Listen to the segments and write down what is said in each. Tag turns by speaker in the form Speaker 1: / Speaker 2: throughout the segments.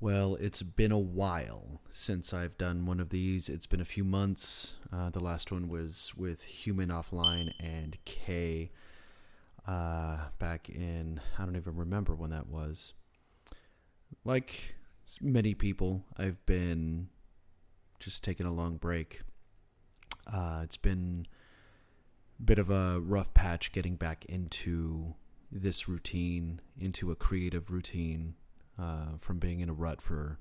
Speaker 1: Well, it's been a while since I've done one of these. It's been a few months. Uh, the last one was with Human Offline and K uh, back in, I don't even remember when that was. Like s- many people, I've been just taking a long break. Uh, it's been a bit of a rough patch getting back into this routine, into a creative routine uh, from being in a rut for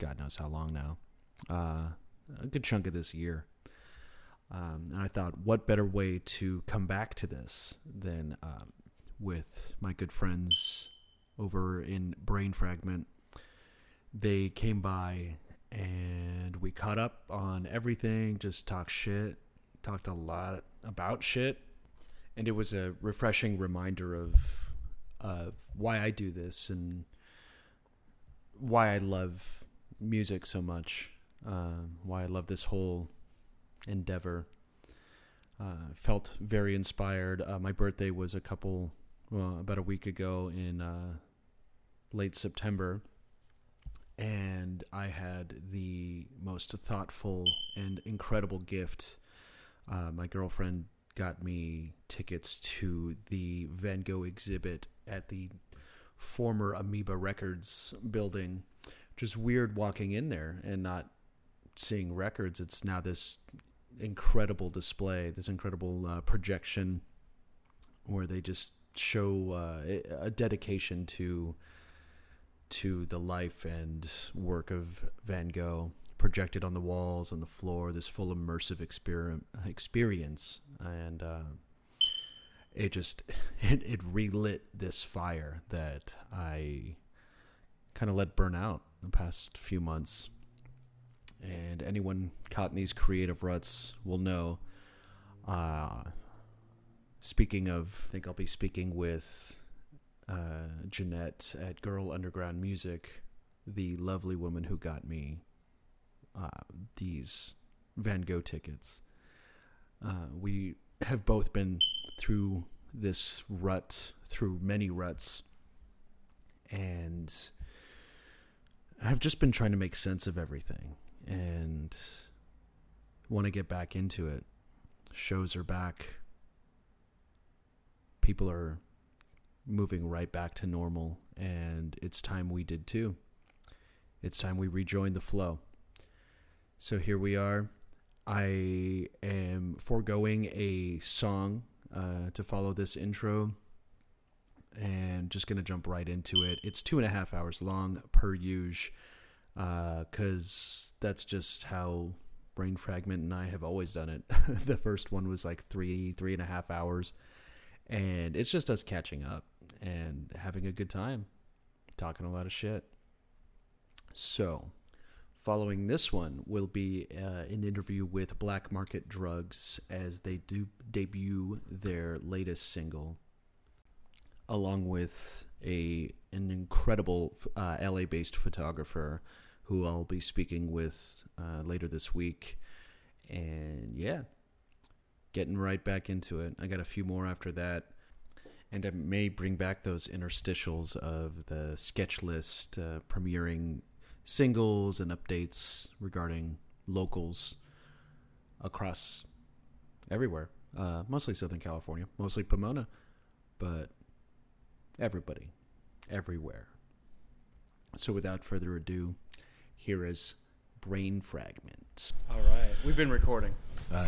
Speaker 1: God knows how long now, uh, a good chunk of this year. Um, and I thought, what better way to come back to this than um, with my good friends over in Brain Fragment? They came by and we caught up on everything, just talked shit, talked a lot about shit. And it was a refreshing reminder of of why I do this and why I love music so much, um, why I love this whole endeavor. Uh, felt very inspired. Uh, my birthday was a couple, well, about a week ago in uh, late September, and I had the most thoughtful and incredible gift. Uh, my girlfriend got me tickets to the Van Gogh exhibit at the former Amoeba Records building. Just weird walking in there and not seeing records. It's now this incredible display, this incredible uh, projection where they just show uh, a dedication to to the life and work of Van Gogh projected on the walls on the floor this full immersive exper- experience and uh, it just it, it relit this fire that I kind of let burn out the past few months. And anyone caught in these creative ruts will know. Uh, speaking of, I think I'll be speaking with uh, Jeanette at Girl Underground Music, the lovely woman who got me uh, these Van Gogh tickets. Uh, we have both been through this rut, through many ruts, and I've just been trying to make sense of everything and want to get back into it. Shows are back. People are moving right back to normal, and it's time we did too. It's time we rejoined the flow. So here we are. I am foregoing a song uh, to follow this intro and just going to jump right into it. It's two and a half hours long per use because that's just how Brain Fragment and I have always done it. the first one was like three, three and a half hours. And it's just us catching up and having a good time, talking a lot of shit. So, Following this one will be uh, an interview with Black Market Drugs as they do debut their latest single, along with a an incredible uh, LA-based photographer who I'll be speaking with uh, later this week. And yeah, getting right back into it. I got a few more after that. And I may bring back those interstitials of the sketch list uh, premiering singles and updates regarding locals across everywhere, uh, mostly Southern California, mostly Pomona, but everybody, everywhere. So without further ado, here is Brain Fragment.
Speaker 2: All right, we've been recording.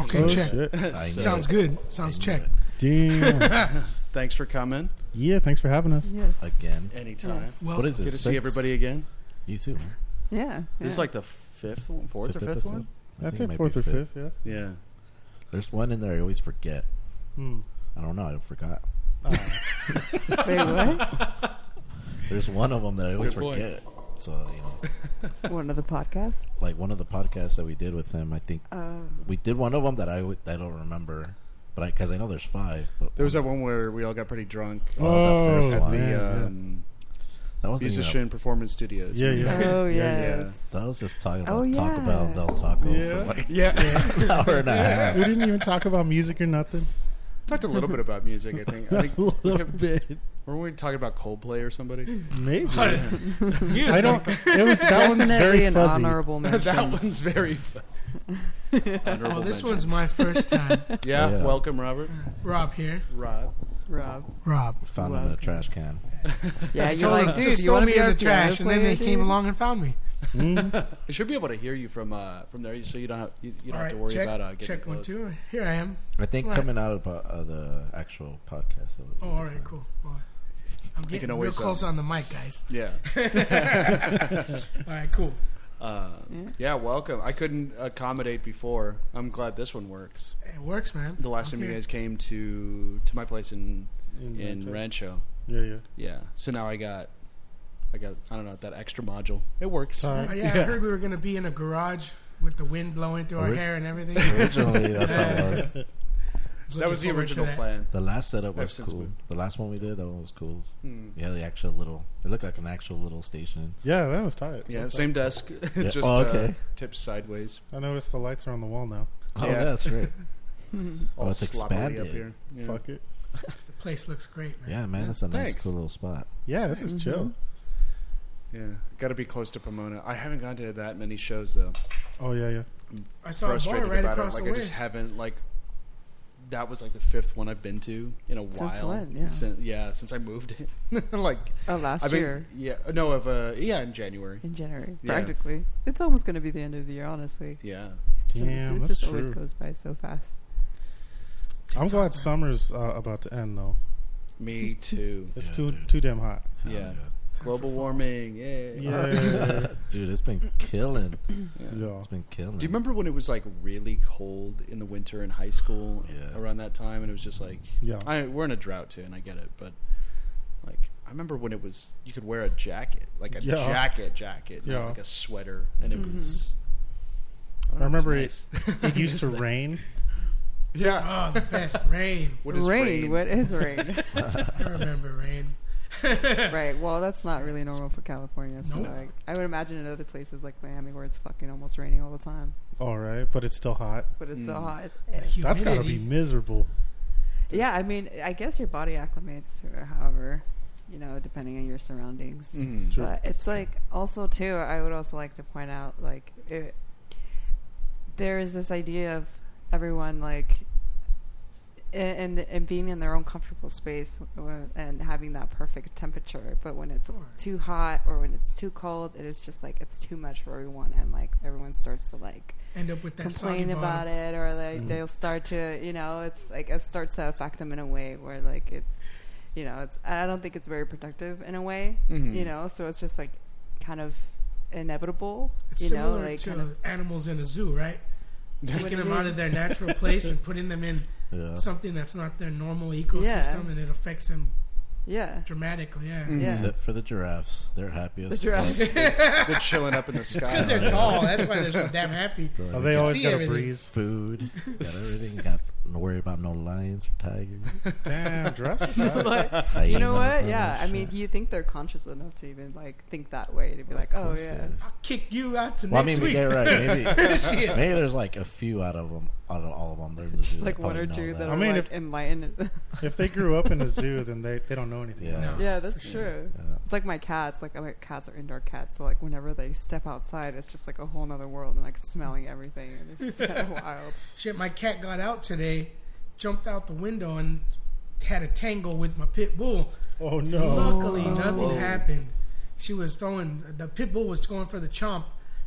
Speaker 3: Okay,
Speaker 1: Oh,
Speaker 3: check.
Speaker 4: I know.
Speaker 3: Sounds good. Sounds check.
Speaker 5: Damn.
Speaker 2: Thanks for coming.
Speaker 5: yeah, thanks for having us.
Speaker 4: Yes. Again.
Speaker 2: Anytime.
Speaker 4: Yes.
Speaker 3: Well,
Speaker 4: What is
Speaker 2: Good
Speaker 4: this?
Speaker 2: to see
Speaker 4: Six?
Speaker 2: everybody again.
Speaker 4: You too. man.
Speaker 6: Yeah. yeah.
Speaker 2: This is like the fifth, one, fourth
Speaker 4: Fifth
Speaker 2: or fifth
Speaker 4: episode?
Speaker 2: one.
Speaker 4: I
Speaker 5: That's
Speaker 4: think
Speaker 5: it,
Speaker 4: it might
Speaker 5: fourth
Speaker 4: be
Speaker 5: or
Speaker 4: fifth.
Speaker 5: fifth, yeah.
Speaker 2: Yeah.
Speaker 4: There's one in there I always forget.
Speaker 5: Hmm.
Speaker 4: I don't know. I forgot.
Speaker 6: Wait, what?
Speaker 4: There's one of them that I always
Speaker 2: Good point.
Speaker 4: forget. So you know,
Speaker 6: One of the podcasts.
Speaker 4: like one of the podcasts that we did with him, I think
Speaker 6: Uh,
Speaker 4: we did one of them that I w- I don't remember, but because I, know there's five. But
Speaker 2: There was that one where we all got pretty drunk at
Speaker 4: Oh, that was the first
Speaker 2: the
Speaker 4: one.
Speaker 5: yeah.
Speaker 2: um,
Speaker 4: That wasn't even a-
Speaker 2: Musician Performance Studios.
Speaker 5: Yeah, yeah.
Speaker 6: oh
Speaker 2: yeah.
Speaker 6: yes.
Speaker 4: That was just talking about
Speaker 6: Oh,
Speaker 4: talk
Speaker 6: yeah.
Speaker 4: about Del Taco
Speaker 5: Yeah.
Speaker 4: for like
Speaker 2: Yeah.
Speaker 4: an hour and a half.
Speaker 5: We didn't even talk about music or nothing.
Speaker 1: Talked a little bit about music, I think. I think weren't
Speaker 4: bit.
Speaker 1: we talking about Coldplay or somebody?
Speaker 5: Maybe.
Speaker 7: Music.
Speaker 5: I don't. It was that one's
Speaker 6: Definitely
Speaker 5: very
Speaker 6: an
Speaker 5: fuzzy.
Speaker 6: honorable mention.
Speaker 1: that one's very fuzzy. Honorable
Speaker 3: Oh, this
Speaker 1: mention.
Speaker 3: one's my first time.
Speaker 1: Yeah,
Speaker 4: Yeah.
Speaker 1: welcome, Robert.
Speaker 3: Rob here.
Speaker 1: Rob.
Speaker 6: Rob.
Speaker 3: Rob.
Speaker 4: Found him in a
Speaker 6: Welcome.
Speaker 4: trash can.
Speaker 6: Yeah,
Speaker 3: I
Speaker 6: you're
Speaker 3: told
Speaker 6: like,
Speaker 3: them,
Speaker 6: dude,
Speaker 3: just
Speaker 6: you
Speaker 3: throw
Speaker 6: want to
Speaker 3: me
Speaker 6: be
Speaker 3: in
Speaker 6: our
Speaker 3: the
Speaker 6: piano
Speaker 3: trash, and then
Speaker 6: player,
Speaker 3: they came
Speaker 6: dude?
Speaker 3: along and found me.
Speaker 5: Mm.
Speaker 1: I should be able to hear you from uh, from there, so you don't have you, you don't
Speaker 3: All
Speaker 1: have to
Speaker 3: right,
Speaker 1: worry
Speaker 3: check,
Speaker 1: about uh, getting
Speaker 3: check one
Speaker 1: close.
Speaker 3: two. Here I am.
Speaker 4: I think
Speaker 3: Right.
Speaker 4: coming out of po- uh, the actual podcast. it'll be
Speaker 3: Oh, all right,
Speaker 4: fine.
Speaker 3: cool. Well, I'm getting real
Speaker 1: always, uh,
Speaker 3: close on the mic, guys.
Speaker 1: Yeah.
Speaker 3: All right, cool.
Speaker 1: Uh, yeah.
Speaker 6: Yeah.
Speaker 1: welcome. I couldn't accommodate before. I'm glad this one works.
Speaker 3: It works, man.
Speaker 1: The last
Speaker 3: I'm
Speaker 1: time you
Speaker 3: here.
Speaker 1: guys came to to my place in
Speaker 5: In
Speaker 1: in
Speaker 5: Rancho.
Speaker 1: Rancho,
Speaker 5: Yeah, yeah.
Speaker 1: yeah. So now I got I got I don't know that extra module. It works.
Speaker 5: Sorry.
Speaker 3: Oh, yeah, I heard we were gonna be in a garage with the wind blowing through our
Speaker 4: Ori-
Speaker 3: hair and everything.
Speaker 4: Originally, that's how it was.
Speaker 1: that was the
Speaker 3: Looking forward to
Speaker 1: original
Speaker 3: that.
Speaker 1: plan.
Speaker 4: The last setup
Speaker 1: Ever
Speaker 4: was
Speaker 1: since
Speaker 4: cool.
Speaker 1: we-
Speaker 4: The last one we did, that one was cool.
Speaker 1: Hmm.
Speaker 4: Yeah, the actual little. It looked like an actual little station.
Speaker 5: Yeah, that was tight.
Speaker 1: Yeah,
Speaker 5: That's
Speaker 1: same desk,
Speaker 4: Yeah.
Speaker 1: just
Speaker 4: Oh, okay.
Speaker 1: uh, tips sideways.
Speaker 5: tight. I noticed the lights are on the wall now.
Speaker 4: Oh,
Speaker 1: Yeah.
Speaker 4: yeah, that's right.
Speaker 1: All
Speaker 4: Oh, it's
Speaker 1: sloppily up
Speaker 4: expanded.
Speaker 1: here. Yeah.
Speaker 5: Fuck it.
Speaker 3: The place looks great, man.
Speaker 4: Yeah, man,
Speaker 1: Yeah,
Speaker 4: it's a nice,
Speaker 1: thanks.
Speaker 4: cool little spot.
Speaker 5: Yeah, this is chill.
Speaker 1: Yeah, got to be close to Pomona. I haven't gone to that many shows though.
Speaker 5: Oh yeah, yeah.
Speaker 3: I saw a bar
Speaker 1: frustrated
Speaker 3: right
Speaker 1: about it.
Speaker 3: across
Speaker 1: Like
Speaker 3: the
Speaker 1: I
Speaker 3: way.
Speaker 1: just haven't like. That was like the fifth one I've been to in a
Speaker 6: Since
Speaker 1: while.
Speaker 6: when? Yeah.
Speaker 1: Sin- yeah, since I moved. like
Speaker 6: Oh, last
Speaker 1: I've
Speaker 6: year
Speaker 1: been. Yeah, no, of uh, yeah, in January.
Speaker 6: in January,
Speaker 1: Yeah.
Speaker 6: practically. It's almost going to be the end of the year, honestly.
Speaker 1: Yeah,
Speaker 6: It's just-
Speaker 5: Damn,
Speaker 6: it
Speaker 5: that's
Speaker 6: just always
Speaker 5: true.
Speaker 6: goes by so fast.
Speaker 5: I'm
Speaker 3: TikTok,
Speaker 5: glad
Speaker 3: man.
Speaker 5: summer's uh, about to end though.
Speaker 1: me too.
Speaker 5: It's
Speaker 4: Yeah,
Speaker 5: too
Speaker 4: dude.
Speaker 5: too damn hot.
Speaker 4: Hell
Speaker 1: Yeah.
Speaker 3: Time for
Speaker 1: Global
Speaker 3: fall.
Speaker 1: warming. Yeah.
Speaker 5: Yeah.
Speaker 4: Oh, Dude, it's been killing.
Speaker 1: yeah.
Speaker 5: yeah.
Speaker 4: It's been killing.
Speaker 1: Do you remember when it was like really cold in the winter in high school
Speaker 4: Yeah.
Speaker 1: around that time, and it was just like
Speaker 5: Yeah.
Speaker 1: I, we're in a drought too, and I get it, but like I remember when it was you could wear a jacket, like a
Speaker 5: Yeah.
Speaker 1: jacket, jacket, not
Speaker 5: Yeah.
Speaker 1: like a sweater, and it
Speaker 6: Mhm.
Speaker 1: was. don't
Speaker 5: I
Speaker 1: know,
Speaker 5: remember
Speaker 1: was nice.
Speaker 5: It used to
Speaker 1: Just-
Speaker 5: rain.
Speaker 1: Yeah.
Speaker 3: Oh, the best rain.
Speaker 1: What is
Speaker 6: rain,
Speaker 1: rain?
Speaker 6: What is rain?
Speaker 3: I remember rain.
Speaker 6: right. Well, that's not really normal for California. So,
Speaker 3: Nope.
Speaker 6: like, I would imagine in other places like Miami where it's fucking almost raining all the time,
Speaker 5: All right, but it's still hot.
Speaker 6: but it's so
Speaker 1: Mm.
Speaker 6: hot. It's,
Speaker 5: That's gotta be
Speaker 3: Humidity.
Speaker 5: miserable.
Speaker 6: yeah, I mean, I guess your body acclimates to it, however, you know, depending on your surroundings.
Speaker 1: Mm.
Speaker 5: True.
Speaker 6: But it's like also too. I would also like to point out like it, there is this idea of everyone like and and being in their own comfortable space w- and having that perfect temperature. But when it's
Speaker 3: Sure.
Speaker 6: too hot or when it's too cold, it is just like it's too much for everyone, and like everyone starts to like
Speaker 3: End up with that
Speaker 6: complain about it or like they'll start to you know it's like it starts to affect them in a way where like it's you know it's i don't think it's very productive in a way
Speaker 1: Mhm.
Speaker 6: you know so it's just like kind of inevitable
Speaker 3: It's
Speaker 6: you know
Speaker 3: similar
Speaker 6: like
Speaker 3: to
Speaker 6: kind of
Speaker 3: animals in a zoo, right? Taking them out of their natural place and putting them in
Speaker 4: Yeah.
Speaker 3: something that's not their normal ecosystem, and it affects them
Speaker 6: yeah
Speaker 3: dramatically. Yeah,
Speaker 1: Mm.
Speaker 6: yeah
Speaker 4: Except for the giraffes. They're happiest.
Speaker 1: They're chilling up in the sky.
Speaker 3: because they're tall. That's why they're so damn happy.
Speaker 5: Oh, they always
Speaker 3: see
Speaker 5: got a
Speaker 3: everything.
Speaker 5: breeze.
Speaker 4: food. Got everything. Got no worry about no lions or tigers.
Speaker 5: Damn, dress. up.
Speaker 6: But you
Speaker 4: Hyenas,
Speaker 6: know what
Speaker 4: all
Speaker 6: yeah
Speaker 4: that
Speaker 6: i mean
Speaker 4: shit.
Speaker 6: you think they're conscious enough to even like think that way to be like oh
Speaker 4: course
Speaker 6: yeah
Speaker 4: it is.
Speaker 3: I'll kick you out to
Speaker 4: Well, I mean,
Speaker 3: next
Speaker 4: we
Speaker 3: week.
Speaker 4: get it right. Maybe,
Speaker 3: Shit.
Speaker 4: maybe there's like a few out of them, out of all of them. They're in the zoo.
Speaker 6: just
Speaker 4: They
Speaker 6: like one
Speaker 4: probably
Speaker 6: or
Speaker 4: know
Speaker 6: two that
Speaker 4: that.
Speaker 6: are
Speaker 5: I mean,
Speaker 6: like
Speaker 5: if-
Speaker 6: enlightened
Speaker 5: if they grew up in a zoo, then they, they don't know anything.
Speaker 4: Yeah.
Speaker 3: No.
Speaker 6: Yeah, that's true.
Speaker 4: Yeah.
Speaker 6: It's like my cats. Like my cats are indoor cats, so like whenever they step outside, it's just like a whole nother world and like smelling everything, and it's just kind of wild.
Speaker 3: Shit, my cat got out today, jumped out the window, and had a tangle with my pit bull.
Speaker 5: Oh no.
Speaker 3: Luckily, nothing happened. She was throwing, the pit bull was going for the chomp,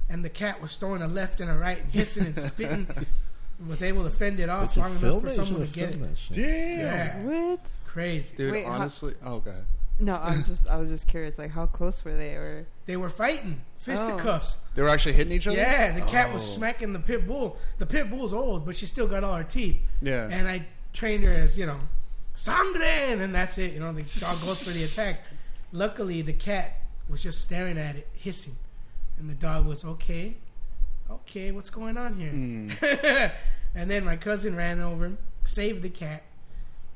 Speaker 3: and the cat was throwing a left and a right, and hissing and spitting. was able to fend it
Speaker 4: They
Speaker 3: off
Speaker 4: should
Speaker 3: long enough
Speaker 4: film
Speaker 3: for
Speaker 4: it. They
Speaker 3: someone to
Speaker 4: should
Speaker 3: get
Speaker 4: film
Speaker 3: it.
Speaker 4: that shit.
Speaker 5: Damn.
Speaker 3: Yeah,
Speaker 6: What?
Speaker 3: crazy.
Speaker 1: Dude,
Speaker 6: Wait, how-
Speaker 1: honestly, oh god,
Speaker 6: No, I'm just. I was just curious. Like, how close were they? Or
Speaker 3: They were fighting, fisticuffs.
Speaker 1: they were actually hitting each other.
Speaker 3: Yeah, the cat was
Speaker 1: Oh.
Speaker 3: smacking the pit bull. The pit bull's old, but she still got all her teeth.
Speaker 1: Yeah.
Speaker 3: And I trained her as, you know, Sangre! And then that's it. You know, the dog goes for the attack. Luckily, the cat was just staring at it, hissing. And the dog was, okay, okay, what's going on here?
Speaker 1: Mm.
Speaker 3: and then my cousin ran over, saved the cat.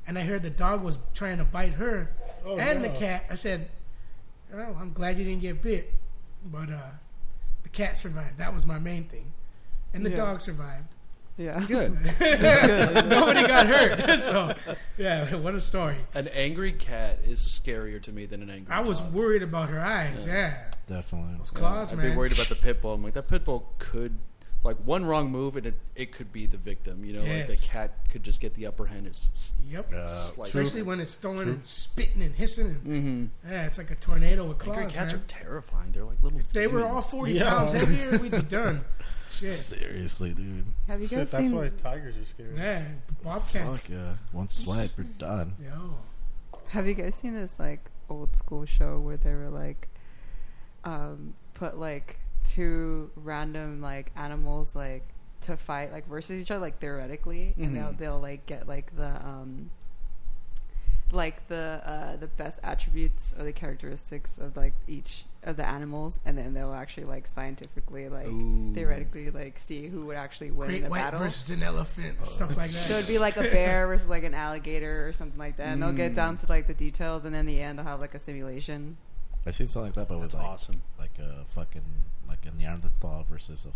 Speaker 3: And I heard the dog was trying to bite her
Speaker 5: Oh,
Speaker 3: and
Speaker 5: no.
Speaker 3: the cat. I said, oh, I'm glad you didn't get bit. But uh, the cat survived. That was my main thing. And the
Speaker 6: Yeah.
Speaker 3: dog survived.
Speaker 6: Yeah.
Speaker 1: Good.
Speaker 3: Nobody got hurt. So, yeah, what a story.
Speaker 1: An angry cat is scarier to me than an angry.
Speaker 3: I was
Speaker 1: dog.
Speaker 3: worried about her eyes.
Speaker 1: Uh, Yeah.
Speaker 3: Yeah,
Speaker 4: Definitely.
Speaker 3: those
Speaker 1: Yeah,
Speaker 3: claws,
Speaker 1: I'd
Speaker 3: man.
Speaker 1: be worried about the pit bull. I'm like that pit bull could, like one wrong move and it, it could be the victim. You know, like
Speaker 3: Yes.
Speaker 1: the cat could just get the upper hand. It's
Speaker 3: Yep.
Speaker 4: Uh,
Speaker 1: like
Speaker 3: Especially when it's throwing and spitting and hissing. And,
Speaker 1: mm-hmm.
Speaker 3: yeah, it's like a tornado with
Speaker 1: angry
Speaker 3: claws,
Speaker 1: cats
Speaker 3: man.
Speaker 1: are terrifying. They're like little.
Speaker 3: if they were all
Speaker 1: demons.
Speaker 3: 40
Speaker 5: Yeah.
Speaker 3: pounds heavier, we'd be done. Shit.
Speaker 4: Seriously, dude.
Speaker 6: Have you
Speaker 5: Shit,
Speaker 6: guys
Speaker 5: that's
Speaker 6: seen?
Speaker 5: why tigers are scary.
Speaker 3: Yeah, bobcats.
Speaker 4: Fuck yeah. One swipe, you're done.
Speaker 3: Yo.
Speaker 6: Have you guys seen this like old school show where they were like, um, put like two random like animals like to fight like versus each other like theoretically, and they'll
Speaker 3: Mm-hmm.
Speaker 1: Mhm.
Speaker 6: they'll like get like the um, like the uh, the best attributes or the characteristics of like each of the animals, and then they'll actually like scientifically like
Speaker 1: Ooh.
Speaker 6: theoretically like see who would actually win in
Speaker 3: Great
Speaker 6: a
Speaker 3: white
Speaker 6: battle.
Speaker 3: versus an elephant.
Speaker 1: Uh,
Speaker 3: Stuff like that.
Speaker 6: So it'd be like a bear versus like an alligator or something like that. And they'll get
Speaker 1: Mm.
Speaker 6: down to like the details, and then in the end, they'll have like a simulation.
Speaker 4: I seen something like that, but
Speaker 1: That's
Speaker 4: with like,
Speaker 1: awesome.
Speaker 4: like a fucking like a Neanderthal versus a
Speaker 5: You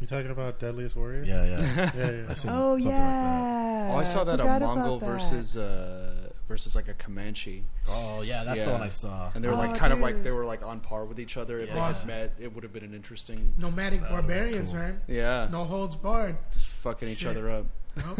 Speaker 4: fucking
Speaker 5: talking about Deadliest Warrior?
Speaker 4: yeah yeah.
Speaker 5: yeah, yeah.
Speaker 4: I seen something like that.
Speaker 1: Oh, I saw that on Mongol versus uh, versus like a Comanche,
Speaker 4: Oh yeah, that's the
Speaker 1: Yeah.
Speaker 4: one I saw.
Speaker 1: and they were
Speaker 6: Oh,
Speaker 1: like kind of like
Speaker 6: dude.
Speaker 1: they were like on par with each other. If they
Speaker 4: Yeah.
Speaker 1: had met, it would have been an interesting.
Speaker 3: Nomadic
Speaker 4: That would've been
Speaker 3: barbarians,
Speaker 4: cool.
Speaker 3: man.
Speaker 1: Yeah,
Speaker 3: No holds barred.
Speaker 1: just fucking each
Speaker 3: Shit.
Speaker 1: other up.
Speaker 3: No.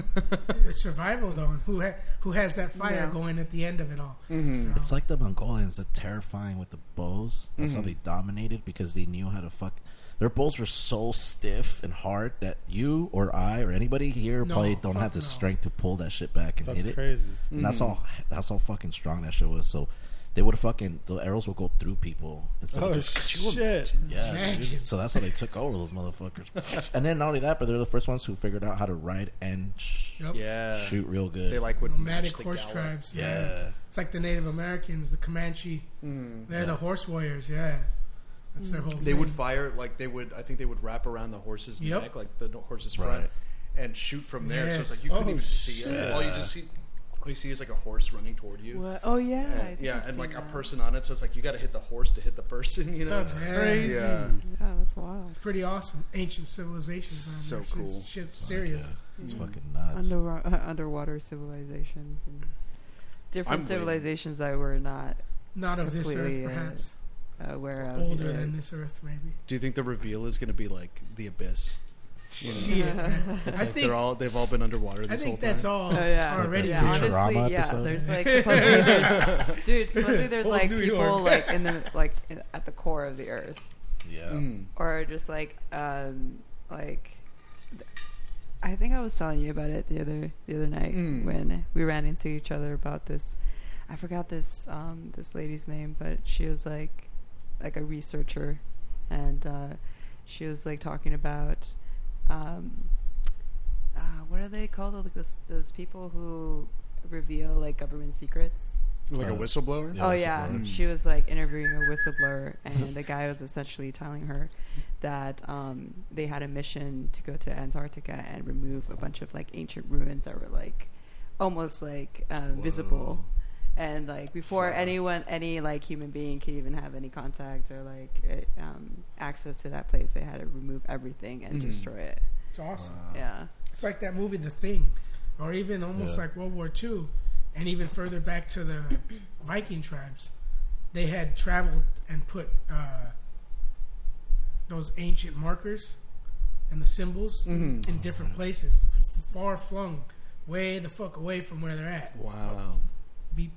Speaker 3: it's survival, though. And who, ha- who has that fire
Speaker 6: Yeah.
Speaker 3: going at the end of it all?
Speaker 1: Mm-hmm.
Speaker 4: It's like the Mongolians, that terrifying with the bows. That's how
Speaker 1: Mhm.
Speaker 4: they dominated because they knew how to fuck. Their bows were so stiff and hard that you or I or anybody here
Speaker 3: No,
Speaker 4: probably don't
Speaker 3: fuck
Speaker 4: have the
Speaker 3: no.
Speaker 4: strength to pull that shit back and
Speaker 5: That's
Speaker 4: hit it.
Speaker 5: crazy.
Speaker 4: And that's all. That's how fucking strong that shit was. So they would have fucking the arrows would go through people instead
Speaker 5: Oh
Speaker 4: of just
Speaker 5: shit!
Speaker 4: yeah. dude.
Speaker 3: Imagine.
Speaker 4: So that's how they took over those motherfuckers. and then not only that, but they're the first ones who figured out how to ride and sh-
Speaker 3: Yep.
Speaker 1: Yeah,
Speaker 4: shoot real good.
Speaker 1: they like would
Speaker 3: Nomadic
Speaker 1: match the
Speaker 3: horse
Speaker 1: gallop.
Speaker 3: tribes.
Speaker 4: yeah.
Speaker 3: It's like the Native Americans, the Comanche.
Speaker 6: Mm.
Speaker 3: They're the horse warriors, yeah. That's their whole
Speaker 1: Mm. They
Speaker 3: thing.
Speaker 1: would fire like they would. I think they would wrap around the horse's
Speaker 3: Yep.
Speaker 1: neck, like the horse's front,
Speaker 4: Right.
Speaker 1: and shoot from there. So it's
Speaker 3: Yes.
Speaker 1: like you couldn't
Speaker 5: Oh,
Speaker 1: even see
Speaker 5: shit.
Speaker 1: it. All you just see, all you see is like a horse running toward you.
Speaker 6: What? Oh yeah, I
Speaker 1: And,
Speaker 6: think
Speaker 1: yeah,
Speaker 6: I've
Speaker 1: and
Speaker 6: seen
Speaker 1: like a
Speaker 6: that.
Speaker 1: person on it. So it's like you got to hit the horse to hit the person. You know,
Speaker 5: That's
Speaker 1: Yeah.
Speaker 5: crazy.
Speaker 1: Yeah.
Speaker 6: Yeah, that's wild.
Speaker 3: Pretty awesome. Ancient civilizations. Man.
Speaker 1: So
Speaker 3: Their shit's-
Speaker 1: cool.
Speaker 3: Shit's
Speaker 4: Fuck
Speaker 3: serious.
Speaker 4: yeah. It's
Speaker 1: Mm.
Speaker 4: fucking nuts.
Speaker 6: Under, uh, underwater civilizations and different
Speaker 1: I'm waiting.
Speaker 6: civilizations that were not
Speaker 3: Not of this earth,
Speaker 6: Completely, uh,
Speaker 3: perhaps.
Speaker 6: aware of.
Speaker 3: Older
Speaker 6: yeah.
Speaker 3: than this earth, maybe.
Speaker 1: Do you think the reveal is going to be like the abyss? You know?
Speaker 3: Shit. man.
Speaker 1: It's
Speaker 3: I
Speaker 1: like
Speaker 3: think-
Speaker 1: they're all they've all been underwater
Speaker 3: I
Speaker 1: this whole
Speaker 3: think that's
Speaker 1: time.
Speaker 3: all
Speaker 6: Oh, yeah.
Speaker 3: already.
Speaker 6: Yeah,
Speaker 4: Futurama
Speaker 6: honestly, yeah.
Speaker 4: episode?
Speaker 6: There's like supposedly there's, dude, supposedly there's
Speaker 3: Old
Speaker 6: like
Speaker 3: New
Speaker 6: people
Speaker 3: York.
Speaker 6: like in the like in, at the core of the earth,
Speaker 4: Yeah.
Speaker 1: Mm.
Speaker 6: or just like um like. I think I was telling you about it the other the other night
Speaker 1: Mm.
Speaker 6: when we ran into each other about this. I forgot this um this lady's name, but she was like like a researcher, and uh, she was like talking about um uh, what are they called? Like those those people who reveal like government secrets.
Speaker 1: Like a
Speaker 4: Uh,
Speaker 1: whistleblower.
Speaker 4: Yeah,
Speaker 6: oh
Speaker 4: that's
Speaker 6: yeah,
Speaker 4: the
Speaker 1: word.
Speaker 6: she was like interviewing a whistleblower, and the guy was essentially telling her that um, they had a mission to go to Antarctica and remove a bunch of like ancient ruins that were like almost like um, visible, and like before
Speaker 4: Fuck.
Speaker 6: anyone, any like human being could even have any contact or like it, um, access to that place, they had to remove everything and
Speaker 1: Mhm.
Speaker 6: destroy it.
Speaker 3: It's awesome.
Speaker 6: Yeah.
Speaker 3: It's like that movie, The Thing, or even almost
Speaker 4: Yeah.
Speaker 3: like World War II, and even further back to the Viking tribes. They had traveled and put uh, those ancient markers and the symbols
Speaker 1: Mhm.
Speaker 3: in different places, f- far flung, way the fuck away from where they're at.
Speaker 1: Wow.
Speaker 3: Beep.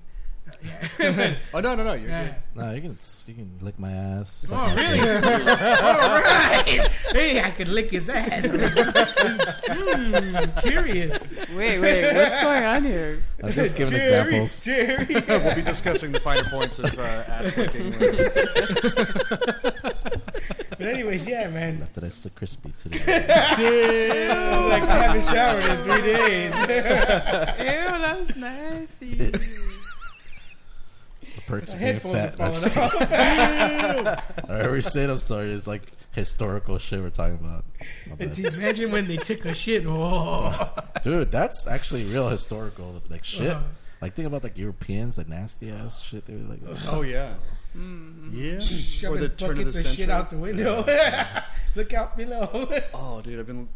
Speaker 3: Uh, yeah.
Speaker 1: Oh no no no! You're
Speaker 3: yeah.
Speaker 1: good.
Speaker 4: No, you can you can lick my ass. suck
Speaker 3: Oh,
Speaker 4: my dick.
Speaker 3: really? All right. Hey, I could lick his ass. Hmm, curious.
Speaker 6: Wait, wait, what's going on here?
Speaker 4: I'm just giving
Speaker 3: Jerry,
Speaker 4: examples.
Speaker 3: Jerry.
Speaker 1: we'll be discussing the finer points of uh, ass licking. later.
Speaker 3: But anyways, yeah, man.
Speaker 4: After that's the crispy today.
Speaker 3: like I haven't showered in three days.
Speaker 6: Ew, that was nasty.
Speaker 4: The perks
Speaker 3: My
Speaker 4: of being
Speaker 3: headphones are
Speaker 4: fat. That's-
Speaker 3: falling off.
Speaker 4: I already said I'm sorry. It's like historical shit we're talking about. My
Speaker 3: And
Speaker 4: bad.
Speaker 3: Imagine when they took a shit. Oh,
Speaker 4: Dude, that's actually real historical. Like shit.
Speaker 3: Uh-huh.
Speaker 4: Like think about like Europeans, like nasty ass shit. They were like,
Speaker 1: Oh yeah.
Speaker 5: Yeah.
Speaker 3: shoving
Speaker 1: the turn of the
Speaker 3: buckets of shit
Speaker 1: century.
Speaker 3: out the window. Look out below.
Speaker 1: Oh, dude, I've been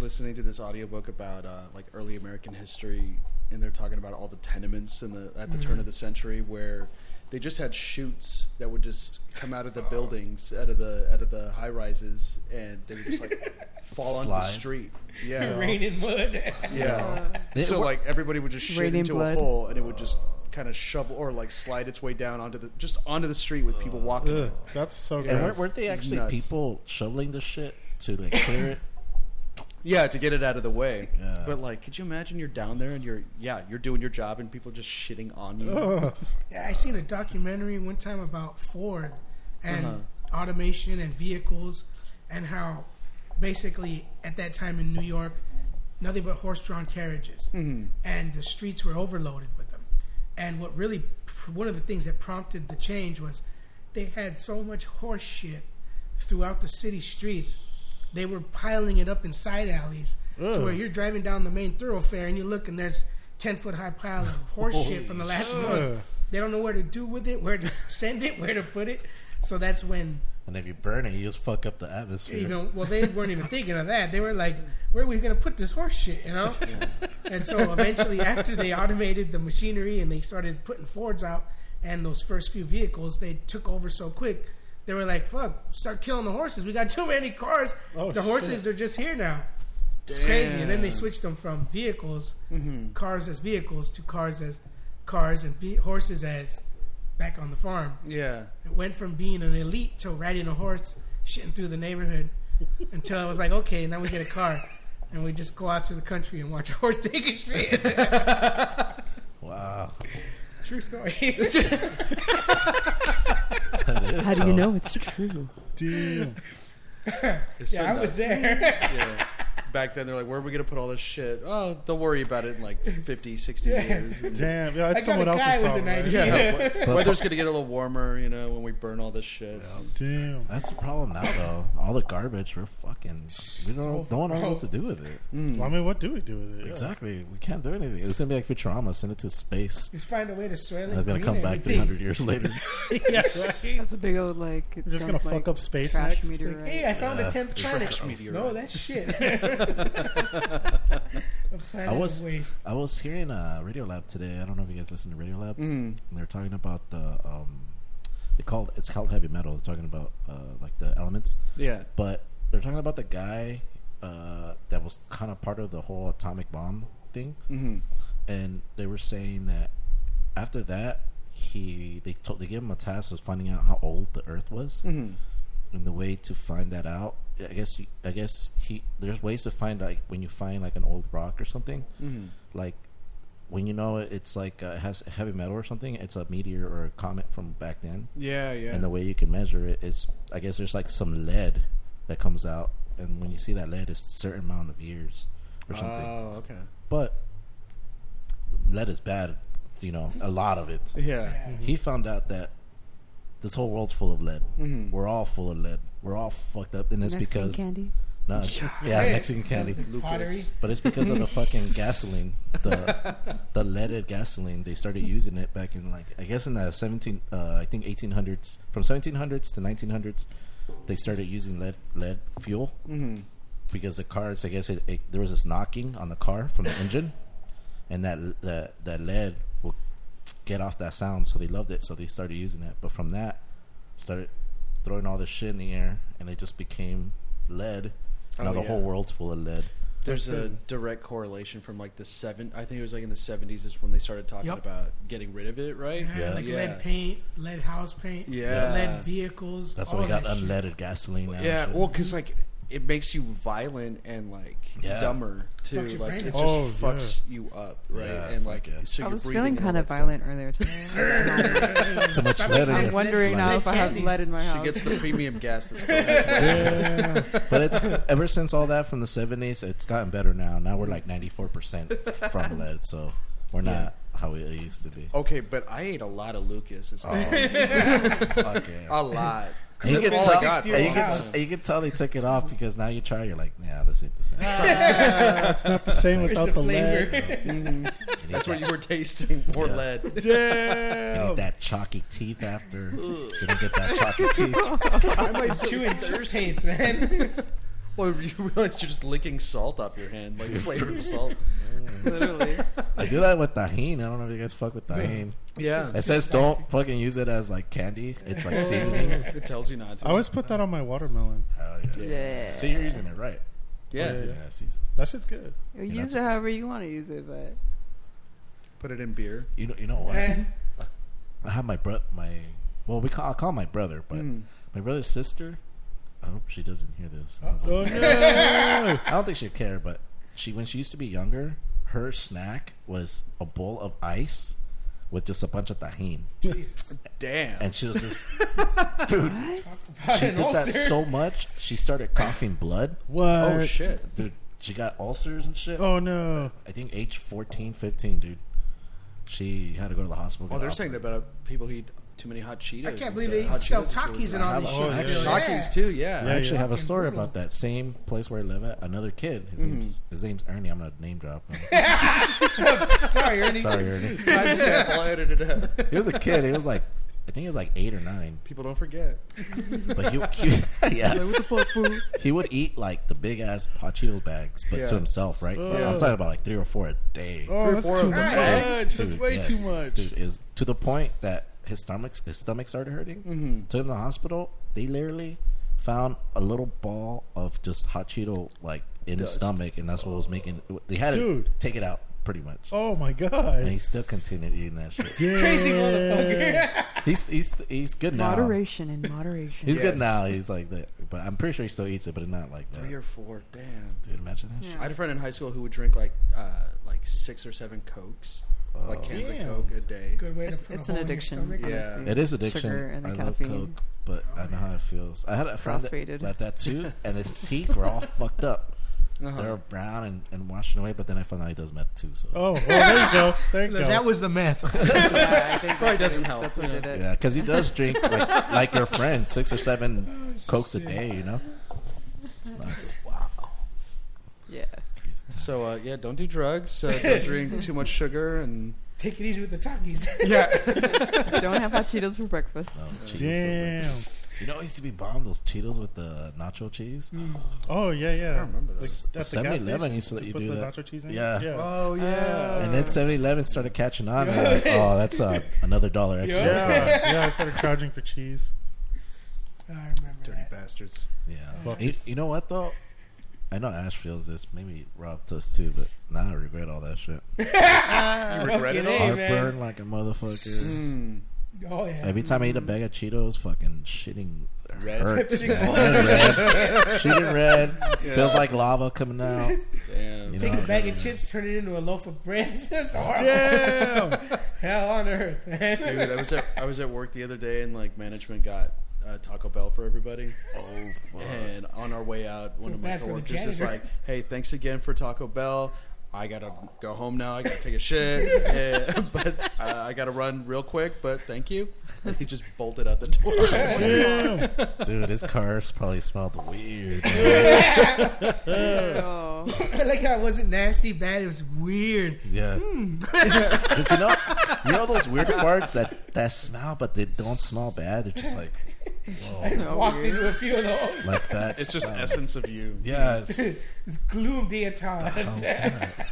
Speaker 1: listening to this audiobook about uh, like early American history, and they're talking about all the tenements in the at the turn of the century where they just had shoots that would just come out of the buildings, out of the out of the high rises, and they would just like fall onto the
Speaker 4: Slide.
Speaker 1: street. Yeah,
Speaker 3: Rain and mud.
Speaker 1: yeah.
Speaker 4: It
Speaker 1: so
Speaker 4: wor-
Speaker 1: like everybody would just shit
Speaker 6: Raining
Speaker 1: into
Speaker 6: blood.
Speaker 1: a hole, and it would just kind of shovel or like slide its way down onto the just onto the street with people walking.
Speaker 5: Ugh, that's so
Speaker 1: Yeah.
Speaker 5: gross.
Speaker 4: And weren't, weren't they
Speaker 1: It's
Speaker 4: actually
Speaker 1: nuts.
Speaker 4: people shoveling the shit to like clear it?
Speaker 1: Yeah, to get it out of the way.
Speaker 4: Yeah.
Speaker 1: But like, could you imagine you're down there and you're yeah, you're doing your job and people just shitting on you.
Speaker 5: Ugh.
Speaker 3: Yeah, I seen a documentary one time about Ford and
Speaker 1: Uh-huh.
Speaker 3: automation and vehicles, and how basically at that time in New York, nothing but horse-drawn carriages, and the streets were overloaded with them. And what really, one of the things that prompted the change was they had so much horse shit throughout the city streets. They were piling it up in side alleys to
Speaker 5: Ugh.
Speaker 3: where you're driving down the main thoroughfare and you look and there's ten foot high pile of horse shit from the last month.
Speaker 5: Ugh.
Speaker 3: They don't know where to do with it, where to send it, where to put it. So that's when
Speaker 4: And if you burn it, you just fuck up the atmosphere.
Speaker 3: even well they weren't even thinking of that. They were like, "Where are we gonna put this horse shit?" You know. And so eventually, after they automated the machinery and they started putting Fords out and those first few vehicles, they took over so quick. They were like, "Fuck, start killing the horses. We got too many cars.
Speaker 5: Oh,
Speaker 3: the horses are just here now." It's crazy. And then they switched them from vehicles, cars as vehicles, to cars as cars and ve- horses as back on the farm.
Speaker 1: Yeah.
Speaker 3: It went from being an elite to riding a horse, shitting through the neighborhood, until I was like, okay, now we get a car, and we just go out to the country and watch a horse take a shit.
Speaker 4: Wow.
Speaker 3: True story.
Speaker 6: How do you know it's true?
Speaker 5: Damn.
Speaker 1: It's so
Speaker 3: yeah, I was
Speaker 1: nuts.
Speaker 3: there.
Speaker 1: Yeah. Back then, they're like, "Where are we gonna put all this shit? Oh, don't worry about it in like 50, 60
Speaker 3: Yeah.
Speaker 1: years." And-
Speaker 5: Damn. Yeah,
Speaker 3: I
Speaker 5: it's someone
Speaker 3: got a
Speaker 5: else's
Speaker 3: guy with
Speaker 5: problem.
Speaker 3: an
Speaker 5: right?
Speaker 3: idea.
Speaker 1: Yeah, we- weather's gonna get a little warmer, you know, when we burn all this shit.
Speaker 5: Damn.
Speaker 4: That's the problem now, though. All the garbage, we're fucking. We don't.
Speaker 3: over,
Speaker 4: No one knows
Speaker 3: bro.
Speaker 4: what to do with it.
Speaker 1: Mm.
Speaker 5: Well, I mean, what do we do with it? Yeah.
Speaker 4: Exactly. We can't do anything. It's gonna be like Futurama. Send it to space.
Speaker 3: Just find a way to soil
Speaker 4: And
Speaker 3: it.
Speaker 4: it's gonna
Speaker 3: green
Speaker 4: come back
Speaker 3: everything.
Speaker 4: 300 years later.
Speaker 6: That's a big old like. We're
Speaker 5: just gonna fuck up space
Speaker 6: trash
Speaker 5: next.
Speaker 6: meteorite.
Speaker 3: Hey, I found a tenth planet.
Speaker 1: Trash meteorite.
Speaker 3: No, that's shit. a planet
Speaker 4: I was-
Speaker 3: of waste.
Speaker 4: I was hearing uh, Radio Lab today. I don't know if you guys listen to Radio Lab.
Speaker 1: Mm.
Speaker 4: And they're talking about the. Um, they called it's called heavy metal. They're talking about uh, like the elements.
Speaker 1: Yeah.
Speaker 4: but they're talking about the guy uh, that was kind of part of the whole atomic bomb thing,
Speaker 1: Mm-hmm.
Speaker 4: and they were saying that after that he they told they gave him a task of finding out how old the Earth was,
Speaker 1: Mm-hmm.
Speaker 4: and the way to find that out, I guess you, I guess he there's ways to find like when you find like an old rock or something,
Speaker 1: Mm-hmm.
Speaker 4: like when you know it- it's like uh, it has heavy metal or something, it's a meteor or a comet from back then,
Speaker 1: Yeah. Yeah.
Speaker 4: and the way you can measure it is i guess there's like some lead that comes out and when you see that lead it's a certain amount of years or something
Speaker 1: Oh, okay.
Speaker 4: but lead is bad you know a lot of it
Speaker 1: Yeah.
Speaker 4: he found out that this whole world's full of lead we're all full of lead we're all fucked up and it's
Speaker 6: Mexican
Speaker 4: because
Speaker 6: candy.
Speaker 4: no yeah mexican candy
Speaker 3: Pottery.
Speaker 4: but it's because of the fucking gasoline, the the leaded gasoline. They started using it back in like I guess in the seventeen, uh, I think eighteen hundreds, from seventeen hundreds to nineteen hundreds, they started using lead lead fuel
Speaker 1: Mm-hmm.
Speaker 4: because the cars. I guess it, it, there was this knocking on the car from the engine, and that that that lead will get off that sound. So they loved it. So they started using it. But from that, started throwing all this shit in the air, and it just became lead.
Speaker 1: Oh,
Speaker 4: now the
Speaker 1: yeah.
Speaker 4: whole world's full of lead.
Speaker 1: There's
Speaker 5: That's
Speaker 1: a
Speaker 5: good.
Speaker 1: direct correlation from like the seven. I think it was like in the seventies is when they started talking
Speaker 3: Yep.
Speaker 1: about getting rid of it, right?
Speaker 3: Yeah,
Speaker 4: Yeah.
Speaker 3: Like
Speaker 1: Yeah.
Speaker 3: lead paint, lead house paint,
Speaker 1: Yeah.
Speaker 3: lead vehicles.
Speaker 4: That's
Speaker 3: all
Speaker 4: why we got
Speaker 3: that shit.
Speaker 4: unleaded gasoline. Now and
Speaker 1: Yeah,
Speaker 4: shit.
Speaker 1: well, because like it makes you violent and like
Speaker 4: Yeah.
Speaker 1: dumber too.
Speaker 3: Fucks your
Speaker 1: Like
Speaker 3: brain
Speaker 1: it
Speaker 3: up.
Speaker 1: just
Speaker 5: Oh, yeah.
Speaker 1: fucks you up, right?
Speaker 4: Yeah,
Speaker 1: and
Speaker 4: fuck
Speaker 1: like
Speaker 4: yeah.
Speaker 1: so
Speaker 6: I
Speaker 1: you're
Speaker 6: was
Speaker 1: breathing
Speaker 6: feeling
Speaker 1: and all
Speaker 6: kind of
Speaker 1: that stuff.
Speaker 6: violent earlier today.
Speaker 4: so much
Speaker 3: I'm-
Speaker 4: lead in
Speaker 6: I'm
Speaker 4: it.
Speaker 6: wondering now if I have
Speaker 3: Candies.
Speaker 6: lead in my
Speaker 1: She
Speaker 6: house.
Speaker 1: gets the premium gas. That still has lead.
Speaker 5: Yeah.
Speaker 4: But it's ever since all that from the seventies, it's gotten better now. Now we're like ninety four percent from lead, so we're not how it used to be.
Speaker 1: okay, but I ate a lot of Lucas. It's
Speaker 4: Oh, Fuck yeah.
Speaker 1: a lot.
Speaker 4: And you,
Speaker 1: Oh, That's
Speaker 4: can
Speaker 1: all I
Speaker 4: tell,
Speaker 1: got for
Speaker 4: and you,
Speaker 1: all
Speaker 4: can,
Speaker 1: this.
Speaker 4: and you can tell they took it off because now you try, you're like, nah, this ain't the same.
Speaker 5: it's not the same
Speaker 3: Where's
Speaker 5: without
Speaker 3: the
Speaker 5: the, lead.
Speaker 3: flavor?
Speaker 1: That's what you were tasting more
Speaker 4: Yeah.
Speaker 1: lead.
Speaker 4: You need
Speaker 5: Damn.
Speaker 4: that chalky teeth after. You don't get that chalky teeth.
Speaker 1: Why am I so
Speaker 3: Chewing chip
Speaker 1: thirsty?
Speaker 3: paints, man.
Speaker 1: Well, you realize you're just licking salt off your hand, like flavored salt.
Speaker 6: Literally.
Speaker 4: I do that with tahine. I don't know if you guys fuck with tahine.
Speaker 1: Yeah,
Speaker 4: It says don't fucking use it as like candy. It's like seasoning. Hell
Speaker 1: it tells you not to.
Speaker 5: I always put that on my watermelon.
Speaker 4: yeah.
Speaker 6: yeah.
Speaker 4: So you're using it right.
Speaker 1: yeah,
Speaker 4: Using it as season.
Speaker 5: That shit's good.
Speaker 6: You
Speaker 4: know,
Speaker 6: use it
Speaker 4: it's-
Speaker 6: however you want to use it, but
Speaker 1: put it in beer.
Speaker 4: You know, you know what?
Speaker 3: Eh.
Speaker 4: I have my bro, my well, we call I call him my brother, but
Speaker 1: Mm.
Speaker 4: my brother's sister. I hope she doesn't hear this.
Speaker 5: Oh no!
Speaker 4: I don't think she'd care, but she when she used to be younger, her snack was a bowl of ice with just a bunch of tahine,
Speaker 1: Damn.
Speaker 4: and she was just, dude, she did that so much she started coughing blood.
Speaker 5: what?
Speaker 1: oh shit.
Speaker 4: Dude, she got ulcers and shit.
Speaker 5: Oh no!
Speaker 4: I think age 14, 15, dude. She had to go to the hospital.
Speaker 1: Oh,
Speaker 4: get
Speaker 1: they're
Speaker 4: op-
Speaker 1: saying that about people who eat too many hot Cheetos.
Speaker 3: I can't
Speaker 1: and
Speaker 3: believe
Speaker 1: stuff.
Speaker 3: they
Speaker 1: Hot
Speaker 3: sell
Speaker 1: Cheetos really
Speaker 3: Takis and all
Speaker 4: Oh,
Speaker 3: this shit.
Speaker 4: yeah.
Speaker 3: still.
Speaker 1: bad.
Speaker 3: Yeah.
Speaker 1: Takis too. Yeah.
Speaker 4: I actually
Speaker 5: yeah.
Speaker 4: have a
Speaker 3: Fucking
Speaker 4: story
Speaker 3: brutal.
Speaker 4: about that same place where I live at. Another kid. His name's his name's Ernie. I'm gonna name drop him.
Speaker 3: Sorry, Ernie.
Speaker 4: Sorry, Ernie.
Speaker 1: Timestamp, I'll edit it out.
Speaker 4: He was a kid. He was like, I think he was like eight or nine.
Speaker 1: People don't forget.
Speaker 4: But he, he yeah,
Speaker 1: what the fuck, boo?
Speaker 4: he would eat like the big ass hot Cheeto bags, but
Speaker 1: Yeah.
Speaker 4: to himself, right? Like, I'm
Speaker 5: Ugh.
Speaker 4: talking about like three or four a day.
Speaker 5: Oh, that's
Speaker 1: four
Speaker 5: too
Speaker 1: of them.
Speaker 5: much.
Speaker 4: Bags,
Speaker 5: That's
Speaker 4: dude,
Speaker 5: way
Speaker 4: yes.
Speaker 5: too much.
Speaker 4: Dude, is to the point that his stomach his stomach started hurting.
Speaker 5: Mm-hmm.
Speaker 1: Mm-hmm.
Speaker 4: Took him to the hospital. They literally found a little ball of just hot Cheeto like in his
Speaker 1: Dust.
Speaker 4: stomach, and that's what was making. They had to
Speaker 5: Dude.
Speaker 4: take it out pretty much.
Speaker 5: Oh my
Speaker 4: And he
Speaker 5: god!
Speaker 4: still continued eating that shit.
Speaker 3: Crazy
Speaker 5: Yeah.
Speaker 3: motherfucker.
Speaker 4: He's he's he's good now.
Speaker 6: moderation in moderation.
Speaker 4: He's good
Speaker 1: Yes.
Speaker 4: now. He's like that, but I'm pretty sure he still eats it, but not like that.
Speaker 1: Three or four. Damn.
Speaker 4: Dude, imagine that. shit.
Speaker 1: I had a friend in high school who would drink like uh, like six or seven cokes,
Speaker 4: Oh.
Speaker 1: like cans
Speaker 5: Damn.
Speaker 1: of coke a day.
Speaker 3: Good way
Speaker 6: It's,
Speaker 3: to put
Speaker 6: it's
Speaker 3: a
Speaker 6: an
Speaker 3: hole in your
Speaker 6: addiction.
Speaker 3: stomach.
Speaker 1: Yeah.
Speaker 6: honestly.
Speaker 4: It is addiction.
Speaker 6: Sugar and the
Speaker 4: I love
Speaker 6: caffeine.
Speaker 4: coke, but I know how it feels. I had a friend that,
Speaker 6: Crossfaded.
Speaker 4: like that too, and his teeth were all fucked up.
Speaker 1: Uh-huh.
Speaker 4: They were brown and, and washed away, but then I found out he does meth too. So
Speaker 5: Oh, well, there you go. There you
Speaker 3: No,
Speaker 5: go.
Speaker 3: That was the meth.
Speaker 6: Yeah, I think
Speaker 1: Probably
Speaker 6: that's what-
Speaker 1: doesn't help,
Speaker 6: That's what
Speaker 1: you know.
Speaker 6: did it.
Speaker 4: yeah, because he does drink like, like your friend six or seven cokes a day. You know, it's nuts.
Speaker 6: Yeah.
Speaker 1: So uh, yeah, don't do drugs. Uh, don't drink too much sugar and
Speaker 3: Take it easy with the Takis.
Speaker 6: Don't have hot Cheetos for breakfast.
Speaker 4: Um, Cheetos
Speaker 5: Damn.
Speaker 4: with- You know, I used to be bomb those Cheetos with the nacho cheese.
Speaker 3: Mm.
Speaker 5: Oh yeah, yeah. I
Speaker 1: remember that.
Speaker 5: Like, at the gas
Speaker 4: 7-Eleven
Speaker 5: station,
Speaker 4: used to let you
Speaker 5: put
Speaker 4: do
Speaker 5: the
Speaker 4: that.
Speaker 5: nacho cheese in. it?
Speaker 4: Yeah.
Speaker 5: yeah.
Speaker 1: oh yeah,
Speaker 4: And then 7-Eleven started catching on. and they're like, oh, that's uh, another dollar extra.
Speaker 5: Yeah, yeah, I started charging for cheese.
Speaker 3: I remember
Speaker 1: dirty
Speaker 3: that.
Speaker 1: bastards.
Speaker 4: Yeah.
Speaker 5: Fuckers.
Speaker 4: You, you know what though? I know Ash feels this. Maybe Rob does too. But now I regret all that shit.
Speaker 1: You regret
Speaker 3: fucking
Speaker 1: it all.
Speaker 3: Hey, man.
Speaker 4: Heartburn like a motherfucker.
Speaker 1: Mm.
Speaker 3: Oh yeah.
Speaker 4: Every time I eat a bag of Cheetos, fucking shitting
Speaker 1: Red.
Speaker 4: hurts. man. And red. shitting red. Feels like lava coming out.
Speaker 1: Damn.
Speaker 4: You
Speaker 3: Take
Speaker 4: know?
Speaker 3: a bag of chips, turn it into a loaf of bread. That's horrible.
Speaker 5: Damn.
Speaker 3: Hell on earth, man.
Speaker 1: Dude, I was at I was at work the other day and like management got uh, Taco Bell for everybody. Oh, and on our way out, one
Speaker 3: Feel
Speaker 1: of my
Speaker 3: bad for the
Speaker 1: coworkers is like,
Speaker 3: janitor.
Speaker 1: "Hey, thanks again for Taco Bell. I gotta go home now. I gotta take a shit, Eh, but uh, I gotta run real quick. But thank you." And he just bolted out the door.
Speaker 5: Damn.
Speaker 4: Dude, his cars probably smelled weird.
Speaker 6: Oh.
Speaker 3: I like how it wasn't nasty, bad. It was weird.
Speaker 4: Yeah. Because you know, you know those weird farts that, that smell, but they don't smell bad. They're just like, whoa,
Speaker 6: So
Speaker 3: Walked
Speaker 6: weird.
Speaker 3: into a few of those,
Speaker 4: like that.
Speaker 1: It's just
Speaker 4: smell.
Speaker 1: essence of you.
Speaker 4: Yeah. it's-
Speaker 3: gloom the entire
Speaker 4: How's that?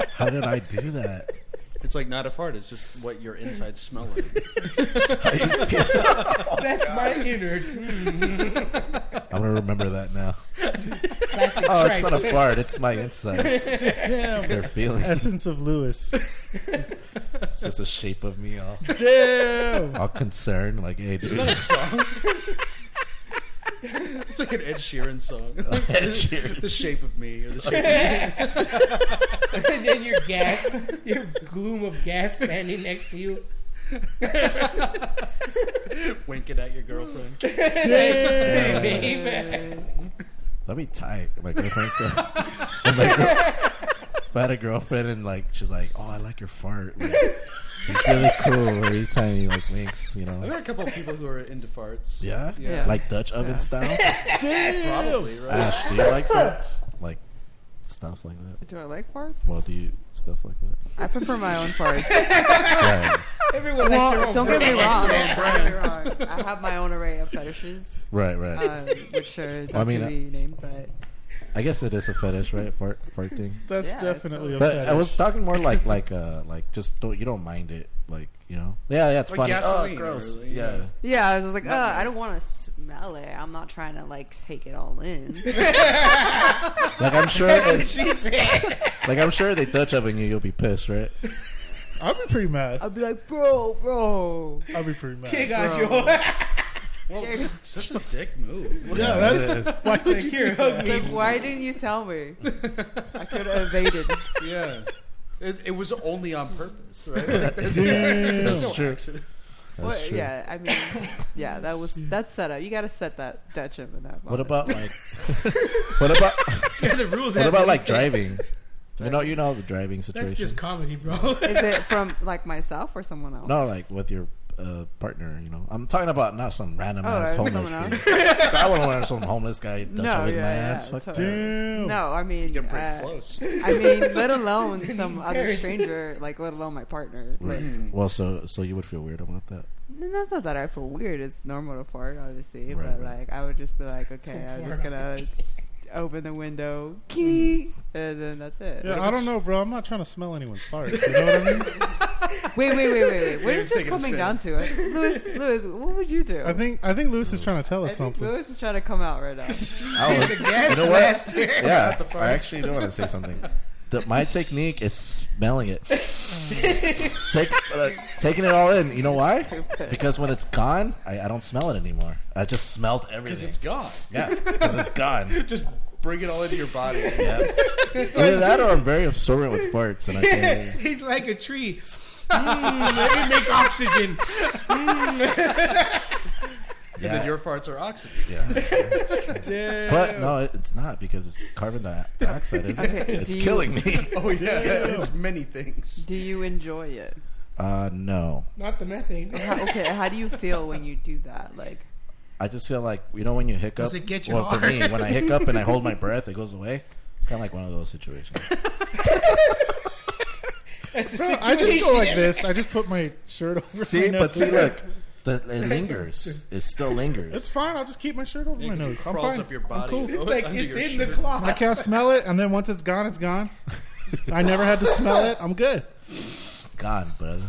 Speaker 4: Oh, How did I do that?
Speaker 1: It's like not a fart. It's just what your insides smell like.
Speaker 4: oh,
Speaker 3: That's my innards.
Speaker 4: I'm gonna remember that now.
Speaker 3: Classic
Speaker 4: Oh,
Speaker 3: tripe.
Speaker 4: it's not a fart. It's my insides. It's
Speaker 5: Damn.
Speaker 4: their feelings.
Speaker 5: Essence of Lewis.
Speaker 4: It's just a shape of me, all,
Speaker 5: Damn.
Speaker 4: all concerned. Like, hey, dude.
Speaker 1: It's like an Ed Sheeran song. the shape of me or the shape
Speaker 3: and then your gas, your gloom of gas standing next to you.
Speaker 1: winking at your girlfriend.
Speaker 3: Hey,
Speaker 5: Damn.
Speaker 3: baby.
Speaker 4: That'd be tight. My girlfriend said. and my girl- if I had a girlfriend and like she's like, "Oh, I like your fart. Like, it's really cool every time you like winks, you
Speaker 1: I've
Speaker 4: know."
Speaker 1: had a couple of people who are into farts.
Speaker 4: Yeah,
Speaker 1: Yeah.
Speaker 4: like Dutch oven
Speaker 6: Yeah.
Speaker 4: style. Ah,
Speaker 1: Probably, right?
Speaker 4: Ash, do you like that? Like, stuff like that.
Speaker 6: Do I like parts?
Speaker 4: Well, do you stuff like that?
Speaker 6: I prefer my own parts.
Speaker 4: right.
Speaker 3: Everyone likes their
Speaker 6: well,
Speaker 3: own
Speaker 6: don't get me
Speaker 3: brand.
Speaker 6: wrong. Don't get me wrong. I have my own array of fetishes,
Speaker 4: Right. Right.
Speaker 6: um, which are not
Speaker 4: Well, I mean,
Speaker 6: to
Speaker 4: I-
Speaker 6: be named, but
Speaker 4: I guess it is a fetish, right? Fart, fart thing.
Speaker 5: That's
Speaker 6: Yeah,
Speaker 5: definitely
Speaker 6: so-
Speaker 5: a
Speaker 4: But
Speaker 5: fetish.
Speaker 4: I was talking more like like uh like just don't you don't mind it like you know yeah yeah it's
Speaker 1: Like
Speaker 4: funny oh
Speaker 1: gasoline,
Speaker 4: gross
Speaker 1: really,
Speaker 4: yeah.
Speaker 1: yeah.
Speaker 6: yeah, I was just like, oh,
Speaker 1: Not
Speaker 6: I don't want to smell it. I'm not trying to like take it all in.
Speaker 4: like I'm sure
Speaker 3: That's what
Speaker 4: it-
Speaker 3: she said.
Speaker 4: like I'm sure they touch up on you you'll be pissed right
Speaker 5: I'll be pretty mad.
Speaker 6: I'd be like, bro, bro.
Speaker 5: I'll be pretty mad.
Speaker 3: Kick
Speaker 5: Yeah,
Speaker 3: out
Speaker 6: Bro.
Speaker 3: your.
Speaker 1: Well,
Speaker 6: There-
Speaker 1: just such a dick move.
Speaker 5: that's
Speaker 4: it is.
Speaker 5: why would you do that?
Speaker 6: Like, why didn't you tell me? I could have evaded.
Speaker 1: yeah. It, it was only on purpose, right? There's
Speaker 4: That's
Speaker 1: no
Speaker 4: true.
Speaker 1: accident.
Speaker 4: That's
Speaker 6: Well,
Speaker 4: true.
Speaker 6: yeah, I mean, yeah, that was that's set up. You got to set that Dutch in that. Moment.
Speaker 4: What about like what about
Speaker 3: Yeah, the rules
Speaker 4: what
Speaker 3: have to
Speaker 4: about
Speaker 3: be
Speaker 4: like
Speaker 3: set.
Speaker 4: driving? You know you know the driving
Speaker 3: That's
Speaker 4: situation.
Speaker 3: just comedy, bro.
Speaker 6: Is it from like myself or someone else?
Speaker 4: no, like with your uh, partner, you know. I'm talking about not some random
Speaker 6: Oh,
Speaker 4: ass
Speaker 6: or
Speaker 4: homeless.
Speaker 6: someone else.
Speaker 4: dude. I wouldn't want some homeless guy touching
Speaker 6: No,
Speaker 4: with
Speaker 6: yeah,
Speaker 4: my
Speaker 6: yeah,
Speaker 4: ass. Fuck
Speaker 6: totally.
Speaker 4: that.
Speaker 5: Damn.
Speaker 6: No, I mean,
Speaker 1: Get pretty
Speaker 6: uh,
Speaker 1: close.
Speaker 6: I mean, let alone some other
Speaker 3: Parents.
Speaker 6: stranger, like let alone my partner. Like,
Speaker 4: Well, so so you would feel weird about that.
Speaker 6: n- that's not that I feel weird. It's normal to fart, obviously,
Speaker 4: Right,
Speaker 6: but
Speaker 4: right.
Speaker 6: like I would just be like, okay,
Speaker 3: Don't
Speaker 6: I'm
Speaker 3: fart
Speaker 6: just gonna s- open the window, key, and then that's it.
Speaker 5: Yeah, I don't know, bro. I'm not trying to smell anyone's farts. You know what I mean?
Speaker 6: Wait, wait, wait, wait, wait. What
Speaker 1: Dave's
Speaker 6: is this
Speaker 1: taking a
Speaker 6: coming
Speaker 1: sip.
Speaker 6: down to? Louis, Louis, what would you do?
Speaker 5: I think I think Lewis is trying to tell
Speaker 6: I
Speaker 5: us
Speaker 6: think
Speaker 5: something.
Speaker 6: Louis is trying to come out right now.
Speaker 4: I would,
Speaker 3: Yes,
Speaker 4: you know what?
Speaker 3: master.
Speaker 4: Yeah,
Speaker 1: the
Speaker 4: I
Speaker 1: farts.
Speaker 4: actually do want to say something. The, my technique is smelling it, Take, uh, taking it all in. You know why? Because when it's gone, I, I don't smell it anymore. I just smelled
Speaker 1: Because
Speaker 4: everything.
Speaker 1: it's gone.
Speaker 4: yeah, because it's gone.
Speaker 1: Just bring it all into your body.
Speaker 4: Yeah. Either that or I'm very absorbent with farts, and I can't.
Speaker 3: He's like a tree. Mm, let me make oxygen.
Speaker 1: And
Speaker 4: Yeah,
Speaker 1: then your farts are oxygen.
Speaker 5: Damn.
Speaker 4: but no, it- it's not because it's carbon di- dioxide, is it?
Speaker 6: Okay,
Speaker 4: it's
Speaker 6: do you-
Speaker 4: killing me.
Speaker 1: Oh, yeah. It's many things.
Speaker 6: Do you enjoy it?
Speaker 4: Uh, no,
Speaker 3: Not the methane.
Speaker 6: How, Uh, okay, how do you feel when you do that? Like,
Speaker 4: I just feel like you know when you hiccup.
Speaker 3: Does it get you
Speaker 4: well, for
Speaker 3: hard?
Speaker 4: me, when I hiccup and I hold my breath, it goes away. It's kind of like one of those situations.
Speaker 3: That's a
Speaker 5: Bro,
Speaker 3: situation.
Speaker 5: I just go like this. I just put my shirt over. my
Speaker 4: See,
Speaker 5: nose.
Speaker 4: but see, look, the, it lingers. It still
Speaker 5: It's
Speaker 4: lingers.
Speaker 5: fine. I'll just keep my shirt over my
Speaker 1: Because
Speaker 5: nose.
Speaker 1: it
Speaker 5: I'm
Speaker 1: crawls
Speaker 5: fine.
Speaker 1: up your
Speaker 5: I'm
Speaker 1: body.
Speaker 5: cool.
Speaker 1: Oh,
Speaker 3: It's like
Speaker 1: under
Speaker 3: it's
Speaker 1: your
Speaker 3: in the
Speaker 1: shirt.
Speaker 3: claw.
Speaker 5: I can't smell it, and then once it's gone, it's gone. I never had to smell it. I'm good.
Speaker 4: Gone, brother.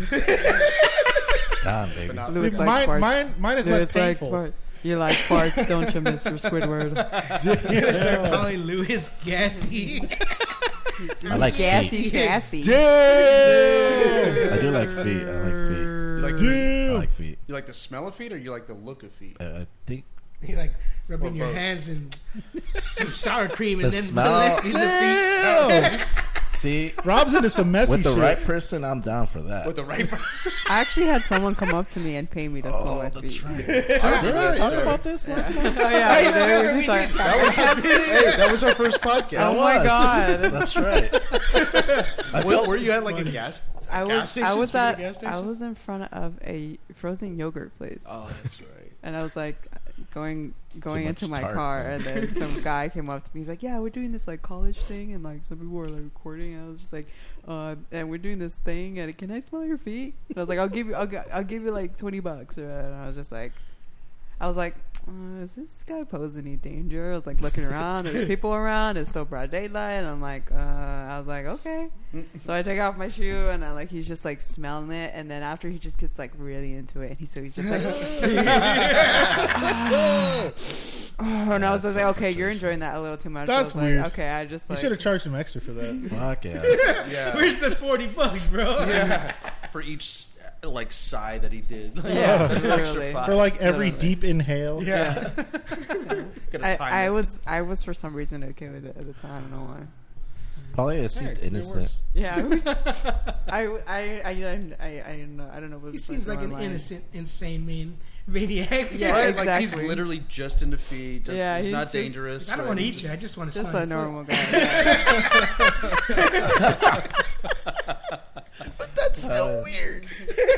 Speaker 4: Gone, baby.
Speaker 6: Louis likes
Speaker 5: mine,
Speaker 6: farts.
Speaker 5: mine, mine is less
Speaker 6: Louis likes
Speaker 5: painful.
Speaker 6: farts. You like farts, don't you, Mr. Squidward?
Speaker 3: You're gonna start calling Louis gassy.
Speaker 4: I like feet.
Speaker 6: Gassy, sassy.
Speaker 5: Damn.
Speaker 4: I do like feet. I like feet.
Speaker 1: You like,
Speaker 4: I
Speaker 5: Damn.
Speaker 4: like feet.
Speaker 1: you like the smell of feet or you like the look of feet?
Speaker 4: I- I think
Speaker 3: You're like rubbing
Speaker 1: Or
Speaker 3: your
Speaker 1: both.
Speaker 3: hands in some sour cream and
Speaker 4: The
Speaker 3: then
Speaker 4: smell.
Speaker 3: molesting the
Speaker 5: Damn.
Speaker 4: See,
Speaker 5: Rob's into some messy
Speaker 4: with the
Speaker 5: shit.
Speaker 4: right person, I'm down for that.
Speaker 1: With the right person.
Speaker 6: I actually had someone come up to me and pay me to smell
Speaker 4: oh,
Speaker 6: my
Speaker 4: that's
Speaker 6: feet.
Speaker 4: right.
Speaker 1: That's
Speaker 5: Did
Speaker 1: a
Speaker 5: I
Speaker 1: good
Speaker 5: talk
Speaker 1: story.
Speaker 5: about this last time?
Speaker 6: Oh yeah, we
Speaker 3: remember
Speaker 6: did.
Speaker 3: we
Speaker 6: We
Speaker 3: did
Speaker 6: talked-
Speaker 3: talk
Speaker 1: hey, that was our first
Speaker 6: Oh
Speaker 1: podcast.
Speaker 4: It
Speaker 6: my
Speaker 4: was.
Speaker 6: God.
Speaker 4: that's right. I
Speaker 1: Where
Speaker 4: felt,
Speaker 1: were you at like a gas? a
Speaker 6: I
Speaker 1: gas
Speaker 6: was
Speaker 1: station?
Speaker 6: I was
Speaker 1: Speaking of
Speaker 6: at
Speaker 1: gas
Speaker 6: I
Speaker 1: station?
Speaker 6: was in front of a frozen yogurt place,
Speaker 1: Oh, that's right.
Speaker 6: and I was like going going
Speaker 4: much
Speaker 6: into my
Speaker 4: tart,
Speaker 6: car,
Speaker 4: man.
Speaker 6: and then some guy came up to me. He's like, "Yeah, we're doing this like college thing, and like some people were like recording." And I was just like, uh, "And we're doing this thing, and can I smell your feet?" And I was like, "I'll give you I'll, g- I'll give you like twenty bucks," or- and I was just like. I was like, uh, "Is this guy pose any danger?" I was like looking around. There's people around. It's still broad daylight. And I'm like, uh, I was like, okay. so I take off my shoe, and I like he's just like smelling it, and then after he just gets like really into it, and he so he's just like, oh, and I was just like, okay, you're enjoying that a little too much. I
Speaker 5: That's
Speaker 6: was like,
Speaker 5: weird.
Speaker 6: Okay, I just
Speaker 5: You
Speaker 6: like
Speaker 5: should have charged him extra for that.
Speaker 4: fuck yeah.
Speaker 1: Yeah.
Speaker 3: feet. Where's the forty bucks, bro?
Speaker 1: yeah. For each s- like sigh that he did.
Speaker 6: Yeah,
Speaker 1: That's an extra
Speaker 6: literally.
Speaker 1: five.
Speaker 5: For like every
Speaker 6: Literally.
Speaker 5: deep inhale.
Speaker 1: Yeah. Gotta
Speaker 6: I,
Speaker 1: time
Speaker 6: I
Speaker 1: it.
Speaker 6: was I was for some reason okay with it at the time. I don't know why.
Speaker 4: Probably it
Speaker 1: Heck,
Speaker 4: seemed
Speaker 1: it
Speaker 4: innocent.
Speaker 1: works.
Speaker 6: Yeah, I was. I I I I didn't- I, I don't know. I don't know. What
Speaker 3: He
Speaker 6: was
Speaker 3: seems
Speaker 6: going
Speaker 3: like an
Speaker 6: on.
Speaker 3: innocent, insane man, maniac.
Speaker 6: Yeah,
Speaker 1: right? Like he's
Speaker 6: exactly.
Speaker 1: literally just into feet. Just,
Speaker 6: Yeah,
Speaker 1: he's,
Speaker 6: he's
Speaker 1: not
Speaker 6: just-
Speaker 1: dangerous.
Speaker 3: I don't want to
Speaker 1: right?
Speaker 3: eat you. I just want to
Speaker 6: Just
Speaker 3: smell
Speaker 6: a
Speaker 3: your foot.
Speaker 6: normal guy.
Speaker 7: but that's still weird.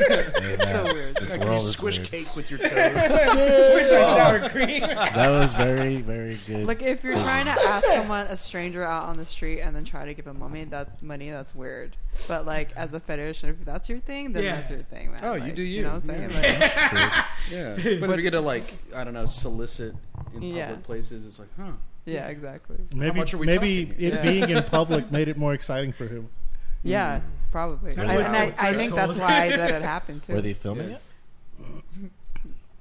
Speaker 4: Yeah.
Speaker 6: So weird.
Speaker 4: This
Speaker 1: Like, you
Speaker 4: world is
Speaker 1: squish
Speaker 4: weird.
Speaker 1: cake with your toe.
Speaker 3: Where's my
Speaker 6: Oh.
Speaker 3: sour cream?
Speaker 4: That was very, very good.
Speaker 6: Like if you're trying to ask someone, a stranger out on the street, and then try to give them money, that money that's weird. But like as a fetish, if that's your thing, then
Speaker 3: Yeah.
Speaker 6: that's your thing, man.
Speaker 1: Oh, you
Speaker 6: Like,
Speaker 1: do
Speaker 6: You know what
Speaker 1: you.
Speaker 6: I'm saying?
Speaker 1: Yeah.
Speaker 6: Like,
Speaker 1: yeah, but if you're gonna like, I don't know, solicit in
Speaker 6: Yeah.
Speaker 1: public places, it's like, huh?
Speaker 6: yeah, exactly.
Speaker 5: Maybe
Speaker 1: much are we
Speaker 5: maybe
Speaker 1: talking?
Speaker 5: it
Speaker 6: Yeah.
Speaker 5: being in public made it more exciting for him.
Speaker 6: Yeah, probably.
Speaker 4: That
Speaker 6: I,
Speaker 4: was
Speaker 6: and I,
Speaker 3: the
Speaker 6: I think that's
Speaker 3: threshold.
Speaker 6: why that it happened too.
Speaker 4: Were they filming it?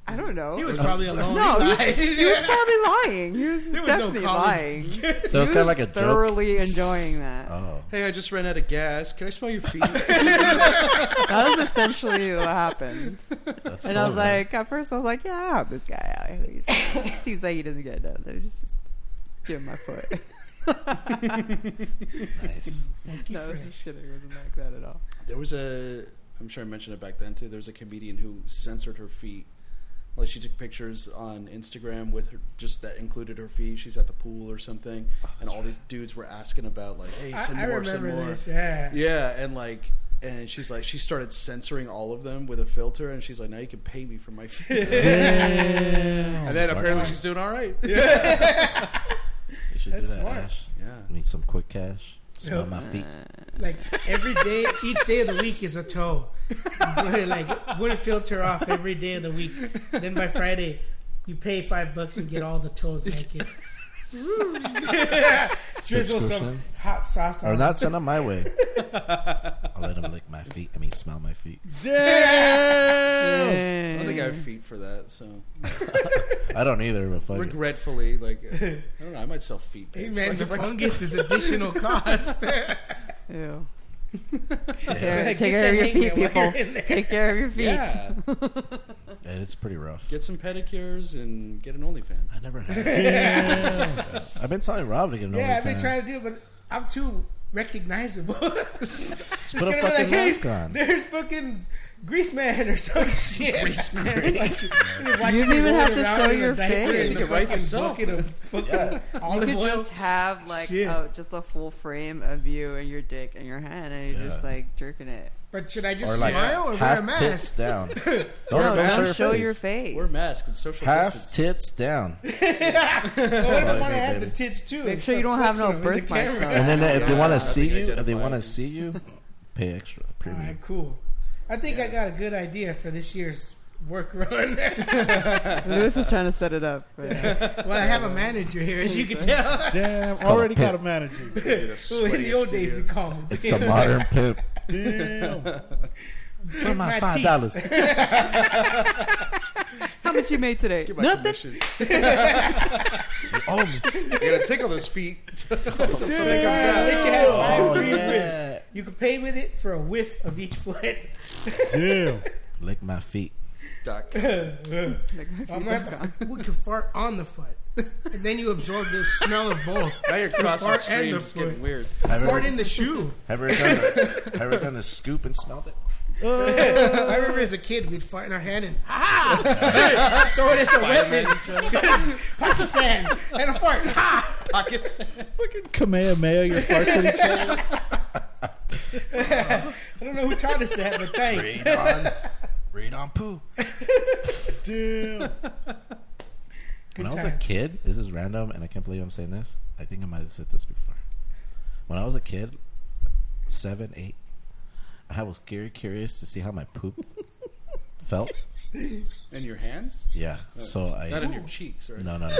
Speaker 6: I don't know.
Speaker 3: He was probably alone.
Speaker 6: no,
Speaker 3: Oh, He
Speaker 6: he,
Speaker 3: lied.
Speaker 6: he was probably lying. He was
Speaker 3: There was no
Speaker 6: definitely
Speaker 3: college-
Speaker 6: lying. So it's
Speaker 4: So it's kind of like a joke.
Speaker 6: thoroughly enjoying that.
Speaker 4: Oh,
Speaker 1: Hey, I just ran out of gas. Can I smell your feet?
Speaker 6: That was essentially what happened.
Speaker 4: that's
Speaker 6: And
Speaker 4: so
Speaker 6: I was
Speaker 4: bad.
Speaker 6: like, at first I was like, yeah, I'll help this guy out. He's, seems like he doesn't get nothing. Just, just give him my foot.
Speaker 4: nice.
Speaker 3: Funky
Speaker 6: no, I was
Speaker 3: fresh.
Speaker 6: just kidding. It wasn't like that at all.
Speaker 1: There was a, I'm sure I mentioned it back then too. There was a comedian who censored her feet. Like she took pictures on Instagram with her, just that included her feet. She's at the pool or something, and all these dudes were asking about like, hey,
Speaker 3: I,
Speaker 1: send
Speaker 3: I
Speaker 1: more,
Speaker 3: remember
Speaker 1: send more.
Speaker 3: this. Yeah.
Speaker 1: Yeah, and like, and she's like, she started censoring all of them with a filter, and she's like, now you can pay me for my feet. and then apparently she's doing all right. Yeah,
Speaker 4: You should
Speaker 3: That's
Speaker 4: do that.
Speaker 3: smart.
Speaker 4: Ash. Need some quick cash. Smell my feet.
Speaker 3: Like every day, each day of the week is a toe. But, like wouldn't filter off every day of the week. Then by Friday, you pay five bucks and get all the toes naked. Woo. Drizzle some
Speaker 4: Subscription.
Speaker 3: hot sauce
Speaker 4: Or
Speaker 3: on.
Speaker 4: not send them my way. I'll let them lick my feet. I mean, smell my feet.
Speaker 1: I don't think I have feet for that, so
Speaker 4: I don't either, but fuck it.
Speaker 1: regretfully, like, I don't know, I might sell feet.
Speaker 3: Hey
Speaker 1: pics.
Speaker 3: man,
Speaker 1: Like,
Speaker 3: the
Speaker 1: if I-
Speaker 3: fungus is additional cost.
Speaker 6: Ew. Take care,
Speaker 3: Get
Speaker 6: take care of
Speaker 3: that
Speaker 6: your
Speaker 3: hang
Speaker 6: feet,
Speaker 3: there while
Speaker 6: people.
Speaker 3: you're in there.
Speaker 6: Take care of your feet.
Speaker 1: Yeah.
Speaker 4: And it's pretty rough.
Speaker 1: Get some pedicures and get an OnlyFans.
Speaker 4: I never had. I've been telling Rob to get an
Speaker 3: yeah, I've been
Speaker 4: OnlyFans.
Speaker 3: trying to do it, but I'm too recognizable. It's
Speaker 4: Just put a
Speaker 3: gonna be
Speaker 4: fucking
Speaker 3: like, hey,
Speaker 4: mask on.
Speaker 3: there's fucking Grease Man or some shit. Grease Man.
Speaker 6: You didn't even have to show your face.
Speaker 1: It writes itself.
Speaker 3: Bucket of fucking
Speaker 6: You
Speaker 3: olive
Speaker 6: could
Speaker 3: oil.
Speaker 6: just have like
Speaker 3: Shit.
Speaker 6: a, just a full frame of you and your dick in your hand, and you're just
Speaker 4: Yeah.
Speaker 6: like jerking it.
Speaker 3: But should I just
Speaker 4: Or like
Speaker 3: smile or wear a
Speaker 4: half tits
Speaker 3: mask?
Speaker 4: down. Don't,
Speaker 6: No,
Speaker 4: don't
Speaker 6: don't show your
Speaker 4: face.
Speaker 6: face.
Speaker 1: Wear masks and social
Speaker 4: Half
Speaker 1: distance.
Speaker 4: tits down.
Speaker 3: Or what if I
Speaker 4: Sorry,
Speaker 3: want to
Speaker 4: baby.
Speaker 3: have the tits too?
Speaker 6: Make
Speaker 3: and
Speaker 6: sure you
Speaker 3: start
Speaker 6: don't have no
Speaker 3: flexing them in the
Speaker 6: birthmarks
Speaker 3: camera?
Speaker 6: on
Speaker 4: And then if they want
Speaker 1: Yeah, I
Speaker 4: to see
Speaker 1: think I
Speaker 4: you, if they
Speaker 1: identify
Speaker 4: want to
Speaker 1: it.
Speaker 4: see you, pay extra
Speaker 3: All
Speaker 4: premium.
Speaker 3: right, cool. I think I got a good idea for this year's work run.
Speaker 6: Lewis is trying to set it up. But,
Speaker 3: well, I have a manager here, as you can tell.
Speaker 5: Damn,
Speaker 4: called
Speaker 5: already
Speaker 4: a
Speaker 5: got a
Speaker 4: pit.
Speaker 5: manager.
Speaker 1: Dude, the
Speaker 3: In the
Speaker 1: sweatiest
Speaker 3: old days, we
Speaker 1: dude.
Speaker 3: call him. a
Speaker 4: It's the
Speaker 3: pimp.
Speaker 4: modern pimp.
Speaker 5: Damn.
Speaker 4: For my
Speaker 3: My
Speaker 4: five
Speaker 3: teeth.
Speaker 4: dollars.
Speaker 6: How much you made today?
Speaker 1: Get my
Speaker 6: Nothing.
Speaker 1: commission.
Speaker 4: Oh,
Speaker 1: You gotta tickle those feet. Until something comes
Speaker 3: I'll
Speaker 1: out.
Speaker 3: let you have five
Speaker 4: Oh,
Speaker 3: free
Speaker 4: yeah.
Speaker 3: whiffs. You could pay with it for a whiff of each foot.
Speaker 5: Damn.
Speaker 4: lick my feet.
Speaker 1: Duck.
Speaker 6: Like, my
Speaker 3: I'm
Speaker 6: feet
Speaker 3: gonna
Speaker 6: don't
Speaker 3: have
Speaker 6: count.
Speaker 3: to, we could fart on the foot, and then you absorb the smell of both.
Speaker 1: Now you're crossing
Speaker 3: Fart and the
Speaker 1: streams. It's getting
Speaker 3: foot.
Speaker 1: weird.
Speaker 4: Have
Speaker 3: Fart
Speaker 4: ever,
Speaker 3: in the shoe.
Speaker 4: have ever done a, have ever done a scoop and smelled it?
Speaker 3: I remember as a kid, we'd fart in our hand and ha ha, throw it as a weapon, pocket sand, and a fart. Ha!
Speaker 1: Pockets.
Speaker 5: Fucking Kamehameha, your farts at each other.
Speaker 3: I don't know who taught us that, but thanks.
Speaker 4: Read on, read on poo.
Speaker 5: Damn.
Speaker 4: when I was a
Speaker 3: times.
Speaker 4: kid, this is random, and I can't believe I'm saying this. I think I might have said this before. When I was a kid, seven, eight, I was very curious to see how my poop felt.
Speaker 1: In your hands?
Speaker 4: Yeah, so I
Speaker 1: Not in your cheeks, right?
Speaker 4: no no no.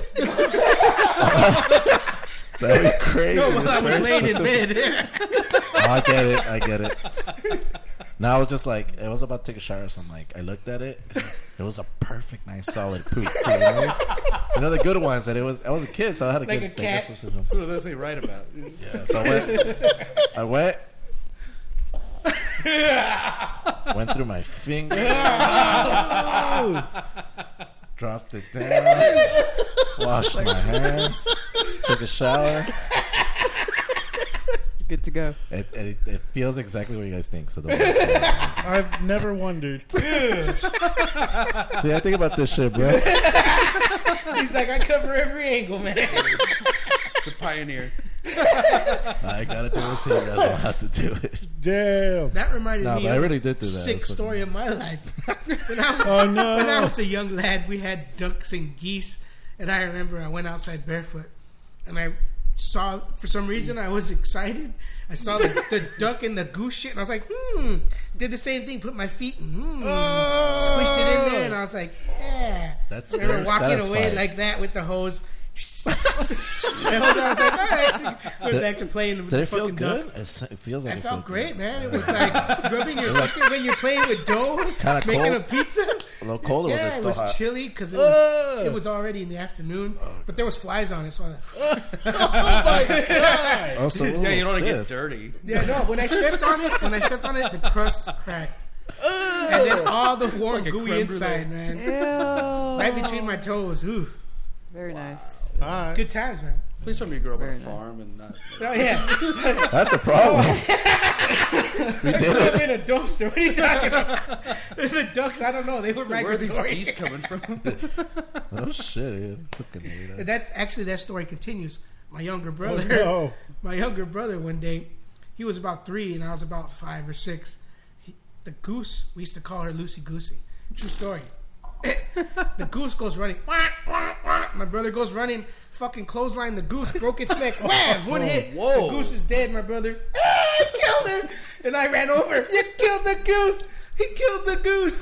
Speaker 4: That'd be crazy.
Speaker 3: Well,
Speaker 4: It's
Speaker 3: I was
Speaker 4: very
Speaker 3: laying in
Speaker 4: specific.
Speaker 3: bed.
Speaker 4: Oh, I get it. I get it. Now I was just like, I was about to take a shower, so I'm like, I looked at it. It was a perfect, nice, solid poop. Too, you know? You know the good ones that it was. I was a kid, so I had a
Speaker 3: Like
Speaker 4: good.
Speaker 3: a cat.
Speaker 4: I guess it was-
Speaker 1: What do those they write about?
Speaker 4: yeah, so I went. I went. went through my finger. dropped it down. Washed my hands. Took a shower.
Speaker 6: Good to go.
Speaker 4: It, it, it feels exactly what you guys think. So don't.
Speaker 5: I've never wondered.
Speaker 4: See, I think about this shit, bro.
Speaker 3: He's like, I cover every angle, man.
Speaker 1: It's a pioneer.
Speaker 4: I gotta do this here. That's what I have to do it.
Speaker 5: Damn.
Speaker 3: That reminded
Speaker 4: No,
Speaker 3: me
Speaker 4: but I
Speaker 3: of
Speaker 4: really did
Speaker 3: a
Speaker 4: do that.
Speaker 3: sick
Speaker 4: That's what-
Speaker 3: story of my life. when, I was,
Speaker 5: Oh, no.
Speaker 3: when I was a young lad, we had ducks and geese, and I remember I went outside barefoot, and I saw for some reason I was excited. I saw the, the duck and the goose shit, and I was like, hmm. Did the same thing, put my feet, hmm, squished it in there, and I was like, yeah.
Speaker 4: That's
Speaker 3: I remember
Speaker 4: very
Speaker 3: walking away
Speaker 4: satisfying.
Speaker 3: like that with the hose. and I was like, all right, we're
Speaker 4: Did-
Speaker 3: back to playing with
Speaker 4: Did
Speaker 3: the
Speaker 4: it feel
Speaker 3: fucking duck.
Speaker 4: good? It s- It feels like
Speaker 3: I
Speaker 4: it
Speaker 3: felt
Speaker 4: feels
Speaker 3: great, man. It was like rubbing your fucking when you're playing with dough,
Speaker 4: Kinda
Speaker 3: making
Speaker 4: cold?
Speaker 3: a pizza.
Speaker 4: Good. A little cold. or
Speaker 3: yeah,
Speaker 4: was it
Speaker 3: it
Speaker 4: still
Speaker 3: was
Speaker 4: hot?
Speaker 3: chilly because it was, it was already in the afternoon, but there was flies on it. So I,
Speaker 4: Also,
Speaker 1: Yeah, you don't want to get
Speaker 4: stiff.
Speaker 1: dirty.
Speaker 3: yeah, no. When I stepped on it, when I stepped on it, the crust cracked, and then all the warm
Speaker 1: Like a
Speaker 3: gooey
Speaker 1: creme
Speaker 3: inside, man, right
Speaker 6: Ew.
Speaker 3: between my toes. Ooh,
Speaker 6: Very nice.
Speaker 5: All right.
Speaker 3: good times, man.
Speaker 1: Please tell me you grew up on
Speaker 6: Very
Speaker 1: a
Speaker 6: nice.
Speaker 1: farm and not.
Speaker 3: Oh yeah,
Speaker 4: That's a problem. we
Speaker 3: I
Speaker 4: did
Speaker 3: grew
Speaker 4: it.
Speaker 3: up in a dumpster. What are you talking about? the ducks, I don't know. They were
Speaker 1: Where are these
Speaker 3: migratory.
Speaker 1: geese coming from?
Speaker 4: Oh shit! dude. Fucking weirdo.
Speaker 3: That's actually that story continues. My younger
Speaker 5: Oh,
Speaker 3: brother.
Speaker 5: no.
Speaker 3: my younger brother one day he was about three and i was about five or six he, the goose we used to call her lucy goosey true story the goose goes running Wah, wah, wah. my brother goes running fucking clothesline the goose broke its neck wham one hit
Speaker 1: whoa.
Speaker 3: the goose is dead my brother ah, i killed her and i ran over you killed the goose he killed the goose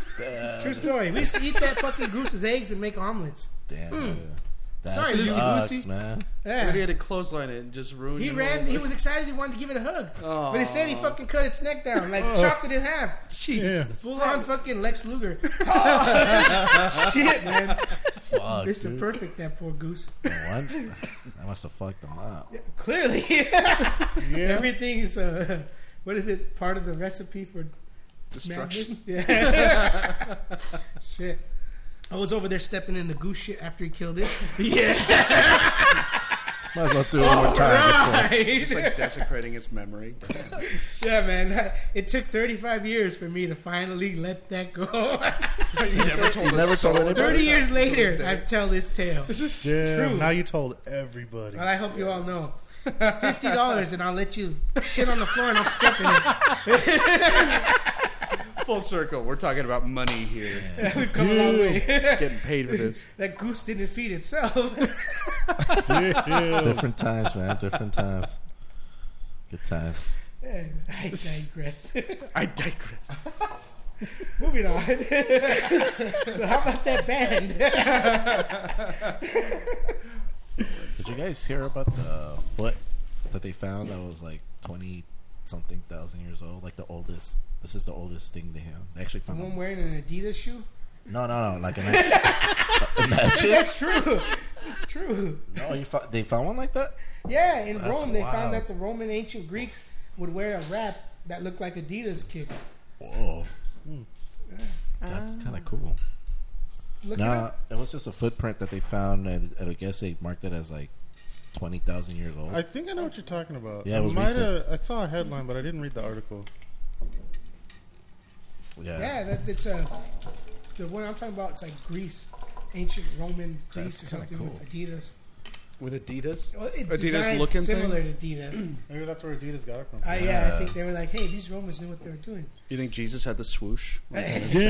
Speaker 3: true story we used to eat that fucking goose's eggs and make omelets
Speaker 4: Damn. dude. That
Speaker 3: Mm. Sorry, Lucy
Speaker 4: sucks,
Speaker 3: Goosey.
Speaker 4: man.
Speaker 3: yeah.
Speaker 1: But he had to clothesline it and just ruin.
Speaker 3: He
Speaker 1: your
Speaker 3: ran.
Speaker 1: whole-
Speaker 3: He was excited. He wanted to give it a hug, but instead he fucking cut its neck down, like chopped it in half.
Speaker 5: Yeah.
Speaker 3: Full on fucking Lex Luger. Shit, man.
Speaker 4: Fuck,
Speaker 3: This is
Speaker 4: dude.
Speaker 3: perfect. That poor goose.
Speaker 4: What? I must have fucked them up.
Speaker 3: Clearly,
Speaker 5: Yeah.
Speaker 3: everything is. Uh, what is it? Part of the recipe for
Speaker 1: destruction.
Speaker 3: madness. Yeah. shit. I was over there stepping in the goose shit after he killed it. Yeah.
Speaker 4: Might as well do it one more time. before-
Speaker 1: It's like desecrating its memory.
Speaker 3: Yeah, man. It took 35 years for me to finally let that go.
Speaker 1: you never told.
Speaker 4: You never told anybody.
Speaker 3: 30 years later,
Speaker 1: day.
Speaker 3: I tell this tale.
Speaker 5: Damn.
Speaker 3: True.
Speaker 5: Now you told everybody.
Speaker 3: Well, I hope you all know. Fifty dollars, and I'll let you shit on the floor, and I'll step in it.
Speaker 1: Full circle. We're talking about money here.
Speaker 3: We've come a long way.
Speaker 1: Getting paid for this.
Speaker 3: That goose didn't feed itself.
Speaker 5: Damn.
Speaker 4: Different times, man. Different times. Good times.
Speaker 3: I digress.
Speaker 1: I digress.
Speaker 3: Moving on. so how about that band?
Speaker 4: Did you guys hear about the foot that they found that was like twenty something thousand years old? Like the oldest. This is the oldest thing they have. They actually found.
Speaker 3: Someone wearing an Adidas shoe?
Speaker 4: No, no, no. Like imagine. imagine.
Speaker 3: That's true. It's true.
Speaker 4: No, you fo- they found one like that.
Speaker 3: Yeah, in
Speaker 4: That's
Speaker 3: Rome they found
Speaker 4: wild.
Speaker 3: that the Roman ancient Greeks would wear a wrap that looked like Adidas kicks.
Speaker 4: Whoa.
Speaker 3: Hmm.
Speaker 4: That's
Speaker 3: Ah.
Speaker 4: kind of cool.
Speaker 3: Look at
Speaker 4: Nah, it was just a footprint that they found, and, and I guess they marked it as like twenty thousand years old.
Speaker 5: I think I know what you're talking about.
Speaker 4: Yeah, it was
Speaker 5: I, might
Speaker 4: recent.
Speaker 5: have, I saw a headline, but I didn't read the article.
Speaker 4: yeah,
Speaker 3: Yeah, that, that's uh, the one I'm talking about. It's like Greece, ancient Roman Greece
Speaker 4: That's
Speaker 3: or
Speaker 4: kinda
Speaker 3: something
Speaker 4: cool.
Speaker 3: with Adidas.
Speaker 1: With Adidas.
Speaker 3: Well, it
Speaker 1: Adidas
Speaker 3: designed
Speaker 1: looking
Speaker 3: similar to Adidas.
Speaker 5: Maybe that's where Adidas got it from.
Speaker 3: I, yeah, I think they were like, "Hey, these Romans knew what they were doing."
Speaker 1: You think Jesus had the swoosh?
Speaker 3: Why
Speaker 5: Damn.
Speaker 3: you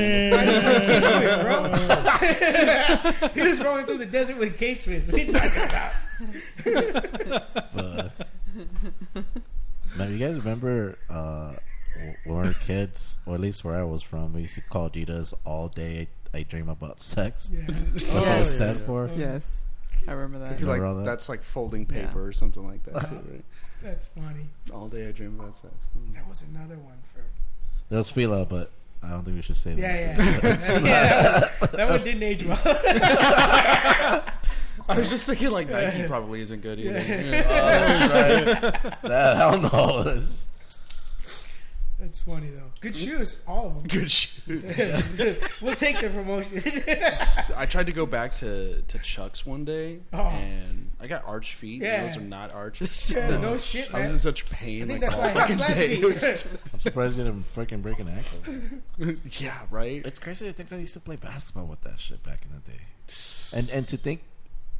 Speaker 3: wearing K-Swiss, bro? he was rolling through the desert with K-Swiss. What are you talking about?
Speaker 4: But, man, you guys remember uh, w- when we were kids, or at least where I was from? We used to call Adidas all day. I dream about sex.
Speaker 3: Yeah. Um,
Speaker 4: That's all
Speaker 5: yeah,
Speaker 4: it stand
Speaker 5: yeah.
Speaker 4: for.
Speaker 6: Yes. I remember
Speaker 1: I
Speaker 6: that.
Speaker 4: You
Speaker 1: feel like
Speaker 4: remember all that?
Speaker 1: that's like folding
Speaker 6: Yeah.
Speaker 1: paper or something like that too, right?
Speaker 3: That's funny.
Speaker 1: All day I dream about sex.
Speaker 3: That was another one for.
Speaker 4: That was Fila, but I don't think we should say
Speaker 3: Yeah,
Speaker 4: that.
Speaker 3: yeah. yeah that, that one didn't age well.
Speaker 1: I was just thinking like Nike probably isn't good either.
Speaker 4: That- I don't know. That's-
Speaker 3: That's funny though. Good shoes, all of them.
Speaker 1: Good shoes.
Speaker 3: we'll take the promotion.
Speaker 1: I tried to go back to, to Chuck's one day,
Speaker 3: Oh.
Speaker 1: and I got arch feet.
Speaker 3: Yeah.
Speaker 1: And those are not arches.
Speaker 3: Yeah, no shit,
Speaker 1: I was
Speaker 3: man.
Speaker 1: in such pain.
Speaker 3: I think
Speaker 1: like,
Speaker 3: that's
Speaker 1: all
Speaker 3: why I have
Speaker 1: fucking
Speaker 3: flat
Speaker 1: day.
Speaker 3: feet.
Speaker 1: It was-
Speaker 4: I'm surprised you didn't freaking break an ankle.
Speaker 1: yeah, right.
Speaker 4: It's crazy to think that they used to play basketball with that shit back in the day.
Speaker 1: Hmm.
Speaker 4: And and to think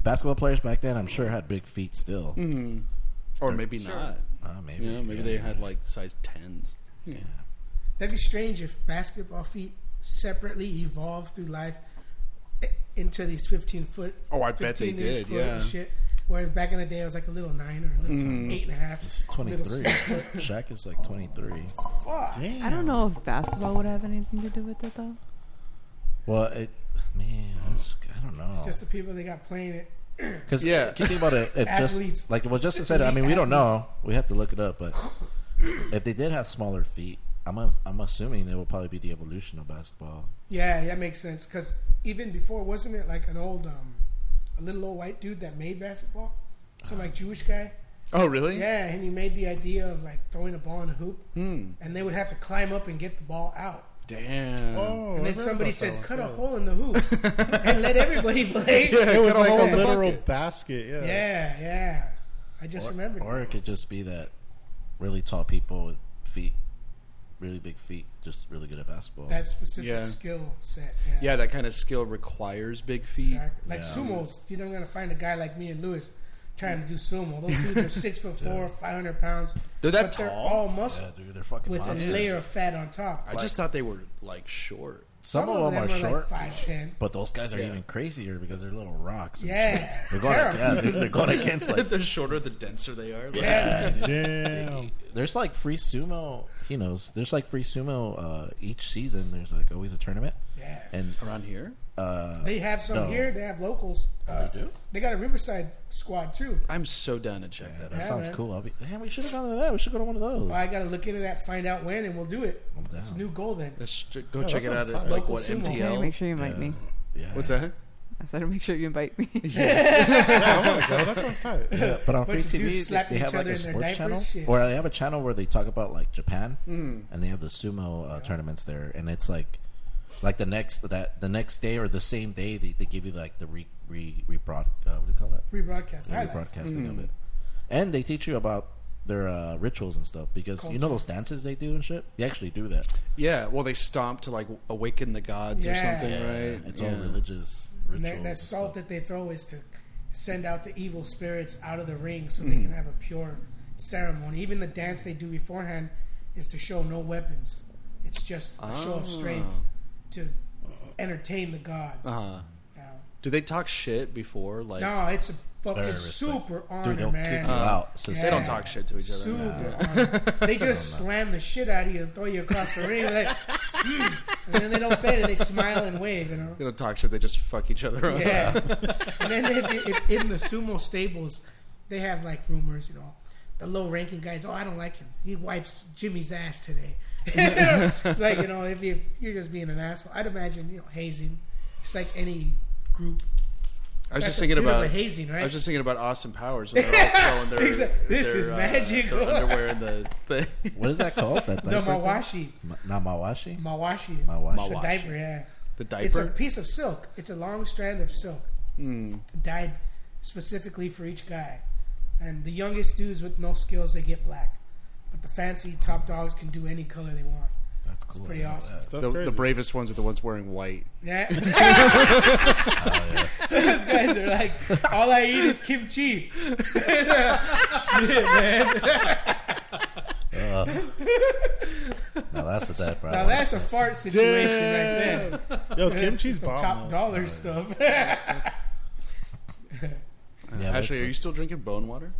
Speaker 4: basketball players back then, I'm sure had big feet still.
Speaker 1: or maybe not.
Speaker 4: Uh, maybe.
Speaker 1: You know, Mm. maybe
Speaker 4: yeah.
Speaker 1: they had like size tens. Yeah.
Speaker 3: That'd be strange if basketball feet separately evolved through life i- into these 15 foot.
Speaker 1: Oh, I bet they
Speaker 3: 15 inch
Speaker 1: did,
Speaker 3: foot and
Speaker 1: yeah. Mm-hmm.
Speaker 3: Shit. Whereas back in the day, it was like a little nine or a little
Speaker 1: Hmm.
Speaker 3: eight and a half.
Speaker 4: It's
Speaker 3: little
Speaker 4: 23.
Speaker 3: six foot.
Speaker 4: Shaq is like 23.
Speaker 3: Fuck.
Speaker 6: I don't know if basketball would have anything to do with it though.
Speaker 4: Well, it, man, that's, I don't know.
Speaker 3: It's just the people that got playing it.
Speaker 4: Because
Speaker 1: Yeah.
Speaker 4: yeah, can you think about it. If
Speaker 3: Athletes.
Speaker 4: just like well, Justin
Speaker 3: Just
Speaker 4: said, I
Speaker 3: elite
Speaker 4: mean, we don't know.
Speaker 3: athletes.
Speaker 4: We have to look it up. But if they did have smaller feet, I'm a, I'm assuming it would probably be the evolution of basketball.
Speaker 3: Yeah, that makes sense. Because even before, wasn't it like an old, um, a little old white dude that made basketball? Some like Jewish guy.
Speaker 1: Oh, really?
Speaker 3: Yeah, and he made the idea of like throwing a ball in a hoop,
Speaker 1: Hmm.
Speaker 3: and they would have to climb up and get the ball out.
Speaker 1: Damn.
Speaker 5: Oh,
Speaker 3: and
Speaker 5: I
Speaker 3: then
Speaker 5: read
Speaker 3: somebody
Speaker 5: about that
Speaker 3: said,
Speaker 5: one,
Speaker 3: "Cut a
Speaker 5: too.
Speaker 3: hole in the hoop and let everybody play." Yeah,
Speaker 5: It was
Speaker 1: cut a
Speaker 5: like
Speaker 1: hole in
Speaker 5: a
Speaker 1: the
Speaker 5: literal
Speaker 1: bucket.
Speaker 5: basket. Yeah.
Speaker 3: yeah. I just
Speaker 4: Or,
Speaker 3: remembered.
Speaker 4: or it could just be that really tall people with feet, really big feet, just really good at basketball.
Speaker 3: that specific
Speaker 1: Yeah.
Speaker 3: skill set.
Speaker 1: Yeah, that kind of skill requires big feet.
Speaker 3: Exactly. Like
Speaker 4: Yeah.
Speaker 3: sumos, you're not gonna find a guy like me and Lewis trying to do sumo. Those dudes are six foot four, five hundred pounds.
Speaker 1: They're that
Speaker 3: but They're
Speaker 1: tall?
Speaker 3: all muscle
Speaker 4: yeah, dude, they're fucking
Speaker 3: with
Speaker 4: monsters.
Speaker 3: a layer of fat on top.
Speaker 1: I just thought they were like short.
Speaker 4: Some, of them, are, short,
Speaker 3: like five ten.
Speaker 4: but those guys are
Speaker 1: Yeah.
Speaker 4: even crazier because they're little rocks. and shit.
Speaker 3: Yeah,
Speaker 4: they're going, yeah,
Speaker 3: terrible.
Speaker 4: they're, they're going against like
Speaker 1: the shorter, the denser they are. Like,
Speaker 3: Yeah.
Speaker 5: Damn.
Speaker 4: There's like free sumo. He knows. There's like free sumo uh, each season. There's like always a tournament,
Speaker 3: yeah.
Speaker 4: and
Speaker 1: Around here,
Speaker 4: uh,
Speaker 3: They have some
Speaker 4: No. Oh,
Speaker 3: here. They have locals. Uh,
Speaker 4: they do?
Speaker 3: They got a Riverside squad too.
Speaker 1: I'm so down to check that
Speaker 4: that
Speaker 1: out.
Speaker 3: Yeah,
Speaker 4: sounds
Speaker 3: man.
Speaker 4: cool. I'll be, man, we should have gone to that. We should go to one of those.
Speaker 3: I gotta look into that, find out when, and we'll do it.
Speaker 4: I'm down.
Speaker 3: It's a new goal then.
Speaker 1: Let's j- go
Speaker 4: Yeah,
Speaker 1: check it
Speaker 4: that
Speaker 1: out
Speaker 4: sounds
Speaker 1: at
Speaker 4: tight.
Speaker 1: like
Speaker 3: Local
Speaker 1: what
Speaker 3: sumo.
Speaker 6: Hey,
Speaker 1: MTL.
Speaker 6: make sure you invite me.
Speaker 4: yeah.
Speaker 1: What's that?
Speaker 6: I said, make sure you invite me.
Speaker 5: Oh, that sounds tight.
Speaker 4: Yeah, but on free
Speaker 3: Bunch of
Speaker 4: TV,
Speaker 3: dudes
Speaker 4: they-
Speaker 3: slapping
Speaker 4: they have
Speaker 3: each
Speaker 4: like
Speaker 3: other
Speaker 4: a
Speaker 3: in their
Speaker 4: sports
Speaker 3: diapers, Hmm.
Speaker 4: channel,
Speaker 3: shit.
Speaker 4: or they have a channel where they talk about like Japan, and they have the sumo uh, tournaments there, and it's like, like the next that the next day or the same day they, they give you like the re re rebroad uh, what do you call that
Speaker 3: Rebroadcast
Speaker 4: the
Speaker 3: highlights. Hmm.
Speaker 4: rebroadcasting of it, and they teach you about their uh, rituals and stuff because you know
Speaker 3: Culture.
Speaker 4: those dances they do and shit. They actually do that.
Speaker 1: Yeah, well, they stomp to like awaken the gods or
Speaker 3: Yeah.
Speaker 1: something,
Speaker 3: Yeah,
Speaker 1: right?
Speaker 4: It's
Speaker 1: yeah.
Speaker 4: all religious
Speaker 3: And
Speaker 4: rituals.
Speaker 3: that,
Speaker 4: and
Speaker 3: that salt
Speaker 4: stuff.
Speaker 3: that they throw is to send out the evil spirits out of the ring so they
Speaker 4: Mm.
Speaker 3: can have a pure ceremony. Even the dance they do beforehand is to show no weapons. It's just a show of
Speaker 4: Ah.
Speaker 3: strength to entertain the gods.
Speaker 1: Uh-huh.
Speaker 3: Now,
Speaker 1: Do they talk shit before? Like,
Speaker 3: no, it's a fucking
Speaker 4: very respect-
Speaker 3: super honor,
Speaker 4: Dude, they'll kick
Speaker 3: man.
Speaker 4: you out. So
Speaker 1: they don't
Speaker 3: Yeah.
Speaker 1: talk shit to each other.
Speaker 3: Super
Speaker 1: no.
Speaker 3: honor. They just slam the shit out of you and throw you across the ring, like, "Hmm." and then they don't say it. They smile and wave, you know.
Speaker 1: They don't talk shit. They just fuck each other up.
Speaker 3: Yeah. and then if, you- if in the sumo stables, they have like rumors, you know. The low ranking guys, oh, I don't like him. He wipes Jimmy's ass today. it's like, you know, if you, you're just being an asshole, I'd imagine, you know, hazing. It's like any group.
Speaker 1: I was
Speaker 3: That's
Speaker 1: just
Speaker 3: a
Speaker 1: thinking
Speaker 3: bit of
Speaker 1: about
Speaker 3: a hazing, right?
Speaker 1: I was just thinking about Austin Powers when they're all throwing their,
Speaker 3: Exact- this
Speaker 1: their,
Speaker 3: is
Speaker 1: uh,
Speaker 3: magical.
Speaker 1: their underwear in the thing.
Speaker 4: What is that called? That
Speaker 3: The
Speaker 4: diaper thing?
Speaker 3: mawashi.
Speaker 4: Ma- Not mawashi.
Speaker 3: Mawashi.
Speaker 4: Mawashi.
Speaker 3: It's a
Speaker 1: Mawashi.
Speaker 3: diaper, yeah.
Speaker 1: the
Speaker 3: It's a
Speaker 1: diaper.
Speaker 3: piece of silk. It's a long strand of silk. Dyed specifically for each guy. And the youngest dudes with no skills, they get black. But the fancy top dogs can do any color they want.
Speaker 4: That's cool.
Speaker 3: pretty
Speaker 4: I didn't know
Speaker 3: awesome.
Speaker 4: that.
Speaker 5: That's
Speaker 1: The, the
Speaker 5: crazy.
Speaker 1: bravest ones are the ones wearing white.
Speaker 3: Yeah. Those guys are like, all I eat is kimchi. Shit, man.
Speaker 4: Uh, Now Oh, that's a that, bro.
Speaker 3: Now that's a fart situation right there.
Speaker 5: Yo,
Speaker 3: That's
Speaker 5: kimchi's
Speaker 3: some
Speaker 5: bomb.
Speaker 3: top
Speaker 5: though.
Speaker 3: dollar stuff. yeah,
Speaker 4: yeah,
Speaker 1: Ashley, are you
Speaker 4: that's
Speaker 1: still drinking bone water?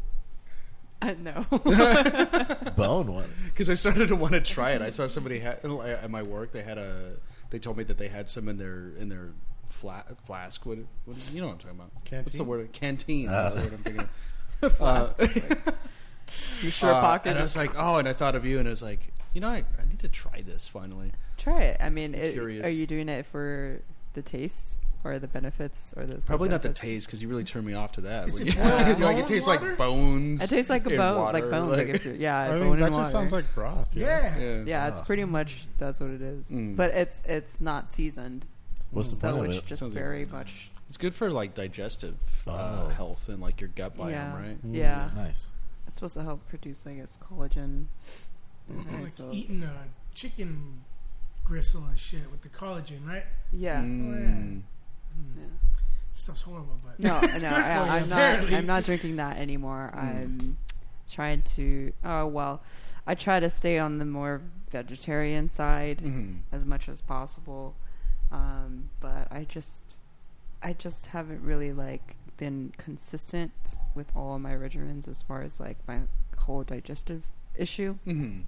Speaker 6: I know.
Speaker 4: a bone one.
Speaker 1: Because I started to want to try it. I saw somebody had, at my work. They had a. They told me that they had some in their in their fla- flask. What, what you know what I'm talking about? What's the
Speaker 5: Canteen?
Speaker 1: word? Canteen.
Speaker 4: Ah.
Speaker 1: That's the word I'm thinking. Of. Uh, flask.
Speaker 6: You sure pocket.
Speaker 1: and I was like, oh, and I thought of you, and I was like, you know, I, I need to try this finally.
Speaker 6: Try it. I mean, it,
Speaker 1: curious.
Speaker 6: are you doing it for the taste or the benefits or the side
Speaker 1: Probably not the
Speaker 6: benefits?
Speaker 1: taste because you really turned me off to that.
Speaker 3: Is
Speaker 1: when
Speaker 3: it
Speaker 1: you- like
Speaker 3: boiled bone
Speaker 1: it tastes
Speaker 3: water?
Speaker 1: like bones.
Speaker 6: It tastes like a
Speaker 1: in
Speaker 6: bone, like
Speaker 1: water,
Speaker 6: bones. Like, if you're, yeah,
Speaker 5: I
Speaker 6: bone
Speaker 5: mean,
Speaker 6: and
Speaker 5: that just
Speaker 6: water.
Speaker 5: sounds like broth. Yeah.
Speaker 3: yeah.
Speaker 1: yeah. Hmm.
Speaker 6: yeah, it's pretty much that's what it is. But it's it's not seasoned,
Speaker 4: What's the
Speaker 1: Mm,
Speaker 6: so
Speaker 4: point
Speaker 6: it's
Speaker 4: of it?
Speaker 6: just
Speaker 1: Sounds like-
Speaker 6: very much
Speaker 1: It's good for like digestive uh,
Speaker 4: Oh.
Speaker 1: health and like your gut biome,
Speaker 6: yeah
Speaker 1: right?
Speaker 6: yeah.
Speaker 4: Nice.
Speaker 6: It's supposed to help produce like its collagen.
Speaker 1: Mm.
Speaker 6: And
Speaker 3: Like
Speaker 6: so-
Speaker 3: eating a chicken gristle and shit with the collagen, right? Hmm.
Speaker 6: yeah.
Speaker 1: Mm.
Speaker 6: yeah.
Speaker 3: Stuff's horrible, but
Speaker 6: No, no,
Speaker 3: for you,
Speaker 6: I, I'm not.
Speaker 3: apparently.
Speaker 1: Mm.
Speaker 6: I'm not drinking that anymore. I'm tried to. Oh well, I try to stay on the more vegetarian side
Speaker 1: Mhm.
Speaker 6: as much as possible, um, but I just, I just haven't really like been consistent with all my regimens as far as like my whole digestive issue.
Speaker 1: Mhm.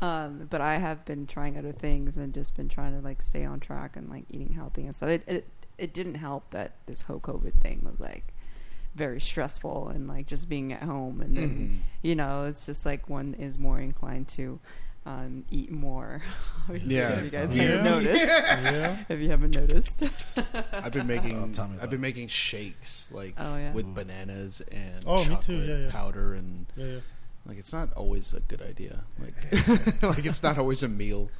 Speaker 6: Um, but I have been trying other things and just been trying to like stay on track and like eating healthy and stuff. It it, it didn't help that this whole COVID thing was like very stressful and like just being at home and then
Speaker 1: Mhm.
Speaker 6: you know it's just like one is more inclined to um, eat more. Obviously,
Speaker 1: Yeah.
Speaker 6: if you guys
Speaker 5: Yeah.
Speaker 6: haven't noticed.
Speaker 5: yeah.
Speaker 6: If you haven't noticed,
Speaker 1: I've been making
Speaker 4: Oh, tell me
Speaker 1: I've
Speaker 4: about
Speaker 1: been making shakes like
Speaker 6: Oh, yeah.
Speaker 1: with
Speaker 4: Ooh.
Speaker 1: bananas and
Speaker 5: Oh, me too,
Speaker 1: chocolate
Speaker 5: yeah, yeah.
Speaker 1: powder and
Speaker 5: Yeah, yeah.
Speaker 1: like it's not always a good idea. Like like it's not always a meal.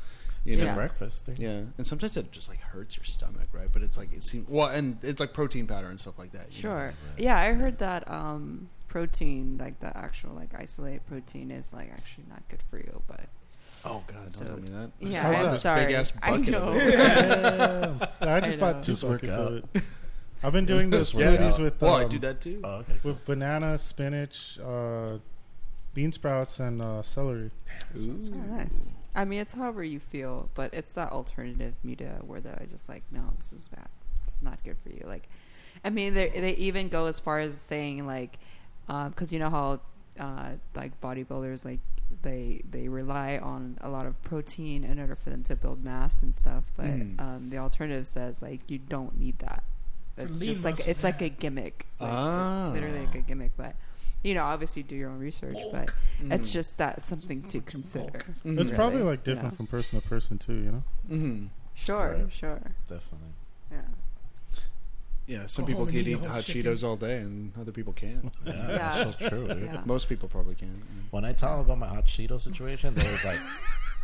Speaker 1: You
Speaker 4: Good
Speaker 1: know?
Speaker 6: Yeah.
Speaker 4: breakfast. Thing.
Speaker 1: Yeah, and sometimes it just like hurts your stomach, right? But it's like it seems well, and it's like protein powder and stuff like that. you know?
Speaker 6: sure. Yeah, I heard that um, protein, like the actual like isolated protein, is like actually not good for you. But
Speaker 1: Oh god,
Speaker 6: So
Speaker 1: don't tell me that. I just
Speaker 6: yeah,
Speaker 5: how's
Speaker 1: bought
Speaker 5: that?
Speaker 6: I'm
Speaker 1: this
Speaker 6: sorry.
Speaker 1: big-ass
Speaker 6: I
Speaker 1: bucket of
Speaker 6: know.
Speaker 1: it.
Speaker 5: Yeah. I just
Speaker 6: I know.
Speaker 5: bought two
Speaker 4: Just work
Speaker 5: buckets
Speaker 4: out.
Speaker 5: of it. I've been doing the
Speaker 4: Just work
Speaker 5: smoothies
Speaker 4: out.
Speaker 5: with um,
Speaker 1: Well, I do that too.
Speaker 4: Oh, okay.
Speaker 5: with banana, spinach, uh, bean sprouts, and uh, celery.
Speaker 6: Oh,
Speaker 1: Mm.
Speaker 6: nice. I mean, it's however you feel, but it's that alternative media where they're just like, no, this is bad. It's not good for you. Like, I mean, they they even go as far as saying like, because you know how uh, like bodybuilders like they they rely on a lot of protein in order for them to build mass and stuff, but
Speaker 1: Mm.
Speaker 6: um, the alternative says like you don't need that.
Speaker 3: For
Speaker 6: It's
Speaker 3: lean
Speaker 6: just like
Speaker 3: muscle.
Speaker 6: it's like a gimmick, like,
Speaker 1: Ah.
Speaker 6: literally like a gimmick. But you know, obviously do your own research, but
Speaker 1: Mm-hmm. Mm.
Speaker 6: it's just mm-hmm. that something to consider.
Speaker 1: Mhm.
Speaker 5: It's probably
Speaker 6: Mm. really,
Speaker 5: like
Speaker 6: you
Speaker 5: different
Speaker 6: know.
Speaker 5: from person to person too. You know.
Speaker 1: hmm
Speaker 6: Sure,
Speaker 4: Right.
Speaker 6: sure.
Speaker 4: Definitely.
Speaker 6: Yeah.
Speaker 1: Yeah, some
Speaker 3: Go
Speaker 1: people
Speaker 3: home and
Speaker 1: can
Speaker 3: eat a
Speaker 1: eat
Speaker 3: whole
Speaker 1: hot
Speaker 3: chicken.
Speaker 1: Cheetos all day, and other people can't.
Speaker 4: Yeah,
Speaker 6: Yeah.
Speaker 4: that's so true. dude.
Speaker 6: Yeah.
Speaker 1: Most people probably can't.
Speaker 4: When I tell them about my hot Cheeto situation, they was like,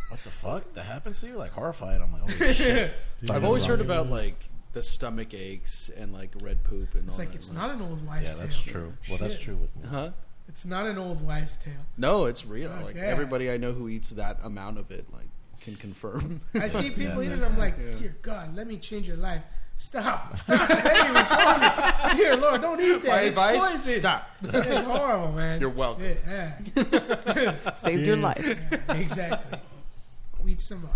Speaker 4: "What the fuck? That happens to you?" Like horrified. I'm like, "Holy shit!"
Speaker 1: I've always heard about like the stomach aches and like red poop and
Speaker 3: It's
Speaker 1: all
Speaker 3: like
Speaker 1: that.
Speaker 3: it's not an old wives'
Speaker 4: Yeah,
Speaker 3: tale.
Speaker 4: that's true. Well, that's
Speaker 3: Shit.
Speaker 4: true with me.
Speaker 1: huh?
Speaker 3: It's not an old wives' tale.
Speaker 1: No, it's real. Like
Speaker 3: yeah.
Speaker 1: everybody I know who eats that amount of it, like can confirm.
Speaker 3: I see people
Speaker 4: Yeah,
Speaker 3: eat it. I'm like,
Speaker 1: yeah.
Speaker 3: dear God, let me change your life. Stop, stop, let me reform you. Dear Lord, don't eat that.
Speaker 1: My
Speaker 3: it's
Speaker 1: advice:
Speaker 3: poison.
Speaker 1: stop.
Speaker 3: Yeah, It's horrible, man.
Speaker 1: You're welcome.
Speaker 3: Yeah,
Speaker 6: Saved your
Speaker 5: Dude.
Speaker 6: life.
Speaker 3: yeah, exactly. Go eat some uh,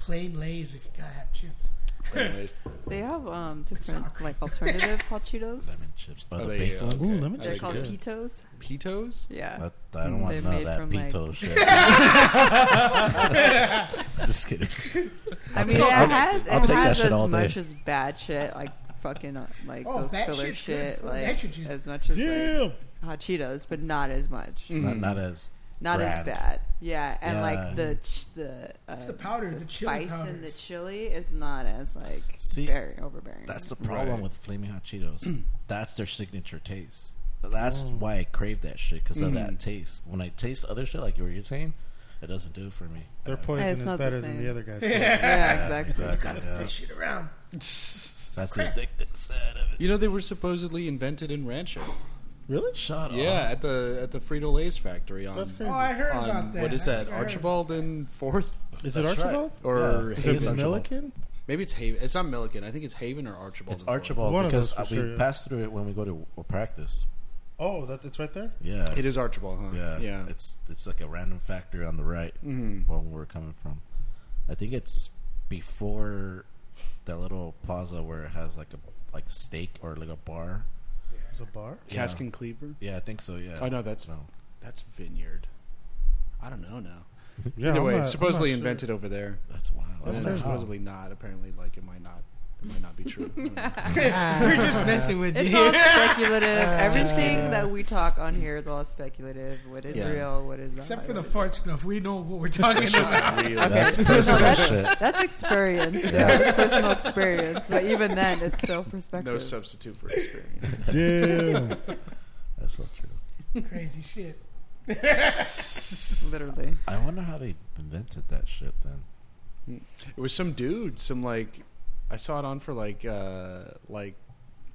Speaker 3: plain Lay's if you gotta have chips.
Speaker 1: Anyways,
Speaker 6: They have um
Speaker 3: sour
Speaker 6: different
Speaker 3: cream.
Speaker 6: like alternative hot Cheetos.
Speaker 4: Lemon chips, but
Speaker 1: are
Speaker 4: the
Speaker 1: they,
Speaker 4: bacon.
Speaker 1: uh,
Speaker 5: Ooh, lemon
Speaker 1: are
Speaker 6: They're
Speaker 1: they
Speaker 5: chips.
Speaker 6: called
Speaker 5: good.
Speaker 6: pitos.
Speaker 1: Pitos?
Speaker 6: Yeah.
Speaker 4: That, I don't want
Speaker 6: They're
Speaker 4: none of
Speaker 6: made
Speaker 4: that
Speaker 6: from, like-
Speaker 4: pito shit. Just kidding.
Speaker 6: I mean,
Speaker 4: take-
Speaker 6: it
Speaker 4: I'll-
Speaker 6: has
Speaker 4: I'll
Speaker 6: it
Speaker 4: take that
Speaker 6: has
Speaker 4: shit
Speaker 6: as
Speaker 4: all day.
Speaker 6: much as bad shit like fucking uh, like
Speaker 3: Oh,
Speaker 6: those
Speaker 3: bad
Speaker 6: filler
Speaker 3: shit's good
Speaker 6: shit
Speaker 3: for
Speaker 6: like
Speaker 3: nitrogen.
Speaker 6: as much as like,
Speaker 5: Damn.
Speaker 6: hot Cheetos, but not as much.
Speaker 4: Not,
Speaker 1: Mm.
Speaker 4: not as
Speaker 6: Not as
Speaker 4: grand.
Speaker 6: bad. Yeah, and like
Speaker 4: Mm. Yeah.
Speaker 6: the ch- the uh,
Speaker 3: the powder, the chili
Speaker 6: spice and the
Speaker 3: powders.
Speaker 6: chili is not as like
Speaker 4: See,
Speaker 6: very overbearing.
Speaker 4: That's the problem
Speaker 1: Right.
Speaker 4: with flaming hot Cheetos. That's their signature taste.
Speaker 5: Oh.
Speaker 4: That's why I crave that shit because of
Speaker 5: Mm-hmm.
Speaker 4: that taste. When I taste other shit, like you were saying, it doesn't do it for me.
Speaker 5: Their
Speaker 4: Uh,
Speaker 5: poison
Speaker 6: It's
Speaker 5: is
Speaker 6: not the
Speaker 5: better than
Speaker 6: same.
Speaker 5: the other guy's. poison.
Speaker 6: yeah, exactly.
Speaker 4: Exactly. yeah.
Speaker 3: This shit around.
Speaker 4: That's the addictive side of it.
Speaker 1: You know they were supposedly invented in Rancho.
Speaker 5: Really?
Speaker 4: Shut
Speaker 1: Yeah,
Speaker 4: up.
Speaker 1: at the at the Frito Lay's factory on.
Speaker 5: That's crazy.
Speaker 3: Oh, I heard
Speaker 1: on-
Speaker 3: about that.
Speaker 1: What is
Speaker 3: I think
Speaker 1: that?
Speaker 3: I heard-
Speaker 1: Archibald and Fourth,
Speaker 5: Is it
Speaker 4: That's right.
Speaker 5: Archibald?
Speaker 1: or
Speaker 4: Yeah.
Speaker 1: Haven?
Speaker 5: Is it
Speaker 4: Archibald.
Speaker 5: Milliken?
Speaker 1: Maybe it's Haven. It's not Milliken. I think it's Haven or Archibald.
Speaker 4: It's
Speaker 1: and Fourth.
Speaker 4: Archibald
Speaker 5: One of
Speaker 4: because
Speaker 5: those
Speaker 4: uh,
Speaker 5: for
Speaker 4: we
Speaker 5: sure, yeah.
Speaker 4: pass through it when we go to or practice.
Speaker 5: Oh, that it's right there.
Speaker 4: Yeah.
Speaker 1: It is Archibald, huh?
Speaker 4: Yeah,
Speaker 1: yeah. Mm-hmm.
Speaker 4: It's it's like a random factor on the right where we're coming from. I think it's before that little plaza where it has like a like a steak or like a bar.
Speaker 5: There's a bar.
Speaker 1: Cask and Cleaver.
Speaker 4: Yeah, I think so. Yeah.
Speaker 1: Oh no, that's
Speaker 4: No.
Speaker 1: that's Vineyard. I don't know now.
Speaker 5: Yeah,
Speaker 1: Either
Speaker 5: I'm
Speaker 1: way,
Speaker 5: not- I'm
Speaker 1: supposedly
Speaker 5: not sure.
Speaker 1: invented over there.
Speaker 4: That's wild. That's
Speaker 1: and
Speaker 5: crazy.
Speaker 1: supposedly not. Apparently, like it might not. It might not be true. I don't know.
Speaker 3: We're just messing with
Speaker 6: It's
Speaker 3: you.
Speaker 6: all speculative. Everything that we talk on here is all speculative. What is
Speaker 1: Yeah.
Speaker 6: real? What is not?
Speaker 3: Except for the
Speaker 6: What is-
Speaker 3: fart stuff, we know what we're talking about.
Speaker 4: That's
Speaker 6: No,
Speaker 4: personal shit.
Speaker 6: that's, that's experience. Yeah. That's personal experience. But even then, it's still perspective.
Speaker 1: no substitute for experience.
Speaker 5: Damn.
Speaker 4: That's so true.
Speaker 3: It's crazy shit.
Speaker 6: Literally.
Speaker 4: I wonder how they invented that shit then.
Speaker 1: It was some dude, some like I saw it on for like uh like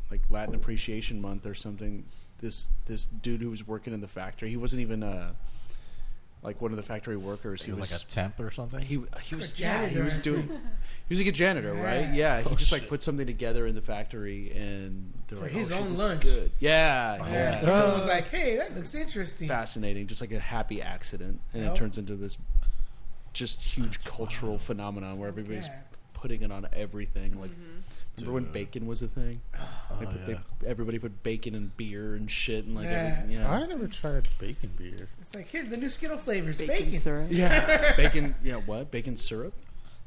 Speaker 1: like Latin Appreciation Month or something. This this dude who was working in the factory, he wasn't even uh like one of the factory workers.
Speaker 4: He was, like a temp or something.
Speaker 1: he uh, he was
Speaker 3: A
Speaker 1: yeah he
Speaker 3: janitor,
Speaker 1: was
Speaker 3: I
Speaker 1: doing he was like a janitor right yeah
Speaker 4: Yeah.
Speaker 1: he
Speaker 4: Oh,
Speaker 1: just like
Speaker 4: shit.
Speaker 1: put something together in the factory and they're
Speaker 3: For
Speaker 1: like,
Speaker 3: his
Speaker 1: oh, shit,
Speaker 3: own
Speaker 1: this is
Speaker 3: lunch. Oh,
Speaker 1: good yeah
Speaker 3: Yeah.
Speaker 1: yeah,
Speaker 3: Someone was like, "Hey, that looks interesting."
Speaker 1: fascinating just like a happy accident and
Speaker 3: Nope.
Speaker 1: it turns into this just huge cultural phenomenon where everybody's
Speaker 3: Yeah.
Speaker 1: putting it on everything like remember when
Speaker 4: Dude.
Speaker 1: bacon was a thing
Speaker 4: Oh,
Speaker 1: They put-
Speaker 4: yeah.
Speaker 1: they- everybody put bacon and beer and shit and like
Speaker 3: Yeah.
Speaker 1: every, yeah
Speaker 5: I never tried bacon beer.
Speaker 3: It's like here, the new Skittle flavors,
Speaker 6: Bacon,
Speaker 3: bacon.
Speaker 6: syrup.
Speaker 1: yeah bacon yeah what bacon syrup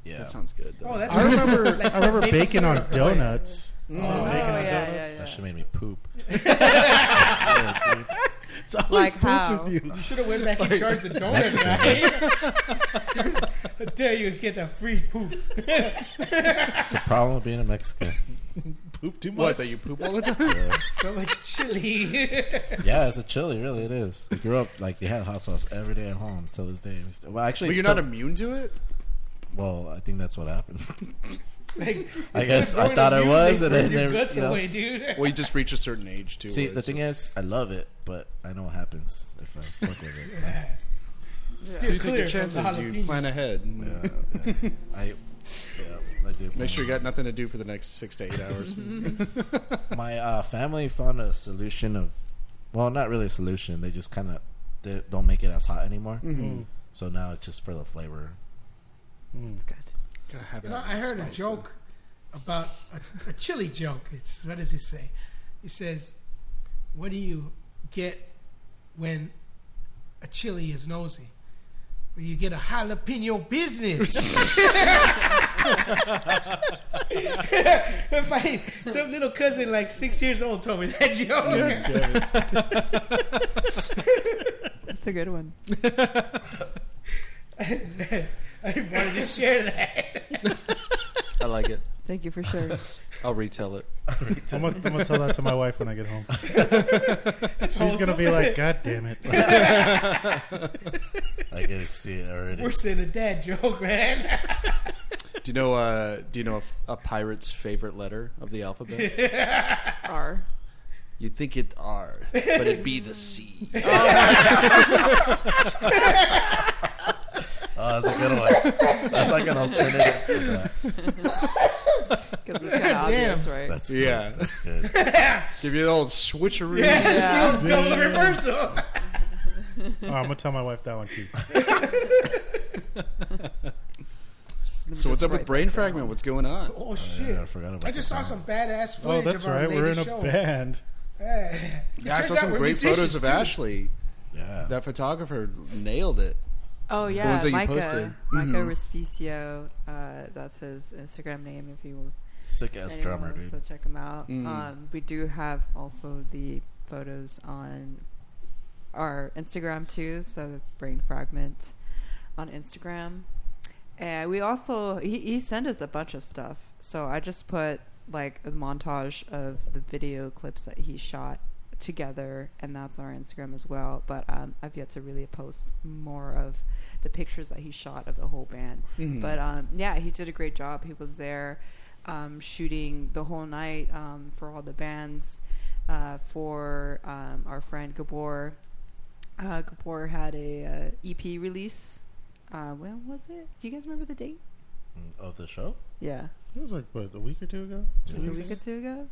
Speaker 4: yeah.
Speaker 1: that sounds good though.
Speaker 3: Oh, that's
Speaker 5: I remember.
Speaker 3: like
Speaker 5: I remember
Speaker 3: maple
Speaker 5: bacon on
Speaker 3: syrup.
Speaker 5: donuts.
Speaker 1: Mm.
Speaker 6: Oh, yeah, yeah,
Speaker 4: That
Speaker 6: yeah.
Speaker 4: shit made me poop.
Speaker 5: It's always
Speaker 6: Like
Speaker 5: poop with
Speaker 6: how?
Speaker 5: you.
Speaker 3: You should have went back and charged the donut guy. I dare you to get that free poop.
Speaker 4: That's the problem with being a Mexican.
Speaker 5: Poop too much.
Speaker 1: what that you poop all the time
Speaker 4: Yeah.
Speaker 3: So much chili.
Speaker 4: yeah, it's a chili. Really, it is. We grew up like they had hot sauce every day at home till this day. We still- Well, actually,
Speaker 1: but you're
Speaker 4: till-
Speaker 1: not immune to it
Speaker 4: Well, I think that's what happened.
Speaker 3: It's like,
Speaker 4: I
Speaker 3: instead of
Speaker 4: guess I
Speaker 3: going
Speaker 4: thought
Speaker 3: to
Speaker 4: I
Speaker 3: you,
Speaker 4: was,
Speaker 3: they
Speaker 4: and
Speaker 3: burn
Speaker 4: then
Speaker 3: your
Speaker 4: they-
Speaker 3: guts
Speaker 4: you know.
Speaker 3: away, dude.
Speaker 1: well you just reach a certain age too
Speaker 4: See,
Speaker 1: where
Speaker 4: the
Speaker 1: it's
Speaker 4: thing
Speaker 1: just-
Speaker 4: is, I love it, but I know what happens if I fuck with it.
Speaker 1: So you
Speaker 3: Steer
Speaker 1: take
Speaker 3: clear
Speaker 1: your
Speaker 3: from the
Speaker 1: chances you
Speaker 3: jalapenos.
Speaker 1: plan ahead and
Speaker 4: Yeah, yeah. I, yeah, I do.
Speaker 1: make sure you got nothing to do for the next six to eight hours Mm-hmm.
Speaker 3: Mm-hmm.
Speaker 4: My uh, family found a solution of, well, not really a solution. They just kind of they don't make it as hot anymore.
Speaker 3: Mm-hmm.
Speaker 1: Mhm.
Speaker 4: So now it's just for the flavor.
Speaker 5: Mm.
Speaker 1: Gotta have
Speaker 3: You know,
Speaker 1: that
Speaker 3: I heard a
Speaker 1: spice
Speaker 3: joke about a, a chili joke. It's what does he say? He says, "What do you get when a chili is nosy? Well, you get a jalapeno business." My some little cousin, like six years old, told me that joke.
Speaker 6: That's a good one.
Speaker 3: I wanted to share that.
Speaker 1: then. I like it.
Speaker 6: Thank you for sharing.
Speaker 1: I'll retell it.
Speaker 5: I'm gonna, I'm gonna tell that to my wife when I get home. She's
Speaker 3: wholesome.
Speaker 5: gonna be like, "God damn it!"
Speaker 4: I can see it already.
Speaker 3: Worse than a dad joke, man.
Speaker 1: Do you know? Uh, do you know a, a pirate's favorite letter of the alphabet?
Speaker 6: R.
Speaker 1: you think it R, but it be the C.
Speaker 4: Oh, that's a good one. That's like an alternative. to that.
Speaker 6: Because it's kind of obvious, right?
Speaker 4: That's good.
Speaker 1: Yeah.
Speaker 4: That's good. Oh,
Speaker 1: Give you the old switcheroo.
Speaker 3: Yeah,
Speaker 6: Yeah.
Speaker 3: the old double reversal.
Speaker 5: Oh, I'm gonna tell my wife that one too.
Speaker 6: Let me
Speaker 1: So what's
Speaker 6: just
Speaker 1: up with
Speaker 6: write
Speaker 1: brain
Speaker 6: that down.
Speaker 1: fragment? What's going on?
Speaker 3: Oh
Speaker 4: Yeah,
Speaker 3: shit!
Speaker 4: I forgot about.
Speaker 3: I just
Speaker 4: that
Speaker 3: saw
Speaker 4: one.
Speaker 3: some badass
Speaker 5: Oh,
Speaker 3: footage.
Speaker 5: that's
Speaker 3: of our
Speaker 5: right. We're
Speaker 3: latest
Speaker 5: in a
Speaker 3: show.
Speaker 5: band.
Speaker 3: Yeah,
Speaker 1: Yeah, I saw some great photos of Ashley.
Speaker 4: Yeah.
Speaker 1: That photographer nailed it.
Speaker 6: Oh yeah,
Speaker 1: ones that you
Speaker 6: Micah.
Speaker 1: posted.
Speaker 6: Micah
Speaker 1: Mhm.
Speaker 6: Respicio. Uh, that's his Instagram name. If you
Speaker 4: Sick ass
Speaker 6: anyone
Speaker 4: drummer,
Speaker 6: wants
Speaker 4: dude.
Speaker 6: to check him out.
Speaker 1: Mm.
Speaker 6: Um, we do have also the photos on our Instagram too. So Brain Fragment on Instagram, and we also he, he sent us a bunch of stuff. So I just put like a montage of the video clips that he shot together and that's on our instagram as well but um, i've yet to really post more of the pictures that he shot of the whole band
Speaker 3: Mm-hmm.
Speaker 1: Hmm.
Speaker 6: but um, yeah he did a great job he was there um, shooting the whole night um, for all the bands uh, for um, our friend gabor uh, gabor had a uh, ep release uh, when was it do you guys remember the date
Speaker 4: Mm, Of the show.
Speaker 6: yeah
Speaker 5: It was like what a week or two ago. Two
Speaker 6: like a
Speaker 5: weeks
Speaker 6: week or
Speaker 5: ago?
Speaker 6: two ago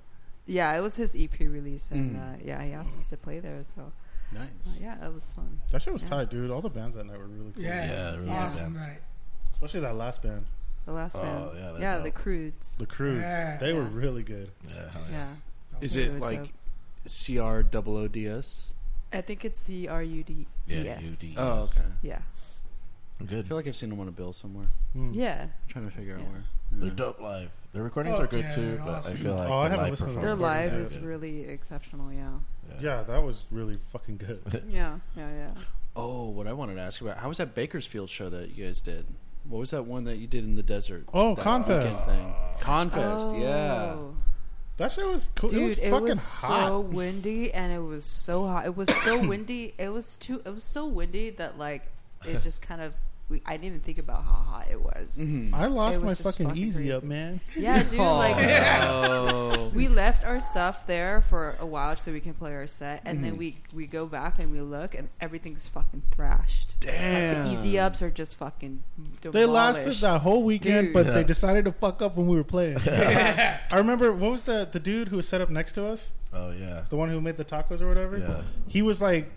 Speaker 6: yeah it was his ep release and
Speaker 1: Mm.
Speaker 6: uh, yeah he asked us to play there so
Speaker 1: Nice.
Speaker 6: uh,
Speaker 3: Oh,
Speaker 6: yeah that was fun
Speaker 5: That shit was
Speaker 6: Yeah.
Speaker 5: tight, dude. All the bands that night were really cool.
Speaker 3: Yeah,
Speaker 4: Yeah, really
Speaker 3: awesome
Speaker 4: good
Speaker 3: night.
Speaker 5: Especially that last band,
Speaker 6: the last
Speaker 4: Oh,
Speaker 6: band
Speaker 4: yeah, they're
Speaker 6: yeah the
Speaker 4: dope.
Speaker 6: crudes
Speaker 5: the Crudes.
Speaker 3: Yeah.
Speaker 5: They were
Speaker 6: Yeah.
Speaker 5: really good.
Speaker 4: Yeah. hell yeah.
Speaker 6: yeah
Speaker 1: Is
Speaker 6: Yeah,
Speaker 1: it
Speaker 6: it's
Speaker 1: like
Speaker 6: up.
Speaker 1: C R double O D S?
Speaker 6: i think it's c-r-u-d
Speaker 4: Yeah,
Speaker 6: yes.
Speaker 4: UD.
Speaker 1: Oh,
Speaker 4: Yes.
Speaker 1: okay.
Speaker 6: yeah
Speaker 1: I
Speaker 4: Good.
Speaker 1: feel like I've seen them on a bill somewhere.
Speaker 5: Hmm.
Speaker 6: yeah
Speaker 1: I'm trying to figure
Speaker 6: Yeah.
Speaker 1: out where.
Speaker 4: They're dope live. The recordings
Speaker 3: Fuck
Speaker 4: are good
Speaker 3: yeah,
Speaker 4: too,
Speaker 3: they're
Speaker 4: but
Speaker 3: awesome.
Speaker 4: I feel like
Speaker 5: Oh, I
Speaker 4: the
Speaker 5: haven't
Speaker 4: live
Speaker 5: listened to them.
Speaker 6: Their
Speaker 5: Their
Speaker 4: performances
Speaker 5: live
Speaker 6: live
Speaker 4: are
Speaker 5: is
Speaker 6: is
Speaker 5: Yeah.
Speaker 4: good.
Speaker 6: really exceptional, yeah.
Speaker 5: Yeah, that was really fucking good.
Speaker 6: Yeah, yeah, yeah.
Speaker 1: Oh, what I wanted to ask about. How was that Bakersfield show that you guys did? What was that one that you did in the desert?
Speaker 5: Oh,
Speaker 1: That
Speaker 5: Confest.
Speaker 1: weekend Thing? Confest,
Speaker 6: Oh.
Speaker 1: yeah.
Speaker 5: That shit was cool.
Speaker 6: Dude,
Speaker 5: it was fucking hot.
Speaker 6: so windy and it was so hot. It was so windy. It was too it was so windy that like it just kind of we, I didn't even think about how hot it was.
Speaker 5: I
Speaker 6: It
Speaker 5: lost
Speaker 6: was
Speaker 5: my
Speaker 6: just
Speaker 5: fucking
Speaker 6: fucking
Speaker 5: easy
Speaker 6: crazy.
Speaker 5: up, man.
Speaker 6: Yeah, dude. Like
Speaker 8: Oh.
Speaker 6: we left our stuff there for a while so we can play our set, and
Speaker 5: Mm-hmm.
Speaker 6: then we we go back and we look, and everything's fucking thrashed.
Speaker 8: Damn.
Speaker 6: Like, the easy ups are just fucking. Demolished.
Speaker 5: They lasted that whole weekend,
Speaker 6: Dude.
Speaker 5: but
Speaker 4: Yeah.
Speaker 5: they decided to fuck up when we were playing. I remember what was the the dude who was set up next to us,
Speaker 4: Oh yeah.
Speaker 5: the one who made the tacos or whatever.
Speaker 4: Yeah.
Speaker 5: He was like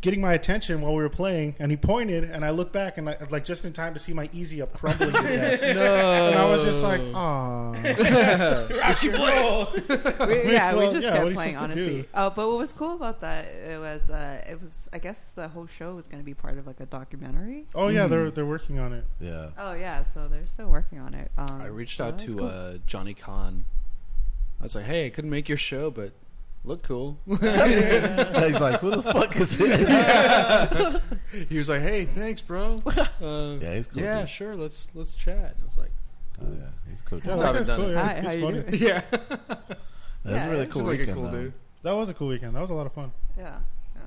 Speaker 5: getting my attention while we were playing, and he pointed, and I looked back, and I, like just in time to see my easy up crumbling to death.
Speaker 8: No.
Speaker 5: And I was just like, "Aw,
Speaker 3: Rock and roll.
Speaker 6: We- yeah, we
Speaker 5: well, yeah, what are
Speaker 6: just kept
Speaker 5: you
Speaker 6: playing,
Speaker 5: supposed to
Speaker 6: honestly.
Speaker 5: do?
Speaker 6: Oh, but what was cool about that it was, uh, it was, I guess, the whole show was going to be part of like a documentary.
Speaker 5: oh yeah, they're they're working on it."
Speaker 4: Yeah.
Speaker 6: Oh yeah, so they're still working on it. Um,
Speaker 1: I reached
Speaker 6: so
Speaker 1: out
Speaker 6: that's
Speaker 1: to
Speaker 6: cool.
Speaker 1: uh, Johnny Khan. I was like, "Hey, I couldn't make your show, but look cool."
Speaker 4: He's like, who the fuck is this?
Speaker 1: he was like, "Hey, thanks, bro." Uh,
Speaker 4: Yeah, he's cool,
Speaker 1: Yeah,
Speaker 4: dude.
Speaker 1: sure. Let's let's chat. I was like,
Speaker 4: Oh, yeah, he's cool.
Speaker 5: Yeah,
Speaker 4: dude.
Speaker 1: how
Speaker 5: that
Speaker 1: I've
Speaker 5: guy's
Speaker 1: done
Speaker 5: cool.
Speaker 1: it.
Speaker 5: Yeah,
Speaker 6: Hi,
Speaker 5: he's
Speaker 6: how you
Speaker 5: funny.
Speaker 6: doing?
Speaker 1: "Yeah,
Speaker 4: That was a really cool
Speaker 1: like a
Speaker 4: weekend.
Speaker 1: cool
Speaker 4: though.
Speaker 1: dude."
Speaker 5: That was a cool weekend. That was a lot of fun.
Speaker 6: Yeah, yeah.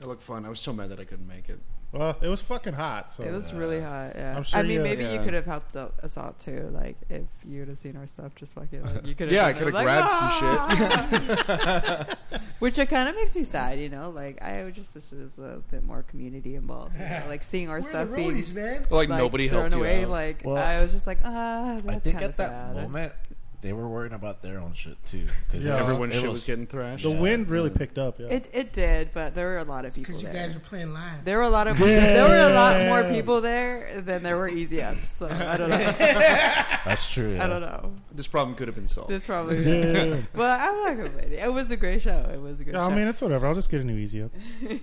Speaker 1: It looked fun. I was so mad that I couldn't make it.
Speaker 5: Well, it was fucking hot. So uh,
Speaker 6: it was really hot. Yeah,
Speaker 5: I'm sure
Speaker 6: I mean,
Speaker 5: you-
Speaker 6: maybe you
Speaker 1: Yeah.
Speaker 6: could have helped out- us out too. Like, if you would have seen our stuff, just fucking, like, you could have.
Speaker 1: Yeah, I
Speaker 6: been
Speaker 1: could
Speaker 6: there,
Speaker 1: have
Speaker 6: like,
Speaker 1: grabbed some shit.
Speaker 6: shit. Which it kind of makes me sad, you know. Like, I would just wish there was a bit more community involved. you know? Like seeing our
Speaker 3: We're the
Speaker 6: stuff being
Speaker 3: roadies, man.
Speaker 1: like, nobody
Speaker 6: thrown
Speaker 1: helped
Speaker 6: away.
Speaker 1: you out.
Speaker 6: Like,
Speaker 4: Well,
Speaker 6: I was just like, ah, that's
Speaker 4: I think
Speaker 6: kinda
Speaker 4: at that
Speaker 6: sad.
Speaker 4: moment they were worrying about their own shit too, because
Speaker 5: Yeah.
Speaker 1: Everyone's shit was getting thrashed.
Speaker 5: The
Speaker 4: Yeah.
Speaker 5: wind really picked up. Yeah.
Speaker 6: It it did, but there were a lot of people
Speaker 3: Because you
Speaker 6: there.
Speaker 3: guys were playing live.
Speaker 6: there were a lot of there were a lot more people there than there were easy ups. So I don't know.
Speaker 4: That's true.
Speaker 6: I don't know.
Speaker 1: This problem could have been solved.
Speaker 6: This probably.
Speaker 5: Yeah.
Speaker 6: Well, I'm not complaining. It was a great show. It was a good
Speaker 5: Yeah,
Speaker 6: show.
Speaker 5: I mean, it's whatever. I'll just get a new easy up.
Speaker 4: know.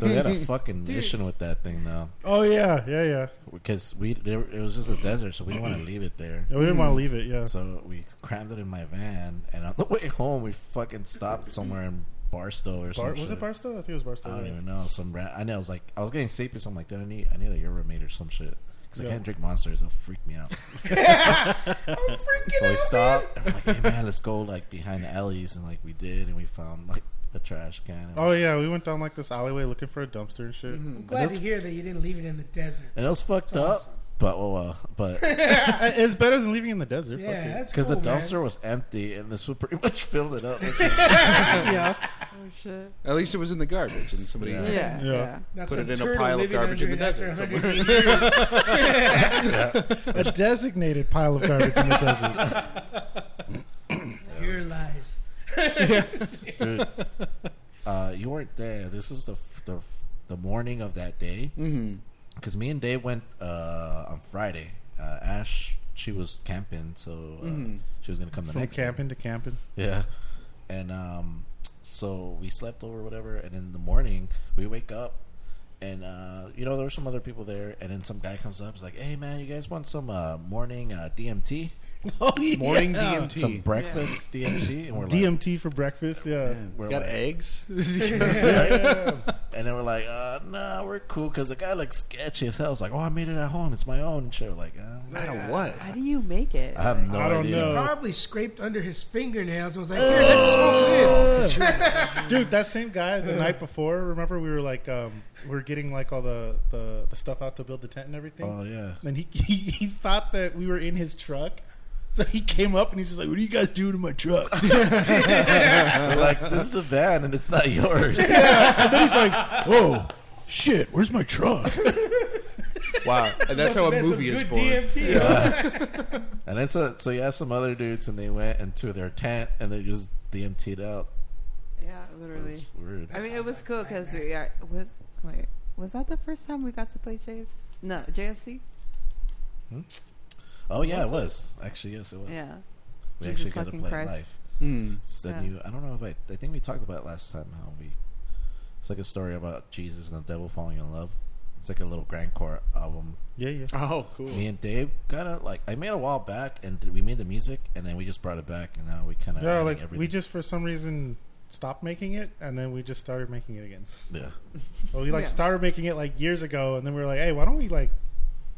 Speaker 4: So we had a fucking mission with that thing though,
Speaker 5: Oh yeah, yeah, yeah.
Speaker 4: because we there, it was just a desert, so we didn't want to leave it there.
Speaker 5: Yeah, Oh, we didn't want to leave it. Yeah.
Speaker 4: So we crammed it in my van, and on the way home, we fucking stopped somewhere in Barstow or
Speaker 5: Bar-
Speaker 4: something.
Speaker 5: was it Barstow? I think it was Barstow.
Speaker 4: I don't
Speaker 5: yeah.
Speaker 4: even know. Some rat. I know. I was like, I was getting sleepy, so I'm like, dude, I need, I need a urinate or some shit. Because
Speaker 5: Yeah.
Speaker 4: I can't drink monsters. It'll freak me out.
Speaker 3: I'm freaking
Speaker 4: so we
Speaker 3: out,
Speaker 4: stopped. And I'm like, hey, man, let's go like behind the alleys. And like we did. And we found like the trash can. And,
Speaker 5: Oh yeah, we went down like this alleyway looking for a dumpster and
Speaker 1: Mm-hmm.
Speaker 5: shit.
Speaker 3: man. I'm glad to
Speaker 4: That's-
Speaker 3: hear that you didn't leave it in the desert.
Speaker 4: and it was fucked
Speaker 3: That's
Speaker 4: up.
Speaker 3: awesome.
Speaker 4: But oh well. But
Speaker 5: I- it's better than leaving it in the desert.
Speaker 3: Yeah,
Speaker 5: fuck it.
Speaker 3: that's
Speaker 4: because
Speaker 3: cool,
Speaker 4: the
Speaker 3: man.
Speaker 4: dumpster was empty. And this would pretty much fill it up. with-
Speaker 5: yeah.
Speaker 6: Oh shit.
Speaker 1: At least it was in the garbage, and somebody
Speaker 4: Yeah.
Speaker 6: Yeah. Yeah.
Speaker 5: Yeah.
Speaker 3: That's
Speaker 1: Put
Speaker 3: some
Speaker 1: it in a
Speaker 3: turtle
Speaker 1: pile of
Speaker 3: living
Speaker 1: garbage in
Speaker 3: under
Speaker 1: the
Speaker 3: it after
Speaker 1: desert
Speaker 3: 108 years.
Speaker 5: a designated pile of garbage in the desert.
Speaker 3: Here lies.
Speaker 4: Dude, uh, you weren't there. This was the f- the f- the morning of that day.
Speaker 1: Mhm.
Speaker 4: Because me and Dave went uh, on Friday. Uh, Ash, she was camping, so uh, she was gonna come the
Speaker 5: From
Speaker 4: next day.
Speaker 5: camping to camping.
Speaker 4: Yeah. And um, so we slept over, whatever. And in the morning, we wake up, and uh, you know there were some other people there. And then some guy comes up, he's like, "Hey man, you guys want some uh, morning uh, DMT?
Speaker 5: Oh yeah.
Speaker 1: Morning DMT.
Speaker 4: Some breakfast DMT?" And we're like,
Speaker 5: DMT for breakfast. Yeah.
Speaker 4: we're
Speaker 1: Got
Speaker 4: like-
Speaker 1: eggs?
Speaker 4: And then we're like, uh, nah, we're cool because the guy looks sketchy as hell. It's like, oh, I made it at home. It's my own. And shit, we're like, uh,
Speaker 1: Out of what?
Speaker 6: How do you make it?
Speaker 4: I have no
Speaker 5: I don't
Speaker 4: idea.
Speaker 5: know.
Speaker 3: Probably scraped under his fingernails and was like, here, let's
Speaker 6: Oh.
Speaker 3: smoke this.
Speaker 5: Dude, that same guy the night before. Remember, we were like, um, we were getting like all the, the the stuff out to build the tent and everything.
Speaker 4: Oh yeah.
Speaker 5: And he, he he thought that we were in his truck, so he came up and he's just like, "What are you guys doing in my truck?"
Speaker 4: We're like, this is a van and it's not yours.
Speaker 5: And then he's like, "Whoa, shit! Where's my truck?"
Speaker 1: Wow. And that's how a movie is born.
Speaker 3: DMT.
Speaker 4: and then so, so you asked some other dudes and they went into their tent and they just DMT'd out.
Speaker 6: Yeah, literally.
Speaker 4: It's weird.
Speaker 6: I mean, it was cool because we uh, was wait was that the first time we got to play JFC? No, JFC.
Speaker 4: Oh yeah, it was actually yes, it was.
Speaker 6: Yeah.
Speaker 4: we
Speaker 6: Jesus
Speaker 4: actually got to
Speaker 6: fucking
Speaker 4: play
Speaker 6: Christ.
Speaker 4: live.
Speaker 1: Mm.
Speaker 4: It's the
Speaker 6: Yeah.
Speaker 4: new. I don't know if I. I think we talked about it last time how we. It's like a story about Jesus and the devil falling in love. It's like a little grindcore album.
Speaker 5: Yeah, yeah.
Speaker 1: Oh, cool.
Speaker 4: Me and Dave kind of like I made a while back, and we made the music, and then we just brought it back, and now we kind of
Speaker 5: Yeah, like we just for some reason stopped making it, and then we just started making it again.
Speaker 4: yeah.
Speaker 5: So we like
Speaker 6: Yeah.
Speaker 5: started making it like years ago, and then we were like, "Hey, why don't we like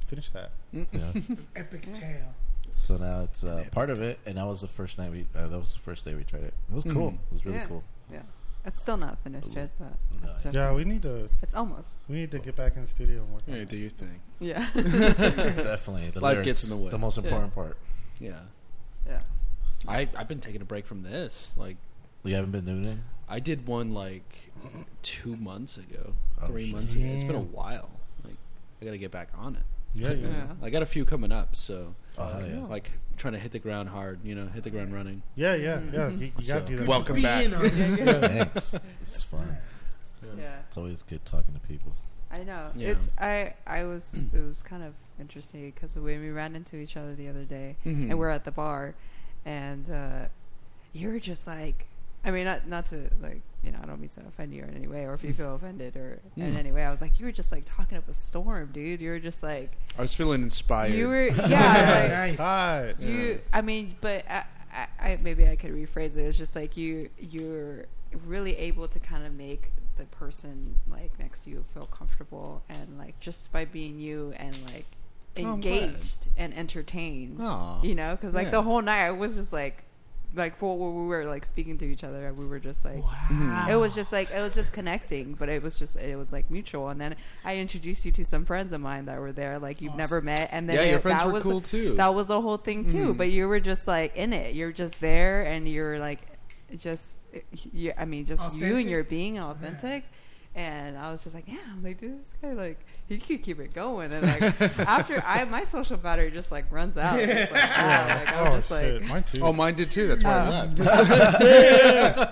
Speaker 5: finish that?"
Speaker 4: yeah.
Speaker 3: Epic tale.
Speaker 4: So now it's
Speaker 3: Mm-hmm.
Speaker 4: uh, part of it, and that was the first night we. Uh, that was the first day we tried it. It was cool. It was really
Speaker 6: Yeah.
Speaker 4: cool.
Speaker 6: Yeah. It's still not finished yet, but
Speaker 4: No,
Speaker 6: it's,
Speaker 4: yeah.
Speaker 5: Yeah,
Speaker 6: definitely-
Speaker 5: we need to
Speaker 6: it's almost.
Speaker 5: we need to get back in the studio and work. on
Speaker 1: Yeah,
Speaker 5: it.
Speaker 1: do your thing.
Speaker 6: Yeah.
Speaker 4: Definitely. The
Speaker 1: Life
Speaker 4: lyrics,
Speaker 1: gets in the way.
Speaker 4: The most
Speaker 1: Yeah.
Speaker 4: important part.
Speaker 1: Yeah,
Speaker 6: yeah.
Speaker 1: I I've been taking a break from this. Like
Speaker 4: You haven't been doing it?
Speaker 1: I did one like two months ago,
Speaker 4: Oh,
Speaker 1: three
Speaker 4: shit.
Speaker 1: months ago. It's been a
Speaker 5: Damn.
Speaker 1: while. Like I gotta get back on it.
Speaker 5: Yeah, yeah.
Speaker 6: Yeah.
Speaker 1: I got a few coming up, so
Speaker 4: Oh, hell yeah.
Speaker 1: like trying to hit the ground hard. You know, hit the ground running.
Speaker 5: Yeah, yeah, yeah. You, you gotta
Speaker 1: So-
Speaker 5: do that.
Speaker 1: Welcome
Speaker 3: Be
Speaker 1: back.
Speaker 3: in on it.
Speaker 4: Thanks. It's fun.
Speaker 6: Yeah.
Speaker 4: It's always good talking to people.
Speaker 6: I know.
Speaker 1: Yeah.
Speaker 6: It's I I was it was kind of interesting because when we ran into each other the other day
Speaker 1: Mhm.
Speaker 6: and we're at the bar, and uh, you were just like, I mean, not not to like you know I don't mean to offend you in any way or if you feel offended or in
Speaker 1: Mm.
Speaker 6: any way I was like you were just like talking up a storm, dude. You were just like
Speaker 1: I was feeling inspired.
Speaker 6: you were yeah.
Speaker 5: Nice.
Speaker 6: like,
Speaker 5: Tight.
Speaker 6: you i mean but I, I, I maybe i could rephrase it it's just like you you're really able to kind of make the person like next to you feel comfortable and like just by being you and like
Speaker 1: Oh, I'm
Speaker 6: engaged and entertained
Speaker 1: Aw.
Speaker 6: you know because like
Speaker 1: Yeah.
Speaker 6: the whole night i was just like like for when we were like speaking to each other we were just like it was just like it was just connecting but it was just it was like mutual and then i introduced you to some friends of mine that were there like you've never met and then
Speaker 1: Yeah,
Speaker 6: it-
Speaker 1: your friends
Speaker 6: that
Speaker 1: were
Speaker 6: was
Speaker 1: cool, too.
Speaker 6: that was a whole thing too but you were just like in it you're just there and you're like just you, i mean just you and
Speaker 3: Authentic.
Speaker 6: your being authentic And I was just like, yeah, I'm like, dude, this guy, like, he could keep it going. And like, after I, my social battery just like runs out. It's like, wow, like, I'm
Speaker 5: oh
Speaker 6: just like,
Speaker 5: shit, mine too.
Speaker 1: Oh, mine did too. That's why I
Speaker 6: Oh.
Speaker 1: left.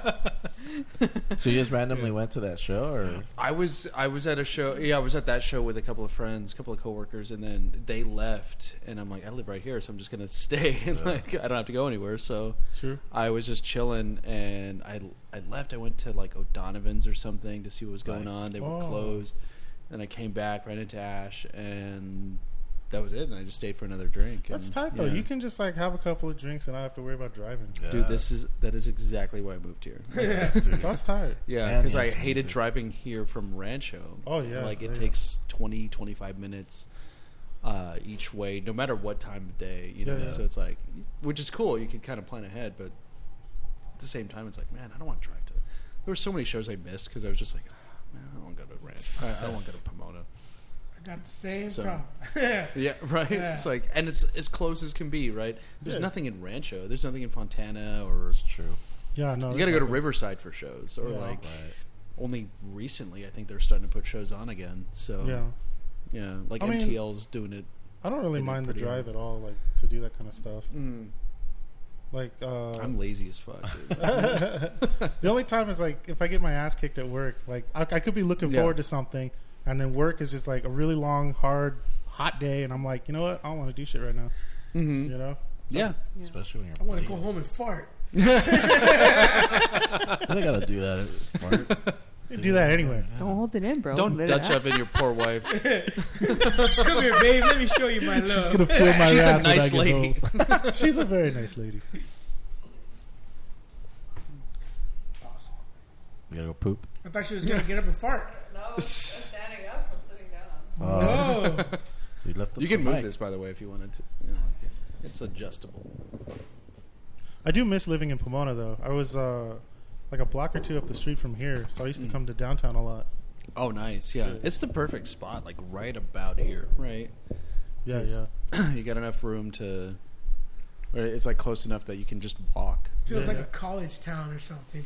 Speaker 4: So you just randomly went to that show, or
Speaker 1: I was I was at a show. Yeah, I was at that show with a couple of friends, a couple of coworkers, and then they left. And I'm like, I live right here, so I'm just gonna stay. And like, I don't have to go anywhere. So
Speaker 5: True.
Speaker 1: I was just chilling, and I I left. I went to like O'Donovan's or something to see what was going
Speaker 4: Nice.
Speaker 1: on. They were
Speaker 5: Oh.
Speaker 1: closed. Then I came back, ran into Ash, and that was it. And I just stayed for another drink.
Speaker 5: That's
Speaker 1: and,
Speaker 5: tight though.
Speaker 1: yeah.
Speaker 5: You can just like have a couple of drinks and not have to worry about driving.
Speaker 1: Dude, this is that is exactly why I moved here.
Speaker 5: That's tight.
Speaker 1: Yeah,
Speaker 4: And
Speaker 1: because I
Speaker 4: it's
Speaker 1: hated
Speaker 4: music.
Speaker 1: driving here from Rancho.
Speaker 5: Oh, yeah,
Speaker 1: like it
Speaker 5: yeah.
Speaker 1: takes 20, 25 minutes uh, each way, no matter what time of day. You know,
Speaker 5: Yeah, yeah.
Speaker 1: so it's like, which is cool. You can kind of plan ahead, but at the same time, it's like, man, I don't want to drive to. There were so many shows I missed because I was just like, "Ah, man, I don't want to go to Rancho. I, I don't want to go to Pomona.
Speaker 3: I got the same
Speaker 1: So-
Speaker 3: problem. yeah.
Speaker 1: Yeah, right.
Speaker 3: Yeah.
Speaker 1: It's like, and it's as close as can be, right? There's
Speaker 5: Yeah.
Speaker 1: nothing in Rancho. There's nothing in Fontana, or
Speaker 4: true.
Speaker 5: Yeah, no.
Speaker 1: you got to go to
Speaker 5: that's-
Speaker 1: Riverside for shows, or
Speaker 5: Yeah.
Speaker 1: like
Speaker 4: Right.
Speaker 1: only recently I think they're starting to put shows on again. So
Speaker 5: Yeah,
Speaker 1: yeah, like
Speaker 5: I mean-
Speaker 1: MTL's doing it.
Speaker 5: I don't really
Speaker 1: It'd be
Speaker 5: mind the
Speaker 1: pretty
Speaker 5: drive
Speaker 1: early.
Speaker 5: at all. Like to do that kind of stuff. Like uh,
Speaker 1: Mm, I'm lazy as fuck. Dude.
Speaker 5: the only time is like if I get my ass kicked at work. Like I, I could be looking
Speaker 1: Yeah.
Speaker 5: forward to something, and then work is just like a really long, hard, hot day, and I'm like, you know what? I don't want to do shit right now.
Speaker 1: Mhm.
Speaker 5: You know?
Speaker 1: Yeah,
Speaker 4: Especially when you're.
Speaker 3: I want to go
Speaker 4: playing.
Speaker 3: home and fart.
Speaker 4: I don't gotta do that. It's fun.
Speaker 5: You do that anyway.
Speaker 6: don't hold it in, bro.
Speaker 1: don't
Speaker 6: Let it
Speaker 1: Dutch
Speaker 6: out.
Speaker 1: up in your poor wife.
Speaker 3: Come here, babe. Let me show you my love.
Speaker 5: She's gonna feel my
Speaker 1: She's a
Speaker 5: wrath when I
Speaker 1: nice
Speaker 5: get
Speaker 1: lady.
Speaker 5: home. She's a very nice lady.
Speaker 3: Awesome.
Speaker 4: You gotta go poop.
Speaker 3: I thought she was gonna get up and fart.
Speaker 6: No, I'm standing up. I'm sitting down.
Speaker 4: Oh,
Speaker 1: Uh,
Speaker 3: Oh,
Speaker 4: you left the
Speaker 1: You can
Speaker 4: the
Speaker 1: move
Speaker 4: mic.
Speaker 1: this by the way if you wanted to. You know, like it, it's adjustable.
Speaker 5: I do miss living in Pomona though. I was uh, like a block or two up the street from here, so I
Speaker 1: Mm.
Speaker 5: used to come to downtown a lot.
Speaker 1: Oh, nice. Yeah, it's the perfect spot. Like right about here, right?
Speaker 5: Yeah,
Speaker 1: Yes.
Speaker 5: yeah.
Speaker 1: you got enough room to. Or it's like close enough that you can just walk.
Speaker 3: feels
Speaker 5: Yeah.
Speaker 3: like a college town or something.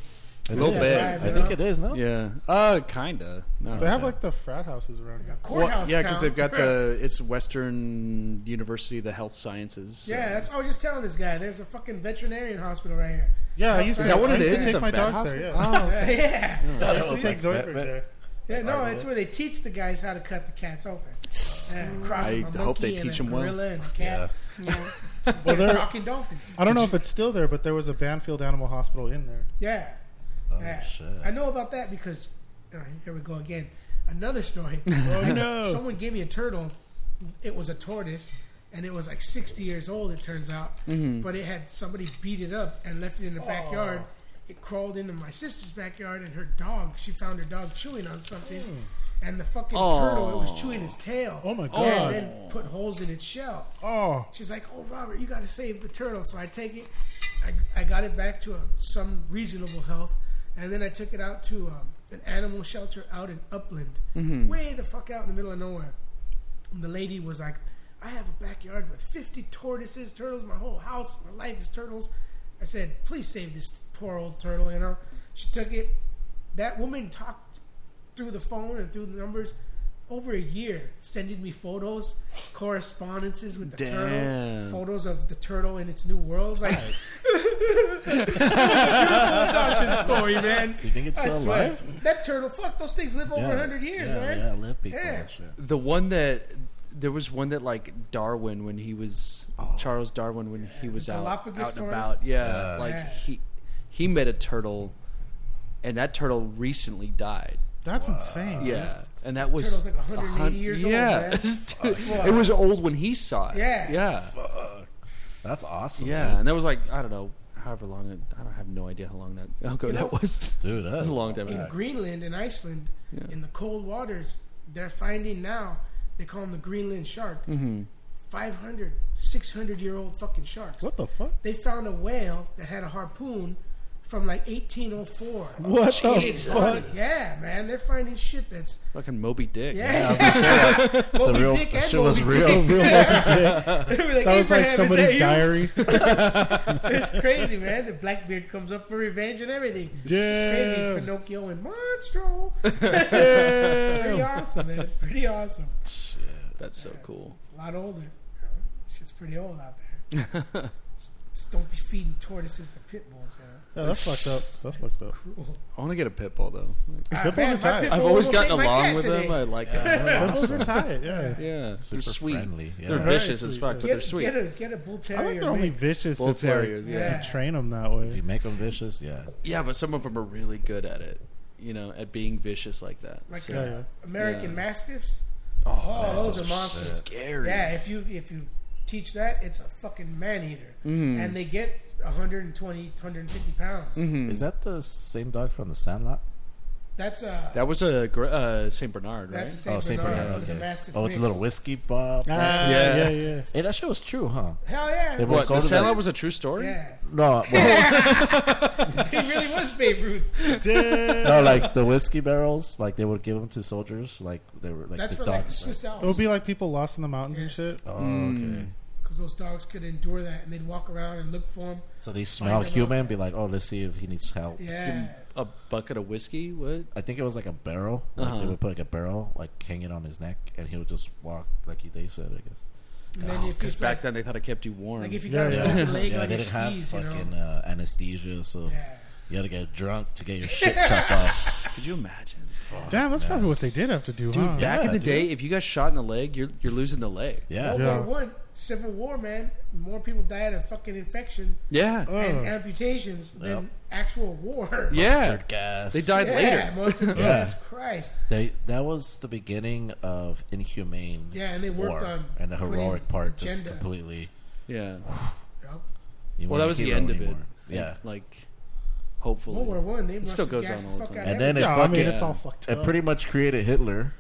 Speaker 4: A
Speaker 1: little bit.
Speaker 4: I think it is. No.
Speaker 1: Yeah. Uh, kinda. Not
Speaker 5: They have like the frat houses around
Speaker 3: Like
Speaker 5: here.
Speaker 3: a courthouse
Speaker 1: well, yeah,
Speaker 3: town.
Speaker 1: because they've got the it's Western University of the Health Sciences. so-
Speaker 3: Yeah, that's. I was just telling this guy. There's a fucking veterinarian hospital right here.
Speaker 5: Yeah, I used to,
Speaker 3: Is that
Speaker 5: I
Speaker 3: what it
Speaker 5: used to
Speaker 3: is?
Speaker 5: take
Speaker 1: It's a
Speaker 5: my
Speaker 1: vet
Speaker 5: dogs
Speaker 1: hospital?
Speaker 5: there. Yeah,
Speaker 3: yeah.
Speaker 5: Oh, I
Speaker 4: That
Speaker 5: used to
Speaker 4: was
Speaker 5: take
Speaker 4: like vet-
Speaker 5: Zoidberg
Speaker 4: vet-
Speaker 5: there.
Speaker 3: Yeah, no,
Speaker 4: Alright,
Speaker 3: it's
Speaker 4: it
Speaker 3: where they teach the guys how to cut the cats open. Yeah, cross
Speaker 1: I
Speaker 3: them, a
Speaker 1: hope
Speaker 3: monkey
Speaker 1: they
Speaker 3: and
Speaker 1: teach
Speaker 3: a
Speaker 1: 'em well.
Speaker 3: gorilla and a
Speaker 4: Yeah.
Speaker 3: cat.
Speaker 5: Well,
Speaker 3: And a
Speaker 5: there,
Speaker 3: talking dolphin.
Speaker 5: I don't know if it's still there, but there was a Banfield Animal Hospital in there.
Speaker 3: Yeah.
Speaker 4: Oh
Speaker 3: yeah.
Speaker 4: shit.
Speaker 3: I know about that because all right, here we go again. Another story.
Speaker 5: Oh no!
Speaker 3: Someone gave me a turtle. It was a tortoise, and it was like 60 years old. It turns out, but it had somebody beat it up and left it in the backyard. It crawled into my sister's backyard, and her dog. She found her dog chewing on something, and the fucking turtle. It was chewing its tail.
Speaker 5: Hmm. Oh, my
Speaker 3: And
Speaker 5: God.
Speaker 3: then put holes in its shell.
Speaker 5: Oh,
Speaker 3: She's like, "Oh, Robert, you got to save the turtle." So I take it. I, I got it back to a, some uh, reasonable health. And then I took it out to um, an animal shelter out in Upland,
Speaker 5: Mm-hmm.
Speaker 3: way the fuck out in the middle of nowhere. And the lady was like, I have a backyard with 50 tortoises, turtles, my whole house, my life is turtles. I said, please save this poor old turtle, you know. She took it. That woman talked through the phone and through the numbers over a year, sending me photos, correspondences with the turtle,
Speaker 9: Damn.
Speaker 3: photos of the turtle in its new world. Like, beautiful
Speaker 1: Mm-hmm.
Speaker 3: adoption story, man.
Speaker 4: You think it's
Speaker 3: I
Speaker 4: still
Speaker 3: swear.
Speaker 4: alive?
Speaker 3: That turtle, fuck, those things live over a
Speaker 4: Yeah.
Speaker 3: 100 years,
Speaker 4: yeah,
Speaker 3: man.
Speaker 4: Yeah, live people
Speaker 3: Yeah.
Speaker 4: and shit.
Speaker 1: The one that there was one that like Darwin when he was Charles Darwin when he was
Speaker 3: The
Speaker 1: out, out
Speaker 3: Galapagos
Speaker 1: and
Speaker 3: story?
Speaker 1: about. Yeah,
Speaker 4: Yeah.
Speaker 1: like
Speaker 3: Yeah.
Speaker 1: he he met a turtle, and that turtle recently died.
Speaker 5: That's insane.
Speaker 1: Yeah, and that was
Speaker 3: Turtle's like
Speaker 1: a
Speaker 3: 180
Speaker 1: hun-
Speaker 3: years old,
Speaker 1: yeah.
Speaker 3: man.
Speaker 1: Dude, it was old when he saw it.
Speaker 3: Yeah.
Speaker 1: yeah,
Speaker 4: That's awesome.
Speaker 1: yeah. And that was like I don't know, however long. it- I don't have no idea how long that ago that was.
Speaker 4: dude. Dude,
Speaker 1: That was a long time
Speaker 3: In
Speaker 1: ago.
Speaker 3: Greenland and Iceland,
Speaker 1: Yeah.
Speaker 3: in the cold waters, they're finding now, they call them the Greenland shark,
Speaker 1: Mm-hmm.
Speaker 3: 500, 600 year old fucking sharks.
Speaker 5: What the fuck?
Speaker 3: They found a whale that had a harpoon from like 1804.
Speaker 5: What
Speaker 3: It's
Speaker 5: the
Speaker 3: funny.
Speaker 5: fuck?
Speaker 3: Yeah, man, they're finding shit that's.
Speaker 1: Fucking Moby Dick.
Speaker 3: Yeah,
Speaker 4: That's the
Speaker 3: Moby
Speaker 4: real.
Speaker 3: Dick
Speaker 4: That
Speaker 3: and
Speaker 4: shit was
Speaker 3: Moby
Speaker 4: real.
Speaker 5: Real Moby Dick.
Speaker 3: They were
Speaker 5: That was
Speaker 3: "Abraham,
Speaker 5: like
Speaker 3: is that
Speaker 5: somebody's
Speaker 3: you?"
Speaker 5: diary.
Speaker 3: It's crazy, man. The Blackbeard comes up for revenge and everything.
Speaker 5: Yeah.
Speaker 3: Crazy Pinocchio and Monstro. Pretty awesome, man. Pretty awesome.
Speaker 1: That's so cool.
Speaker 3: It's a lot older. Shit's pretty old out there. just, just don't be feeding tortoises to pit bulls, you
Speaker 5: Yeah, that's fucked up. That's fucked up.
Speaker 3: know. Cruel.
Speaker 1: I want to get a pit bull though. Like,
Speaker 5: bulls
Speaker 3: Man,
Speaker 5: are
Speaker 3: my
Speaker 5: tight.
Speaker 3: pit
Speaker 1: I've
Speaker 3: bull
Speaker 1: always
Speaker 3: almost
Speaker 1: gotten
Speaker 3: ate my
Speaker 1: along
Speaker 3: cat
Speaker 1: with
Speaker 3: today.
Speaker 1: them. I like them.
Speaker 5: Those are tight. Yeah.
Speaker 1: Yeah,
Speaker 4: Super
Speaker 1: they're sweet.
Speaker 4: friendly, yeah.
Speaker 1: They're
Speaker 4: Very
Speaker 1: vicious as
Speaker 5: sweet,
Speaker 1: fuck,
Speaker 5: yeah.
Speaker 1: but
Speaker 3: Get,
Speaker 1: they're sweet.
Speaker 3: get a get a bull terrier.
Speaker 5: I think they're only
Speaker 3: mix.
Speaker 5: vicious
Speaker 1: Bull
Speaker 5: if like,
Speaker 1: terriers,
Speaker 5: you
Speaker 1: yeah.
Speaker 5: train them that
Speaker 4: If
Speaker 5: way.
Speaker 4: you make them vicious, yeah.
Speaker 1: Yeah, but some of them are really good at it. You know, at being vicious like that.
Speaker 3: Like
Speaker 1: So-
Speaker 5: Yeah,
Speaker 3: uh,
Speaker 5: yeah.
Speaker 3: American
Speaker 1: Yeah.
Speaker 3: mastiffs. Oh, those are monsters.
Speaker 1: scary.
Speaker 3: Yeah, if you if you teach that, it's a fucking man eater,
Speaker 1: Mm.
Speaker 3: and they get 120, 150 pounds.
Speaker 1: Mm-hmm. Mm.
Speaker 4: Is that the same dog from the Sandlot?
Speaker 3: That's a
Speaker 1: That was a gr- uh, Saint Bernard, right?
Speaker 3: that's a Saint
Speaker 4: oh, Saint
Speaker 3: Bernard,
Speaker 4: Bernard.
Speaker 3: with a
Speaker 4: Okay.
Speaker 3: mastiff
Speaker 4: Oh, with
Speaker 3: mix.
Speaker 4: the little whiskey bob.
Speaker 5: Ah,
Speaker 1: Yeah.
Speaker 5: yeah, yeah, yeah.
Speaker 4: Hey, that shit was true, huh?
Speaker 3: Hell yeah,
Speaker 4: They
Speaker 1: what?
Speaker 4: Go
Speaker 1: The
Speaker 4: to
Speaker 1: Sandlot
Speaker 4: the-
Speaker 1: was a true story.
Speaker 3: yeah.
Speaker 4: No, well,
Speaker 3: He really was Babe Ruth.
Speaker 4: no, like the whiskey barrels, like they would give them to soldiers, like they were like
Speaker 3: That's
Speaker 4: the
Speaker 3: for like the
Speaker 4: dogs.
Speaker 3: Swiss Alps.
Speaker 5: It would be like people lost in the mountains
Speaker 3: Yes.
Speaker 5: and shit.
Speaker 4: oh, okay.
Speaker 1: Mm.
Speaker 3: because those dogs could endure that, and they'd walk around and look for him.
Speaker 4: So they smell
Speaker 3: them
Speaker 4: human,
Speaker 3: out.
Speaker 4: be like, oh, let's see if he needs help.
Speaker 3: Yeah,
Speaker 1: A bucket of whiskey. What?
Speaker 4: I think it was like a barrel. Like
Speaker 1: Uh-huh.
Speaker 4: They would put like a barrel, like hanging on his neck, and he would just walk like he- they said, I guess.
Speaker 3: and then if
Speaker 1: Oh, Because
Speaker 3: it's
Speaker 1: back
Speaker 3: like,
Speaker 1: then they thought it kept you warm.
Speaker 3: like if you
Speaker 5: Yeah,
Speaker 3: got
Speaker 5: yeah.
Speaker 3: a broken leg
Speaker 4: yeah,
Speaker 3: on
Speaker 4: they
Speaker 3: your
Speaker 4: didn't have
Speaker 3: skis, you know.
Speaker 4: fucking uh, anesthesia, so
Speaker 3: Yeah.
Speaker 4: you had to get drunk to get your shit chopped off.
Speaker 1: Could you imagine?
Speaker 5: Damn, that's probably what they did have to do, huh?
Speaker 4: yeah.
Speaker 1: Back in the
Speaker 4: dude.
Speaker 1: day, if you got shot in the leg, you're you're losing the leg.
Speaker 4: Yeah,
Speaker 3: World
Speaker 5: Yeah.
Speaker 3: War One, Civil War, man. More people died of fucking infection
Speaker 1: Yeah.
Speaker 4: Oh.
Speaker 5: Ugh.
Speaker 3: and amputations than actual war.
Speaker 1: yeah.
Speaker 4: Mustard gas.
Speaker 1: They died
Speaker 3: yeah,
Speaker 1: later.
Speaker 3: Most of
Speaker 4: Yeah.
Speaker 3: Jesus Christ.
Speaker 4: They that was the beginning of inhumane.
Speaker 3: Yeah, and they worked
Speaker 4: war,
Speaker 3: on
Speaker 4: and the
Speaker 3: putting
Speaker 4: heroic part just
Speaker 3: agenda.
Speaker 4: completely.
Speaker 1: Yeah.
Speaker 3: Yup.
Speaker 4: you
Speaker 1: Well,
Speaker 4: weren't
Speaker 1: that
Speaker 4: a
Speaker 1: was the
Speaker 4: hero
Speaker 1: end of
Speaker 4: anymore.
Speaker 1: it.
Speaker 4: Yeah,
Speaker 1: Like, hopefully.
Speaker 3: World War One, they must
Speaker 1: still
Speaker 3: have
Speaker 1: goes
Speaker 3: gassed
Speaker 1: on
Speaker 3: the
Speaker 1: all
Speaker 3: fuck
Speaker 1: the
Speaker 3: out
Speaker 1: time.
Speaker 4: and
Speaker 3: of
Speaker 4: then it
Speaker 5: Yeah, I
Speaker 4: fucking
Speaker 5: mean, it's all fucked
Speaker 4: it
Speaker 5: up.
Speaker 4: pretty much created Hitler.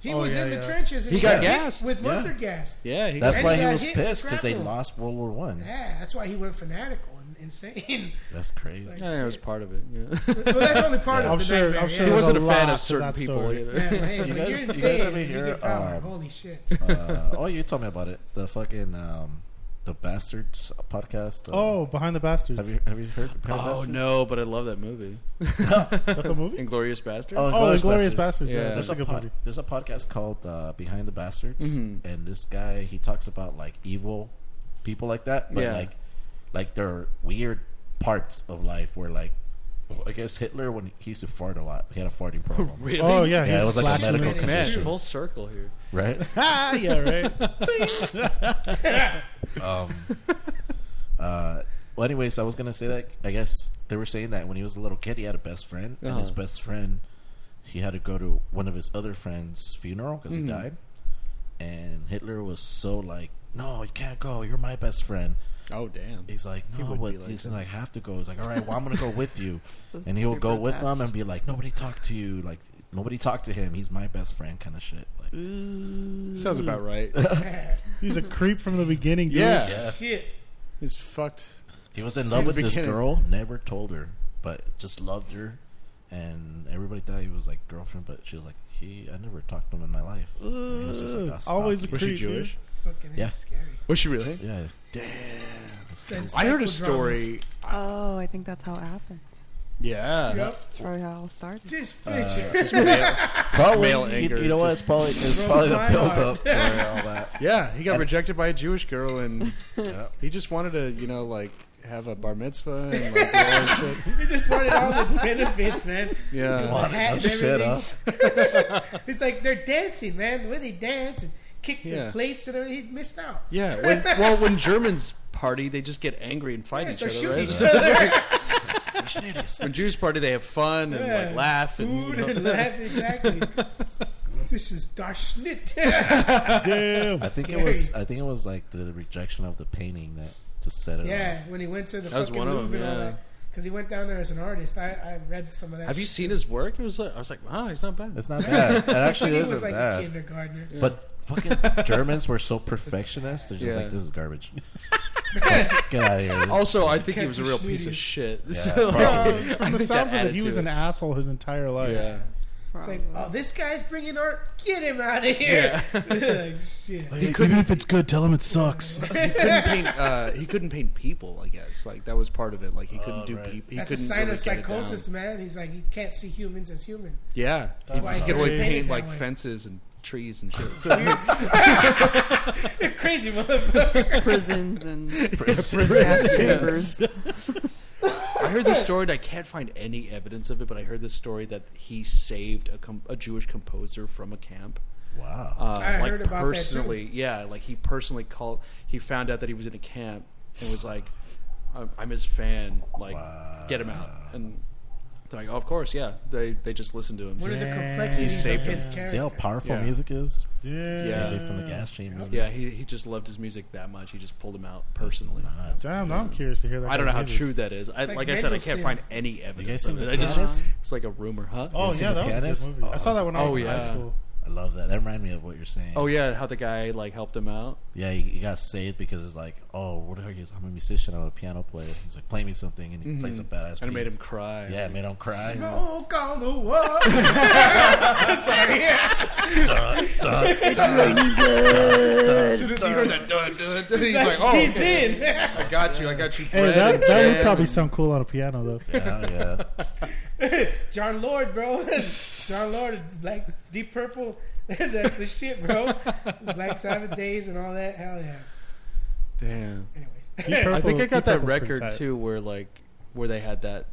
Speaker 3: He
Speaker 5: Oh,
Speaker 3: was
Speaker 5: yeah,
Speaker 3: in the
Speaker 5: yeah.
Speaker 3: trenches. And
Speaker 1: He got
Speaker 3: hit
Speaker 1: gassed.
Speaker 3: with
Speaker 4: Yeah.
Speaker 3: mustard gas.
Speaker 1: Yeah. He
Speaker 4: That's
Speaker 3: And
Speaker 4: why
Speaker 3: he
Speaker 4: he
Speaker 3: got
Speaker 4: was
Speaker 3: hit with
Speaker 4: pissed because they
Speaker 3: shrapnel.
Speaker 4: lost World War One.
Speaker 3: Yeah, that's why he went fanatical and insane.
Speaker 4: That's crazy.
Speaker 3: Like,
Speaker 1: Yeah, it was part of it. Yeah.
Speaker 3: well, that's only part
Speaker 5: I'm
Speaker 3: of the
Speaker 5: sure-
Speaker 3: nightmare,
Speaker 5: I'm
Speaker 3: yeah.
Speaker 5: sure
Speaker 1: he
Speaker 5: There's
Speaker 1: wasn't
Speaker 5: a
Speaker 1: a fan
Speaker 5: lot
Speaker 1: of
Speaker 5: to
Speaker 1: certain
Speaker 5: that
Speaker 1: people
Speaker 5: story.
Speaker 1: either.
Speaker 3: Yeah, well, hey,
Speaker 4: You
Speaker 3: when
Speaker 4: guys-
Speaker 3: you're
Speaker 4: you guys
Speaker 3: insane,
Speaker 4: ever
Speaker 3: you
Speaker 4: hear,
Speaker 3: get power.
Speaker 4: um,
Speaker 3: Holy shit.
Speaker 4: uh, oh, you told me about it. The fucking um, the bastards podcast. uh,
Speaker 5: Oh, behind the bastards.
Speaker 4: have you have you heard? Behind the
Speaker 1: Oh
Speaker 4: Bastards?
Speaker 1: no, but I love that movie,
Speaker 5: That's a movie.
Speaker 1: Inglorious Bastard.
Speaker 4: Oh,
Speaker 5: Oh,
Speaker 4: Inglourious
Speaker 5: Inglorious
Speaker 4: Basterds.
Speaker 5: Bastards. Yeah,
Speaker 1: Yeah.
Speaker 5: that's
Speaker 4: There's
Speaker 5: a
Speaker 4: a,
Speaker 5: good
Speaker 4: pod,
Speaker 5: movie.
Speaker 4: there's a podcast called uh, Behind the Bastards,
Speaker 1: Mhm.
Speaker 4: and this guy he talks about like evil people like that, but
Speaker 1: Yeah.
Speaker 4: like like their weird parts of life where like I guess Hitler when he used to fart a lot, he had a farting problem.
Speaker 1: really?
Speaker 5: Oh yeah,
Speaker 4: Yeah,
Speaker 5: he
Speaker 4: it was like a
Speaker 5: flatulent.
Speaker 4: medical
Speaker 1: Man,
Speaker 4: condition,
Speaker 1: full circle here.
Speaker 4: right?
Speaker 5: Ah, yeah, right.
Speaker 4: Um, Uh, well, anyways, I was gonna say that I guess they were saying that when he was a little kid, he had a best friend, and his
Speaker 1: Uh-huh.
Speaker 4: best friend he had to go to one of his other friend's funeral because
Speaker 1: Mm-hmm.
Speaker 4: he died, and Hitler was so like, "No, you can't go. You're my best friend."
Speaker 1: Oh damn.
Speaker 4: He's like, "No,
Speaker 1: would
Speaker 4: but
Speaker 1: be like
Speaker 4: he's
Speaker 1: that.
Speaker 4: like have to go." He's like, "All right, well, I'm gonna go with you,"
Speaker 6: So
Speaker 4: and he will go
Speaker 6: super
Speaker 4: with them
Speaker 6: attached.
Speaker 4: and be like, "Nobody talk to you. Like nobody talk to him. He's my best friend." Kind of shit. Like,
Speaker 1: Sounds about right.
Speaker 5: He was a creep from the beginning. Dude.
Speaker 1: yeah.
Speaker 3: Shit.
Speaker 1: He's fucked.
Speaker 4: He was in
Speaker 1: Since
Speaker 4: love with
Speaker 1: the
Speaker 4: this
Speaker 1: beginning.
Speaker 4: girl, never told her, but just loved her. and everybody thought he was like girlfriend, but she was like, he. I never talked to him in my life. And he was just, like,
Speaker 5: Ugh,
Speaker 4: a
Speaker 5: always a
Speaker 4: stalker.
Speaker 5: creep. dude.
Speaker 3: Fucking
Speaker 4: Yeah.
Speaker 3: yeah. scary.
Speaker 1: Was she really?
Speaker 4: Yeah,
Speaker 3: It's them
Speaker 1: I heard a
Speaker 3: psychodramas.
Speaker 1: story.
Speaker 6: Oh, I think that's how it happened.
Speaker 1: Yeah.
Speaker 3: Yep.
Speaker 6: That's probably how it all started.
Speaker 3: This
Speaker 1: Uh,
Speaker 3: bitch.
Speaker 4: probably.
Speaker 1: male
Speaker 4: you-
Speaker 1: anger,
Speaker 4: You, know what? It's probably it's probably the
Speaker 3: my
Speaker 4: build
Speaker 3: heart.
Speaker 4: up for all that.
Speaker 1: Yeah, he got
Speaker 4: And-
Speaker 1: rejected by a Jewish girl, and
Speaker 4: Yeah.
Speaker 1: he just wanted to, you know, like have a bar mitzvah and like do all that shit.
Speaker 3: They just wanted all the benefits, man.
Speaker 1: Yeah,
Speaker 4: Wanted
Speaker 3: hat
Speaker 4: that
Speaker 3: and
Speaker 4: shit
Speaker 3: everything.
Speaker 4: up.
Speaker 3: It's like they're dancing, man. The way they dance and kick
Speaker 1: Yeah.
Speaker 3: the plates and everything, he missed out.
Speaker 1: yeah. When, well, when Germans party, they just get angry and fight
Speaker 3: Yeah,
Speaker 1: each
Speaker 3: so
Speaker 1: other.
Speaker 3: shoot
Speaker 1: right?
Speaker 3: each other.
Speaker 1: When Jews party, they have fun and
Speaker 3: Yeah.
Speaker 1: like laugh and,
Speaker 3: Food and laugh, exactly. this is Darschnitt.
Speaker 5: Damn.
Speaker 4: I think it was. I think it was like the rejection of the painting that just set it.
Speaker 3: yeah, when he went to the
Speaker 1: That was
Speaker 3: fucking
Speaker 1: one of
Speaker 3: Louvre
Speaker 1: them,
Speaker 3: and all
Speaker 1: yeah.
Speaker 3: that. Because he went down there as an artist. I, I read some of that.
Speaker 1: Have you
Speaker 3: shit.
Speaker 1: seen his work? It was like, I was like, wow, he's not bad.
Speaker 4: It's not bad. It actually
Speaker 3: He
Speaker 4: isn't
Speaker 3: was like a
Speaker 4: bad.
Speaker 3: kindergartner.
Speaker 4: But fucking Germans were so perfectionist. They're just
Speaker 1: Yeah.
Speaker 4: like, this is garbage. Get out of here.
Speaker 1: also, I think he was a real
Speaker 3: Catfish
Speaker 1: piece of
Speaker 3: media.
Speaker 1: shit.
Speaker 4: Yeah,
Speaker 1: So, like,
Speaker 5: Um,
Speaker 1: I
Speaker 5: from the
Speaker 1: think
Speaker 5: sounds of
Speaker 1: that
Speaker 5: it, he was an
Speaker 1: attitude-
Speaker 5: asshole his entire life.
Speaker 1: Yeah.
Speaker 3: It's
Speaker 6: Probably.
Speaker 3: like, oh, this guy's bringing art. Get him out of here. like, shit.
Speaker 5: Even if it's good, tell him it sucks.
Speaker 1: he couldn't paint. Uh, he couldn't paint people. I guess like that was part of it. Like he couldn't do.
Speaker 4: right.
Speaker 1: people. He
Speaker 3: That's a
Speaker 1: couldn't
Speaker 3: sign
Speaker 1: really
Speaker 3: of
Speaker 1: get it down.
Speaker 3: psychosis, man. He's like, he can't see humans as human.
Speaker 1: Yeah, he,
Speaker 5: why
Speaker 1: he
Speaker 5: he
Speaker 1: could only
Speaker 5: couldn't
Speaker 3: paint
Speaker 1: paint
Speaker 3: it that
Speaker 1: like
Speaker 3: way.
Speaker 1: fences and trees and shit. So,
Speaker 3: You're crazy, motherfucker.
Speaker 6: Prisons and gas
Speaker 1: Yes.
Speaker 6: chambers.
Speaker 1: I heard this story, and I can't find any evidence of it. But I heard this story that he saved a, com- a Jewish composer from a camp.
Speaker 4: Wow.
Speaker 1: Uh,
Speaker 3: I
Speaker 1: like
Speaker 3: heard about that, too.
Speaker 1: personally, yeah, like he personally called. He found out that he was in a camp and was like, "I'm, I'm his fan. Like, get him out." And they're like, "Oh, of course, yeah." They they just listened to him.
Speaker 3: What are the
Speaker 5: Damn.
Speaker 3: complexities
Speaker 5: He
Speaker 3: of
Speaker 1: saved
Speaker 3: his
Speaker 5: him.
Speaker 3: character?
Speaker 4: See how powerful
Speaker 1: Yeah.
Speaker 4: music is?
Speaker 5: Yeah.
Speaker 1: Yeah.
Speaker 4: Saved it from the gas chamber.
Speaker 1: Yeah, he, he just loved his music that much. He just pulled him out personally.
Speaker 4: Nuts.
Speaker 5: Damn, now I'm curious to hear that.
Speaker 1: I don't know
Speaker 5: guy's
Speaker 1: how
Speaker 5: music.
Speaker 1: true that is. I, like
Speaker 3: like
Speaker 1: I said, I can't
Speaker 3: Mendelssohn.
Speaker 1: find any
Speaker 4: You guys
Speaker 1: evidence
Speaker 4: seen
Speaker 1: of it.
Speaker 4: The
Speaker 1: I just
Speaker 4: Pianist?
Speaker 1: it's like a rumor, huh?
Speaker 5: Oh
Speaker 4: You seen
Speaker 5: yeah,
Speaker 4: The
Speaker 5: that was a
Speaker 4: Pianist?
Speaker 5: good movie.
Speaker 4: Oh,
Speaker 5: I saw that when I
Speaker 1: that's-
Speaker 5: was in
Speaker 1: oh,
Speaker 5: high
Speaker 1: yeah.
Speaker 5: school.
Speaker 4: I love that. That reminded me of what you're saying.
Speaker 1: Oh yeah, how the guy like helped him out.
Speaker 4: Yeah, he, he got saved because it's like, oh, what are you? I'm a musician. I'm a piano player. He's like, play me something, and he plays a badass.
Speaker 1: Mm-hmm. And it made
Speaker 4: piece.
Speaker 1: him cry.
Speaker 4: Yeah, it made him cry.
Speaker 3: Smoke on the wall. Sorry.
Speaker 4: Dun, dun, dun, dun,
Speaker 1: As soon as he
Speaker 4: dun.
Speaker 1: heard that dun dun dun, he's like, "Oh,
Speaker 3: He's in.
Speaker 1: I got you, I got you."
Speaker 5: Hey,
Speaker 1: bread
Speaker 5: that,
Speaker 1: and
Speaker 5: that would
Speaker 1: jam
Speaker 5: probably
Speaker 1: and-
Speaker 5: sound cool on a piano though.
Speaker 4: Yeah, yeah.
Speaker 3: John Lord, bro. John Lord, is Black Deep Purple. That's the shit, bro. Black Sabbath days and all that. Hell yeah.
Speaker 1: Damn.
Speaker 3: Anyways,
Speaker 5: Deep
Speaker 1: I
Speaker 5: Purple-
Speaker 1: think I got that
Speaker 5: Deep Purple's pretty
Speaker 1: record
Speaker 5: tight.
Speaker 1: too, where like where they had that.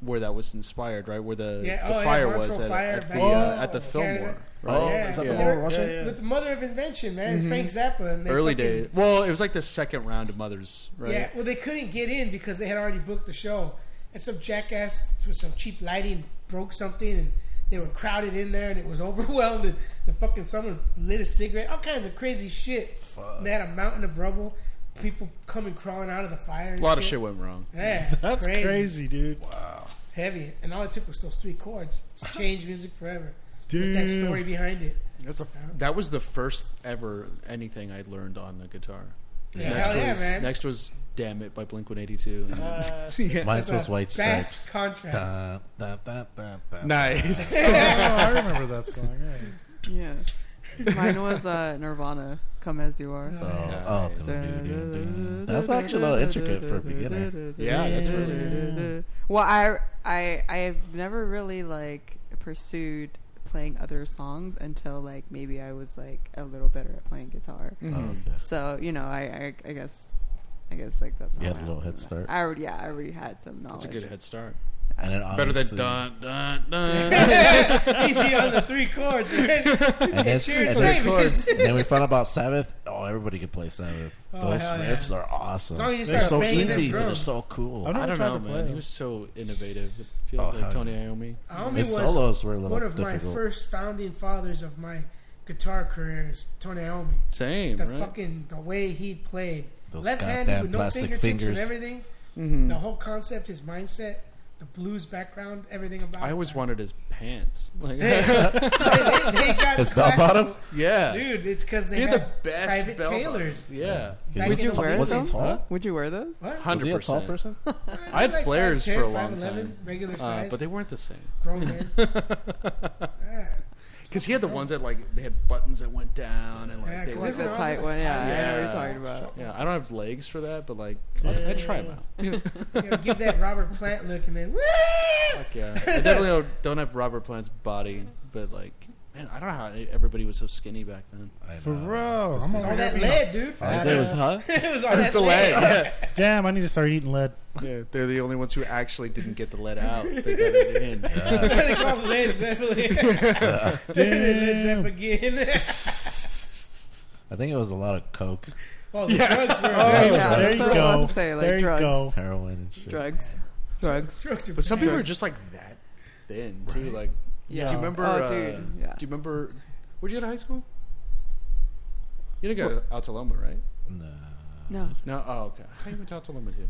Speaker 1: Where that was inspired, right? Where the,
Speaker 3: Yeah,
Speaker 1: the
Speaker 3: oh, yeah,
Speaker 1: fire
Speaker 3: Montreux
Speaker 1: was at,
Speaker 3: fire
Speaker 1: at the
Speaker 3: back
Speaker 1: uh,
Speaker 3: in
Speaker 1: at the
Speaker 3: Canada.
Speaker 1: Fillmore, right?
Speaker 4: Oh,
Speaker 3: yeah,
Speaker 4: is that the
Speaker 3: but
Speaker 4: one
Speaker 3: they're-
Speaker 4: we're watching?
Speaker 5: Yeah, yeah.
Speaker 3: With the mother of invention, man, Frank Zappa. And they
Speaker 1: Mm-hmm. Early
Speaker 3: fucking-
Speaker 1: days. Well, it was like the second round of Mothers, right?
Speaker 3: Yeah, well, they couldn't get in because they had already booked the show, and some jackass with some cheap lighting broke something, and they were crowded in there, and it was overwhelmed. And the fucking someone lit a cigarette, all kinds of crazy shit. They had a mountain of rubble, people coming crawling out of the fire. And
Speaker 1: A lot of shit went wrong.
Speaker 3: Yeah,
Speaker 5: That's crazy, dude.
Speaker 3: Heavy, and all it took was those three chords. It's changed music forever. With
Speaker 5: Dude,
Speaker 3: that story behind it.
Speaker 1: That's that was the first ever anything I learned on the guitar.
Speaker 3: Yeah,
Speaker 1: Next
Speaker 3: hell yeah,
Speaker 1: was
Speaker 3: man.
Speaker 1: next was "Damn It" by Blink One Eighty Two.
Speaker 4: Mine
Speaker 3: Uh, That's
Speaker 4: was
Speaker 3: a
Speaker 4: White
Speaker 3: vast
Speaker 4: Stripes.
Speaker 3: contrast.
Speaker 4: Dun, dun, dun, dun, dun.
Speaker 1: Nice.
Speaker 5: Oh, I remember that song. yeah.
Speaker 6: Yeah. Mine was uh, Nirvana, Come As You Are.
Speaker 4: Oh,
Speaker 1: Uh,
Speaker 4: oh, dun, dun, dun. That's actually a little intricate for a beginner.
Speaker 1: Yeah, that's really.
Speaker 6: Well, I I I've never really like pursued playing other songs until like maybe I was like a little better at playing guitar.
Speaker 1: Mm. Mm-hmm.
Speaker 4: Oh, okay.
Speaker 6: So you know, I I, I guess. I guess like that's
Speaker 4: You
Speaker 6: how
Speaker 4: had a
Speaker 6: I-
Speaker 4: little head start.
Speaker 6: I already yeah I already had some knowledge.
Speaker 1: That's a good head start.
Speaker 4: And then
Speaker 1: Better than
Speaker 4: obviously-
Speaker 1: dun dun dun.
Speaker 3: Easy on the three chords,
Speaker 4: And
Speaker 3: man.
Speaker 4: then,
Speaker 3: Sure,
Speaker 4: and
Speaker 3: it's
Speaker 4: then-
Speaker 3: like chords.
Speaker 4: and then we found out about Sabbath. Oh, everybody can play Sabbath. Those
Speaker 3: Oh, hell yeah.
Speaker 4: riffs are awesome.
Speaker 3: As long as you
Speaker 4: They're
Speaker 3: start
Speaker 4: so
Speaker 3: banging that
Speaker 4: easy, but
Speaker 3: drum.
Speaker 4: they're so cool.
Speaker 5: I've never
Speaker 1: I don't
Speaker 5: tried
Speaker 1: know,
Speaker 5: to play
Speaker 1: man. He
Speaker 5: them.
Speaker 1: was so innovative. It feels
Speaker 4: Oh,
Speaker 1: like
Speaker 4: hell
Speaker 1: Tony Iommi.
Speaker 3: Naomi
Speaker 4: His
Speaker 3: was
Speaker 4: solos were a little
Speaker 3: one of my
Speaker 4: difficult.
Speaker 3: first founding fathers of my guitar career is Tony Iommi.
Speaker 1: Same,
Speaker 3: The
Speaker 1: right?
Speaker 3: fucking the way he played,
Speaker 4: Those
Speaker 3: left handed
Speaker 4: goddamn
Speaker 3: with no
Speaker 4: plastic
Speaker 3: fingertips
Speaker 4: fingers.
Speaker 3: and everything. The whole concept, his mindset, the blues background, everything about.
Speaker 1: I always
Speaker 3: it.
Speaker 1: wanted his pants. Like,
Speaker 3: They, they- they got
Speaker 4: His bell
Speaker 3: classic-
Speaker 4: bottoms.
Speaker 1: yeah,
Speaker 3: dude. It's because they
Speaker 1: he had
Speaker 3: had
Speaker 1: the best
Speaker 3: private
Speaker 1: bell
Speaker 3: tailors.
Speaker 1: bottoms. Yeah,
Speaker 3: Back
Speaker 4: Was
Speaker 3: in
Speaker 4: he
Speaker 3: the
Speaker 4: tall?
Speaker 6: day.
Speaker 4: Was he tall?
Speaker 6: Would you wear those?
Speaker 3: What?
Speaker 4: Was he
Speaker 1: hundred
Speaker 4: a tall
Speaker 1: percent.
Speaker 4: person?
Speaker 1: I had
Speaker 3: Like
Speaker 1: flares
Speaker 3: 5'10",
Speaker 1: for a long
Speaker 3: 5'11",
Speaker 1: time,
Speaker 3: regular
Speaker 1: uh,
Speaker 3: size,
Speaker 1: but they weren't the same.
Speaker 3: grown man. yeah,
Speaker 1: Because he had the ones that like they had buttons that went down and like
Speaker 3: Yeah,
Speaker 1: they
Speaker 3: 'cause
Speaker 1: were-
Speaker 6: Like
Speaker 3: Isn't
Speaker 6: the
Speaker 3: it also
Speaker 6: tight
Speaker 3: like
Speaker 6: one,
Speaker 3: five
Speaker 6: yeah. I know what
Speaker 1: Yeah.
Speaker 6: you're talking about.
Speaker 1: yeah. I don't have legs for that, but like I, I try them out.
Speaker 3: You know, give that Robert Plant look, and then woo!
Speaker 1: Fuck yeah. I definitely don't- don't have Robert Plant's body, but like, man, I don't know how everybody was so skinny back then.
Speaker 5: For real. I'm
Speaker 3: It's all
Speaker 5: over
Speaker 3: that lead, dude.
Speaker 4: I there was, huh?
Speaker 3: it was all that
Speaker 1: the
Speaker 3: lead.
Speaker 1: lead. Yeah.
Speaker 5: Damn, I need to start eating lead.
Speaker 1: yeah, they're the only ones who actually didn't get the lead out. They got it in.
Speaker 3: they call him Led Zeppelin. Led Zeppelin again.
Speaker 4: I think it was a lot of coke,
Speaker 3: oh, the drugs were.
Speaker 5: Oh,
Speaker 3: bad.
Speaker 6: Yeah,
Speaker 5: there
Speaker 6: that's
Speaker 5: you
Speaker 6: what I was
Speaker 5: go.
Speaker 6: about to say, like
Speaker 5: there you
Speaker 6: drugs.
Speaker 5: go.
Speaker 4: heroin, and shit.
Speaker 6: Drugs. Drugs.
Speaker 3: Drugs are
Speaker 1: But some
Speaker 3: bad.
Speaker 1: people are just like that thin, too. Like,
Speaker 6: Yeah.
Speaker 1: do you remember?
Speaker 6: Oh,
Speaker 1: uh,
Speaker 6: dude. Yeah.
Speaker 1: Do you remember? Where'd you go to high school? You didn't go to Altaloma, right?
Speaker 4: Nah.
Speaker 6: No.
Speaker 1: No. Oh, okay. How you went to Altaloma too?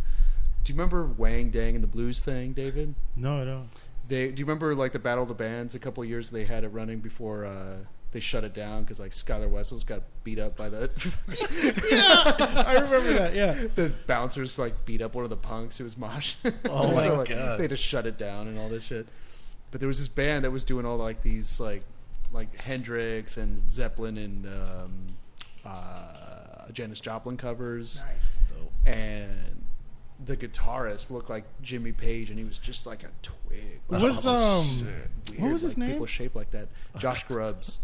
Speaker 1: Do you remember Wang Dang and the Blues thing, David?
Speaker 5: No, no.
Speaker 1: They do you remember like the Battle of the Bands? A couple years they had it running before uh, they shut it down because like Skylar Wessels got beat up by the
Speaker 5: I remember that. Yeah.
Speaker 1: the bouncers like beat up one of the punks who was mosh.
Speaker 4: Oh my
Speaker 1: like,
Speaker 4: God.
Speaker 1: They just shut it down and all this shit. But there was this band that was doing all like these like like Hendrix and Zeppelin and um, uh, Janis Joplin covers.
Speaker 3: Nice.
Speaker 1: and the guitarist looked like Jimmy Page, and he was just like a twig.
Speaker 5: What
Speaker 1: Like,
Speaker 5: was,
Speaker 1: all
Speaker 5: um,
Speaker 1: this shit.
Speaker 5: what was his
Speaker 1: like,
Speaker 5: name?
Speaker 1: People shaped like that. Josh Grubbs.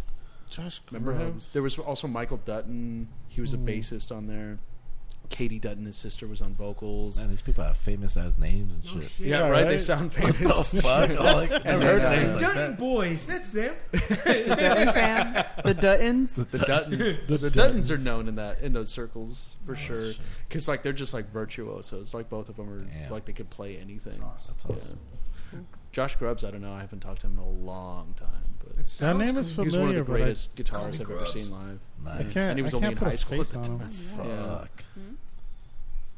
Speaker 5: Josh
Speaker 1: Remember him?
Speaker 5: Groves.
Speaker 1: There was also Michael Dutton. He was a bassist on there. Katie Dutton, his sister, was on vocals.
Speaker 4: Man, these people have famous ass names and
Speaker 3: Oh,
Speaker 4: shit.
Speaker 3: shit.
Speaker 1: yeah,
Speaker 5: Yeah,
Speaker 1: right? They
Speaker 5: right?
Speaker 1: sound
Speaker 4: What the
Speaker 1: famous.
Speaker 4: fuck? Like,
Speaker 1: heard
Speaker 4: never heard
Speaker 1: that.
Speaker 4: names like
Speaker 3: Dutton
Speaker 4: that.
Speaker 3: Boys, that's them.
Speaker 6: The Dutton fan. The Duttons.
Speaker 1: The Duttons, the, Duttons are known in that in those circles for sure, because like they're just like virtuosos. Like both of them are
Speaker 4: Damn.
Speaker 1: like they could play anything.
Speaker 3: awesome.
Speaker 4: That's awesome.
Speaker 1: Josh Grubbs, I don't know. I haven't talked to him in a long time, but
Speaker 3: It
Speaker 5: That
Speaker 3: sounds
Speaker 5: name is
Speaker 3: cool.
Speaker 1: he was one of
Speaker 5: familiar,
Speaker 1: the
Speaker 5: but I-
Speaker 1: greatest guitarists I've ever seen live.
Speaker 4: Nice.
Speaker 5: I can't.
Speaker 1: and he was
Speaker 5: I
Speaker 1: only
Speaker 5: can't
Speaker 1: in
Speaker 5: put a
Speaker 1: high school at
Speaker 5: face
Speaker 1: the
Speaker 5: on him.
Speaker 6: Oh,
Speaker 1: time.
Speaker 4: Fuck.
Speaker 1: Yeah.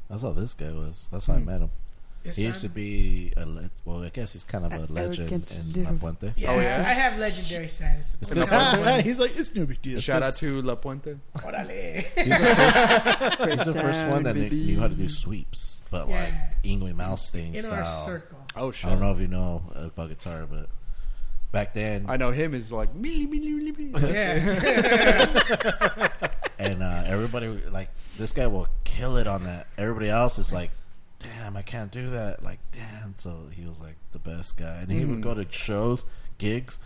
Speaker 4: That's how this guy was. That's how I met him.
Speaker 3: Yes,
Speaker 4: He used
Speaker 3: sir.
Speaker 4: to be a le- well, I guess he's kind of a legend
Speaker 6: Arrogant
Speaker 4: in
Speaker 6: dude.
Speaker 4: La Puente.
Speaker 3: Yeah,
Speaker 1: Oh, yeah?
Speaker 3: I have legendary status. but
Speaker 4: It's
Speaker 3: don't
Speaker 5: Ah,
Speaker 3: tell
Speaker 5: ah,
Speaker 3: anyone.
Speaker 5: he's like, it's no big deal.
Speaker 1: Shout out to La Puente.
Speaker 3: Orale.
Speaker 4: He's the first, he's the first
Speaker 6: Breakdown,
Speaker 4: one that knew,
Speaker 6: baby.
Speaker 4: knew how to do sweeps, but like
Speaker 3: Yeah.
Speaker 4: Ingwe Malstein
Speaker 3: In our
Speaker 4: style.
Speaker 3: circle.
Speaker 1: Oh shit!
Speaker 4: I don't know if you know uh, about guitar, but back then,
Speaker 1: I know him is like me, me, me, me, me.
Speaker 3: Yeah.
Speaker 4: and uh, everybody like this guy will kill it on that. Everybody else is like, "Damn, I can't do that." Like, damn. So he was like the best guy, and he would
Speaker 5: Hmm.
Speaker 4: go to shows, gigs,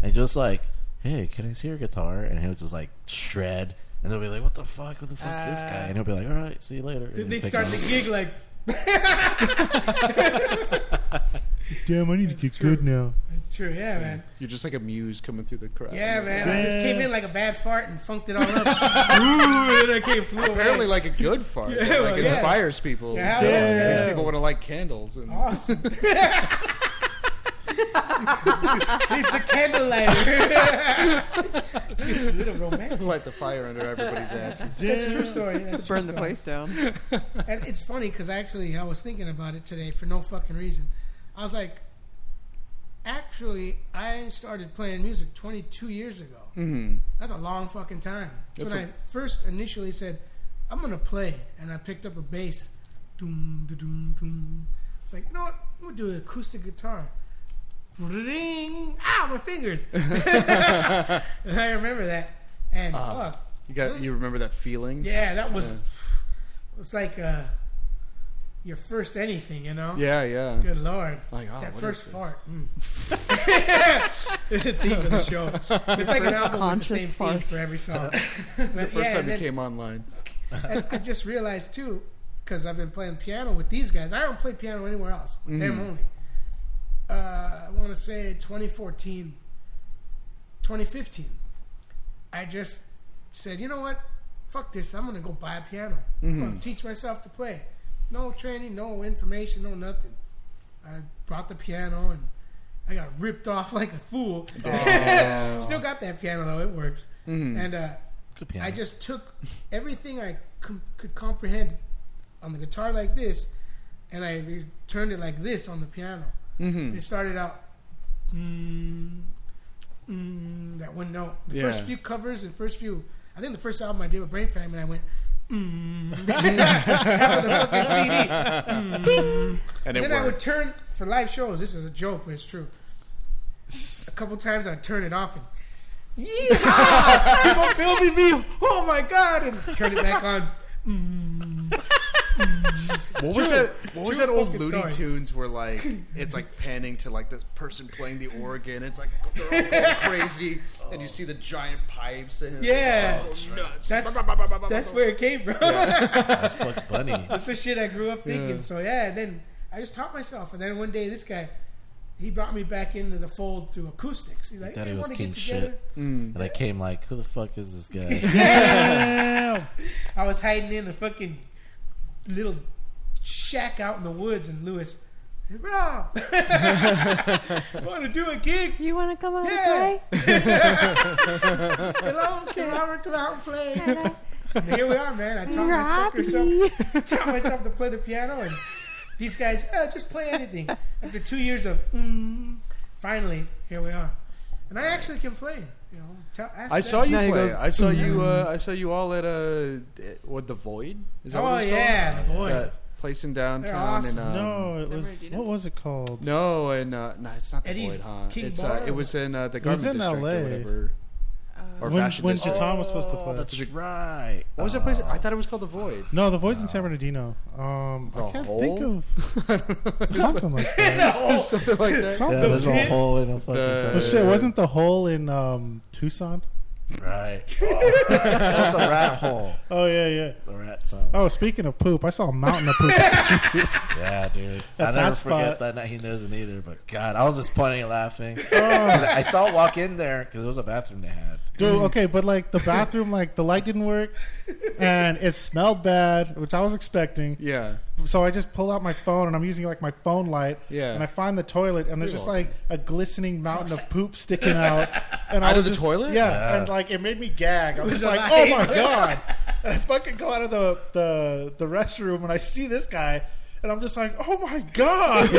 Speaker 4: and just like, "Hey, can I see your guitar?" And he'll just like shred, and they'll be like, "What the fuck? What the fuck's this guy?" And he'll be like, "All right, see you later."
Speaker 3: Then they start the gig like,
Speaker 5: Damn, I need to get good now.
Speaker 3: it's true. Yeah, man.
Speaker 1: You're just like a muse coming through the crowd.
Speaker 3: Yeah, man. I just
Speaker 5: Damn.
Speaker 3: came in like a bad fart and funked it all up. Ooh, and I came flew away.
Speaker 1: Apparently, like a good fart,
Speaker 3: Yeah,
Speaker 1: that,
Speaker 3: well,
Speaker 1: like
Speaker 3: yeah.
Speaker 1: inspires people.
Speaker 3: Yeah.
Speaker 1: So,
Speaker 5: Damn.
Speaker 1: makes people want to light candles. And
Speaker 3: awesome. He's the candle lighter. it's a little romantic.
Speaker 1: light the fire under everybody's asses.
Speaker 3: That's a true story. That's a true
Speaker 6: Burn the
Speaker 3: story.
Speaker 6: place down.
Speaker 3: And it's funny because actually, I was thinking about it today for no fucking reason. I was like, actually, I started playing music 22 years ago. Mm-hmm. That's a long fucking time. That's
Speaker 1: That's
Speaker 3: when I first initially said, I'm going to play. And I picked up a bass. Doom, doom, doom, doom. It's like, you know what? I'm going to do an acoustic guitar. Ring! Ow, my fingers! and I remember that. And fuck.
Speaker 1: You got you remember that feeling?
Speaker 3: Yeah, that was. It's like uh, your first anything, you know.
Speaker 1: yeah, yeah.
Speaker 3: Good lord.
Speaker 1: Like, oh,
Speaker 3: that
Speaker 1: what
Speaker 3: first
Speaker 1: is this?
Speaker 3: fart. Mm. theme of the show. It's like an album with the
Speaker 6: conscious
Speaker 3: same theme
Speaker 6: fart.
Speaker 3: for every song. But
Speaker 1: First
Speaker 3: yeah,
Speaker 1: time you
Speaker 3: and then
Speaker 1: came online.
Speaker 3: and I just realized too, because I've been playing piano with these guys. I don't play piano anywhere else. With them only. Uh, I want to say 2014, 2015. I just said, you know what? Fuck this. I'm gonna go buy a piano. I'm gonna teach myself to play. No training, no information, no nothing. I brought the piano and I got ripped off like a fool. Still got that piano though. It works.
Speaker 1: Hmm. Mm-hmm.
Speaker 3: And uh,
Speaker 4: Good piano.
Speaker 3: I just took everything I com- could comprehend on the guitar like this, and I re- turned it like this on the piano.
Speaker 1: Hmm. Mm-hmm.
Speaker 3: It started out mm, mm, that one note. The first
Speaker 10: Yeah.
Speaker 3: few covers and first few. I think the first album I did with Brain Fam and I went. Mm, after the fucking CD. Mm.
Speaker 10: And it
Speaker 3: then I would
Speaker 10: worked.
Speaker 3: turn for live shows. This is a joke, but it's true. A couple times I'd turn it off and. Yeehaw! People filming me. Oh my god! And turn it back on.
Speaker 1: What was
Speaker 3: True.
Speaker 1: that? What was
Speaker 3: True
Speaker 1: that old
Speaker 3: fucking
Speaker 1: Looney
Speaker 3: story.
Speaker 1: Tunes where like it's like panning to like this person playing the organ? It's like they're all going crazy, and you see the giant pipes. And it's
Speaker 3: Yeah.
Speaker 1: just all nuts.
Speaker 3: That's-
Speaker 1: Bah, bah, bah, bah, bah,
Speaker 3: That's
Speaker 1: bah.
Speaker 3: where it came from.
Speaker 4: That's Bugs Bunny.
Speaker 3: That's the shit I grew up thinking. So yeah, and then I just taught myself. And then one day this guy, he brought me back into the fold through acoustics. He's like,
Speaker 4: Thought he
Speaker 3: hey, you
Speaker 4: was
Speaker 3: want to
Speaker 4: king
Speaker 3: get together?
Speaker 5: Hmm.
Speaker 4: And I came like, who the fuck is this guy?
Speaker 3: I was hiding in a fucking little shack out in the woods in Lewis. Hey, Rob, want to do a gig?
Speaker 6: You want to come out
Speaker 3: Yeah.
Speaker 6: and play?
Speaker 3: Hello, can Robert come out and play?
Speaker 6: Hello?
Speaker 3: And here we are, man. I taught my fucker self
Speaker 6: Robbie.
Speaker 3: taught myself to play the piano, and these guys uh, just play anything. After two years of, mm, finally, here we are, and I actually can play. You know, tell, ask
Speaker 10: I
Speaker 3: them.
Speaker 10: saw you
Speaker 6: No, he
Speaker 10: play.
Speaker 6: goes,
Speaker 10: I saw you. Uh, I saw you all at uh, at- what the Void? Is that
Speaker 3: Oh
Speaker 10: what it's
Speaker 3: yeah, the
Speaker 10: called?
Speaker 3: boy.
Speaker 10: That place in downtown.
Speaker 3: awesome.
Speaker 10: And, um,
Speaker 5: no, it
Speaker 6: Never
Speaker 5: was
Speaker 6: did it.
Speaker 5: what was it called?
Speaker 10: no, and uh, no, it's not the
Speaker 3: Eddie's
Speaker 10: Void, huh?
Speaker 3: King
Speaker 10: it's
Speaker 3: Bar?
Speaker 10: uh, it was in uh, the
Speaker 5: It was
Speaker 10: Garment
Speaker 5: in
Speaker 10: District
Speaker 5: LA.
Speaker 10: or whatever, or
Speaker 5: when
Speaker 10: Fashion
Speaker 5: when
Speaker 10: District.
Speaker 5: Jatan was supposed to
Speaker 4: Oh,
Speaker 5: play.
Speaker 4: that's right. Uh,
Speaker 10: What was that place? I thought it was called the Void.
Speaker 5: No, the voice in San Bernardino. Um, I
Speaker 10: The
Speaker 5: can't
Speaker 10: hole?
Speaker 5: think of something like that.
Speaker 3: Oh.
Speaker 10: Something like that.
Speaker 5: Something.
Speaker 4: Yeah, there's a
Speaker 3: pit?
Speaker 4: hole in a fucking.
Speaker 10: The-
Speaker 5: Well, shit, wasn't the hole in um, Tucson?
Speaker 4: Right. Oh, that's a rat hole.
Speaker 5: Oh yeah, yeah.
Speaker 4: The rat song.
Speaker 5: Oh, speaking of poop, I saw a mountain of poop.
Speaker 4: Yeah, dude. I never
Speaker 5: At that
Speaker 4: forget
Speaker 5: spot. Oh.
Speaker 4: that night. He doesn't either. But God, I was just pointing and laughing. 'Cause I saw it walk in there because it was a bathroom they had.
Speaker 5: Dude, okay, but like the bathroom, like the light didn't work, and it smelled bad, which I was expecting.
Speaker 10: Yeah.
Speaker 5: So I just pull out my phone, and I'm using like my phone light.
Speaker 10: Yeah.
Speaker 5: And I find the toilet, and there's just like a glistening mountain of poop sticking out. And
Speaker 10: Out
Speaker 5: I
Speaker 10: of
Speaker 5: was
Speaker 10: the
Speaker 5: just-
Speaker 10: toilet?
Speaker 5: Yeah, And like it made me gag. I was
Speaker 3: was
Speaker 5: just like,
Speaker 3: alive.
Speaker 5: oh my god! And I fucking go out of the the the restroom, and I see this guy, and I'm just like, oh my god!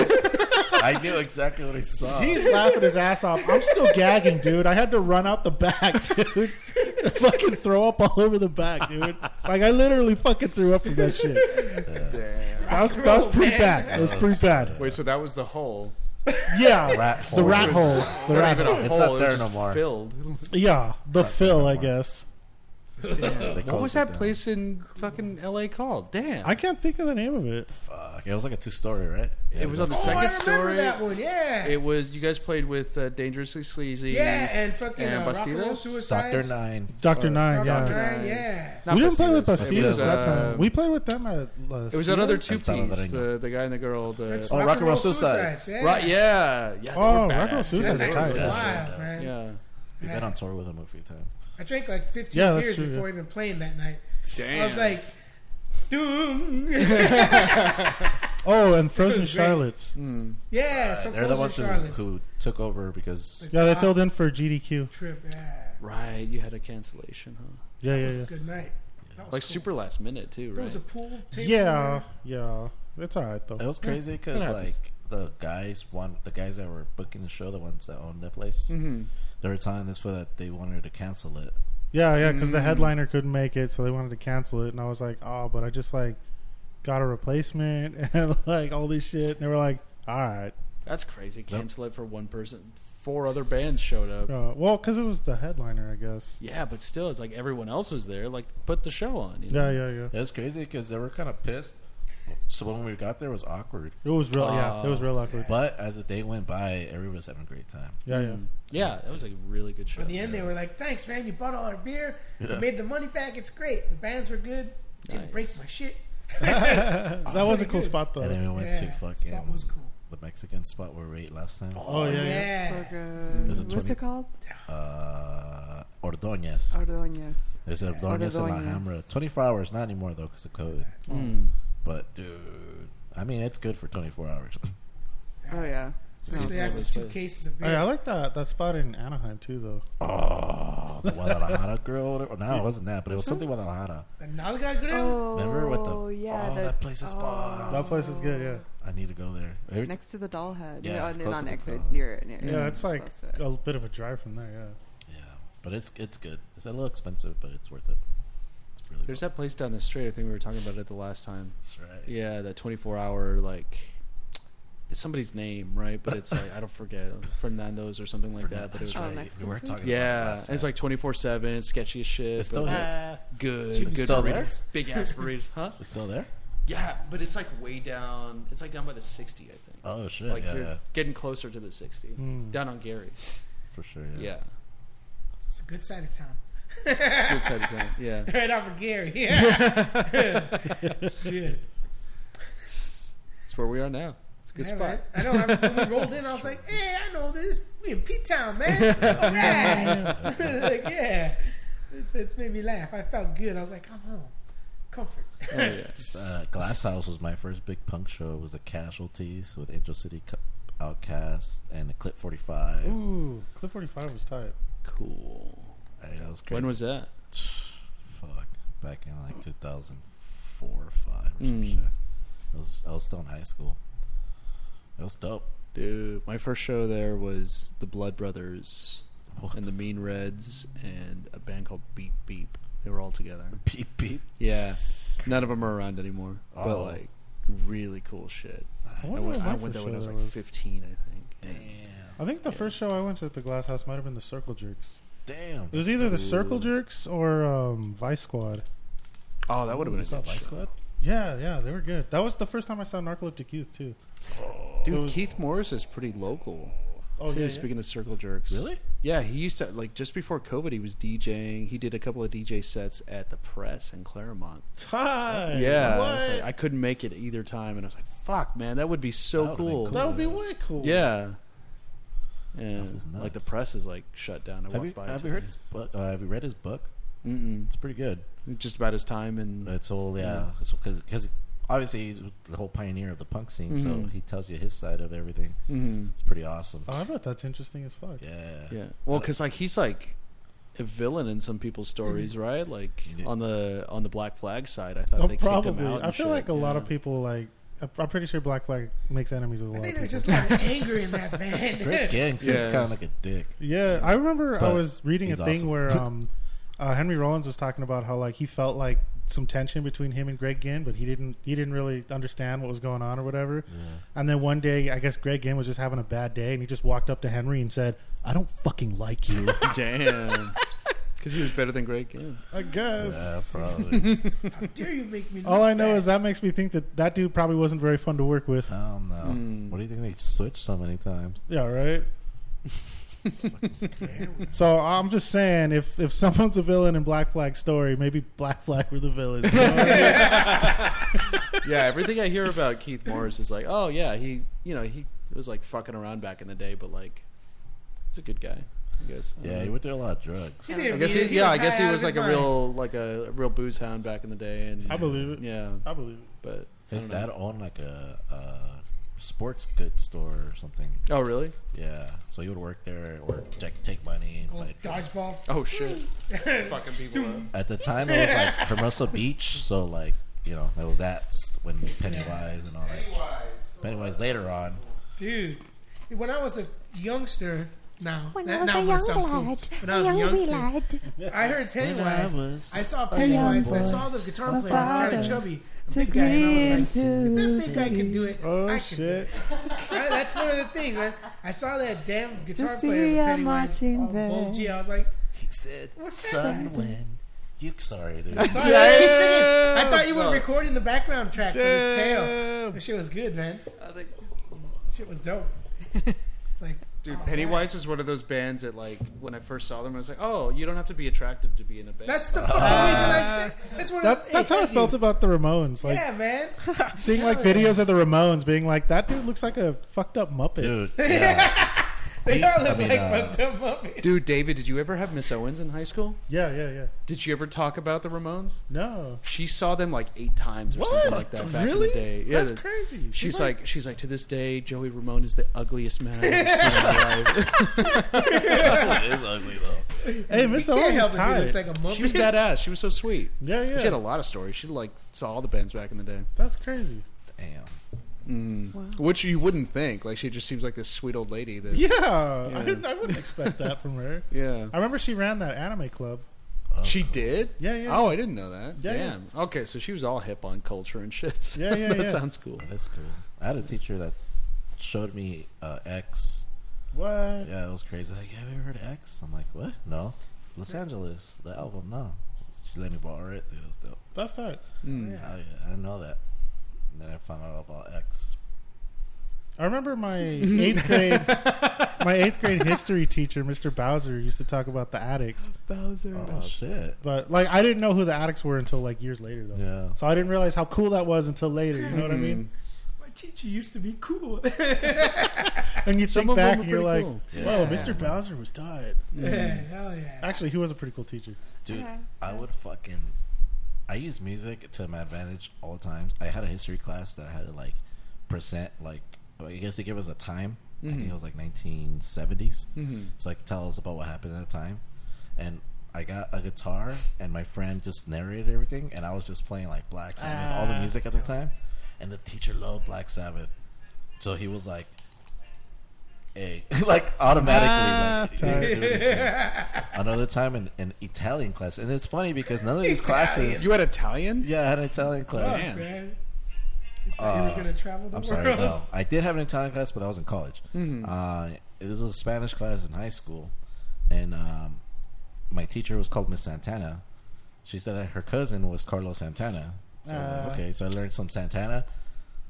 Speaker 4: I knew exactly what I saw.
Speaker 5: He's laughing his ass off. I'm still gagging, dude. I had to run out the back, dude. fucking throw up all over the back, dude. Like I literally fucking threw up from that shit.
Speaker 10: Damn.
Speaker 5: That was, that was pretty
Speaker 3: man.
Speaker 5: bad. That was pretty bad.
Speaker 10: Wait, so that was the hole.
Speaker 5: Yeah,
Speaker 4: Rat hole.
Speaker 5: the rat hole. The
Speaker 10: Not
Speaker 5: rat
Speaker 10: even
Speaker 5: hole.
Speaker 10: a
Speaker 4: It's
Speaker 10: hole.
Speaker 4: not
Speaker 10: it
Speaker 4: there
Speaker 10: was just
Speaker 4: no more.
Speaker 10: filled.
Speaker 5: Yeah, the fill, I guess.
Speaker 4: They
Speaker 10: What
Speaker 4: closed
Speaker 10: was
Speaker 4: it
Speaker 10: that
Speaker 4: down.
Speaker 10: place in fucking L.A. called? Damn.
Speaker 5: I can't think of the name of it.
Speaker 4: Fuck. It was like a two story, right? Yeah,
Speaker 10: it was on the
Speaker 3: Oh, I
Speaker 10: second
Speaker 3: remember
Speaker 10: story.
Speaker 3: that one. Yeah,
Speaker 10: It was you guys played with uh, Dangerously Sleazy.
Speaker 3: yeah, and fucking
Speaker 10: and
Speaker 3: uh, rock and roll
Speaker 10: Bastidas?
Speaker 3: suicides.
Speaker 4: Doctor Nine.
Speaker 5: Doctor Nine.
Speaker 3: Doctor
Speaker 5: Yeah.
Speaker 3: Nine,
Speaker 10: Nine.
Speaker 3: yeah.
Speaker 10: Not
Speaker 5: we didn't play with
Speaker 10: Bastidas. It
Speaker 5: Bastidas
Speaker 10: was,
Speaker 5: that
Speaker 10: uh,
Speaker 5: time. We played with them at. Uh,
Speaker 10: It was another two
Speaker 4: Season?
Speaker 10: piece.
Speaker 4: Salvador.
Speaker 10: The, the guy and the girl. The,
Speaker 4: Oh, Rock and Roll Suicides.
Speaker 3: Yeah.
Speaker 10: Right? Yeah. Yeah. they were
Speaker 5: Oh, Rock and Roll
Speaker 10: badass, dude.
Speaker 5: Suicides
Speaker 3: That night
Speaker 5: are tight.
Speaker 3: was
Speaker 4: Yeah.
Speaker 3: wild, man.
Speaker 10: Yeah.
Speaker 4: We've been on tour with him a few times.
Speaker 3: I drank like 15
Speaker 5: Yeah, that's
Speaker 3: beers
Speaker 5: true, yeah.
Speaker 3: before even playing that night. I was
Speaker 10: Damn.
Speaker 3: like, doom.
Speaker 5: Oh, and Frozen
Speaker 3: was great.
Speaker 5: Charlottes.
Speaker 10: Mm.
Speaker 3: yeah, some
Speaker 4: They're the
Speaker 3: Frozen
Speaker 4: ones who,
Speaker 3: Charlotte's
Speaker 4: who took over because
Speaker 5: Yeah, they filled in for GDQ.
Speaker 3: trip. Yeah,
Speaker 10: Right. You had a cancellation, huh?
Speaker 5: Yeah, yeah, yeah.
Speaker 3: good night. That was
Speaker 10: Like
Speaker 3: cool.
Speaker 10: super last minute too,
Speaker 3: There
Speaker 10: right?
Speaker 3: was a pool table.
Speaker 5: Yeah, yeah. It's all right though.
Speaker 4: it was crazy because
Speaker 5: It happens.
Speaker 4: like the guys one the guys that were booking the show the ones that owned the place
Speaker 1: Mm.
Speaker 10: Mm-hmm.
Speaker 4: they were telling this for that they wanted to cancel it
Speaker 5: Yeah, yeah, because
Speaker 1: Mm.
Speaker 5: the headliner couldn't make it, so they wanted to cancel it, and I was like, oh, but I just like got a replacement and like all this shit, and they were like, all right,
Speaker 10: That's crazy. Cancel it for one person. Four other bands showed up.
Speaker 5: uh, well, because it was the headliner, I guess.
Speaker 10: Yeah, but still, it's like everyone else was there. Like, put the show on. You know?
Speaker 5: Yeah, yeah, yeah.
Speaker 4: it was crazy because they were kind of pissed so when we got there it was awkward
Speaker 5: It was real, yeah, it was real awkward.
Speaker 4: but as the day went by everybody was having a great time
Speaker 5: Yeah, yeah.
Speaker 1: Mm.
Speaker 10: Yeah, that was a really good show.
Speaker 3: By the end, they were like, "Thanks, man. You bought all our beer. You made the money back. It's great. The bands were good. Didn't
Speaker 10: Nice.
Speaker 3: break my shit.
Speaker 1: Hmm.
Speaker 5: That was a cool
Speaker 3: good.
Speaker 5: spot though.
Speaker 4: and then we went
Speaker 3: Yeah,
Speaker 4: to fucking
Speaker 3: that was cool.
Speaker 4: the Mexican spot where we ate last time
Speaker 5: Oh yeah, yeah.
Speaker 3: Yeah,
Speaker 6: So good.
Speaker 4: Is it
Speaker 6: What's
Speaker 4: 20?
Speaker 6: it called?
Speaker 4: uh Ordonez
Speaker 6: Ordoñez.
Speaker 4: there's Ordonez in La
Speaker 6: Ordonez.
Speaker 4: Alhambra 24 hours not anymore though because of COVID
Speaker 1: Mm.
Speaker 4: but dude I mean it's good for 24 hours
Speaker 6: Oh yeah.
Speaker 3: So they have
Speaker 11: Lovely
Speaker 3: two
Speaker 11: space.
Speaker 3: cases of beer.
Speaker 5: Hey, Oh, I like that that spot in Anaheim too, though.
Speaker 4: Oh, the Guadalajara grill. or whatever. No, it wasn't that, but it was something Guadalajara.
Speaker 3: the Nalga Grill.
Speaker 6: Oh,
Speaker 4: Remember with the
Speaker 6: yeah,
Speaker 4: oh,
Speaker 6: the- oh,
Speaker 4: that place is bomb.
Speaker 5: That place is good. Yeah,
Speaker 4: I need to go there. Every-
Speaker 6: next to the doll head.
Speaker 4: Yeah,
Speaker 6: Yeah,
Speaker 4: close
Speaker 6: not
Speaker 4: to the
Speaker 6: next to
Speaker 4: doll Oh,
Speaker 6: it.
Speaker 4: head.
Speaker 6: Near, near,
Speaker 5: yeah. It's like
Speaker 6: close to it.
Speaker 5: a bit of a drive from there.
Speaker 4: yeah, but it's it's good. It's a little expensive, but it's worth it. It's really
Speaker 1: There's
Speaker 4: worth
Speaker 1: that place down the street. I think we were talking about it the last time.
Speaker 4: it. That's right.
Speaker 1: Yeah, that 24 hour like it's somebody's name, right? But it's like I don't forget Fernando's or something like that. But it
Speaker 4: That's
Speaker 1: was
Speaker 6: Oh,
Speaker 1: like,
Speaker 4: right.
Speaker 6: next to
Speaker 4: we were
Speaker 6: the-
Speaker 4: talking about it
Speaker 1: yeah,
Speaker 4: last
Speaker 1: and it's like 24 seven, sketchy as shit.
Speaker 4: It's
Speaker 1: but,
Speaker 4: still
Speaker 1: like,
Speaker 4: there.
Speaker 5: Uh,
Speaker 1: good,
Speaker 4: Jimmy,
Speaker 1: good burritos,
Speaker 4: still there?
Speaker 1: big ass burritos, huh?
Speaker 4: It's still there.
Speaker 1: Yeah, but it's like way down. It's like down by the 60, I think.
Speaker 4: Oh shit!
Speaker 1: like
Speaker 4: yeah,
Speaker 1: you're
Speaker 4: yeah,
Speaker 1: getting closer to the 60,
Speaker 5: Hmm.
Speaker 1: down on Gary.
Speaker 4: for sure.
Speaker 1: Yeah,
Speaker 3: It's a good side of town.
Speaker 1: Good side of town, yeah.
Speaker 3: right off of Gary. Yeah. yeah.
Speaker 1: That's where we are now. It's a good
Speaker 3: Yeah,
Speaker 1: spot.
Speaker 3: man. I know. I, when we rolled in, I was like, "Hey, I know this. We in P Town, man. All right." like, yeah, it's, it's made me laugh. I felt good. I was like, "I'm home, comfort."
Speaker 1: Oh, yeah.
Speaker 4: Uh, Glass House was my first big punk show. It was the Casualties with Angel City Cup, Outcast, and Clip Forty Five.
Speaker 5: Yeah. Ooh, Cliff Forty Five was tight.
Speaker 1: Cool.
Speaker 4: That was crazy.
Speaker 1: When was Hmm. that?
Speaker 4: Fuck. Back in like 2004 or 5 or some
Speaker 1: Mm.
Speaker 4: shit. I was, I was still in high school. It was dope.
Speaker 1: Dude, my first show there was the Blood Brothers
Speaker 4: What
Speaker 1: and the Mean Reds and a band called Beep Beep. They were all together.
Speaker 4: Beep, beep.
Speaker 1: Yeah, none of them are around anymore. But
Speaker 4: Oh.
Speaker 1: like, really cool shit.
Speaker 5: I,
Speaker 1: I
Speaker 5: wonder
Speaker 1: went,
Speaker 5: what my
Speaker 1: I went there
Speaker 5: first
Speaker 1: when I was
Speaker 5: show
Speaker 1: like 15, I think.
Speaker 5: I think the first show I went to at the Glass House might have been the Circle Jerks.
Speaker 4: Damn.
Speaker 5: It was either the Circle Jerks or um, Vice Squad.
Speaker 1: Oh, that would have been a
Speaker 4: Is that
Speaker 1: good
Speaker 4: Vice
Speaker 1: show.
Speaker 4: Squad?
Speaker 5: Yeah, yeah, they were good. That was the first time I saw Narcoleptic Youth too. It
Speaker 1: Dude,
Speaker 5: was-
Speaker 1: Keith Morris is pretty local.
Speaker 5: Oh
Speaker 1: too,
Speaker 5: yeah, yeah.
Speaker 1: Speaking of circle jerks,
Speaker 4: Really?
Speaker 1: Yeah, he used to like just before COVID, he was DJing. He did a couple of DJ sets at the Press in Claremont.
Speaker 5: Tight.
Speaker 1: Yeah, I, was
Speaker 5: What?
Speaker 1: like, I couldn't make it either time, and I was like, "Fuck, man, that would be so
Speaker 4: That would've been
Speaker 1: cool.
Speaker 4: cool.
Speaker 5: that would be way cool.
Speaker 1: Yeah, and
Speaker 4: was
Speaker 1: like the
Speaker 4: nuts.
Speaker 1: press is like shut down. I
Speaker 4: Have you,
Speaker 1: walked by.
Speaker 4: have
Speaker 1: it
Speaker 4: you heard his book? Uh, have you read his book?
Speaker 1: Mm-mm.
Speaker 4: It's pretty good.
Speaker 1: Just about his time and
Speaker 4: It's all, yeah.
Speaker 1: Mm.
Speaker 4: Because obviously he's the whole pioneer of the punk scene, so
Speaker 1: Mhm.
Speaker 4: he tells you his side of everything.
Speaker 1: Mhm.
Speaker 4: It's pretty awesome.
Speaker 5: Oh, I bet that's interesting as fuck.
Speaker 4: Yeah.
Speaker 1: yeah. Well, because like he's like a villain in some people's stories, right? Like
Speaker 4: Mm-hmm. Yeah.
Speaker 1: on the on the Black Flag side, I thought
Speaker 5: Oh,
Speaker 1: they kicked
Speaker 5: probably.
Speaker 1: him out. and
Speaker 5: I feel
Speaker 1: shit,
Speaker 5: like a lot
Speaker 1: yeah.
Speaker 5: of people like. I- I'm pretty sure Black Flag makes enemies with a
Speaker 3: I
Speaker 5: lot.
Speaker 3: think
Speaker 5: of
Speaker 3: there was
Speaker 5: people.
Speaker 3: just a lot of anger in that band.
Speaker 4: Greg Gangs is
Speaker 1: Yeah.
Speaker 4: kind of like a dick.
Speaker 5: Yeah, I remember I
Speaker 4: But
Speaker 5: was reading a
Speaker 4: he's
Speaker 5: thing
Speaker 4: awesome.
Speaker 5: where um, uh, Henry Rollins was talking about how like he felt like some tension between him and Greg Ginn, but he didn't he didn't really understand what was going on or whatever. And then one day, I guess Greg Ginn was just having a bad day, and he just walked up to Henry and said, "I don't fucking like you."
Speaker 1: Damn. Because he was better than Greg. Ginn.
Speaker 5: I guess.
Speaker 4: Yeah, probably.
Speaker 3: How dare you make me?
Speaker 5: All
Speaker 3: look
Speaker 5: I know
Speaker 3: bad.
Speaker 5: is that makes me think that that dude probably wasn't very fun to work with.
Speaker 4: I don't know.
Speaker 1: Mm.
Speaker 4: What do you think they switched so many times?
Speaker 5: Yeah, right. so I'm just saying, if if someone's a villain in Black Flag story, maybe Black Flag were the villains. you know what I mean?
Speaker 1: yeah, everything I hear about Keith Morris is like, oh yeah, he you know he was like fucking around back in the day, but like he's a good guy. I guess. I don't
Speaker 4: Yeah, he
Speaker 1: know.
Speaker 4: would do a lot of drugs.
Speaker 3: He
Speaker 1: I
Speaker 3: didn't
Speaker 1: guess
Speaker 3: mean
Speaker 1: he,
Speaker 3: it.
Speaker 1: yeah, I
Speaker 3: high
Speaker 1: guess he
Speaker 3: out of
Speaker 1: was
Speaker 3: his
Speaker 1: like a
Speaker 3: mind.
Speaker 1: real like a, a real booze hound back in the day, and
Speaker 5: I believe it.
Speaker 1: yeah,
Speaker 5: I believe it.
Speaker 1: but
Speaker 4: His dad owned like a, a sports goods store or something.
Speaker 1: oh really?
Speaker 4: Yeah, so he would work there or take, take money. And
Speaker 3: Old
Speaker 4: buy drugs.
Speaker 3: dodgeball.
Speaker 1: Oh shit, fucking people up.
Speaker 4: At the time, it was like Formosa Beach, so like you know, it was that s- when Pennywise and all that. Pennywise. Pennywise later on.
Speaker 3: Dude, when I was a youngster, now
Speaker 7: When
Speaker 3: that
Speaker 7: I was
Speaker 3: now
Speaker 7: a
Speaker 3: must
Speaker 7: young
Speaker 3: sound cool.
Speaker 7: lad,
Speaker 3: When I
Speaker 7: a
Speaker 3: was a
Speaker 7: young wee
Speaker 3: youngster,
Speaker 7: lad,
Speaker 3: I heard Pennywise. I,
Speaker 4: was
Speaker 3: saw Pennywise. and I
Speaker 7: boy,
Speaker 3: saw the guitar
Speaker 7: my
Speaker 3: player, kind of
Speaker 7: father
Speaker 3: chubby, a big
Speaker 7: took
Speaker 3: guy, and
Speaker 7: me
Speaker 3: I was like,
Speaker 7: into
Speaker 3: "If
Speaker 7: the
Speaker 3: this big guy can do it,
Speaker 5: Oh
Speaker 3: I can do
Speaker 5: shit!
Speaker 3: it." Right? That's one of the things, man. I saw that damn guitar
Speaker 7: see
Speaker 3: player with
Speaker 7: I'm
Speaker 3: Pennywise.
Speaker 7: watching
Speaker 3: Oh,
Speaker 7: that.
Speaker 3: Bull G. I was like,
Speaker 4: He said,
Speaker 3: What's
Speaker 4: "Son, when you sorry, dude."
Speaker 3: sorry, I, keep singing. I thought you were recording the background track for this tale. That shit was good, man. Shit was dope. It's like,
Speaker 1: Dude, Pennywise is one of those bands that like when I first saw them, I was like, oh, you don't have to be attractive to be in a band.
Speaker 3: that's the fucking reason I. That's one of
Speaker 5: Ah. That,
Speaker 3: the,
Speaker 5: that's
Speaker 3: hey,
Speaker 5: how I
Speaker 3: thank
Speaker 5: felt
Speaker 3: you.
Speaker 5: about the Ramones. Like
Speaker 3: yeah, man.
Speaker 5: seeing like videos of the Ramones, being like, "That dude looks like a fucked up Muppet."
Speaker 4: Dude, yeah.
Speaker 3: They all
Speaker 4: I
Speaker 3: look
Speaker 4: mean,
Speaker 3: like
Speaker 4: uh,
Speaker 3: fucked up puppies.
Speaker 1: Dude, David, did you ever have Miss Owens in high school?
Speaker 5: Yeah, yeah, yeah.
Speaker 1: Did you ever talk about the Ramones?
Speaker 5: No.
Speaker 1: She saw them like eight times or something like that back
Speaker 5: really?
Speaker 1: in the day.
Speaker 5: That's
Speaker 1: the-
Speaker 5: crazy.
Speaker 1: She's like, she's like, to this day, Joey Ramone is the ugliest man I've ever seen in my life.
Speaker 4: it is ugly though.
Speaker 5: hey, Miss
Speaker 3: You can't
Speaker 5: Owens
Speaker 3: help it if he
Speaker 5: tied.
Speaker 3: looks like a
Speaker 1: She was
Speaker 3: muppet.
Speaker 1: badass. She was so sweet.
Speaker 5: yeah,
Speaker 1: She had a
Speaker 5: yeah.
Speaker 1: lot of stories. She like saw all the bands back in the day,
Speaker 5: That's crazy.
Speaker 4: Damn.
Speaker 5: Mm.
Speaker 1: which you wouldn't think. Like she just seems like this sweet old lady. That
Speaker 5: Yeah, I, didn't- I wouldn't expect that from her.
Speaker 1: yeah.
Speaker 5: I remember she ran that anime club.
Speaker 1: she did.
Speaker 5: Yeah, yeah.
Speaker 1: Oh, I didn't know that.
Speaker 5: Yeah, yeah.
Speaker 1: Damn. Okay, so she was all hip on culture and shit.
Speaker 5: Yeah, yeah,
Speaker 1: that
Speaker 5: yeah.
Speaker 1: sounds cool.
Speaker 4: That's cool. I had a teacher that showed me uh, X.
Speaker 5: What?
Speaker 4: Yeah, it was crazy. Like, have you ever heard of X? I'm like, what? No. Los Angeles, the album. No. She let me borrow it. Dude, it was dope.
Speaker 5: That's that.
Speaker 1: Mm.
Speaker 4: Oh, yeah, I didn't know that. And then I found out about X.
Speaker 5: I remember my eighth grade, my eighth grade history teacher, Mr. Bowser, used to talk about the addicts.
Speaker 4: Oh shit.
Speaker 5: But like, I didn't know who the addicts were until like years later, though.
Speaker 4: Yeah.
Speaker 5: So I didn't realize how cool that was until later. You know what I mean?
Speaker 3: My teacher used to be cool.
Speaker 5: And you
Speaker 1: Hmm. Some
Speaker 5: think
Speaker 1: of them
Speaker 5: back
Speaker 1: were
Speaker 5: and you're
Speaker 1: pretty
Speaker 5: like,
Speaker 1: cool.
Speaker 5: "Whoa, Mr. Bowser was tight."
Speaker 3: yeah, hell yeah.
Speaker 5: Actually, he was a pretty cool teacher.
Speaker 4: Dude,
Speaker 6: Okay.
Speaker 4: I would fucking. I use music to my advantage all times. I had a history class that I had to like present, like I guess they give us a time. I think it was like 1970s. Mm-hmm. So like tell us about what happened at the time, and I got a guitar, and my friend just narrated everything, and I was just playing like Black Sabbath, all the music at the time, and the teacher loved Black Sabbath, so he was like. Hey, like automatically, like, another time in an Italian class, and it's funny because none of these classes.
Speaker 1: Mm. You had Italian?
Speaker 4: yeah, I had an Italian class.
Speaker 1: man.
Speaker 3: Man. You thought you were gonna travel the
Speaker 4: I'm
Speaker 3: world.
Speaker 4: sorry, no, I did have an Italian class, but I was in college. Uh, it was a Spanish class in high school, and um, my teacher was called Miss Santana. She said that her cousin was Carlos Santana. So I was like,
Speaker 5: Uh.
Speaker 4: okay, so I learned some Santana.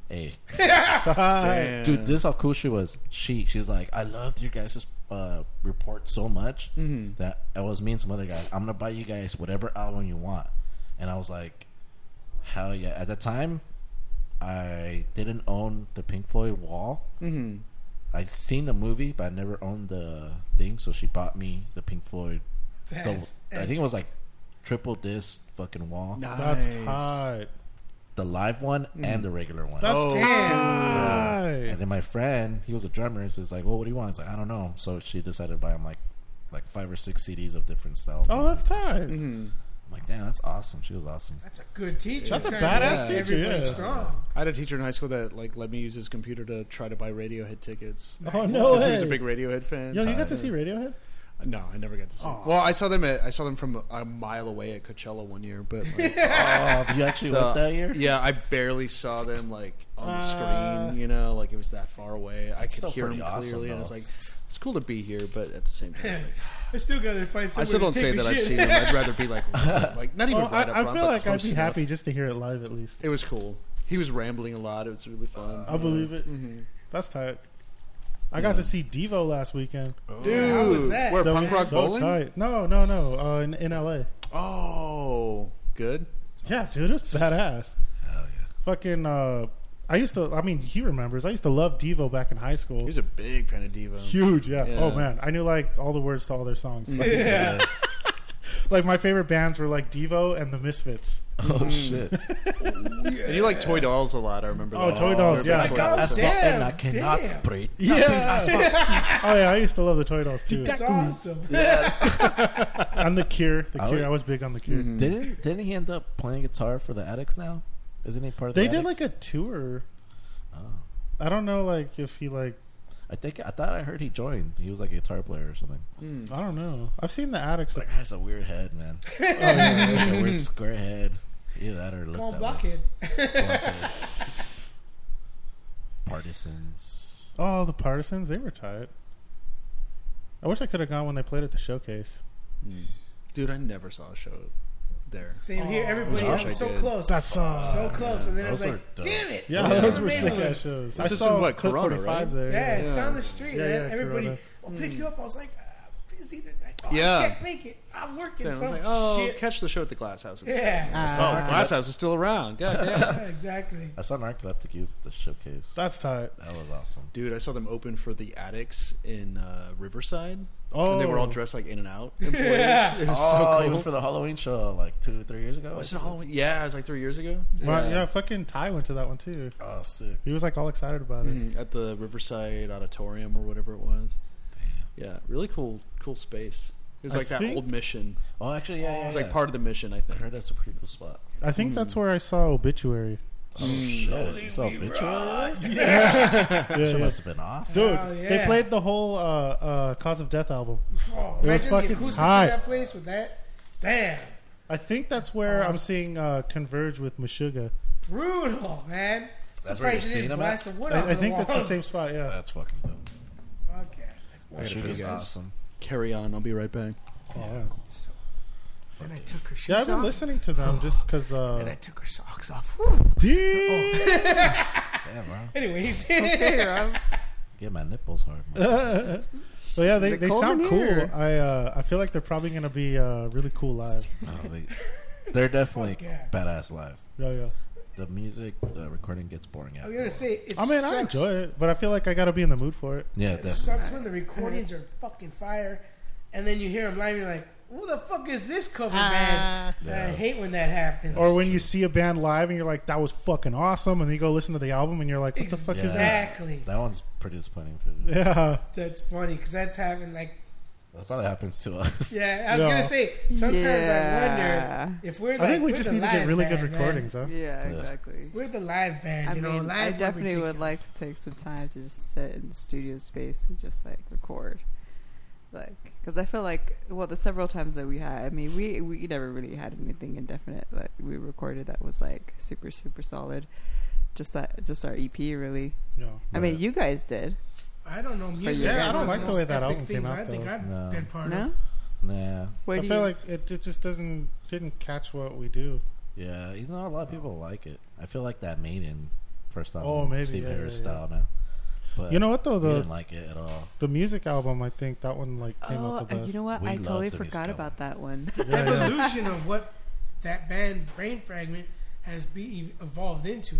Speaker 4: Eh, Hey,
Speaker 5: Tight.
Speaker 4: dude, this is how cool she was. She she's like, I loved your guys' uh, report so much that I was me and some other guy. I'm gonna buy you guys whatever album you want, and I was like, hell yeah! At the time, I didn't own the Pink Floyd wall. Mm-hmm. I've seen the movie, but I never owned the thing. So she bought me the Pink Floyd. the-
Speaker 3: That's
Speaker 4: I think it was like triple disc fucking wall,
Speaker 5: That's tight.
Speaker 4: the live one and the regular one.
Speaker 5: That's
Speaker 1: Oh.
Speaker 4: And
Speaker 5: tight.
Speaker 4: then my friend, he was a drummer, so he's like, "Well, what do you want?" He's like, "I don't know." So she decided to buy him like, like five or six CDs of different styles.
Speaker 5: Oh, that's tight.
Speaker 1: Mm-hmm.
Speaker 4: I'm like, damn, that's awesome. She was awesome.
Speaker 3: That's a good teacher.
Speaker 5: That's a
Speaker 3: Trying to make
Speaker 5: badass teacher,
Speaker 3: Everybody
Speaker 5: yeah.
Speaker 3: strong.
Speaker 1: I had a teacher in high school that like let me use his computer to try to buy Radiohead tickets.
Speaker 5: Oh no
Speaker 1: Because he
Speaker 5: way.
Speaker 1: was a big Radiohead fan. Uh,
Speaker 5: Yo, you got to see Radiohead?
Speaker 1: No, I never got to see. them. Well, I saw them at I saw them from a mile away at Coachella one year, but like,
Speaker 4: Oh, you actually
Speaker 1: so-
Speaker 4: went that year?
Speaker 1: yeah, I barely saw them like on the
Speaker 5: Uh,
Speaker 1: screen. You know, like it was that far away. I could
Speaker 4: still
Speaker 1: hear them
Speaker 4: pretty awesome,
Speaker 1: clearly, and it's
Speaker 4: though.
Speaker 1: like it's cool to be here, but at the same time, it's like,
Speaker 3: I still gotta find
Speaker 1: I
Speaker 3: someone.
Speaker 1: still don't
Speaker 3: to
Speaker 1: say
Speaker 3: take the
Speaker 1: that I've
Speaker 3: shit.
Speaker 1: seen them. I'd rather be like like not even
Speaker 5: Oh,
Speaker 1: right up
Speaker 5: I, I
Speaker 1: front, but
Speaker 5: feel like I'd
Speaker 1: close
Speaker 5: be
Speaker 1: enough.
Speaker 5: happy just to hear it live at least.
Speaker 1: It was cool. He was rambling a lot. It was really fun.
Speaker 5: I believe it.
Speaker 1: Mm-hmm.
Speaker 5: That's tight. I got to see Devo last weekend.
Speaker 1: Dude,
Speaker 3: How was that?
Speaker 1: Where
Speaker 5: That
Speaker 1: Uh, punk
Speaker 5: was
Speaker 1: rock
Speaker 5: so
Speaker 1: bowling?
Speaker 5: tight. No, no, no. Uh, in, in LA.
Speaker 1: Oh, good.
Speaker 5: Yeah, dude, it's badass. Hell yeah. Fucking. Uh, I used to. I mean, he remembers. I used to love Devo back in high school.
Speaker 1: He was a big fan of Devo.
Speaker 5: Huge, yeah.
Speaker 1: Yeah.
Speaker 5: Oh man, I knew like all the words to all their songs. Yeah. like my favorite bands were like Devo and the Misfits.
Speaker 4: Oh shit!
Speaker 1: And you like toy dolls a lot. I remember.
Speaker 5: Oh,
Speaker 1: that.
Speaker 5: Toy Dolls,
Speaker 1: You're a
Speaker 5: yeah.
Speaker 1: big Toy
Speaker 3: God,
Speaker 1: Dolls
Speaker 3: that's
Speaker 1: fan.
Speaker 3: Damn,
Speaker 4: and I cannot
Speaker 3: damn.
Speaker 4: breathe.
Speaker 5: Yeah. oh yeah, I used to love the Toy Dolls too.
Speaker 3: That's awesome.
Speaker 5: And the Cure, the
Speaker 4: I
Speaker 5: Cure.
Speaker 4: would-
Speaker 5: I was big on the Cure.
Speaker 10: Mm-hmm.
Speaker 4: Didn't didn't he end up playing guitar for the Addicts now? Isn't he part of?
Speaker 5: They
Speaker 4: the
Speaker 5: did
Speaker 4: Addicts?
Speaker 5: like a tour.
Speaker 4: Oh.
Speaker 5: I don't know, like if he like
Speaker 4: I think I thought I heard he joined. He was like a guitar player or something.
Speaker 10: Mm.
Speaker 5: I don't know. I've seen the addicts. Oh,
Speaker 4: That guy's a weird head, man.
Speaker 5: yeah.
Speaker 4: He's like a weird square head. Either that or look
Speaker 3: Come on,
Speaker 4: that way.
Speaker 3: blockhead.
Speaker 4: Blockhead. Partisans.
Speaker 5: oh, the Partisans, they were tight. I wish I could have gone when they played at the showcase.
Speaker 1: Dude, I never saw a show there.
Speaker 3: Same here. Everybody,
Speaker 1: Gosh,
Speaker 3: I
Speaker 1: I
Speaker 3: was so
Speaker 1: did.
Speaker 3: close.
Speaker 5: That's uh,
Speaker 3: so close, and then I was
Speaker 4: Those are
Speaker 3: like,
Speaker 4: dope.
Speaker 3: "Damn it!"
Speaker 5: yeah,
Speaker 4: Yeah.
Speaker 5: those were
Speaker 3: Man,
Speaker 5: sick
Speaker 3: it
Speaker 5: ass
Speaker 3: was-
Speaker 5: shows.
Speaker 1: This
Speaker 5: I
Speaker 1: is
Speaker 5: saw
Speaker 1: in what,
Speaker 5: Clip
Speaker 1: Corona,
Speaker 5: 45
Speaker 1: right?
Speaker 5: there.
Speaker 3: Yeah,
Speaker 5: Yeah,
Speaker 3: it's down the street.
Speaker 5: Yeah,
Speaker 3: and
Speaker 5: yeah,
Speaker 3: everybody
Speaker 4: Hmm.
Speaker 5: Corona.
Speaker 3: will pick you up. I was like, ah, busy tonight. Oh, I
Speaker 10: Yeah.
Speaker 3: can't make it. I'm working
Speaker 10: And I
Speaker 3: so
Speaker 10: was like, oh,
Speaker 3: shit.
Speaker 10: catch the show at the Glass House. instead.
Speaker 3: Yeah.
Speaker 10: Oh,
Speaker 6: Ah.
Speaker 10: Glass House is still around. God damn.
Speaker 3: yeah, exactly.
Speaker 4: I saw Narcoleptic Youth at the showcase.
Speaker 5: That's tight.
Speaker 4: That was awesome.
Speaker 10: Dude, I saw them open for the Addicts in uh, Riverside.
Speaker 5: Oh,
Speaker 10: And they were all dressed like In and Out employees.
Speaker 3: Yeah.
Speaker 10: It was
Speaker 4: oh,
Speaker 10: so
Speaker 4: you
Speaker 10: cool.
Speaker 4: went for the Halloween show like two, three years ago.
Speaker 10: was it Halloween? Yeah, it was like three years ago.
Speaker 5: Well, yeah. fucking Ty went to that one too.
Speaker 4: Oh, sick.
Speaker 5: He was like all excited about it.
Speaker 10: Mhm, At the Riverside Auditorium or whatever it was. Damn. Yeah, really cool, cool space. It was
Speaker 5: I
Speaker 10: like that
Speaker 5: think-
Speaker 10: old mission.
Speaker 4: Oh, actually, yeah, yeah.
Speaker 10: It was
Speaker 4: yeah.
Speaker 10: like part of the mission, I
Speaker 4: I
Speaker 10: think.
Speaker 4: heard that's a pretty cool spot.
Speaker 5: I think that's
Speaker 6: Hmm.
Speaker 5: where I saw Obituary.
Speaker 4: Oh
Speaker 10: Mm.
Speaker 4: shit! You saw Obituary?
Speaker 5: Yeah,
Speaker 4: That
Speaker 5: yeah.
Speaker 4: must have been awesome.
Speaker 5: Dude,
Speaker 3: Oh, yeah.
Speaker 5: they played the whole uh, uh, Cause of Death album.
Speaker 3: Oh,
Speaker 5: It was
Speaker 3: imagine
Speaker 5: fucking
Speaker 3: the acoustics
Speaker 5: tight.
Speaker 3: of that place with that. Damn.
Speaker 5: I think that's where I'm
Speaker 3: Awesome.
Speaker 5: seeing uh, Converge with Meshuga.
Speaker 3: Brutal, man.
Speaker 4: That's
Speaker 3: Surprised
Speaker 4: where you're
Speaker 3: they didn't
Speaker 4: seeing 'em
Speaker 3: blast
Speaker 4: at?
Speaker 3: some wood off
Speaker 5: I, I
Speaker 3: of
Speaker 5: think that's the
Speaker 3: walls.
Speaker 5: same spot, yeah.
Speaker 4: That's fucking dope.
Speaker 3: Okay.
Speaker 4: Meshuga's awesome.
Speaker 10: Carry on. I'll be right back.
Speaker 3: Then I took her shoes
Speaker 5: Oh, Yeah, I've been
Speaker 3: off.
Speaker 5: listening to them just because.
Speaker 3: Then I
Speaker 5: Uh,
Speaker 3: took her socks off. Whew.
Speaker 5: Dude.
Speaker 4: Damn, bro.
Speaker 3: Anyways,
Speaker 4: Get my nipples hard. man.
Speaker 5: But yeah, they,
Speaker 6: Is it
Speaker 5: they
Speaker 6: cold
Speaker 5: sound
Speaker 6: in
Speaker 5: cool.
Speaker 6: here?
Speaker 5: I uh, I feel like they're probably gonna be uh, really cool live.
Speaker 4: No, they, they're definitely
Speaker 3: yeah.
Speaker 4: badass live.
Speaker 5: Yeah, yeah.
Speaker 4: The music, the recording gets boring
Speaker 10: Oh,
Speaker 3: I
Speaker 4: after.
Speaker 3: was gonna say it
Speaker 5: I mean,
Speaker 3: sucks.
Speaker 5: I enjoy it, but I feel like I gotta be in the mood for it.
Speaker 4: yeah,
Speaker 3: It
Speaker 4: definitely.
Speaker 3: sucks when the recordings are fucking fire, and then you hear them live. and You're like, "Who the fuck is this cover band?"
Speaker 6: Ah.
Speaker 3: I
Speaker 4: Yeah.
Speaker 3: hate when that happens.
Speaker 5: or when you see a band live and you're like, "That was fucking awesome," and then you go listen to the album and you're like, "What the fuck is that?"
Speaker 3: exactly.
Speaker 4: That one's pretty disappointing too.
Speaker 5: Yeah,
Speaker 3: That's funny because that's happened. Like,
Speaker 4: That probably happens to us.
Speaker 3: yeah, I was
Speaker 5: Yeah.
Speaker 3: gonna say sometimes I
Speaker 6: Yeah.
Speaker 3: wonder if we're. Like,
Speaker 5: I think we
Speaker 3: we're
Speaker 5: just
Speaker 3: the
Speaker 5: need to get
Speaker 3: live
Speaker 5: really
Speaker 3: band,
Speaker 5: good
Speaker 3: man.
Speaker 5: recordings, huh?
Speaker 6: yeah, exactly.
Speaker 3: We're the live band,
Speaker 6: I
Speaker 3: you
Speaker 6: mean,
Speaker 3: know.
Speaker 6: I
Speaker 3: Live, we're
Speaker 6: definitely would like
Speaker 3: ridiculous.
Speaker 6: to take some time to just sit in the studio space and just like record, like because I feel like well, the several times that we had, I mean, we we never really had anything indefinite that we recorded that was like super super solid. Just that, just our EP, really.
Speaker 5: No.
Speaker 6: I mean, you guys did.
Speaker 3: I don't know music.
Speaker 6: Yeah, I
Speaker 3: is one
Speaker 6: don't
Speaker 3: of
Speaker 5: like the
Speaker 3: most
Speaker 5: way that
Speaker 3: epic
Speaker 5: album came
Speaker 3: things
Speaker 5: out,
Speaker 3: I think
Speaker 5: though.
Speaker 3: I've
Speaker 4: No.
Speaker 3: been part
Speaker 6: No,
Speaker 3: of.
Speaker 4: Nah.
Speaker 6: where
Speaker 5: I
Speaker 6: do
Speaker 5: feel
Speaker 6: you?
Speaker 5: like it, it just doesn't didn't catch what we do.
Speaker 4: Yeah, you know, a lot of people like it. I feel like that Maiden first album,
Speaker 5: Oh, maybe,
Speaker 4: Steve
Speaker 5: yeah,
Speaker 4: Harris
Speaker 5: yeah, yeah.
Speaker 4: style now. But
Speaker 5: You know what though
Speaker 4: we didn't
Speaker 5: the
Speaker 4: like it at all.
Speaker 5: the music album I think that one like came
Speaker 6: oh,
Speaker 5: out the
Speaker 6: uh,
Speaker 5: best.
Speaker 6: you know what?
Speaker 4: We
Speaker 6: I
Speaker 4: love
Speaker 6: totally
Speaker 4: Dennis
Speaker 6: forgot
Speaker 4: Gallagher.
Speaker 6: about that one.
Speaker 5: yeah, yeah.
Speaker 3: evolution of what that band Brain Fragment has be evolved into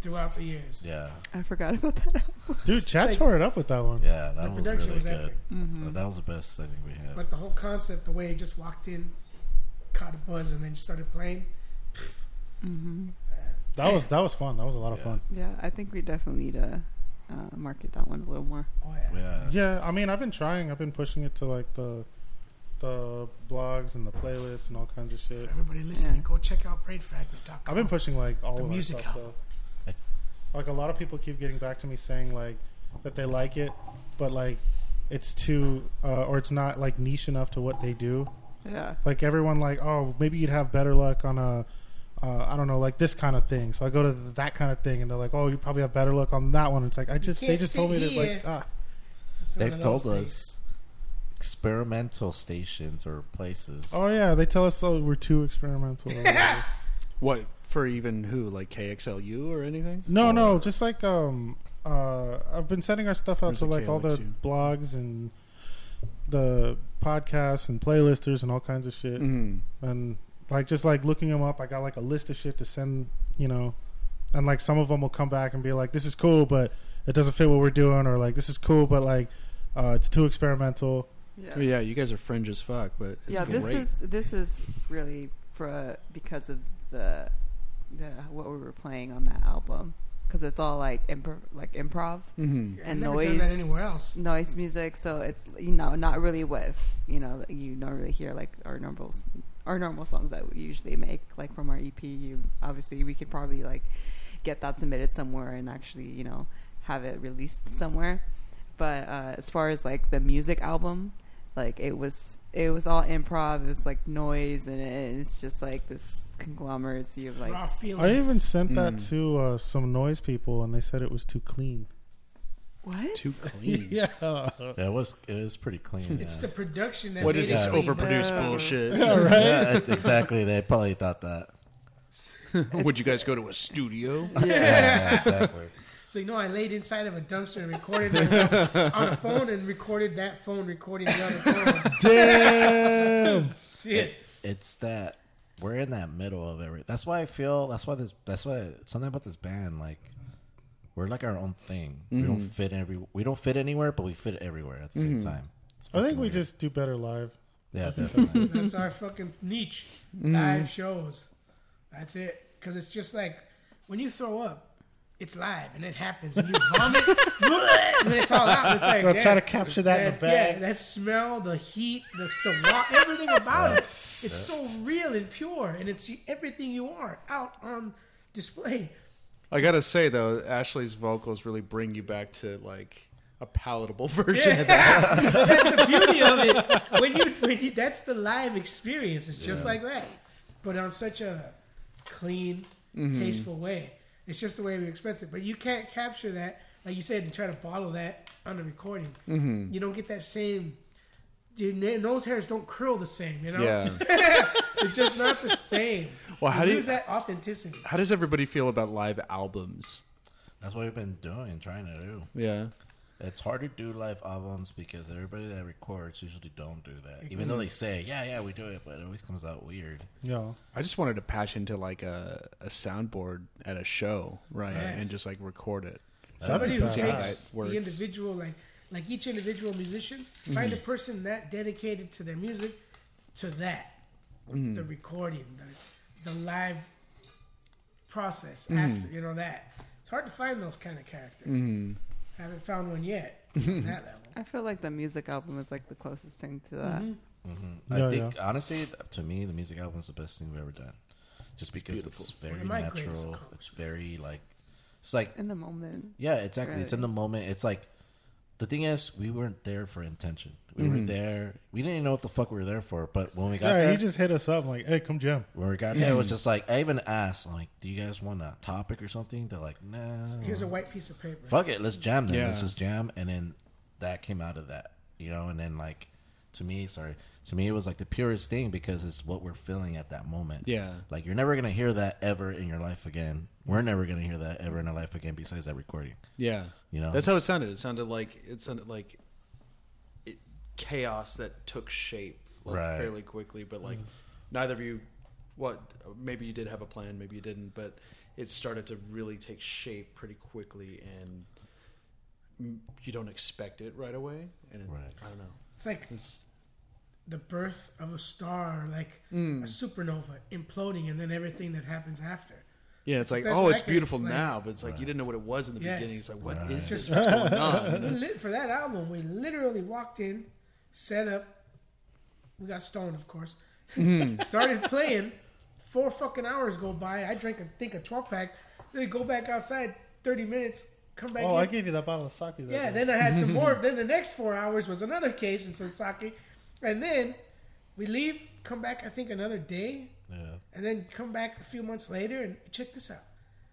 Speaker 3: throughout the years.
Speaker 4: Yeah,
Speaker 6: I forgot about that. album.
Speaker 5: Dude, Chad
Speaker 3: like-
Speaker 5: tore it up with that one.
Speaker 4: yeah, that
Speaker 3: The
Speaker 4: was
Speaker 3: production
Speaker 4: really
Speaker 3: was
Speaker 4: good.
Speaker 3: epic.
Speaker 4: That was the best I think we had.
Speaker 3: But the whole concept, the way it just walked in, caught a buzz, and then started playing.
Speaker 5: That was that was fun. That was a lot of
Speaker 4: Yeah.
Speaker 5: fun.
Speaker 6: Mm-hmm. yeah, I think we definitely need to uh, market that one a little more.
Speaker 3: Oh yeah.
Speaker 4: yeah,
Speaker 5: Yeah, I mean, I've been trying. I've been pushing it to like the the blogs and the playlists and all kinds of shit.
Speaker 3: For everybody listening,
Speaker 6: Yeah.
Speaker 3: go check out BrainFragment.com.
Speaker 5: I've been pushing like all
Speaker 3: The
Speaker 5: of
Speaker 3: music
Speaker 5: our stuff,
Speaker 3: album.
Speaker 5: Though. Like a lot of people keep getting back to me saying like that they like it, but like it's too uh, or it's not like niche enough to what they do.
Speaker 6: Yeah.
Speaker 5: Like everyone like oh maybe you'd have better luck on a uh, I don't know like this kind of thing. So I go to that kind of thing and they're like oh you probably have better luck on that one. It's like I just they
Speaker 3: can't
Speaker 5: just told me
Speaker 3: sit
Speaker 5: that like
Speaker 3: here.
Speaker 5: ah.
Speaker 3: It's one
Speaker 4: they've
Speaker 3: of
Speaker 4: told
Speaker 3: those
Speaker 4: us
Speaker 3: things.
Speaker 4: experimental stations or places.
Speaker 5: oh yeah they tell us oh we're too experimental.
Speaker 10: What? For even who? Like KXLU or anything?
Speaker 5: No, no, just like um, uh, I've been sending our stuff out
Speaker 10: Where's
Speaker 5: to
Speaker 10: the
Speaker 5: like all the
Speaker 10: KLXU?
Speaker 5: blogs and the podcasts and playlisters and all kinds of shit,
Speaker 10: Mm.
Speaker 5: and like just like looking them up. I got like a list of shit to send, you know, and like some of them will come back and be like, "This is cool, but it doesn't fit what we're doing," or like, "This is cool, but like uh, it's too experimental."
Speaker 6: Yeah.
Speaker 10: Oh, yeah, you guys are fringe as fuck, but it's
Speaker 6: yeah,
Speaker 10: great.
Speaker 6: this is this is really for because of the the what we were playing on that album because it's all like improv, like improv
Speaker 10: Mhm.
Speaker 3: I've
Speaker 6: and
Speaker 3: never
Speaker 6: noise
Speaker 3: done that anywhere else.
Speaker 6: noise music. So it's you know not really what you know you don't really hear like our normal s- our normal songs that we usually make like from our EP. You obviously we could probably like get that submitted somewhere and actually you know have it released somewhere. But uh, as far as like the music album, like it was it was all improv. It was like noise and, and it's just like this conglomeracy of like
Speaker 3: Raw feelings.
Speaker 5: I even sent that
Speaker 10: Mm.
Speaker 5: to uh, some noise people, and they said it was too clean.
Speaker 6: what
Speaker 10: Too clean.
Speaker 5: Yeah,
Speaker 4: Yeah, it was it was pretty clean.
Speaker 3: it's
Speaker 4: yeah.
Speaker 3: the production that
Speaker 10: What
Speaker 3: made
Speaker 10: is
Speaker 3: it
Speaker 10: this
Speaker 4: Yeah.
Speaker 3: clean.
Speaker 10: overproduced
Speaker 6: No.
Speaker 10: bullshit?
Speaker 4: yeah, it's- exactly. They probably thought that.
Speaker 10: Would you guys go to a studio?
Speaker 6: yeah.
Speaker 4: Yeah, exactly.
Speaker 3: So you know, I laid inside of a dumpster and recorded myself on a phone and recorded that phone recording the other phone.
Speaker 5: Damn.
Speaker 3: Shit.
Speaker 4: it's that we're in that middle of every. That's why I feel. That's why this. That's why something about this band. Like we're like our own thing. We don't fit every. We don't fit anywhere, but we fit everywhere at the same time. It's
Speaker 5: I
Speaker 4: fucking
Speaker 5: think we
Speaker 4: weird.
Speaker 5: just do better live.
Speaker 4: yeah definitely.
Speaker 3: That's our fucking niche.
Speaker 5: Mm-hmm.
Speaker 3: Live shows. That's it. Because it's just like when you throw up, it's live and it happens. And you vomit, and it's all out. It's like
Speaker 5: I'll
Speaker 3: yeah,
Speaker 5: try to capture that in the
Speaker 3: Yeah,
Speaker 5: bag.
Speaker 3: that smell, the heat, the, the rock, everything about it. It's so real and pure, and it's everything you are out on display.
Speaker 1: I gotta say though, Ashley's vocals really bring you back to like a palatable version of that.
Speaker 3: that's the beauty of it. When you, when you, that's the live experience. It's just like that, but on such a clean,
Speaker 1: Mm-hmm.
Speaker 3: tasteful way. It's just the way we express it. But you can't capture that, like you said, and try to bottle that on a recording.
Speaker 1: Mm-hmm.
Speaker 3: You don't get that same. Your na- nose hairs don't curl the same. You know, it's just not the same.
Speaker 1: Well, how do you-
Speaker 3: lose that authenticity?
Speaker 1: How does everybody feel about live albums?
Speaker 4: that's what we've been doing, trying to do.
Speaker 1: Yeah.
Speaker 4: It's hard to do live albums because everybody that records usually don't do that. Even
Speaker 5: Mm-hmm.
Speaker 4: though they say, yeah, yeah, we do it, but it always comes out weird.
Speaker 5: No.
Speaker 1: I just wanted to patch into like a, a soundboard at a show, right?
Speaker 3: Yes.
Speaker 1: And just like record it.
Speaker 3: somebody who
Speaker 5: That'd be
Speaker 1: how it
Speaker 3: takes
Speaker 1: works.
Speaker 3: the individual like like each individual musician
Speaker 1: Mm-hmm.
Speaker 3: find a person that dedicated to their music to that
Speaker 1: Mm-hmm.
Speaker 3: the recording the, the live process
Speaker 1: Mm-hmm.
Speaker 3: after you know that it's hard to find those kind of characters
Speaker 1: Mm-hmm.
Speaker 3: I haven't found one yet on that level
Speaker 6: I feel like the music album is like the closest thing to that.
Speaker 5: Yeah,
Speaker 4: I think honestly, to me, the music album is the best thing we've ever done, just because it's,
Speaker 1: beautiful.
Speaker 3: One
Speaker 4: very
Speaker 3: of my greatest
Speaker 4: natural. It's very like, it's like
Speaker 6: In the moment.
Speaker 4: yeah, exactly. It's in
Speaker 6: Right.
Speaker 4: the moment. It's like the thing is, we weren't there for intention. We were there. We didn't even know what the fuck we were there for. But when we got
Speaker 5: Mm-hmm. Yeah,
Speaker 4: there,
Speaker 5: he just hit us up like, hey, come jam.
Speaker 4: when we got there, it was just like I even asked, like, do you guys want a topic or something? They're like, nah.
Speaker 3: here's a white piece of paper
Speaker 4: fuck it, let's jam then. Let's
Speaker 1: Yeah.
Speaker 4: just jam, and then that came out of that, you know. And then like to me, sorry, to me it was like the purest thing because it's what we're feeling at that moment.
Speaker 1: Yeah.
Speaker 4: like you're never gonna hear that ever in your life again. We're never gonna hear that ever in our life again besides that recording.
Speaker 1: Yeah.
Speaker 4: You know?
Speaker 1: That's how it sounded. It sounded like it sounded like it, chaos that took shape like
Speaker 4: Right. Mm.
Speaker 1: fairly quickly, but like neither of you what maybe you did have a plan, maybe you didn't, but it started to really take shape pretty quickly and m- you don't expect it right away and it-
Speaker 4: Right.
Speaker 1: I don't know.
Speaker 3: it's like
Speaker 1: It's
Speaker 3: the birth of a star like
Speaker 1: Mm.
Speaker 3: a supernova imploding and then everything that happens after
Speaker 1: yeah, it's like
Speaker 3: best
Speaker 1: oh,
Speaker 3: way I
Speaker 1: it's
Speaker 3: can
Speaker 1: beautiful
Speaker 3: explain
Speaker 1: now, but it's like you didn't know what it was in the
Speaker 3: Yes.
Speaker 1: beginning. It's like what is
Speaker 3: Just-
Speaker 1: this? What's going on?
Speaker 3: We lit, for that album, we literally walked in, set up. We got stoned, of course. Started playing. Four fucking hours go by. I drink, I think, a 12 pack. Then go back outside 30 minutes, come back
Speaker 5: Oh,
Speaker 3: in.
Speaker 5: I gave you that bottle of sake. That
Speaker 3: yeah,
Speaker 5: day.
Speaker 3: then I had some more. then the next four hours was another case and some sake. And then we leave, come back, I think, another day
Speaker 4: Yeah,
Speaker 3: and then come back a few months later and check this out.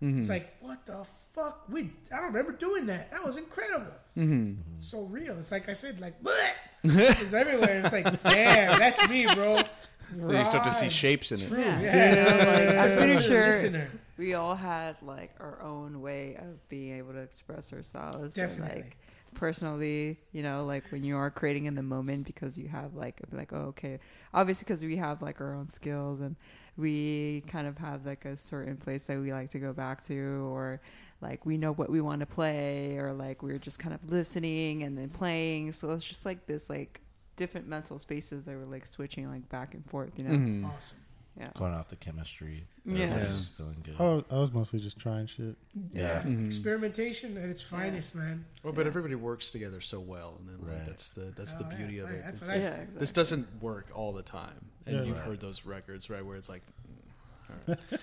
Speaker 6: Mm-hmm.
Speaker 3: It's like what the fuck? We I don't remember doing that. That was incredible.
Speaker 6: Mm-hmm.
Speaker 3: So real. It's like I said, like bleh! it's everywhere. It's like damn, that's me, bro.
Speaker 1: Then you start to see
Speaker 3: Right.
Speaker 1: shapes in it.
Speaker 6: Yeah.
Speaker 3: Yeah,
Speaker 6: I'm pretty
Speaker 3: to the
Speaker 6: sure-
Speaker 3: listener.
Speaker 6: We all had like our own way of being able to express ourselves. and,
Speaker 3: Definitely.
Speaker 6: like personally, you know, like when you are creating in the moment because you have like be like oh okay, obviously because we have like our own skills and we kind of have like a certain place that we like to go back to or like we know what we want to play or like we're just kind of listening and then playing. So it's just like this like different mental spaces that were like switching like back and forth, you know.
Speaker 1: Mm-hmm.
Speaker 3: Awesome.
Speaker 6: Yeah.
Speaker 4: going off the chemistry.
Speaker 6: Yeah.
Speaker 4: Everybody's just feeling good.
Speaker 5: Oh, I was mostly just trying shit.
Speaker 4: yeah.
Speaker 6: Mm-hmm.
Speaker 3: Experimentation at its finest, man.
Speaker 1: Well, but everybody works together so well, and then like,
Speaker 4: Right.
Speaker 1: that's the that's the
Speaker 3: Oh, yeah,
Speaker 1: beauty of
Speaker 3: right,
Speaker 1: it.
Speaker 3: that's
Speaker 1: It's
Speaker 3: what I
Speaker 1: just-
Speaker 6: said. Yeah, exactly.
Speaker 1: This doesn't work all the time, and
Speaker 5: Yeah.
Speaker 1: you've
Speaker 4: Right.
Speaker 1: heard those records right where it's like,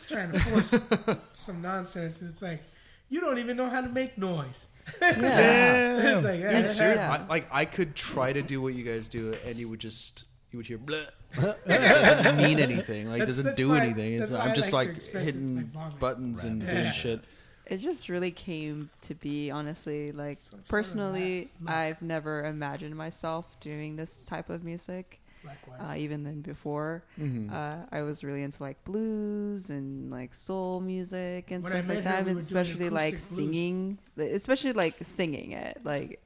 Speaker 3: Trying to force some nonsense. It's like you don't even know how to make noise. it's like yeah,
Speaker 1: dude,
Speaker 3: that
Speaker 1: "Ah, seriously,
Speaker 6: Yeah.
Speaker 1: I, like I could try to do what you guys do, and you would just you would hear bleh. it doesn't mean anything. Like it
Speaker 3: That's-
Speaker 1: doesn't
Speaker 3: that's
Speaker 1: do
Speaker 3: why-
Speaker 1: anything. It's,
Speaker 3: that's why I
Speaker 1: I'm just
Speaker 3: like to
Speaker 1: like,
Speaker 3: express it,
Speaker 1: hitting
Speaker 3: like vomit.
Speaker 1: buttons and
Speaker 4: Right.
Speaker 1: doing
Speaker 3: Yeah.
Speaker 1: shit.
Speaker 6: It just really came to be, honestly. Like,
Speaker 3: sort of
Speaker 6: personally,
Speaker 3: rap, like-
Speaker 6: I've never imagined myself doing this type of music.
Speaker 3: Likewise.
Speaker 6: uh, even than before.
Speaker 8: Mm-hmm.
Speaker 6: Uh, I was really into like blues and like soul music and
Speaker 3: When I
Speaker 6: stuff
Speaker 3: met
Speaker 6: like
Speaker 3: her,
Speaker 6: that,
Speaker 3: we
Speaker 6: and
Speaker 3: were doing
Speaker 6: especially like
Speaker 3: acoustic blues.
Speaker 6: singing, especially like singing it. Like,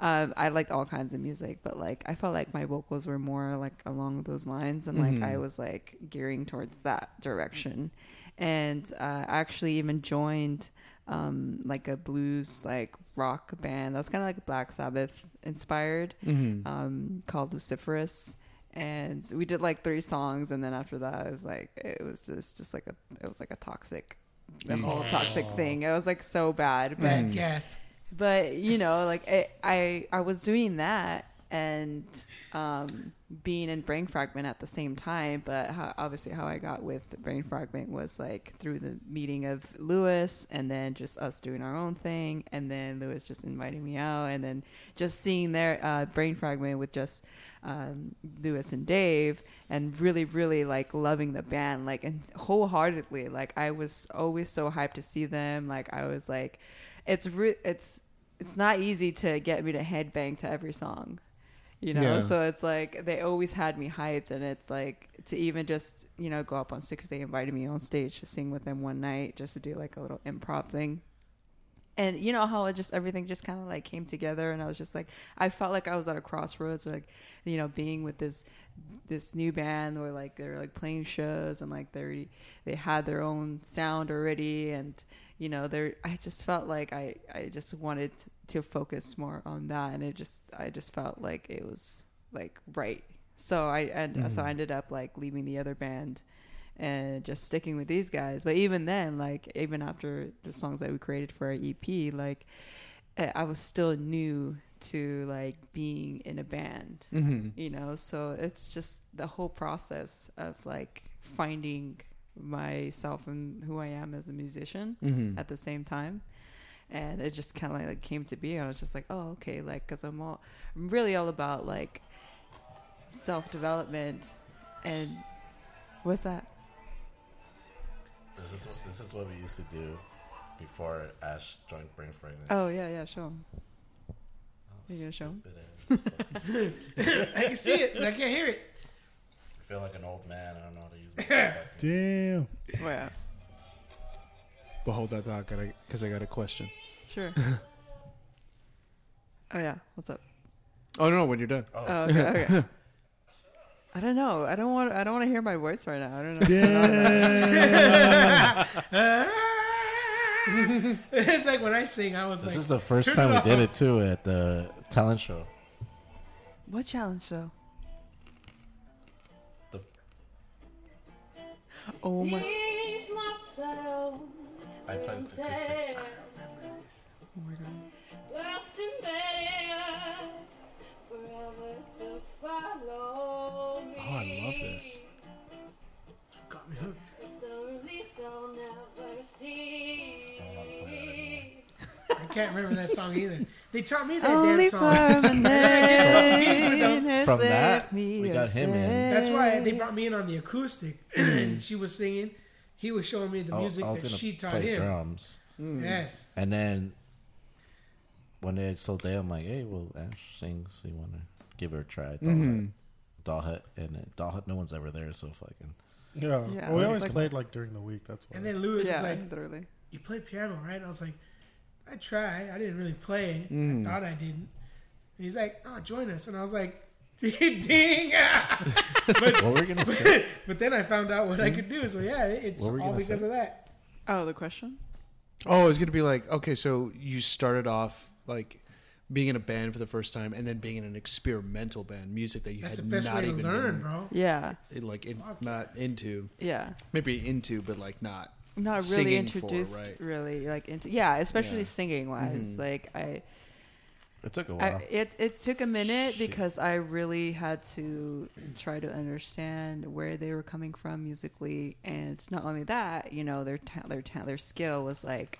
Speaker 6: um, I liked all kinds of music, but like I felt like my vocals were more like along those lines, and
Speaker 8: Mhm.
Speaker 6: like I was like gearing towards that direction. And uh, I actually even joined um, like a blues like rock band that was kind of like Black Sabbath inspired
Speaker 1: Mm.
Speaker 8: Mm-hmm.
Speaker 6: um, called Luciferous. And we did like three songs, and then after that, it was like it was just just like a it was like a toxic, the whole toxic thing. It was like so bad, but
Speaker 3: Bad gas.
Speaker 6: but you know like I I, I was doing that and um, being in brain fragment at the same time but how, obviously how i got with the brain fragment was like through the meeting of lewis and then just us doing our own thing and then lewis just inviting me out and then just seeing their uh, brain fragment with just um, lewis and dave and really really like loving the band like and wholeheartedly like i was always so hyped to see them like i was like it's re- it's it's not easy to get me to headbang to every song you know
Speaker 8: Yeah.
Speaker 6: so it's like they always had me hyped and it's like to even just you know go up on stage 'cause they invited me on stage to sing with them one night just to do like a little improv thing and you know how it just everything just kind of like came together and i was just like i felt like i was at a crossroads like you know being with this this new band where like they were like playing shows and like they already they had their own sound already and you know there i just felt like i i just wanted to focus more on that and it just i just felt like it was like right so i and so i ended up like leaving the other band and just sticking with these guys. But even then, like even after the songs that we created for our EP, like eh, I I was still new to like being in a band,
Speaker 8: Mm-hmm.
Speaker 6: you know. So it's just the whole process of like finding myself and who I am as a musician
Speaker 4: Mm.
Speaker 8: Mm-hmm.
Speaker 6: at the same time. And it just kind of like came to be. I was just like, oh, okay, like, because I'm all, I'm really all about like self development. And what's that?
Speaker 4: This is, what, this is what we used to do before Ash joined Brain Fragment.
Speaker 6: Oh yeah, yeah, show 'em. You gonna show 'em?
Speaker 3: I can see it, but I can't hear it.
Speaker 4: I feel like an old man. I don't know how to use my fucking-
Speaker 5: Damn.
Speaker 6: Well,
Speaker 10: But hold that thought, because I got a question.
Speaker 6: sure. oh yeah, what's up?
Speaker 10: Oh no, when you're done.
Speaker 6: Oh, okay, okay. I don't know. I don't want. I don't want to hear my voice right now. I don't know. what's going on right now.
Speaker 3: it's like when I sing, I was
Speaker 4: This
Speaker 3: like,
Speaker 4: is the first
Speaker 3: turn it
Speaker 4: time we did
Speaker 3: off.
Speaker 4: it too at the talent show.
Speaker 6: What challenge though?
Speaker 4: The-
Speaker 6: Oh my!
Speaker 4: I played acoustic.
Speaker 6: Oh my god!
Speaker 10: Oh, I love this.
Speaker 3: got me hooked. I can't remember that song either. They taught me that
Speaker 6: Only
Speaker 3: damn
Speaker 6: for
Speaker 3: song.
Speaker 6: a minute.
Speaker 4: From that,
Speaker 6: let me
Speaker 4: we got him in.
Speaker 3: That's why they brought me in on the acoustic, and she was singing. He was showing me the
Speaker 4: I-
Speaker 3: music
Speaker 4: I was
Speaker 3: that
Speaker 4: gonna
Speaker 3: she taught
Speaker 4: play
Speaker 3: him.
Speaker 4: drums,
Speaker 10: Mm.
Speaker 3: Yes.
Speaker 4: and then one day it's so day I'm like, hey, well, eh, Ash sings. You want to give her a try? Doll
Speaker 6: Mm-hmm.
Speaker 10: Mm-hmm.
Speaker 4: Hut, Doll
Speaker 3: Oh,
Speaker 4: Hut, and then Doll Hut. No one's ever there, so fucking.
Speaker 5: Yeah.
Speaker 6: Yeah.
Speaker 5: Well, we
Speaker 6: It's
Speaker 5: always
Speaker 6: like-
Speaker 5: played like during the week. That's why.
Speaker 3: And then Lewis
Speaker 6: Yeah,
Speaker 3: was like,
Speaker 6: literally.
Speaker 3: "You play piano, right?" I was like, "I try. I didn't really play.
Speaker 6: Mm.
Speaker 10: Mm-hmm.
Speaker 3: I thought I didn't." And he's like, "Oh, join us," and I was like, "Ding!"
Speaker 4: What were you gonna say?
Speaker 3: but then I found out what I could do. So yeah, it's
Speaker 4: Hmm? What were you
Speaker 3: all
Speaker 4: gonna
Speaker 3: because
Speaker 4: say?
Speaker 3: of that.
Speaker 6: Oh, the question.
Speaker 10: Oh, it's gonna be like okay, so you started off like being in a band for the first time, and then being in an experimental band, music that you
Speaker 3: That's the
Speaker 10: had
Speaker 3: best
Speaker 10: not
Speaker 3: way to
Speaker 10: even
Speaker 3: learn, bro.
Speaker 6: Yeah,
Speaker 10: been, like in,
Speaker 3: Fuck.
Speaker 10: not into,
Speaker 6: yeah.
Speaker 10: maybe into, but like not.
Speaker 6: not really
Speaker 10: singing for,
Speaker 6: introduced
Speaker 10: right?
Speaker 6: really like into yeah especially
Speaker 10: Yeah.
Speaker 6: singing wise
Speaker 10: Mhm.
Speaker 6: like I,
Speaker 4: It took a
Speaker 6: I
Speaker 4: while.
Speaker 6: it, it took a minute
Speaker 4: Shit.
Speaker 6: because i really had to try to understand where they were coming from musically and not only that you know their ta- their ta- their skill was like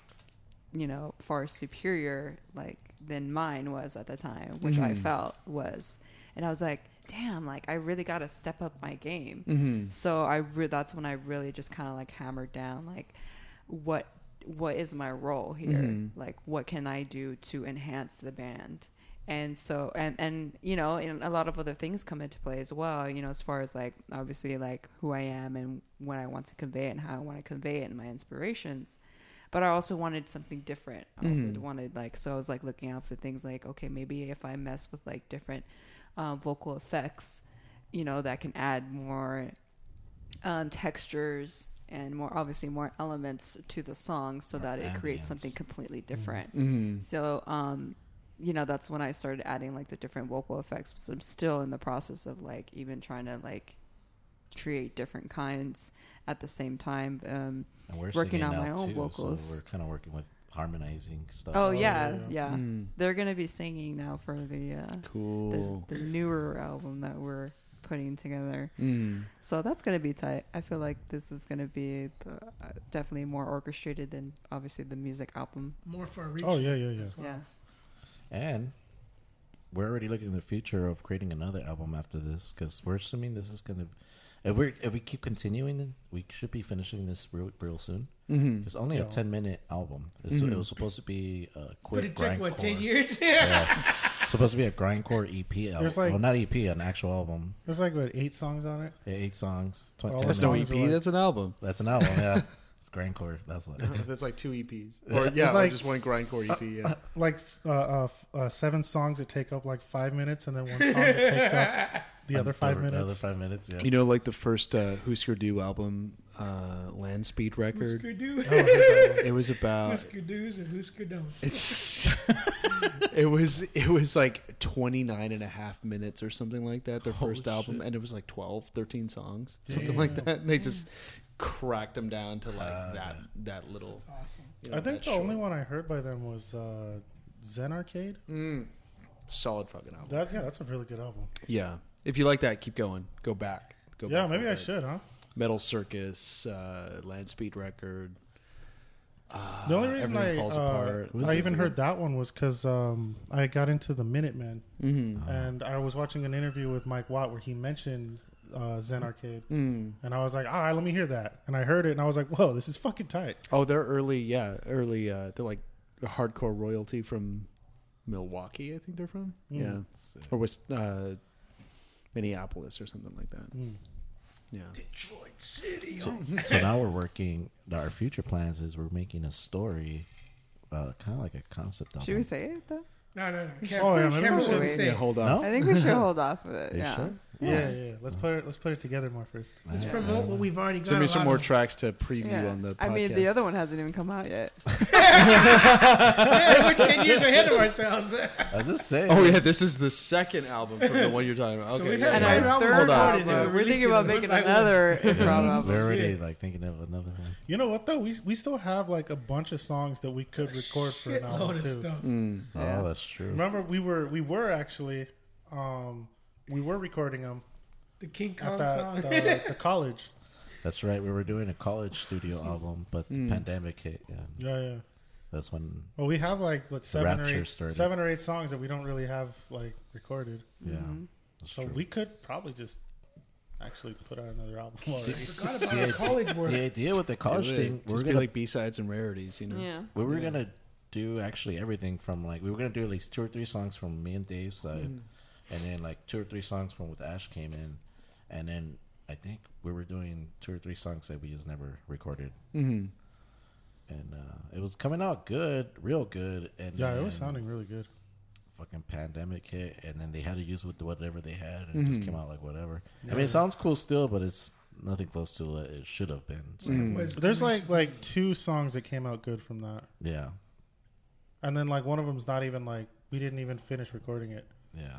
Speaker 6: you know far superior like than mine was at the time which i
Speaker 4: Mm-hmm.
Speaker 8: Mhm.
Speaker 6: felt was and i was like damn like i really got to step up my game
Speaker 1: Mm.
Speaker 8: Mm-hmm.
Speaker 6: so I re- that's when I really just kind of like hammered down like what what is my role here?
Speaker 8: Mhm.
Speaker 6: Like what can I do to enhance the band? and so and and you know and a lot of other things come into play as well you know as far as like obviously like who i am and what i want to convey and how i want to convey it and my inspirations but i also wanted something different i also wanted like so i was like looking out for things like okay maybe if i mess with like different uh, vocal effects you know that can add more um, textures and more obviously more elements to the song so that it creates something completely different so um, you know that's when i started adding like the different vocal effects so i'm still in the process of like even trying to like create different kinds at the same time um,
Speaker 4: And we're
Speaker 6: working
Speaker 4: singing
Speaker 6: on
Speaker 4: now,
Speaker 6: my own
Speaker 4: too,
Speaker 6: vocals.
Speaker 4: So we're kind of working with harmonizing stuff.
Speaker 6: oh, yeah yeah,
Speaker 12: Mm.
Speaker 6: they're gonna be singing now for the uh
Speaker 12: Cool.
Speaker 6: the, the newer album that we're putting together
Speaker 10: Mm-hmm.
Speaker 12: Mm.
Speaker 6: so that's going to be tight. I feel like this is going to be the, uh, definitely more orchestrated than obviously the music album.
Speaker 3: More for a reach.
Speaker 5: Oh yeah, yeah, yeah.
Speaker 3: That's why.
Speaker 6: Yeah.
Speaker 4: And we're already looking in the future of creating another album after this because we're assuming this is going to. If we if we keep continuing, then we should be finishing this real, real soon.
Speaker 10: Mm-hmm.
Speaker 12: Mhm.
Speaker 4: It's only a
Speaker 5: Yeah.
Speaker 4: ten minute album. It's,
Speaker 6: Mm-hmm.
Speaker 4: It was supposed to be a quick.
Speaker 3: But it took what
Speaker 4: grindcore.
Speaker 3: ten years. Yeah.
Speaker 4: Yeah. It's supposed to be a grindcore EP album.
Speaker 5: There's like-
Speaker 4: well, not EP, an actual album.
Speaker 5: There's like what eight songs on it.
Speaker 4: Yeah, Eight songs. Tw-
Speaker 5: All
Speaker 4: 10
Speaker 5: That's
Speaker 12: That's
Speaker 5: no
Speaker 12: no
Speaker 5: Songs
Speaker 12: EP.
Speaker 5: EP, are like-
Speaker 12: That's
Speaker 5: that's
Speaker 12: an album.
Speaker 4: That's an album. Yeah, it's grindcore. That's
Speaker 10: Uh-huh.
Speaker 4: what.
Speaker 1: That's like
Speaker 10: E
Speaker 1: two EPs. Or yeah,
Speaker 5: It's
Speaker 1: or
Speaker 5: like-
Speaker 1: just one grindcore EP. Yeah.
Speaker 5: Like uh, uh, f- uh, seven songs that take up like five minutes, and then one song that takes up the other five
Speaker 4: The other
Speaker 5: minutes.
Speaker 4: five minutes. Yeah.
Speaker 1: You know, like the first uh, Husker Du album, uh, Land Speed record.
Speaker 3: Skidoo.
Speaker 5: Oh, I heard that one.
Speaker 1: It was about
Speaker 3: Who's Skidoo's and who's Skidoo's?
Speaker 1: It's it was it was like 29 and a half minutes or something like that their
Speaker 4: Holy
Speaker 1: first album
Speaker 4: shit.
Speaker 1: and it was like 12 13 songs something like that and they just cracked them down to like
Speaker 4: Ah,
Speaker 1: that that little
Speaker 3: Awesome.
Speaker 1: you know,
Speaker 5: I
Speaker 1: that
Speaker 5: think the only
Speaker 1: short.
Speaker 5: one I heard by them was uh, Zen Arcade.
Speaker 1: Mm. solid fucking album
Speaker 5: That yeah, that's a really good album.
Speaker 1: yeah if you like that keep going go back go
Speaker 5: yeah,
Speaker 1: back
Speaker 5: maybe
Speaker 1: for
Speaker 5: I
Speaker 1: that.
Speaker 5: should, huh?
Speaker 1: metal circus uh land speed record
Speaker 5: The only reason
Speaker 1: Everything
Speaker 5: I
Speaker 1: Falls
Speaker 5: uh,
Speaker 1: Apart. Who's
Speaker 5: I
Speaker 1: this
Speaker 5: even
Speaker 1: again?
Speaker 5: heard that one was because um, I got into the Minutemen,
Speaker 1: mm-hmm.
Speaker 5: and I was watching an interview with Mike Watt where he mentioned uh, Zen Arcade,
Speaker 6: Mm-hmm.
Speaker 1: mm.
Speaker 5: and I was like, all right, let me hear that, and I heard it, and I was like, whoa, this is fucking tight.
Speaker 1: oh they're early yeah early uh they're like hardcore royalty from milwaukee i think they're from
Speaker 5: Mm.
Speaker 1: yeah or was uh, Minneapolis or something like that.
Speaker 5: Mm.
Speaker 1: Yeah,
Speaker 3: Detroit City.
Speaker 4: So, so now we're working. Our future plans is we're making a story, uh, kind of like a concept album.
Speaker 6: Should we say it though?
Speaker 3: No, no, no.
Speaker 5: Oh,
Speaker 3: Careful,
Speaker 5: yeah, maybe we
Speaker 3: careful what we
Speaker 6: should-
Speaker 3: say.
Speaker 1: hold on.
Speaker 4: No?
Speaker 6: I think we should hold off of it.
Speaker 4: Are Oh. you
Speaker 6: yeah.
Speaker 4: sure?
Speaker 5: Yeah, yeah. Let's put it. Let's put it together more first.
Speaker 3: Let's promote what we've already got.
Speaker 1: Send me
Speaker 3: a
Speaker 1: some
Speaker 3: lot
Speaker 1: more
Speaker 3: of-
Speaker 1: tracks to preview
Speaker 6: Yeah.
Speaker 1: on the. Podcast.
Speaker 6: I mean, the other one hasn't even come out yet.
Speaker 3: Yeah, We're ten years ahead of ourselves. so
Speaker 4: I was just saying.
Speaker 1: Oh yeah, this is the second album from the one you're talking about. Okay,
Speaker 3: we've
Speaker 1: yeah,
Speaker 3: had
Speaker 6: And
Speaker 1: yeah.
Speaker 3: five
Speaker 6: our
Speaker 3: albums
Speaker 6: third
Speaker 1: Hold on.
Speaker 6: album,
Speaker 3: recorded, and
Speaker 6: we're thinking about
Speaker 3: releasing
Speaker 6: making
Speaker 3: them one by one.
Speaker 6: another improv
Speaker 4: We're
Speaker 6: album.
Speaker 4: already like thinking of another one.
Speaker 5: You know what though? We we still have like a bunch of songs that we could record for an album
Speaker 3: Shitload of
Speaker 5: too.
Speaker 3: stuff.
Speaker 1: Mm.
Speaker 6: Mm.
Speaker 4: Oh, that's true.
Speaker 5: Remember, we were we were actually, um, we were recording them
Speaker 3: The King
Speaker 5: at
Speaker 3: Kong
Speaker 5: that uh,
Speaker 3: song.
Speaker 5: the, the college.
Speaker 4: That's right. We were doing a college studio album, but
Speaker 5: Mm.
Speaker 4: the pandemic hit. Yeah,
Speaker 5: Yeah, yeah.
Speaker 4: that's when.
Speaker 5: Well, we have like what seven or
Speaker 4: Rapture
Speaker 5: eight,
Speaker 4: started.
Speaker 5: seven or eight songs that we don't really have like recorded.
Speaker 4: Yeah,
Speaker 5: Mm-hmm. So we could probably just actually put out another album already.
Speaker 3: Forgot about our college work.
Speaker 4: the idea with the college
Speaker 1: Just
Speaker 4: thing. We're
Speaker 1: be
Speaker 4: gonna
Speaker 1: like B sides and rarities, you know.
Speaker 6: Yeah.
Speaker 4: we were gonna do actually everything from like we were gonna do at least two or three songs from me and Dave's side,
Speaker 3: Mm.
Speaker 4: and then like two or three songs from with Ash came in, and then I think we were doing two or three songs that we just never recorded,
Speaker 1: Mm-hmm.
Speaker 4: and uh, it was coming out good, real good, and
Speaker 5: yeah, it was
Speaker 4: then
Speaker 5: sounding really good.
Speaker 4: fucking pandemic hit, and then they had to use with whatever they had, and it
Speaker 3: Mm-hmm.
Speaker 4: just came out like whatever. I mean, it sounds cool still, but it's nothing close to what it should have been. So,
Speaker 3: Was
Speaker 5: But hmm. there's like like two songs that came out good from that,
Speaker 4: Yeah,
Speaker 5: and then like one of them's not even like we didn't even finish recording it.
Speaker 4: yeah.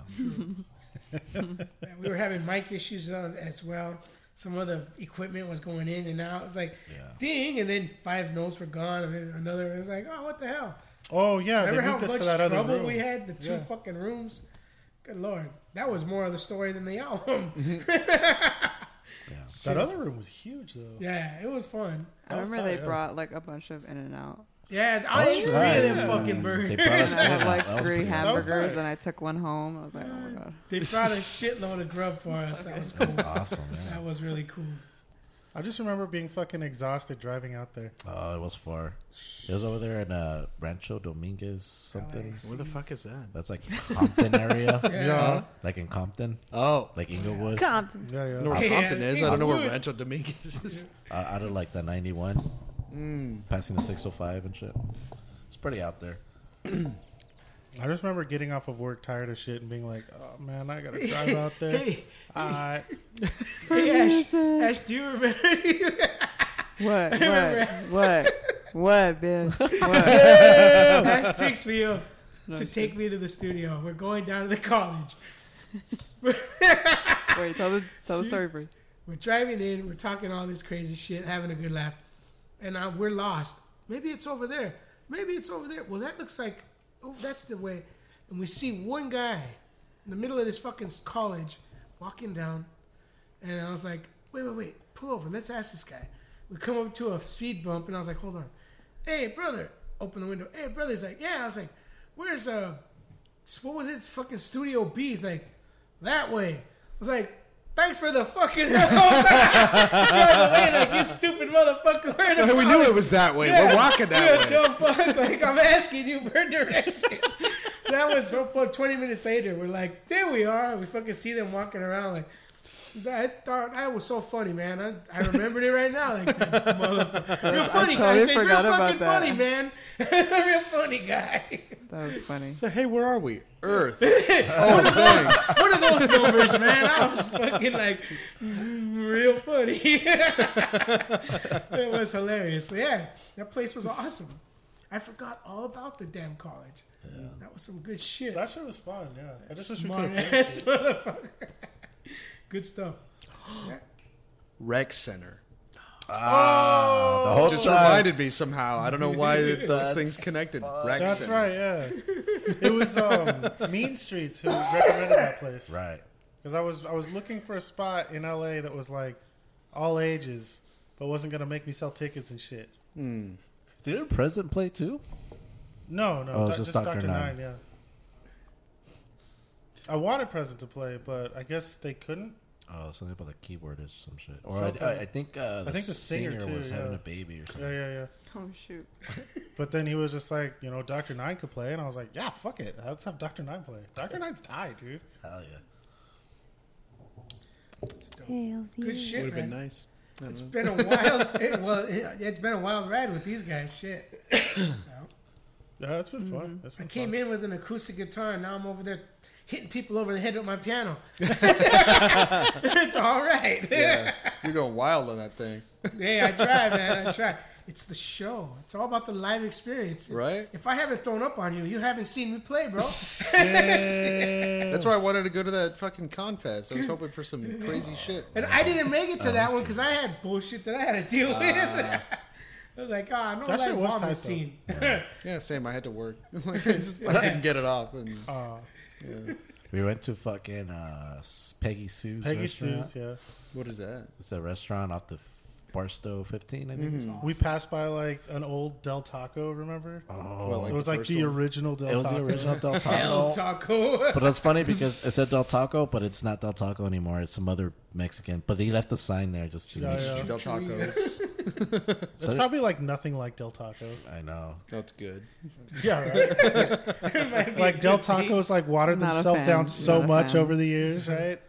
Speaker 3: uh, we were having mic issues on as well. Some other equipment was going in and out. It was like
Speaker 4: Yeah.
Speaker 3: ding, and then five notes were gone, and then another. It was like, oh, what the hell?
Speaker 5: Oh yeah,
Speaker 3: Remember
Speaker 5: they
Speaker 3: how
Speaker 5: moved us
Speaker 3: much
Speaker 5: to that other
Speaker 3: trouble
Speaker 5: room.
Speaker 3: we had? The two
Speaker 5: Yeah.
Speaker 3: fucking rooms. Good lord, that was more of the story than the album.
Speaker 5: That other room was huge though.
Speaker 3: yeah, it was fun.
Speaker 6: I
Speaker 5: That was
Speaker 6: remember they
Speaker 5: tight, yeah.
Speaker 6: brought like a bunch of In and Out.
Speaker 3: Yeah, I ate three
Speaker 4: right.
Speaker 3: of them
Speaker 5: Mm.
Speaker 3: fucking burgers.
Speaker 4: They brought us
Speaker 6: And
Speaker 4: in.
Speaker 6: I had
Speaker 4: That
Speaker 6: like
Speaker 4: was
Speaker 6: three
Speaker 4: pretty awesome.
Speaker 5: was
Speaker 6: hamburgers
Speaker 5: tight.
Speaker 6: and I took one home. I was like, oh my god.
Speaker 3: They brought a shitload of grub for us. That was cool.
Speaker 4: Awesome, man.
Speaker 3: That was really cool.
Speaker 5: I just remember being fucking exhausted driving out there.
Speaker 4: Oh, it was far. It was over there in uh, Rancho Dominguez something.
Speaker 5: Alex.
Speaker 10: Where the fuck is that?
Speaker 4: That's like Compton area,
Speaker 5: Yeah,
Speaker 4: like in Compton,
Speaker 10: Oh,
Speaker 4: like Inglewood,
Speaker 6: Compton.
Speaker 5: yeah, yeah.
Speaker 10: I know where
Speaker 3: Yeah,
Speaker 10: Compton is. I don't know where
Speaker 3: Inglewood.
Speaker 10: Rancho Dominguez is.
Speaker 4: uh, out of like the ninety one, passing the six hundred five and shit. It's pretty out there.
Speaker 5: I just remember getting off of work tired of shit and being like, "Oh man, I gotta drive out there." Uh,
Speaker 3: Hey,
Speaker 5: I
Speaker 3: hey, Ash, Ash, do you remember?
Speaker 6: What? What? what? What, bitch? What?
Speaker 3: Ash picks me up to take me to the studio. We're going down to the college.
Speaker 6: Wait, tell the, tell the story first.
Speaker 3: We're driving in, we're talking all this crazy shit, having a good laugh, and uh we're lost. Maybe it's over there. Maybe it's over there. Well, that looks like, oh, that's the way. And we see one guy in the middle of this fucking college walking down, and I was like, wait, wait, wait, pull over. Let's ask this guy. We come up to a speed bump, and I was like, hold on. Hey, brother. Open the window. Hey, brother. He's like, yeah. I was like, where's, uh, what was it? Fucking Studio B. He's like, that way. I was like, thanks for the fucking help. Drive away like you stupid motherfucker. Where the
Speaker 1: we
Speaker 3: fuck-
Speaker 1: knew it was that way. We're walking
Speaker 3: you
Speaker 1: that way.
Speaker 3: dumb fuck. Like I'm asking you for directions. that was so fun. Twenty minutes later, we're like, there we are. We fucking see them walking around like. I thought that was so funny, man. I, I remembered it right now. Like, that motherfucker. Real funny
Speaker 6: I
Speaker 3: guy.
Speaker 6: totally
Speaker 3: Say, real
Speaker 6: forgot about
Speaker 3: fucking
Speaker 6: that.
Speaker 3: funny, man. real funny guy.
Speaker 6: That was funny.
Speaker 1: So, hey, where are we? Earth.
Speaker 3: One of those numbers, man. I was fucking like, mm, real funny. it was hilarious. But yeah, that place was awesome. I forgot all about the damn college. That was some good shit.
Speaker 5: that shit was fun. Yeah, I just wish we
Speaker 3: Smart
Speaker 5: could've-
Speaker 3: ass motherfucker. Good stuff.
Speaker 1: Rec Center.
Speaker 4: Ah, the whole
Speaker 1: Just
Speaker 4: time.
Speaker 1: reminded me somehow. I don't know why those
Speaker 4: That's
Speaker 1: things connected. Rec
Speaker 5: That's
Speaker 1: Center.
Speaker 5: right. Yeah, it was um, Mean Streets who recommended that place.
Speaker 4: Right.
Speaker 5: Because I was I was looking for a spot in LA that was like all ages, but wasn't gonna make me sell tickets and shit.
Speaker 4: Did your present play too?
Speaker 5: No, no,
Speaker 4: Oh, it was
Speaker 5: doc-
Speaker 4: just Dr.
Speaker 5: just Doctor
Speaker 4: Nine.
Speaker 5: Nine. Yeah. I wanted Present to play, but I guess they couldn't.
Speaker 4: Oh, something about the keyboard or some shit. Or I,
Speaker 5: Something.
Speaker 4: I, I think uh, the
Speaker 5: I think the singer, too,
Speaker 4: was having
Speaker 5: yeah.
Speaker 4: a baby or something.
Speaker 5: Yeah, yeah, yeah.
Speaker 6: Oh, shoot.
Speaker 5: But then he was just like, you know, Doctor Nine could play, and I was like, yeah, fuck it, let's have Doctor Nine play. Doctor Nine's tied, dude.
Speaker 4: Hell yeah.
Speaker 3: Good
Speaker 10: Would
Speaker 3: shit,
Speaker 10: have been
Speaker 3: man.
Speaker 10: nice. I don't
Speaker 3: It's
Speaker 10: know.
Speaker 3: been a wild. It, well, it, has been a wild ride with these guys. Shit.
Speaker 5: Yeah, it's been fun. It's
Speaker 3: Mm-hmm. I
Speaker 5: been
Speaker 3: came
Speaker 5: fun.
Speaker 3: in with an acoustic guitar, and now I'm over there hitting people over the head with my piano. it's all right.
Speaker 1: Yeah. You're going wild on that thing,
Speaker 3: Hey, I try, man. I try. It's the show. It's all about the live experience.
Speaker 1: right?
Speaker 3: If I haven't thrown up on you, you haven't seen me play, bro.
Speaker 1: That's why I wanted to go to that fucking confest. I was hoping for some crazy shit.
Speaker 3: And I didn't make
Speaker 1: Oh,
Speaker 3: it to that one because I had bullshit that I had to deal
Speaker 1: Ah.
Speaker 3: with. I was like, oh, I don't
Speaker 5: That shit
Speaker 3: like
Speaker 5: was tight,
Speaker 3: vomit
Speaker 5: though.
Speaker 3: scene.
Speaker 1: Yeah, same. I had to work. Like, I, just, I couldn't get it off. And
Speaker 5: Uh,
Speaker 4: We went to fucking uh, S- Peggy Sue's.
Speaker 5: Peggy
Speaker 4: restaurant.
Speaker 5: Sue's, yeah.
Speaker 1: what is that?
Speaker 4: It's a restaurant off the Barstow 15, I think. it's
Speaker 5: We passed by like an old Del Taco, remember?
Speaker 4: Oh,
Speaker 1: Well,
Speaker 5: it was
Speaker 1: the
Speaker 5: like
Speaker 1: first
Speaker 5: the
Speaker 1: one?
Speaker 5: original Del
Speaker 4: it was
Speaker 5: Taco.
Speaker 4: the original Del
Speaker 3: El
Speaker 4: Taco.
Speaker 3: Taco.
Speaker 4: But it's funny because it said Del Taco, but it's not Del Taco anymore. It's some other Mexican. But they left the sign there just to.
Speaker 5: Yeah,
Speaker 4: make
Speaker 5: yeah.
Speaker 4: sure.
Speaker 1: Del Tacos.
Speaker 5: It's
Speaker 4: So-
Speaker 5: probably like nothing like Del Taco.
Speaker 4: I know.
Speaker 1: That's good.
Speaker 5: Yeah, right. like Del Taco's like watered
Speaker 6: Not a
Speaker 5: themselves
Speaker 6: fan.
Speaker 5: down so
Speaker 6: Not a
Speaker 5: much
Speaker 6: fan.
Speaker 5: over the years, right?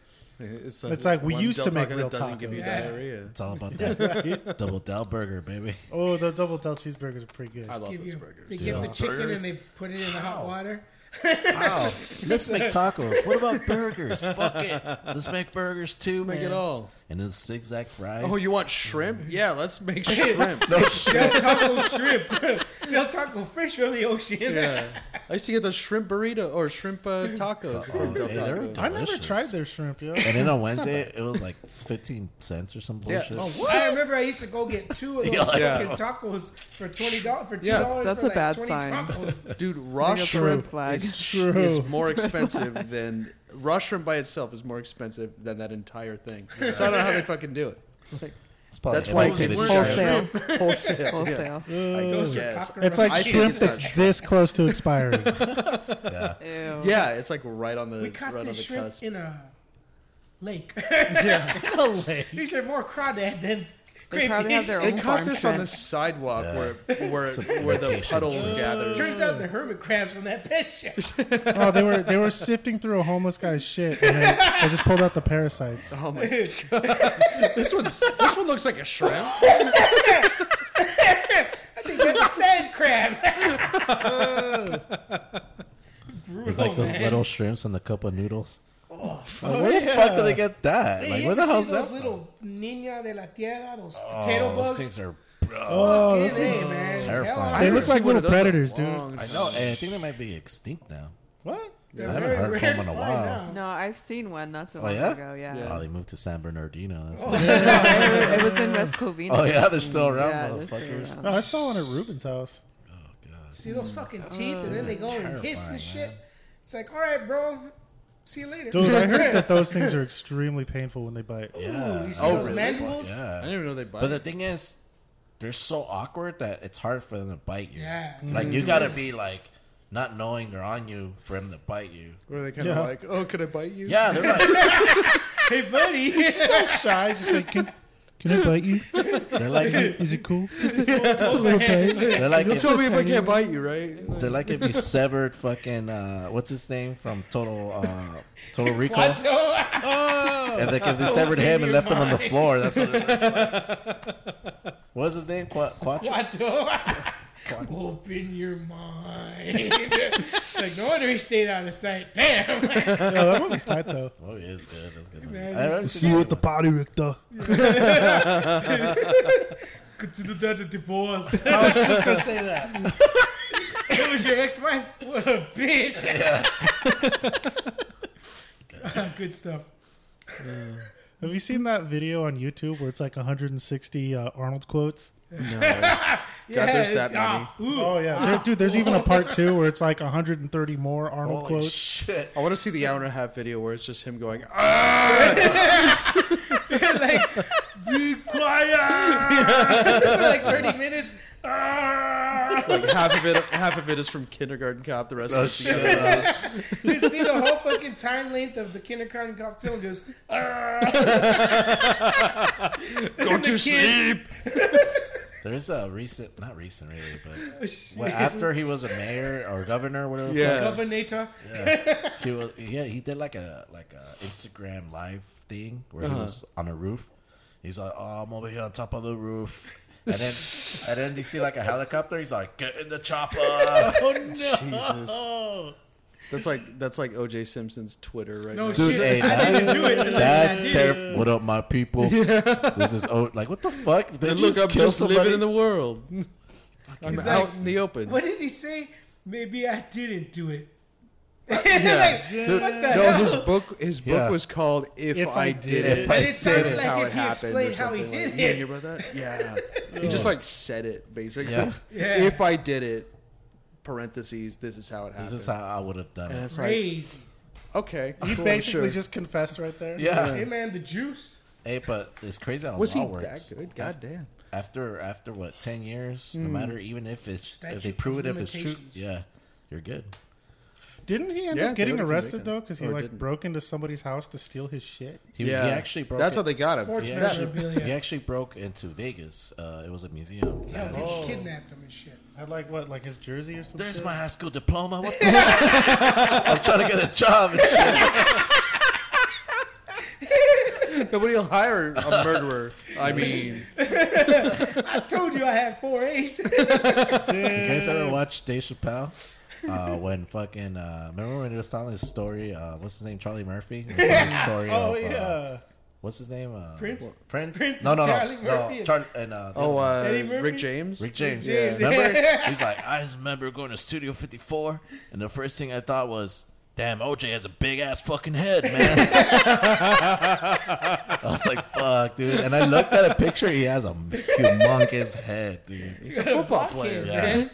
Speaker 1: It's
Speaker 5: It's like we
Speaker 1: one
Speaker 5: used to
Speaker 1: Del
Speaker 5: make
Speaker 1: Taco
Speaker 5: real
Speaker 1: that doesn't give you
Speaker 5: tacos.
Speaker 3: Yeah.
Speaker 1: diarrhea.
Speaker 4: It's all about that double Del burger, baby.
Speaker 5: Oh, the double Del cheeseburgers are pretty good.
Speaker 1: I love
Speaker 3: Give
Speaker 1: those
Speaker 3: you,
Speaker 1: burgers.
Speaker 3: they get the
Speaker 5: Yeah.
Speaker 3: chicken
Speaker 1: Burgers.
Speaker 3: and they put it in the hot water.
Speaker 4: Wow, let's make tacos. What about burgers? Fuck it, let's make burgers too,
Speaker 1: Make it all.
Speaker 4: And then zigzag fries.
Speaker 1: Oh, you want shrimp? Yeah, let's make shrimp.
Speaker 3: Del Taco shrimp. Del Taco fish from the ocean.
Speaker 1: Yeah. I used to get those shrimp burrito or shrimp uh, tacos from Del
Speaker 4: hey, they're
Speaker 1: Taco.
Speaker 4: done.
Speaker 5: I never
Speaker 4: delicious.
Speaker 5: tried their shrimp, yo.
Speaker 4: And then on Wednesday, it was like fifteen cents or some
Speaker 1: Yeah.
Speaker 4: bullshit.
Speaker 1: Oh,
Speaker 3: I remember I used to go get two of those
Speaker 4: Yeah.
Speaker 3: fucking tacos for twenty dollars for two
Speaker 1: Yeah.
Speaker 3: dollars.
Speaker 6: That's
Speaker 3: for
Speaker 6: a
Speaker 3: like
Speaker 6: bad
Speaker 3: 20
Speaker 6: sign.
Speaker 3: Tacos.
Speaker 1: Dude, raw
Speaker 6: think that's a red
Speaker 1: shrimp
Speaker 6: flag.
Speaker 1: is,
Speaker 6: It's
Speaker 5: true.
Speaker 1: is more expensive than raw shrimp by itself is more expensive than that entire thing. So I don't know how they fucking do it.
Speaker 4: It's probably
Speaker 1: That's why it
Speaker 4: imitated
Speaker 1: takes
Speaker 4: shrimp.
Speaker 6: Wholesale.
Speaker 1: Wholesale. yeah.
Speaker 6: Wholesale.
Speaker 5: Uh,
Speaker 1: I
Speaker 3: Those are
Speaker 1: guess.
Speaker 3: cockroaches.
Speaker 5: It's like
Speaker 1: I think
Speaker 5: shrimp
Speaker 1: it's
Speaker 5: that's
Speaker 1: not
Speaker 5: this close to expiring.
Speaker 6: Ew.
Speaker 1: Yeah, it's like right on the
Speaker 3: we
Speaker 1: right
Speaker 3: caught
Speaker 1: on the
Speaker 3: this shrimp
Speaker 1: cusp.
Speaker 3: in a lake.
Speaker 1: yeah.
Speaker 3: These are more crawdad than
Speaker 6: They probably have their
Speaker 1: They
Speaker 6: own
Speaker 1: caught this on the
Speaker 6: contract.
Speaker 1: sidewalk
Speaker 4: Yeah.
Speaker 1: where where
Speaker 4: Some
Speaker 1: where the
Speaker 4: imitation
Speaker 1: puddle
Speaker 4: tree.
Speaker 1: gathers.
Speaker 3: Turns out the hermit crabs from that pet shop.
Speaker 5: Oh, they were they were sifting through a homeless guy's shit, and they, they just pulled out the parasites.
Speaker 1: Oh my god! this one's this one looks like a shrimp.
Speaker 3: I think that's a sand crab.
Speaker 4: It's like those
Speaker 3: Oh, man.
Speaker 4: little shrimps and the cup of noodles.
Speaker 3: Oh,
Speaker 4: Like, where the fuck do they get that? Like,
Speaker 3: you
Speaker 4: where
Speaker 3: ever
Speaker 4: the
Speaker 3: see
Speaker 4: hell's that?
Speaker 3: those
Speaker 4: from?
Speaker 3: little niña de la tierra, those
Speaker 4: Oh, those
Speaker 3: potato bugs?
Speaker 4: things are.
Speaker 5: Oh,
Speaker 3: Fucking
Speaker 5: those
Speaker 3: A,
Speaker 5: things-
Speaker 3: man.
Speaker 4: terrifying.
Speaker 3: Hell,
Speaker 4: They
Speaker 3: I
Speaker 5: they
Speaker 3: heard
Speaker 5: look
Speaker 1: It's
Speaker 5: like
Speaker 1: one
Speaker 5: little
Speaker 1: of those
Speaker 5: predators, dude.
Speaker 1: long-
Speaker 4: I know, and I think they might be extinct now.
Speaker 5: What?
Speaker 3: they're
Speaker 4: I haven't
Speaker 3: very
Speaker 4: heard from
Speaker 3: rare
Speaker 4: them in
Speaker 3: to
Speaker 4: a
Speaker 3: find
Speaker 4: while.
Speaker 3: now.
Speaker 6: No, I've seen one not so
Speaker 4: Oh,
Speaker 6: long
Speaker 4: yeah?
Speaker 6: ago. Yeah,
Speaker 1: Yeah.
Speaker 4: Oh, they moved to San Bernardino.
Speaker 3: Oh.
Speaker 4: That's
Speaker 6: No, it, it was in West Covina.
Speaker 4: Oh yeah, they're still around,
Speaker 6: Yeah, they're still
Speaker 4: motherfuckers.
Speaker 6: around.
Speaker 5: Oh, I saw one at Ruben's house.
Speaker 4: Oh god.
Speaker 3: See those fucking teeth, and then they go and hiss
Speaker 4: terrifying,
Speaker 3: and shit. It's like, all right, bro. See you later.
Speaker 5: Dude, I heard that those things are extremely painful when they bite.
Speaker 4: Yeah.
Speaker 3: you see
Speaker 4: oh,
Speaker 3: those mandibles?
Speaker 1: I
Speaker 4: yeah.
Speaker 1: didn't even know they bite.
Speaker 4: But the thing is, they're so awkward that it's hard for them to bite you.
Speaker 3: Yeah. Mm-hmm.
Speaker 4: It's like you gotta be like not knowing they're on you for them to bite you.
Speaker 1: where they kind of
Speaker 5: Yeah.
Speaker 1: like, oh, could I bite you?
Speaker 4: Yeah, they're like
Speaker 3: Hey, buddy.
Speaker 5: So shy, just like can, can I bite you?
Speaker 4: they're like
Speaker 5: Is it cool?
Speaker 4: they're like
Speaker 1: You'll
Speaker 4: if,
Speaker 1: tell me if I can't bite you, right?
Speaker 4: they're like if you severed fucking uh, what's his name from Total uh, Total Recall.
Speaker 3: Quato.
Speaker 4: And like if they severed him and left him on the floor, that's what it looks like. What's his name? Qua- Quattro?
Speaker 3: Quato. Open your mind. like, no wonder he stayed out of sight. Damn.
Speaker 5: Yeah, that one was tight though.
Speaker 4: Oh, it is good. That's good.
Speaker 3: Man,
Speaker 4: I haven't
Speaker 5: See
Speaker 4: seen
Speaker 5: you
Speaker 4: that
Speaker 5: at the
Speaker 4: one.
Speaker 5: party, Richter.
Speaker 3: Consider that a divorce.
Speaker 5: I was just gonna say that.
Speaker 3: it was your ex-wife. What a bitch. Ah, Good stuff.
Speaker 5: Have you seen that video on YouTube where it's like 160 uh, Arnold quotes?
Speaker 3: Yeah,
Speaker 1: there's that
Speaker 3: ah, ooh.
Speaker 5: Oh yeah, there, dude. There's even a part two where it's like 130 more Arnold
Speaker 4: Holy
Speaker 5: quotes.
Speaker 4: shit.
Speaker 1: I want to see the hour and a half video where it's just him going, ah,
Speaker 3: like, be quiet for like 30 minutes. Ah.
Speaker 1: like half of it. Half of it is from Kindergarten Cop. The rest
Speaker 4: Oh,
Speaker 1: of it's the
Speaker 4: shit.
Speaker 1: other half.
Speaker 3: you see the whole fucking time length of the kindergarten cop film just. Ah.
Speaker 1: Go to sleep.
Speaker 4: There's a recent, not recent really, but well, after he was a mayor or governor, whatever. the
Speaker 1: Yeah.
Speaker 3: Governator.
Speaker 4: fuck, He was, yeah, he did like a like a Instagram live thing where he was on a roof. He's like, oh, I'm over here on top of the roof. And then, and then you see like a helicopter. He's like, "Get in the chopper!"
Speaker 1: Jesus. That's like that's like O.J. Simpson's Twitter right
Speaker 3: No
Speaker 1: now.
Speaker 4: Dude, hey,
Speaker 3: shit. I
Speaker 4: that-
Speaker 3: didn't do it. unless I
Speaker 4: That's
Speaker 3: did.
Speaker 4: terrible. What up, my people? This is oh, like what the fuck? They
Speaker 1: And
Speaker 4: just
Speaker 1: look, I'm
Speaker 4: kill
Speaker 1: just
Speaker 4: somebody.
Speaker 1: living in the world. I'm
Speaker 3: Exactly.
Speaker 1: out in the open.
Speaker 3: What did he say? Maybe I didn't do it. like,
Speaker 4: Dude,
Speaker 3: what the
Speaker 1: No,
Speaker 3: hell?
Speaker 1: his book his book
Speaker 4: Yeah.
Speaker 1: was called If, I, Did It.
Speaker 4: If I
Speaker 3: but it sounded
Speaker 1: This is
Speaker 3: like
Speaker 1: how
Speaker 3: if
Speaker 1: it
Speaker 3: he
Speaker 1: happened. or
Speaker 3: explained how he
Speaker 1: something
Speaker 3: did
Speaker 1: like- You
Speaker 3: it.
Speaker 1: hear about that? Yeah. he just like said it basically.
Speaker 4: Yeah.
Speaker 3: Yeah.
Speaker 1: If I did it, parentheses, this is how it happened.
Speaker 4: This is how I would have done
Speaker 1: and
Speaker 4: it.
Speaker 1: it's like,
Speaker 3: Crazy.
Speaker 1: okay.
Speaker 5: He
Speaker 1: cool,
Speaker 5: basically
Speaker 1: sure.
Speaker 5: just confessed right there.
Speaker 4: Yeah.
Speaker 3: Hey man, the juice.
Speaker 4: Hey, but it's crazy how
Speaker 1: was
Speaker 4: law
Speaker 1: he
Speaker 4: works.
Speaker 1: that good? Hmm. God damn.
Speaker 4: After after what ten years, no matter even if it's if
Speaker 3: Statute
Speaker 4: they
Speaker 3: of
Speaker 4: prove it if it's true,
Speaker 3: limitations.
Speaker 4: yeah, you're good.
Speaker 5: Didn't he end
Speaker 1: Yeah,
Speaker 5: up
Speaker 1: they
Speaker 5: getting
Speaker 1: would've convicted
Speaker 5: arrested though?
Speaker 1: him.
Speaker 5: Because he
Speaker 1: Or
Speaker 5: like
Speaker 1: didn't.
Speaker 5: broke into somebody's house to steal his shit.
Speaker 4: He, he actually broke.
Speaker 1: That's how
Speaker 4: it-
Speaker 1: they got him.
Speaker 3: Sports
Speaker 4: Yeah.
Speaker 3: memorabilia.
Speaker 4: He actually broke into Vegas. Uh, it was a museum.
Speaker 3: Hell,
Speaker 4: that
Speaker 3: they
Speaker 4: had-
Speaker 1: Oh.
Speaker 3: kidnapped him and shit.
Speaker 5: Had like what, like his jersey or something.
Speaker 4: There's my high school diploma. What the? I was trying to get a job. And shit.
Speaker 1: Nobody will hire a murderer. I mean,
Speaker 3: I told you I had four A's.
Speaker 4: You guys ever watch Dave Chappelle? Uh, when fucking uh, remember when he was telling his story? Uh, what's his name? Charlie Murphy. He was telling his story
Speaker 5: Oh
Speaker 4: of, uh,
Speaker 5: yeah.
Speaker 4: What's his name? Uh,
Speaker 3: Prince?
Speaker 4: Prince.
Speaker 3: Prince
Speaker 4: No, no, no.
Speaker 3: Charlie Murphy
Speaker 4: no
Speaker 3: and-
Speaker 4: Charlie, and, uh, the
Speaker 1: oh,
Speaker 4: other
Speaker 1: uh,
Speaker 3: Eddie Murphy?
Speaker 1: Rick James.
Speaker 4: Rick James.
Speaker 3: James.
Speaker 4: Yeah. Remember? He's like, I just remember going to Studio 54, and the first thing I thought was, damn, OJ has a big ass fucking head, man. I was like, fuck, dude. And I looked at a picture, he has a humongous head, dude.
Speaker 1: He's a football
Speaker 3: Fuck
Speaker 1: player.
Speaker 3: him,
Speaker 4: Yeah.
Speaker 3: man.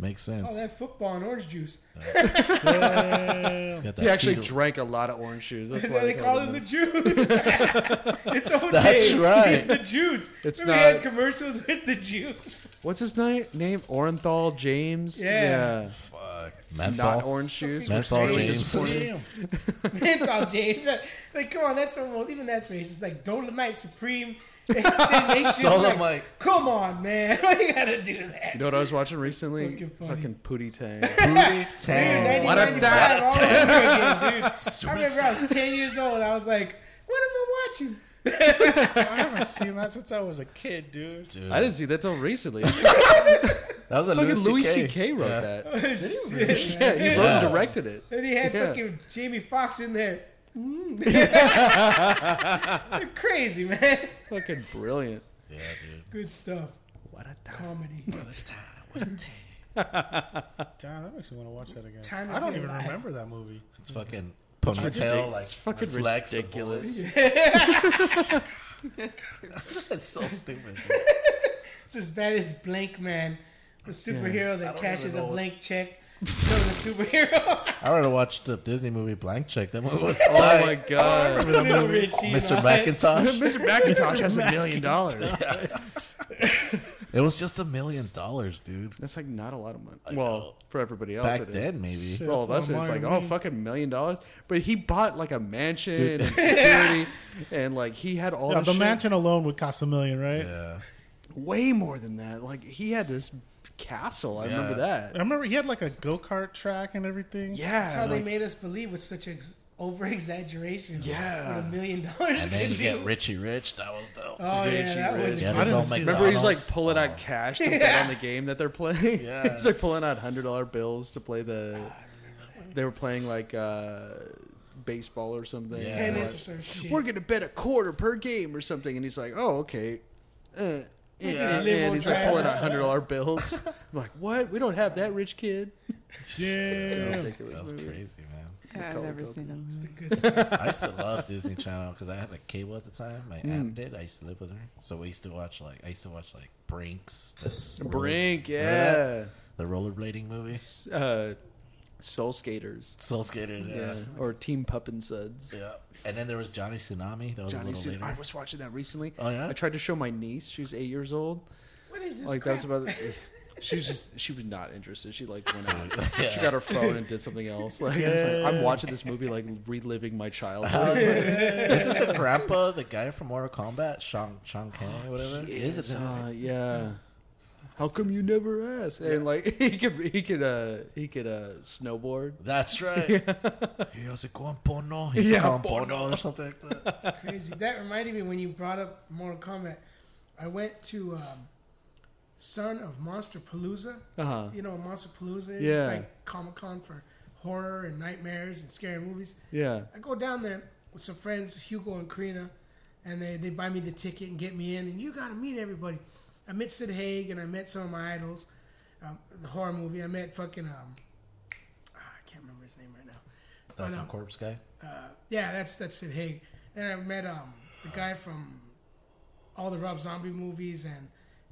Speaker 4: Makes
Speaker 3: All
Speaker 4: sense.
Speaker 3: that football and orange juice.
Speaker 4: He's got that
Speaker 1: He actually
Speaker 4: Tito-
Speaker 1: drank a lot of orange juice. That's why
Speaker 3: they call him the juice. it's OJ.
Speaker 4: That's right.
Speaker 3: It's the juice.
Speaker 1: It's
Speaker 3: Remember We had
Speaker 1: not-
Speaker 3: commercials with the juice.
Speaker 1: What's his name? Name Orenthal James.
Speaker 3: Yeah.
Speaker 4: Fuck.
Speaker 13: Fuck.
Speaker 1: Not
Speaker 4: Manthol.
Speaker 1: orange juice.
Speaker 4: Menthol
Speaker 1: Really
Speaker 4: James.
Speaker 1: disappointed.
Speaker 3: Menthol James. Like, come on, that's almost even that's racist. Like Dolomite Supreme. They- they make shit like,
Speaker 4: Dolomite.
Speaker 3: come on, man. Why you gotta do that?
Speaker 1: You know what I was watching recently?
Speaker 3: Fucking funny.
Speaker 1: Fucking Pootie Tang.
Speaker 3: Dude,
Speaker 1: What a
Speaker 3: 1995 all over again, dude. I remember I was 10 years old. I was like, what am I watching?
Speaker 5: I haven't seen that since I was a kid, dude.
Speaker 1: I didn't see that till recently.
Speaker 4: That was a
Speaker 1: Fucking Louis
Speaker 4: C.K.
Speaker 1: C.K. wrote that.
Speaker 3: yeah,
Speaker 1: Yeah, he wrote and directed it.
Speaker 3: And he had
Speaker 1: Yeah.
Speaker 3: fucking Jamie Foxx in there. Mm. You're crazy, man.
Speaker 1: Fucking brilliant.
Speaker 4: Yeah, dude.
Speaker 3: Good stuff.
Speaker 4: What a time.
Speaker 3: Comedy.
Speaker 5: Damn, that makes me want to watch that again.
Speaker 3: Time to
Speaker 5: I don't
Speaker 3: be
Speaker 5: even
Speaker 3: alive.
Speaker 5: remember that movie.
Speaker 4: It's fucking ponytail, like
Speaker 1: It's fucking
Speaker 4: flex
Speaker 1: ridiculous.
Speaker 4: That's so stupid.
Speaker 3: It's as bad as Blank Man, the superhero
Speaker 4: I
Speaker 3: that
Speaker 4: don't
Speaker 3: cashes
Speaker 4: even
Speaker 3: a
Speaker 4: know.
Speaker 3: blank check. So the superhero,
Speaker 4: I already watched the Disney movie Blank Check. That movie was
Speaker 1: Oh
Speaker 4: tight.
Speaker 1: my god.
Speaker 3: Little Richie.
Speaker 4: Mr.
Speaker 3: man.
Speaker 4: Macintosh.
Speaker 1: Mr. McIntosh has a million dollars.
Speaker 4: It was just a million dollars, dude.
Speaker 1: That's like not a lot of money.
Speaker 4: I know.
Speaker 1: Well, for everybody else,
Speaker 4: Back
Speaker 1: it is.
Speaker 4: then, maybe.
Speaker 1: For all of us,
Speaker 5: That's a lot
Speaker 1: it's
Speaker 5: of
Speaker 1: like,
Speaker 5: money.
Speaker 1: oh, fucking million dollars. But he bought like a mansion and security, and like he had all
Speaker 5: Yeah,
Speaker 1: this
Speaker 5: the
Speaker 1: shit.
Speaker 5: mansion alone would cost a million, right?
Speaker 4: Yeah.
Speaker 1: way more than that. Like he had this castle. I remember
Speaker 5: I
Speaker 1: that.
Speaker 5: remember he had like a go kart track and everything.
Speaker 3: That's how
Speaker 1: Yeah,
Speaker 3: they
Speaker 1: like,
Speaker 3: made us believe with such ex- over exaggeration.
Speaker 1: Yeah.
Speaker 3: with a million dollars.
Speaker 4: And then you get Richie Rich. That was dope.
Speaker 3: oh yeah,
Speaker 1: Richie
Speaker 3: that was
Speaker 1: Rich.
Speaker 4: Yeah,
Speaker 5: I
Speaker 4: this
Speaker 5: didn't
Speaker 4: all
Speaker 5: see that.
Speaker 1: remember he's like
Speaker 4: McDonald's. Oh,
Speaker 1: pulling out cash to bet on the game that they're playing. he's like pulling out hundred dollar bills to play the. They were playing like uh, baseball or something.
Speaker 4: Yeah.
Speaker 3: tennis or some shit.
Speaker 1: We're gonna bet a quarter per game or something, and he's like, "Oh, okay." Uh, yeah,
Speaker 3: limo
Speaker 1: and he's like
Speaker 3: driver.
Speaker 1: pulling out hundred dollar bills. I'm like, "What? We don't have that rich kid."
Speaker 5: Yeah.
Speaker 4: That was crazy, man.
Speaker 6: Yeah, I've
Speaker 1: Color
Speaker 6: never
Speaker 1: coded.
Speaker 6: seen him.
Speaker 3: It's the good stuff.
Speaker 4: I used to love Disney Channel because I had a cable at the time. My
Speaker 1: Mm.
Speaker 4: aunt did. I used to live with her, so we used to watch like I used to watch like Brinks, the roller-
Speaker 1: Brink,
Speaker 4: remember that?
Speaker 1: yeah,
Speaker 4: the rollerblading movie,
Speaker 1: S- uh, Soul Skaters,
Speaker 4: Soul Skaters,
Speaker 1: yeah,
Speaker 3: Uh,
Speaker 4: yeah.
Speaker 1: or Team Pup and Suds.
Speaker 4: yeah, And then there was Johnny Tsunami. That was a
Speaker 1: Johnny,
Speaker 4: little
Speaker 1: Sin- I
Speaker 4: later.
Speaker 1: was watching that recently.
Speaker 4: Oh, yeah?
Speaker 1: I tried to show my niece. She's eight years old.
Speaker 3: What is this?
Speaker 1: like
Speaker 3: crap?
Speaker 1: that's about. She was just. She was not interested. She like went out.
Speaker 4: Yeah.
Speaker 1: She got her phone and did something else. Like, I was like, I'm watching this movie, like reliving my childhood.
Speaker 4: Isn't the grandpa the guy from Mortal Kombat, Shang Shang Kahn or whatever? Oh, Is it?
Speaker 1: Uh, yeah. How come you never ask? And like he could, he could, uh, he could uh, snowboard.
Speaker 4: That's right. He was like "Con Pono. He's
Speaker 1: Yeah,
Speaker 4: yeah, Pono or something like that.
Speaker 3: crazy. That reminded me when you brought up Mortal Kombat. I went to um, Son of Monster Palooza.
Speaker 1: Uh huh.
Speaker 3: You know what Monster Palooza is?
Speaker 1: Yeah.
Speaker 3: It's like Comic Con for horror and nightmares and scary movies.
Speaker 1: Yeah.
Speaker 3: I go down there with some friends, Hugo and Karina, and they, they buy me the ticket and get me in. And you got to meet everybody. I met Sid Haig and I met some of my idols. Um, the horror movie. I met fucking um, ah, I can't remember his name right now.
Speaker 4: That's
Speaker 3: know.
Speaker 4: a corpse guy.
Speaker 3: Uh, yeah, that's that's Sid Haig. And I met um, the guy from all the Rob Zombie movies and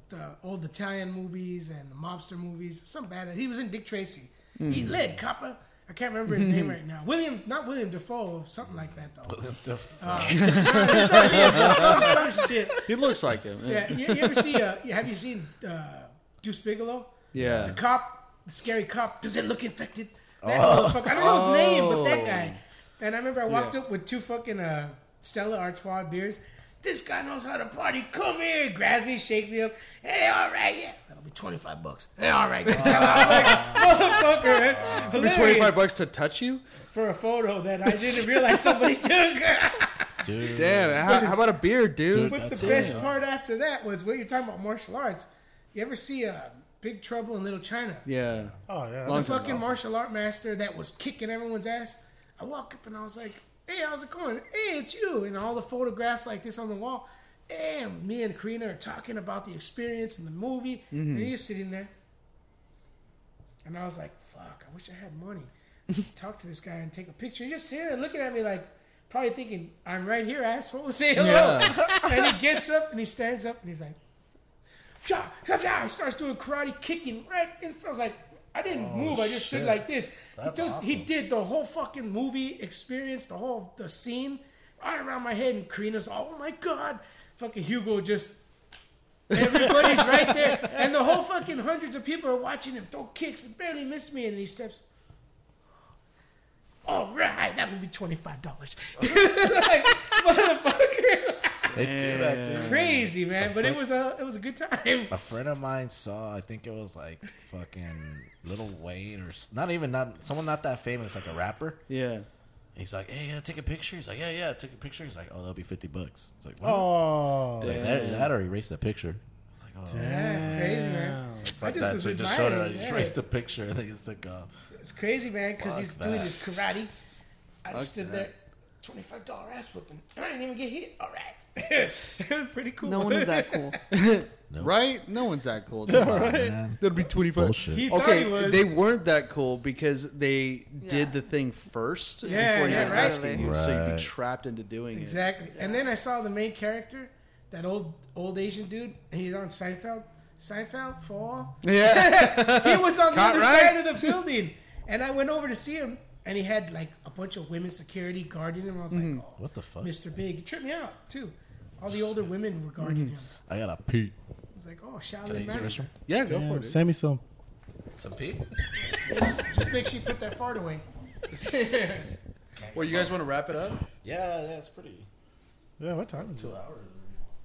Speaker 3: the old Italian movies and the mobster movies. Some bad. He was in Dick Tracy. He led copper. I can't remember his name right now. William, not William Defoe, something like that though. It's not him, it's some- some shit.
Speaker 1: He looks like him.
Speaker 3: Yeah, you, you ever see? Uh, have you seen uh, Deuce Bigelow?
Speaker 1: Yeah.
Speaker 3: The cop, the scary cop. Does it look infected? That motherfucker. I don't know his name, but that guy. And I remember I walked
Speaker 1: Oh. Yeah.
Speaker 3: up with two fucking uh, Stella Artois beers. This guy knows how to party. Come here. He grabs me, shake me up. Hey, all right, yeah. That'll be 25 bucks. Hey, all right. I'm like, motherfucker, man. Hilarious.
Speaker 1: Twenty five bucks to touch you?
Speaker 3: For a photo that I didn't realize somebody took.
Speaker 4: Dude.
Speaker 1: Damn! How, how about a beer, dude?
Speaker 4: Dude.
Speaker 3: But
Speaker 4: That's
Speaker 3: the
Speaker 4: it.
Speaker 3: best part after that was what you're talking about martial arts. You ever see uh, Big Trouble in Little China?
Speaker 1: Yeah.
Speaker 5: Oh yeah.
Speaker 1: Long
Speaker 3: The
Speaker 1: time
Speaker 3: fucking martial art master that was kicking everyone's ass. I walk up and I was like, "Hey, how's it going? Hey, it's you!" And all the photographs like this on the wall. Damn, me and Karina are talking about the experience in the movie, and
Speaker 1: Mm-hmm.
Speaker 3: you're sitting there. And I was like, "Fuck! I wish I had money. Talk to this guy and take a picture." You're just sitting there looking at me like, probably thinking, "I'm right here, asshole. Say hello." and he gets up and he stands up and he's like, "Psha, psha, psha." he starts doing karate kicking right in front. I was like, I didn't move. I just
Speaker 4: Oh,
Speaker 3: stood
Speaker 4: shit.
Speaker 3: like this. He,
Speaker 4: That's
Speaker 3: does, he
Speaker 4: awesome.
Speaker 3: did the whole fucking movie experience, the whole the scene right around my head. And Karina's, oh my god, fucking Hugo just Everybody's right there, and the whole fucking hundreds of people are watching him throw kicks and barely miss me, and he steps. All right, that would be twenty five dollars.
Speaker 4: Oh,
Speaker 3: like, motherfucker,
Speaker 4: They do that, dude.
Speaker 3: crazy man. But it was a it was a good time.
Speaker 4: A friend of mine saw, I think it was like fucking Little Wayne or s- not even not someone not that famous, like a rapper.
Speaker 1: Yeah.
Speaker 4: He's like, hey, yeah, take a picture. He's like, yeah, yeah, take a picture. He's like, oh, that'll be fifty bucks. It's like, what?
Speaker 5: Oh,
Speaker 4: It's like, that, that or erase the picture. I'm Like, oh,
Speaker 3: Yeah, crazy man.
Speaker 4: fuck that.
Speaker 3: was
Speaker 4: so he just showed
Speaker 3: admiring
Speaker 4: her.
Speaker 3: it,
Speaker 4: He
Speaker 3: yeah.
Speaker 4: erased the picture and they just took off.
Speaker 3: It's crazy, man, because he's
Speaker 4: Fuck
Speaker 3: doing
Speaker 4: that.
Speaker 3: his karate. I just stood
Speaker 1: that.
Speaker 3: there, twenty five dollar ass whooping, and I didn't even get hit. All right, it was pretty cool.
Speaker 6: No one is that cool.
Speaker 14: Right? No one's that cool.
Speaker 4: Man,
Speaker 14: That'd be twenty five.
Speaker 4: bullshit.
Speaker 3: He thought
Speaker 14: Okay,
Speaker 3: he was.
Speaker 14: they weren't that cool because they
Speaker 6: Yeah.
Speaker 14: did the thing first
Speaker 3: Yeah,
Speaker 14: before
Speaker 3: yeah,
Speaker 14: you
Speaker 3: right.
Speaker 14: asking you, so you'd
Speaker 4: Right.
Speaker 14: be trapped into doing
Speaker 3: Exactly. And then I saw the main character, that old old Asian dude. He's on Seinfeld. Seinfeld fall.
Speaker 14: it. Yeah,
Speaker 3: He was on the
Speaker 14: Caught
Speaker 3: other
Speaker 14: right.
Speaker 3: side of the building, and I went over to see him, and he had like a bunch of women security guarding him. I was like, oh,
Speaker 4: Mm-hmm. What the fuck?
Speaker 3: Mr. Big, it tripped me out too. All the older women were guarding him.
Speaker 4: I got a pee.
Speaker 3: I was like, oh,
Speaker 4: Mm-hmm. Can I
Speaker 3: Shaolin
Speaker 4: use the
Speaker 3: master.
Speaker 4: restroom?
Speaker 14: yeah, go for
Speaker 5: Damn,
Speaker 14: it. dude.
Speaker 5: send me some.
Speaker 4: Some pee?
Speaker 3: Just make sure you put that fart away.
Speaker 14: Well, you guys want to wrap it up?
Speaker 4: Yeah, yeah, it's pretty.
Speaker 5: Yeah, what time is it?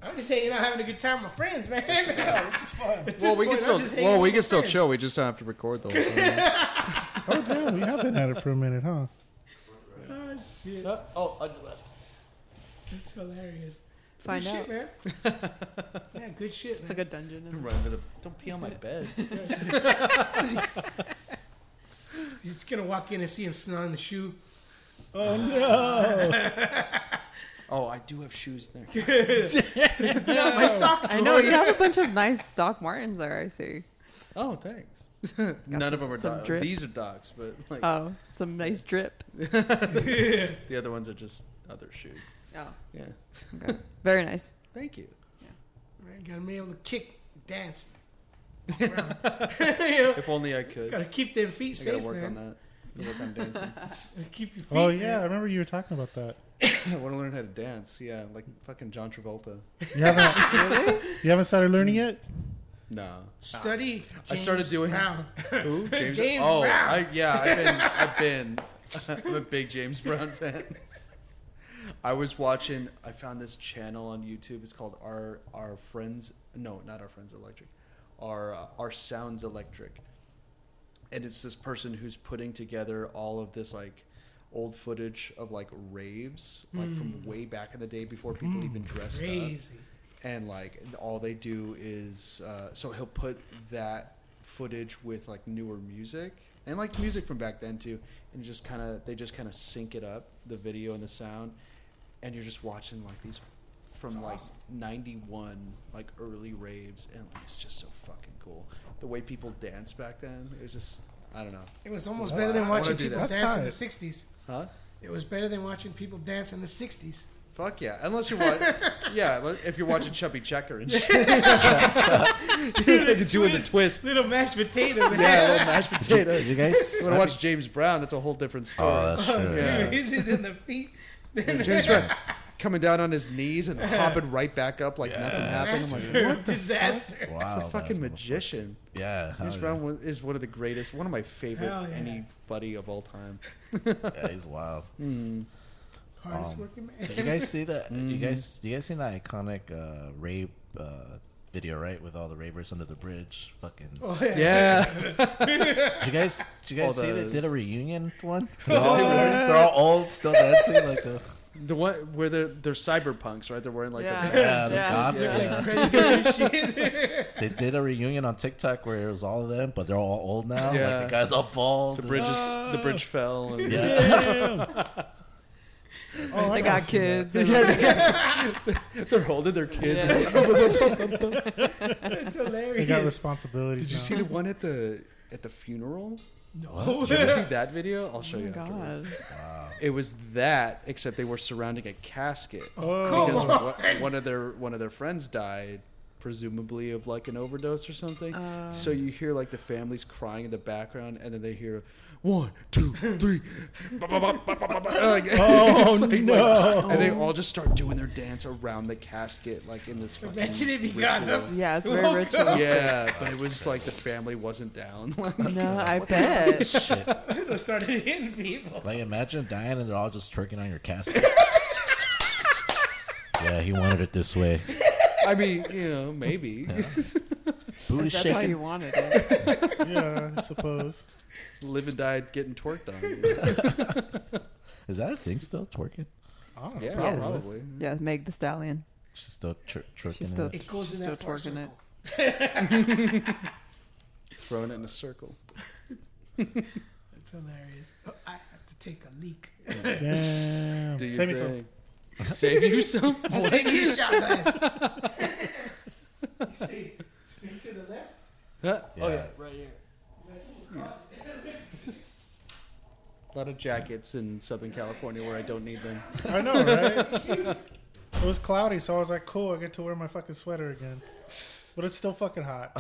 Speaker 3: I'm just hanging out, having a good time with my friends, man. this is fun.
Speaker 14: Well, we can still. Well, we can still chill. We just don't have to record the whole thing.
Speaker 5: Oh, damn, we have been at it for a minute, huh?
Speaker 3: Oh, shit.
Speaker 14: oh, on your left.
Speaker 3: That's hilarious.
Speaker 6: Find
Speaker 3: good
Speaker 6: out.
Speaker 3: shit, man. yeah, good shit, man.
Speaker 6: It's like a dungeon. in-
Speaker 1: Run to the, don't pee on my bed.
Speaker 3: He's gonna walk in and see him smelling the shoe.
Speaker 5: Oh no!
Speaker 1: Oh, I do have shoes there.
Speaker 3: My sock.
Speaker 6: I know you have a bunch of nice Doc Martens there. I see.
Speaker 1: Oh, thanks.
Speaker 6: Got
Speaker 1: None
Speaker 6: some-
Speaker 1: of them are
Speaker 6: some
Speaker 1: dogs.
Speaker 6: drip.
Speaker 1: These are dogs, but like
Speaker 6: Oh, some nice drip.
Speaker 1: the other ones are just other shoes.
Speaker 6: Oh,
Speaker 1: Yeah.
Speaker 6: very nice.
Speaker 1: Thank you.
Speaker 3: Man, gotta be able to kick, dance.
Speaker 1: If only I could.
Speaker 3: Gotta keep them feet
Speaker 1: I
Speaker 3: safe,
Speaker 1: gotta work
Speaker 3: man.
Speaker 1: on that. Gotta work on dancing.
Speaker 3: Keep your feet.
Speaker 5: oh yeah, I
Speaker 3: man.
Speaker 5: remember you were talking about that.
Speaker 1: I want to learn how to dance. Yeah, like fucking John Travolta.
Speaker 5: You haven't, you haven't started learning yet.
Speaker 1: No.
Speaker 3: Study.
Speaker 1: I started
Speaker 3: James
Speaker 1: doing-
Speaker 3: Brown.
Speaker 1: Who? James.
Speaker 3: James
Speaker 1: oh,
Speaker 3: Brown.
Speaker 1: I, yeah. I've been. I've been. I'm a big James Brown fan. I was watching. I found this channel on YouTube. It's called Our Our Friends. No, not Our Friends Electric. Our uh, Our Sounds Electric. And it's this person who's putting together all of this like old footage of like raves, like
Speaker 3: Hmm.
Speaker 1: from way back in the day before people even dressed up
Speaker 3: Crazy.
Speaker 1: and like all they do is uh, so he'll put that footage with like newer music and like music from back then too and just kind of they just kind of sync it up the video and the sound and you're just watching like these from like 91 like early raves and like it's just so fucking cool the way people danced back then it was just i don't know
Speaker 3: It was almost
Speaker 5: Well,
Speaker 3: better
Speaker 5: I
Speaker 3: than
Speaker 5: wanna
Speaker 3: watching
Speaker 5: do
Speaker 3: people
Speaker 5: that.
Speaker 3: dance in the
Speaker 5: That's
Speaker 3: '60s.
Speaker 1: huh
Speaker 3: It was better than watching people dance in the '60s.
Speaker 1: fuck yeah unless you're watching yeah if you're watching chubby checker and shit
Speaker 3: Dude,
Speaker 1: doing the twist
Speaker 3: Little mashed potato. Man.
Speaker 1: yeah little mashed potato
Speaker 4: Did you guys?
Speaker 1: When I watch James Brown, that's a whole different story.
Speaker 4: oh, that's true.
Speaker 1: Yeah.
Speaker 3: Dude, he's in the feet.
Speaker 1: James Brown coming down on his knees and hopping right back up like nothing happened. I'm like,
Speaker 3: Master of disaster.
Speaker 4: Wow,
Speaker 1: he's a fucking
Speaker 4: Oh, that's-
Speaker 1: magician.
Speaker 4: Yeah, hell
Speaker 1: James Brown was, is one of the greatest, one of my favorite
Speaker 3: Hell yeah.
Speaker 1: anybody of all time.
Speaker 4: yeah, he's wild.
Speaker 3: Hardest
Speaker 4: Um,
Speaker 3: working man.
Speaker 4: Did you guys see that? You guys, you guys seen that iconic uh, rave uh, video, right? With all the ravers under the bridge. Fucking.
Speaker 3: Oh, yeah.
Speaker 1: Yeah,
Speaker 4: Did you guys, did you guys
Speaker 1: All
Speaker 4: see
Speaker 1: the-
Speaker 4: they did a reunion one?
Speaker 1: Oh, yeah.
Speaker 4: They're all old, still dancing like uh, the.
Speaker 1: the one where they're they're cyberpunks, right? They're wearing like
Speaker 6: Yeah.
Speaker 1: a
Speaker 4: Yeah, the
Speaker 6: Yeah.
Speaker 4: goths,
Speaker 1: Yeah.
Speaker 4: yeah.
Speaker 3: Predator shit.
Speaker 4: They did a reunion on TikTok where it was all of them, but they're all old now.
Speaker 1: Yeah.
Speaker 4: Like the guys all bald.
Speaker 1: the bridges, the bridge fell. And,
Speaker 4: Yeah.
Speaker 6: they Oh, got kids. They love it.
Speaker 1: They're holding their kids.
Speaker 6: Yeah.
Speaker 3: It's
Speaker 5: They got
Speaker 3: hilarious.
Speaker 5: responsibilities.
Speaker 1: Did you
Speaker 5: now.
Speaker 1: see the one at the at the funeral?
Speaker 3: No.
Speaker 1: Did you ever see that video? I'll show
Speaker 6: Oh my
Speaker 1: you afterwards.
Speaker 6: god.
Speaker 1: It was that, except they were surrounding a casket.
Speaker 5: Oh,
Speaker 1: because
Speaker 3: Come on.
Speaker 1: one- one of their one of their friends died presumably of like an overdose or something. so you hear like the families crying in the background, and then they hear one, two, three, ba, ba, ba, ba, ba, ba, ba," like, it's
Speaker 3: Oh,
Speaker 1: just like, like- and they all just start doing their dance around the casket, like in this. fucking
Speaker 3: Imagine if you got
Speaker 1: ritual.
Speaker 3: up.
Speaker 6: Yeah, it's
Speaker 4: Oh
Speaker 3: Who
Speaker 6: very
Speaker 3: woke
Speaker 6: ritual.
Speaker 1: Yeah, but it was just like the family wasn't down.
Speaker 6: No, I bet.
Speaker 3: It started hitting people.
Speaker 4: Like, imagine dying and they're all just twerking on your casket. yeah, he wanted it this way.
Speaker 1: I mean, you know, maybe
Speaker 4: Booty
Speaker 6: That's how
Speaker 4: shaking.
Speaker 6: you wanted it. eh?
Speaker 5: yeah, I suppose.
Speaker 1: live and die getting twerked on.
Speaker 4: Is that a thing still? Twerking?
Speaker 5: I don't know.
Speaker 1: Yeah,
Speaker 6: Yes.
Speaker 1: probably.
Speaker 6: Yeah, Meg the Stallion.
Speaker 4: She's still twer- twerking.
Speaker 6: She's still-
Speaker 4: it.
Speaker 3: It goes in
Speaker 6: Still
Speaker 3: that far
Speaker 6: twerking it.
Speaker 3: circle.
Speaker 1: Throwing it in a circle.
Speaker 3: It's hilarious. Oh, I have to take a leak.
Speaker 5: Damn.
Speaker 1: Do you
Speaker 5: Oh, Save me some.
Speaker 1: Save yourself.
Speaker 3: I said, you shot last. you see, straight to the left.
Speaker 1: Huh?
Speaker 6: Oh,
Speaker 4: Oh, Yeah.
Speaker 3: Right here.
Speaker 1: A lot of jackets in Southern California where I don't need them.
Speaker 5: I know, right? it was cloudy, so I was like, cool, I get to wear my fucking sweater again. But it's still fucking hot.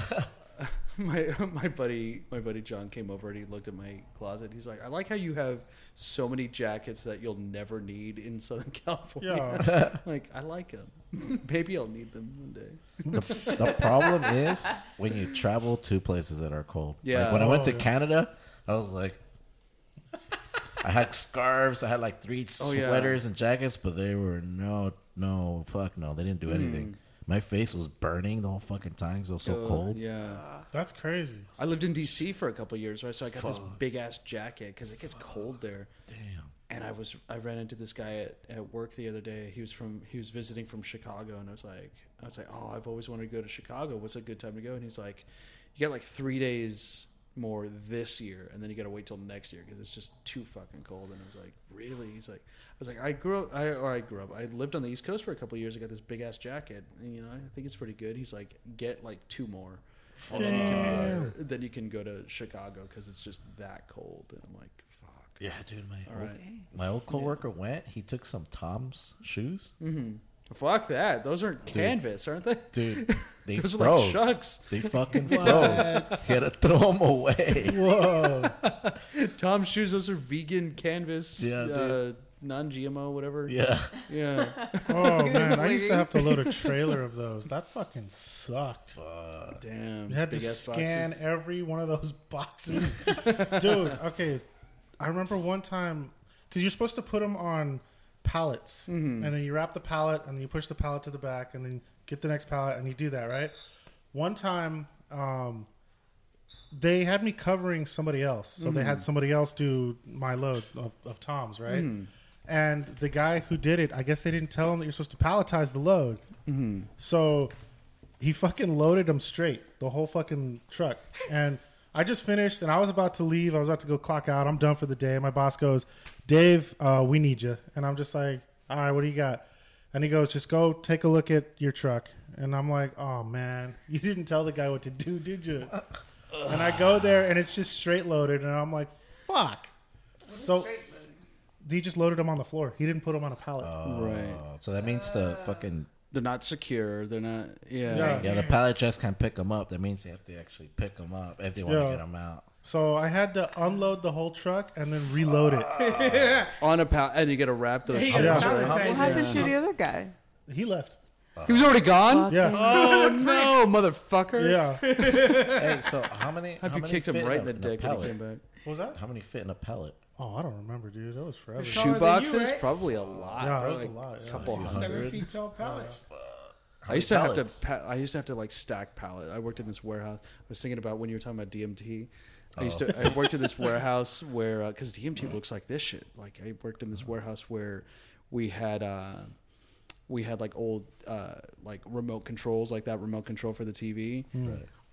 Speaker 1: My my buddy my buddy John came over and he looked at my closet. He's like, I like how you have so many jackets that you'll never need in Southern California.
Speaker 5: Yeah.
Speaker 1: like I like them. Maybe I'll need them one day.
Speaker 4: The, the problem is when you travel to places that are cold.
Speaker 1: Yeah.
Speaker 4: Like when I went to
Speaker 5: Oh, yeah.
Speaker 4: Canada, I was like, I had scarves, I had like three
Speaker 1: Oh, yeah.
Speaker 4: sweaters and jackets, but they were no, no, fuck no. They didn't
Speaker 1: Hmm.
Speaker 4: do anything. My face was burning the whole fucking time 'cause it was so
Speaker 1: Uh,
Speaker 4: cold.
Speaker 1: Yeah.
Speaker 5: That's crazy.
Speaker 1: I lived in D.C. for a couple years, right? So I got this big ass jacket because it gets cold there.
Speaker 4: Damn.
Speaker 1: and I was I ran into this guy at, at work the other day. He was from he was visiting from Chicago, and I was like I was like, oh, I've always wanted to go to Chicago. What's a good time to go? And he's like, you got like three days more this year, and then you got to wait till next year because it's just too fucking cold. And I was like, really? He's like, I was like, I grew up, I or I grew up. I lived on the East Coast for a couple of years. I got this big ass jacket, and you know I think it's pretty good. He's like, get like two more. and Then you, can, then you can go to Chicago because it's just that cold. And I'm like, fuck.
Speaker 4: Yeah, dude, my
Speaker 1: All
Speaker 4: old,
Speaker 1: right.
Speaker 4: my old coworker went. He took some Tom's shoes,
Speaker 1: Mm-hmm. Fuck that. Those aren't canvas, aren't they?
Speaker 4: dude. They
Speaker 1: Those are like
Speaker 4: froze.
Speaker 1: shucks.
Speaker 4: They fucking froze. He had to throw them away.
Speaker 5: Whoa.
Speaker 1: Tom's shoes, those are vegan canvas,
Speaker 4: Yeah,
Speaker 1: uh,
Speaker 4: dude.
Speaker 1: non GMO, whatever.
Speaker 4: Yeah,
Speaker 1: Yeah.
Speaker 5: Oh, man. I used to have to load a trailer of those. That fucking sucked.
Speaker 1: Damn.
Speaker 5: You had to
Speaker 1: big-ass
Speaker 5: scan
Speaker 1: boxes.
Speaker 5: every one of those boxes, dude. Okay, I remember one time because you're supposed to put them on pallets, and then you wrap the pallet, and then you push the pallet to the back, and then get the next pallet, and you do that right. One time, um, they had me covering somebody else, so they had somebody else do my load of, of Tom's, right? And the guy who did it, I guess they didn't tell him that you're supposed to palletize the load. So he fucking loaded them straight, the whole fucking truck. And I just finished and I was about to leave. I was about to go clock out. I'm done for the day. My boss goes, Dave, uh, we need you. And I'm just like, all right, what do you got? And he goes, just go take a look at your truck. And I'm like, oh man, you didn't tell the guy what to do, did you? and I go there and it's just straight loaded. And I'm like, fuck. So he just loaded them on the floor. He didn't put them on a pallet.
Speaker 1: Oh. Right.
Speaker 4: Oh, so that means the fucking
Speaker 1: They're not secure. They're not. Yeah.
Speaker 5: Yeah.
Speaker 4: yeah the pallet just can't pick them up. That means they have to actually pick them up if they want
Speaker 5: Yeah.
Speaker 4: to get them out.
Speaker 5: So I had to unload the whole truck and then reload it.
Speaker 1: On a pallet. And you got to wrap those
Speaker 3: He
Speaker 1: shit.
Speaker 5: Oh, Yeah.
Speaker 3: got
Speaker 6: What
Speaker 3: traumatized.
Speaker 6: happened to the other guy?
Speaker 5: He left.
Speaker 1: He was already gone?
Speaker 5: Yeah.
Speaker 6: Fucking-
Speaker 1: Oh, no, motherfucker.
Speaker 5: Yeah. What
Speaker 4: hey, so how many?
Speaker 1: Hope
Speaker 4: how
Speaker 1: you
Speaker 4: many
Speaker 1: kicked him
Speaker 4: fit
Speaker 1: right in the
Speaker 4: a-
Speaker 1: dick
Speaker 4: a
Speaker 1: when he
Speaker 4: pallet?
Speaker 1: came back.
Speaker 5: was that?
Speaker 4: How many fit in a pallet?
Speaker 5: Oh, I don't remember, dude. That was forever.
Speaker 3: Sure.
Speaker 1: Shoe
Speaker 3: Taller than you,
Speaker 1: boxes?
Speaker 3: right?
Speaker 1: Probably a lot.
Speaker 5: Yeah, that
Speaker 1: bro,
Speaker 5: was a
Speaker 1: like
Speaker 5: lot, yeah.
Speaker 1: couple
Speaker 4: A few
Speaker 1: hundred.
Speaker 3: Seven feet tall pallet.
Speaker 1: I used to have to.
Speaker 4: Pallets.
Speaker 1: Pa- I used to have to like stack pallet. I worked in this warehouse. I was thinking about when you were talking about DMT. I used to. I worked in this warehouse where uh, because DMT looks like this shit. Like I worked in this warehouse where we had. Uh, we had like old uh, like remote controls, like that remote control for the TV,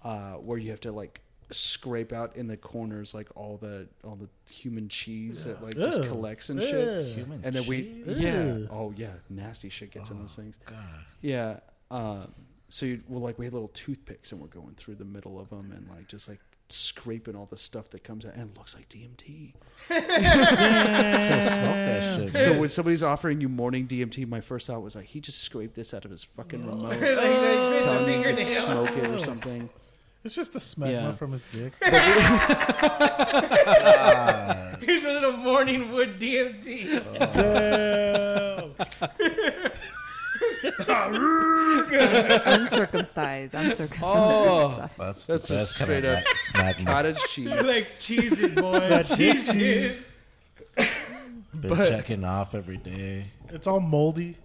Speaker 1: uh, where you have to like scrape out in the corners like all the all the human cheese that like just
Speaker 5: Ew.
Speaker 1: collects and shit.
Speaker 5: Ew.
Speaker 4: Human
Speaker 1: And then we,
Speaker 4: cheese?
Speaker 1: yeah,
Speaker 5: Ew.
Speaker 1: oh yeah, nasty shit gets in those things.
Speaker 4: God.
Speaker 1: Yeah. Um, so you well, like we had little toothpicks and we're going through the middle of them and like just like scraping all the stuff that comes out and it looks like DMT.
Speaker 4: smoke that shit.
Speaker 1: So when somebody's offering you morning DMT, my first thought was like, he just scraped this out of his fucking remote.
Speaker 3: like, Oh, like, say the
Speaker 1: Tell me you could
Speaker 3: fingernail.
Speaker 1: smoke it or something.
Speaker 5: It's just the smegma
Speaker 1: Yeah.
Speaker 5: from his dick.
Speaker 3: Here's a little morning wood DMT.
Speaker 6: uncircumcised, uncircumcised.
Speaker 1: Oh.
Speaker 4: That's,
Speaker 1: That's
Speaker 4: the
Speaker 1: just
Speaker 4: best kind
Speaker 1: straight
Speaker 4: of
Speaker 1: up
Speaker 4: smack- smack
Speaker 1: Cottage cheese.
Speaker 3: like cheese it, boy.
Speaker 5: That's
Speaker 3: cheese
Speaker 5: it.
Speaker 3: it.
Speaker 4: Been
Speaker 1: But-
Speaker 4: checking off every day.
Speaker 5: It's all moldy.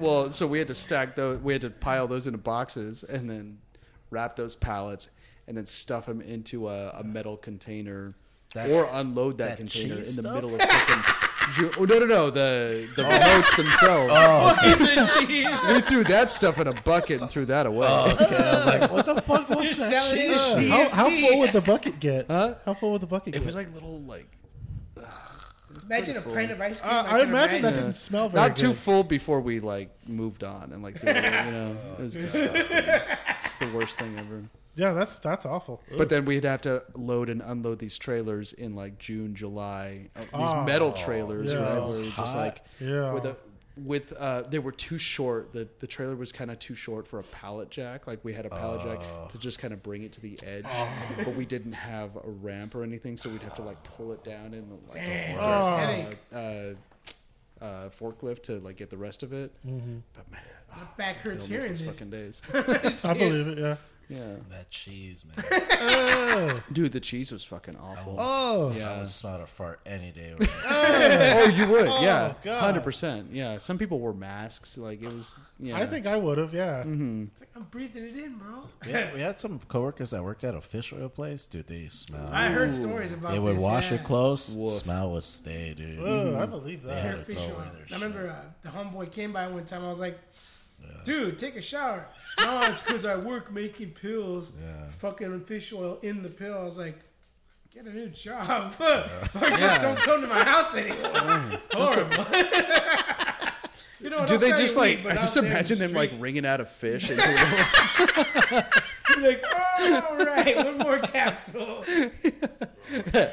Speaker 1: Well, so we had to stack those. We had to pile those into boxes and then wrap those pallets and then stuff them into a, a metal container
Speaker 4: That-
Speaker 1: or unload that,
Speaker 4: that
Speaker 1: container in the
Speaker 4: cheese stuff? Oh.
Speaker 1: middle of fucking. Ju- oh, no, no, no. The the remotes themselves.
Speaker 3: Poison cheese.
Speaker 1: We threw that stuff in a bucket and threw that away.
Speaker 4: Oh, What the fuck was that?
Speaker 3: Salad is DMT.
Speaker 5: How, how full would the bucket get?
Speaker 1: Huh?
Speaker 5: How full would the bucket
Speaker 1: It
Speaker 5: get?
Speaker 1: was like little like
Speaker 3: Imagine a pint of ice cream.
Speaker 5: Uh, I
Speaker 3: can
Speaker 5: imagine that
Speaker 1: Yeah.
Speaker 5: didn't smell very
Speaker 1: not
Speaker 5: good.
Speaker 1: too full before we like moved on and like threw it away, you know it was disgusting. it's the worst thing ever.
Speaker 5: yeah, that's that's awful.
Speaker 1: But then we'd have to load and unload these trailers in like June, July. uh, These
Speaker 5: Oh,
Speaker 1: metal trailers,
Speaker 5: yeah.
Speaker 1: right?
Speaker 4: It's
Speaker 1: Where just
Speaker 4: hot.
Speaker 1: like
Speaker 5: Yeah.
Speaker 1: with a with uh, they were too short. The the trailer was kind of too short for a pallet jack. Like we had a pallet jack to just kind of bring it to the edge, but we didn't have a ramp or anything, so we'd have to like pull it down and like
Speaker 3: Dang.
Speaker 1: uh,
Speaker 3: Headache.
Speaker 1: uh, uh, forklift to like get the rest of it. But man,
Speaker 3: My back
Speaker 1: I
Speaker 3: hurts
Speaker 1: don't miss
Speaker 3: hearing
Speaker 1: those
Speaker 3: this.
Speaker 1: fucking days.
Speaker 5: I believe it. Yeah.
Speaker 1: Yeah,
Speaker 4: That cheese, man.
Speaker 1: dude, the cheese was fucking awful.
Speaker 5: Oh.
Speaker 4: I
Speaker 1: Yeah.
Speaker 4: would smell a fart any day. Right?
Speaker 1: Oh, you would, yeah,
Speaker 5: God.
Speaker 1: hundred percent, yeah. Some people wore masks, like it was. Yeah, Mm-hmm.
Speaker 5: I think I would have. Yeah.
Speaker 3: It's like I'm breathing it in, bro.
Speaker 4: yeah, we had some coworkers that worked at a fish oil place. Dude, they smell.
Speaker 3: I heard stories about
Speaker 4: they would
Speaker 3: this,
Speaker 4: wash
Speaker 3: yeah.
Speaker 4: your clothes.
Speaker 1: Woof.
Speaker 4: Smell would stay, dude.
Speaker 5: Oh, I believe
Speaker 4: They
Speaker 5: that.
Speaker 4: had
Speaker 3: Hair
Speaker 4: to
Speaker 3: fish
Speaker 4: throw
Speaker 3: oil.
Speaker 4: away their
Speaker 3: I
Speaker 4: shit.
Speaker 3: remember uh, the homeboy came by one time. I was like, dude, take a shower. no, it's because I work making pills,
Speaker 4: Yeah.
Speaker 3: fucking fish oil in the pill. I was like, get a new job. or just don't come to my house
Speaker 4: Mm.
Speaker 3: anymore. Horrible. you know,
Speaker 1: Do they
Speaker 3: I'll sell you
Speaker 1: just like?
Speaker 3: weed, but
Speaker 1: I
Speaker 3: out
Speaker 1: just
Speaker 3: there in the
Speaker 1: imagine them like
Speaker 3: street,
Speaker 1: wringing out a fish. And like,
Speaker 3: like, oh, all right, one more capsule.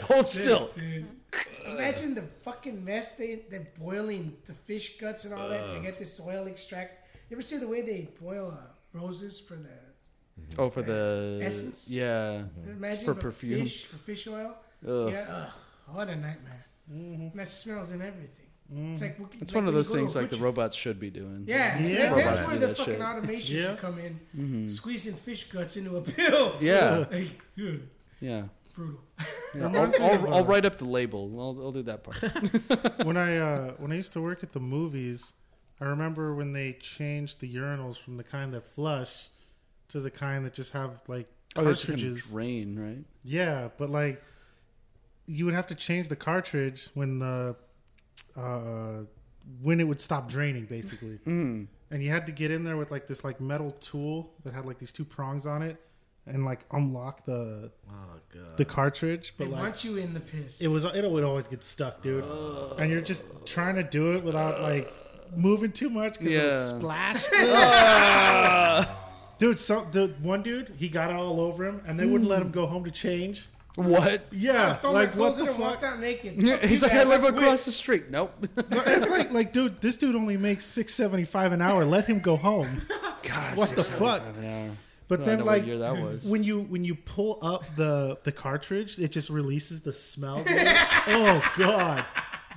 Speaker 1: Hold still.
Speaker 3: Dude,
Speaker 5: uh,
Speaker 3: imagine the fucking mess they they're boiling the fish guts and all that to get this oil extract. You ever see the way they boil uh, roses for the
Speaker 1: Oh, for the
Speaker 3: Essence?
Speaker 1: Yeah,
Speaker 3: imagine
Speaker 1: For
Speaker 3: but
Speaker 1: perfume.
Speaker 3: fish for fish oil? Yeah, ugh, what a nightmare.
Speaker 5: Mm-hmm.
Speaker 3: And That smells in everything. It's like
Speaker 1: it's one of those things like the robots should be doing.
Speaker 3: Yeah, it's-
Speaker 5: Yeah.
Speaker 3: that's
Speaker 1: Robots
Speaker 3: where
Speaker 1: do
Speaker 3: the
Speaker 1: that
Speaker 3: fucking
Speaker 1: shit. Mm-hmm.
Speaker 3: automation
Speaker 5: Yeah.
Speaker 3: should come in, squeezing fish guts into a pill.
Speaker 1: yeah,
Speaker 3: Like, ugh,
Speaker 1: yeah.
Speaker 3: brutal.
Speaker 1: Yeah,
Speaker 5: Reminds
Speaker 1: I'll,
Speaker 5: me of,
Speaker 1: I'll,
Speaker 5: uh,
Speaker 1: I'll write up the label. I'll, I'll do that part.
Speaker 5: when I uh, when I used to work at the movies, I remember when they changed the urinals from the kind that flush to the kind that just have like
Speaker 1: that's gonna
Speaker 5: cartridges.
Speaker 1: drain, right?
Speaker 5: Yeah, but like you would have to change the cartridge when the uh, when it would stop draining, basically. Mm. And you had to get in there with like this like metal tool that had like these two prongs on it, and like unlock the
Speaker 4: Oh god.
Speaker 5: the cartridge.
Speaker 3: They
Speaker 5: But like
Speaker 3: want you in the piss.
Speaker 5: it was it would always get stuck, dude. and you're just trying to do it without like moving too much because
Speaker 1: Yeah.
Speaker 5: it'll splash. dude, so dude, one dude he got it all over him, and they wouldn't let him go home to change.
Speaker 1: What?
Speaker 5: Yeah,
Speaker 3: Throw
Speaker 5: like
Speaker 3: my
Speaker 5: what
Speaker 3: clothes
Speaker 5: the
Speaker 3: in and walked
Speaker 5: fuck?
Speaker 3: out naked. Fuck
Speaker 1: He's
Speaker 3: you
Speaker 1: like, I
Speaker 3: guys,
Speaker 1: live
Speaker 3: I'm
Speaker 1: across the street. Nope.
Speaker 5: It's like, like, dude, this dude only makes six seventy five an hour. Let him go home.
Speaker 1: God,
Speaker 5: What the fuck?
Speaker 1: Yeah.
Speaker 5: But
Speaker 1: I
Speaker 5: then,
Speaker 1: know what
Speaker 5: like,
Speaker 1: year that was.
Speaker 5: when you when you pull up the the cartridge, it just releases the smell. dude. oh god,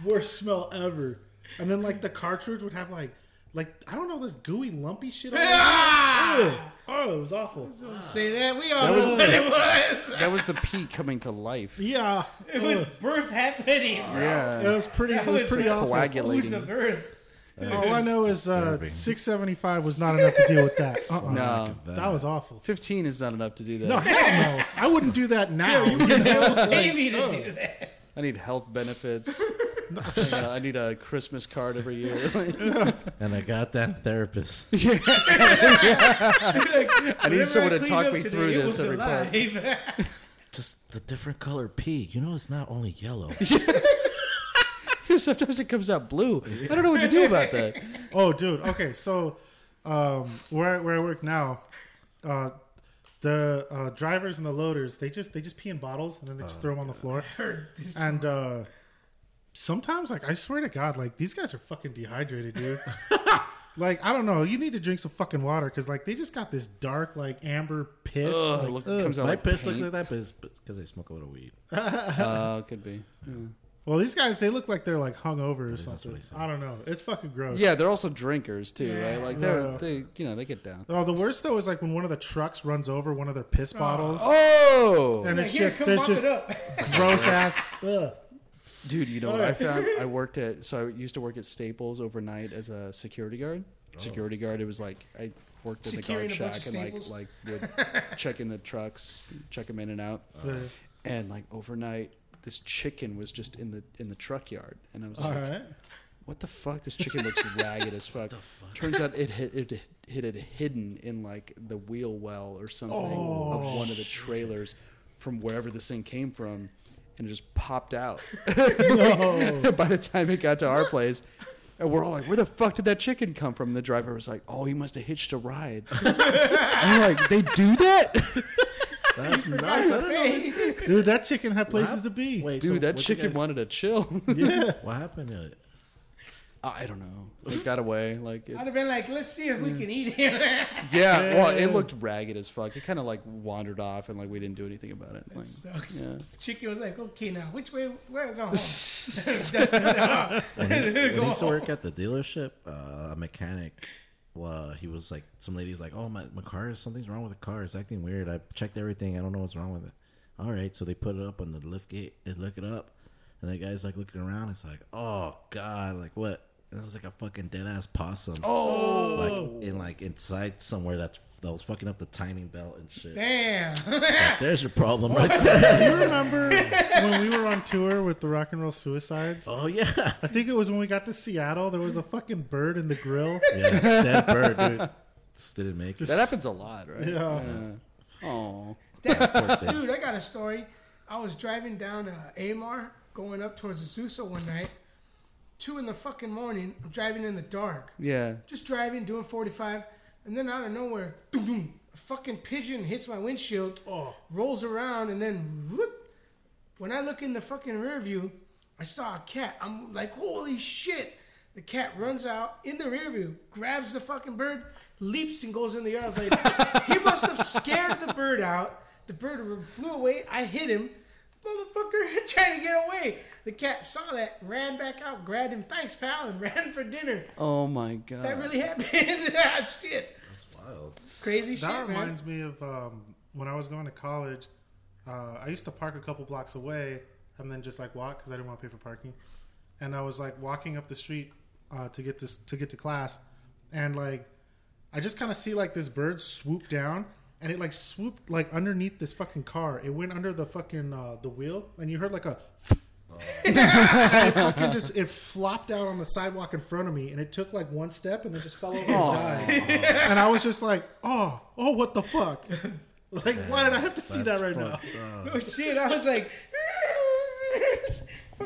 Speaker 5: worst smell ever. And then, like, the cartridge would have like like I don't know this gooey lumpy shit. On it. Ew. Oh, it was awful.
Speaker 3: Don't say that. We all know what it was.
Speaker 1: That was the pea coming to life.
Speaker 5: Yeah,
Speaker 3: It was birth happening, bro.
Speaker 5: It was pretty. It was,
Speaker 3: was
Speaker 5: pretty awful.
Speaker 3: Ooze
Speaker 1: Coagulating.
Speaker 3: of earth.
Speaker 5: All I know is uh, six seventy five was not enough to deal with that. Uh-uh.
Speaker 1: No,
Speaker 5: that was awful.
Speaker 1: 15 is not enough to do that.
Speaker 5: No, hell no. I wouldn't do that now.
Speaker 3: Pay me to do that.
Speaker 1: I need health benefits. I, know, I need a Christmas card every year.
Speaker 4: and I got that therapist.
Speaker 1: I need someone to talk me through
Speaker 3: it
Speaker 1: this
Speaker 3: was
Speaker 1: every part.
Speaker 3: alive.
Speaker 4: Just the different color pea. You know, it's not only yellow.
Speaker 1: Sometimes it comes out blue. I don't know what to do about that.
Speaker 5: Oh, dude. Okay, so um, where I, where I work now, uh, the uh, drivers and the loaders they just they just pee in bottles and then
Speaker 4: Oh,
Speaker 5: they just throw them on the floor.
Speaker 3: Heard this.
Speaker 5: And uh, sometimes, like I swear to God, like these guys are fucking dehydrated, dude. like I don't know, you need to drink some fucking water because like they just got this dark like amber piss.
Speaker 1: Ugh,
Speaker 5: like,
Speaker 1: Oh, look-
Speaker 5: ugh.
Speaker 1: comes out
Speaker 4: My
Speaker 1: like
Speaker 4: piss
Speaker 1: paint.
Speaker 4: looks like that, but it's because they smoke a little weed.
Speaker 1: uh, could be. Yeah.
Speaker 5: Well, these guys they look like they're like hungover or
Speaker 4: what
Speaker 5: something.
Speaker 4: he said.
Speaker 5: I don't know. It's fucking gross.
Speaker 1: Yeah, they're also drinkers too, right? Like they're
Speaker 5: Yeah.
Speaker 1: they you know they get down.
Speaker 5: Oh, the worst though is like when one of the trucks runs over one of their piss bottles,
Speaker 1: Oh,
Speaker 5: and it's
Speaker 3: Here,
Speaker 5: just
Speaker 3: Oh, come
Speaker 5: there's
Speaker 3: mop
Speaker 5: just
Speaker 3: it up.
Speaker 5: gross ass. Ugh.
Speaker 1: dude, you know what I found? I worked at so I used to work at Staples overnight as a security guard. Security guard. It was like I worked in
Speaker 3: Securing
Speaker 1: the
Speaker 3: a bunch
Speaker 1: guard shack
Speaker 3: of
Speaker 1: and like
Speaker 3: Staples?
Speaker 1: like would check in the trucks, check them in and out,
Speaker 5: Ugh.
Speaker 1: and like overnight. This chicken was just in the in the truck yard, and I was
Speaker 5: All
Speaker 1: like,
Speaker 5: right.
Speaker 1: "What the fuck? This chicken looks ragged as fuck." Turns out it hit, it it had hidden in like the wheel well or something
Speaker 4: Oh,
Speaker 1: of one of the trailers from wherever this thing came from, and it just popped out. By the time it got to our place, and we're all like, "Where the fuck did that chicken come from?" And the driver was like, "Oh, he must have hitched a ride." I'm like, "They do that,
Speaker 4: That's nuts. I don't know.
Speaker 5: Dude, that chicken had places
Speaker 4: What?
Speaker 5: to be.
Speaker 4: Wait,
Speaker 1: dude?
Speaker 4: so
Speaker 1: that
Speaker 4: what you
Speaker 1: chicken
Speaker 4: guys-
Speaker 1: wanted to chill."
Speaker 5: Yeah.
Speaker 4: What happened to it?
Speaker 1: I don't know. It got away. Like, it,
Speaker 3: I'd have been like, let's see if we can eat here.
Speaker 1: yeah. Well,
Speaker 5: Yeah.
Speaker 1: it looked ragged as fuck. It kind of like wandered off, and like we didn't do anything about it. Like,
Speaker 3: Sucks.
Speaker 1: Yeah.
Speaker 3: Chicken was like, okay, now which way? Where we going? home?" Dustin said, "Oh,
Speaker 4: When I used- when
Speaker 3: go
Speaker 4: I used to
Speaker 3: home."
Speaker 4: work at the dealership, uh, a mechanic, well, he was like, some lady's like, oh, my, my car is, something's wrong with the car. It's acting weird. I checked everything. I don't know what's wrong with it. All right. So they put it up on the lift gate and look it up. And the guy's like looking around. It's like, oh, God. Like, what? And it was like a fucking dead ass possum. Oh. Like, in like inside somewhere that's, that was fucking up the timing belt and shit.
Speaker 3: Damn.
Speaker 4: There's your problem right there.
Speaker 5: Do you remember when we were on tour with the Rock and Roll Suicides?
Speaker 4: oh, yeah.
Speaker 5: I think it was when we got to Seattle. There was a fucking bird in the grill.
Speaker 4: Yeah. Dead bird, dude. Just didn't make it.
Speaker 1: That happens a lot, right?
Speaker 5: Yeah.
Speaker 1: Oh,
Speaker 4: Poor thing.
Speaker 3: Dude, I got a story. I was driving down uh, Amar, going up towards Azusa one night. Two in the fucking morning. I'm driving in the dark.
Speaker 1: yeah.
Speaker 3: Just driving, doing 45. And then out of nowhere, doom, doom, a fucking pigeon hits my windshield, rolls around, and then whoop. when I look in the fucking rear view, I saw a cat. I'm like, holy shit. The cat runs out in the rear view, grabs the fucking bird, leaps and goes in the air. I was like, he must have scared the bird out. The bird flew away. I hit him. Motherfucker trying to get away. The cat saw that, ran back out, grabbed him, thanks, pal, and ran for dinner.
Speaker 1: Oh my god.
Speaker 3: That really happened. Ah, shit.
Speaker 4: That's wild.
Speaker 3: Crazy shit,
Speaker 5: That
Speaker 3: man.
Speaker 5: reminds me of um, when I was going to college. Uh, I used to park a couple blocks away and then just like walk because I didn't want to pay for parking. And I was like walking up the street uh, to get this to get to class, and like I just kind of see like this bird swoop down, and it like swooped like underneath this fucking car. It went under the fucking uh, the wheel, and you heard like a. and it fucking just it flopped out on the sidewalk in front of me, and it took like one step, and then just fell over and died. and I was just like, oh, oh, what the fuck? Like, why did I have to see that right now?
Speaker 3: Oh shit, I was like,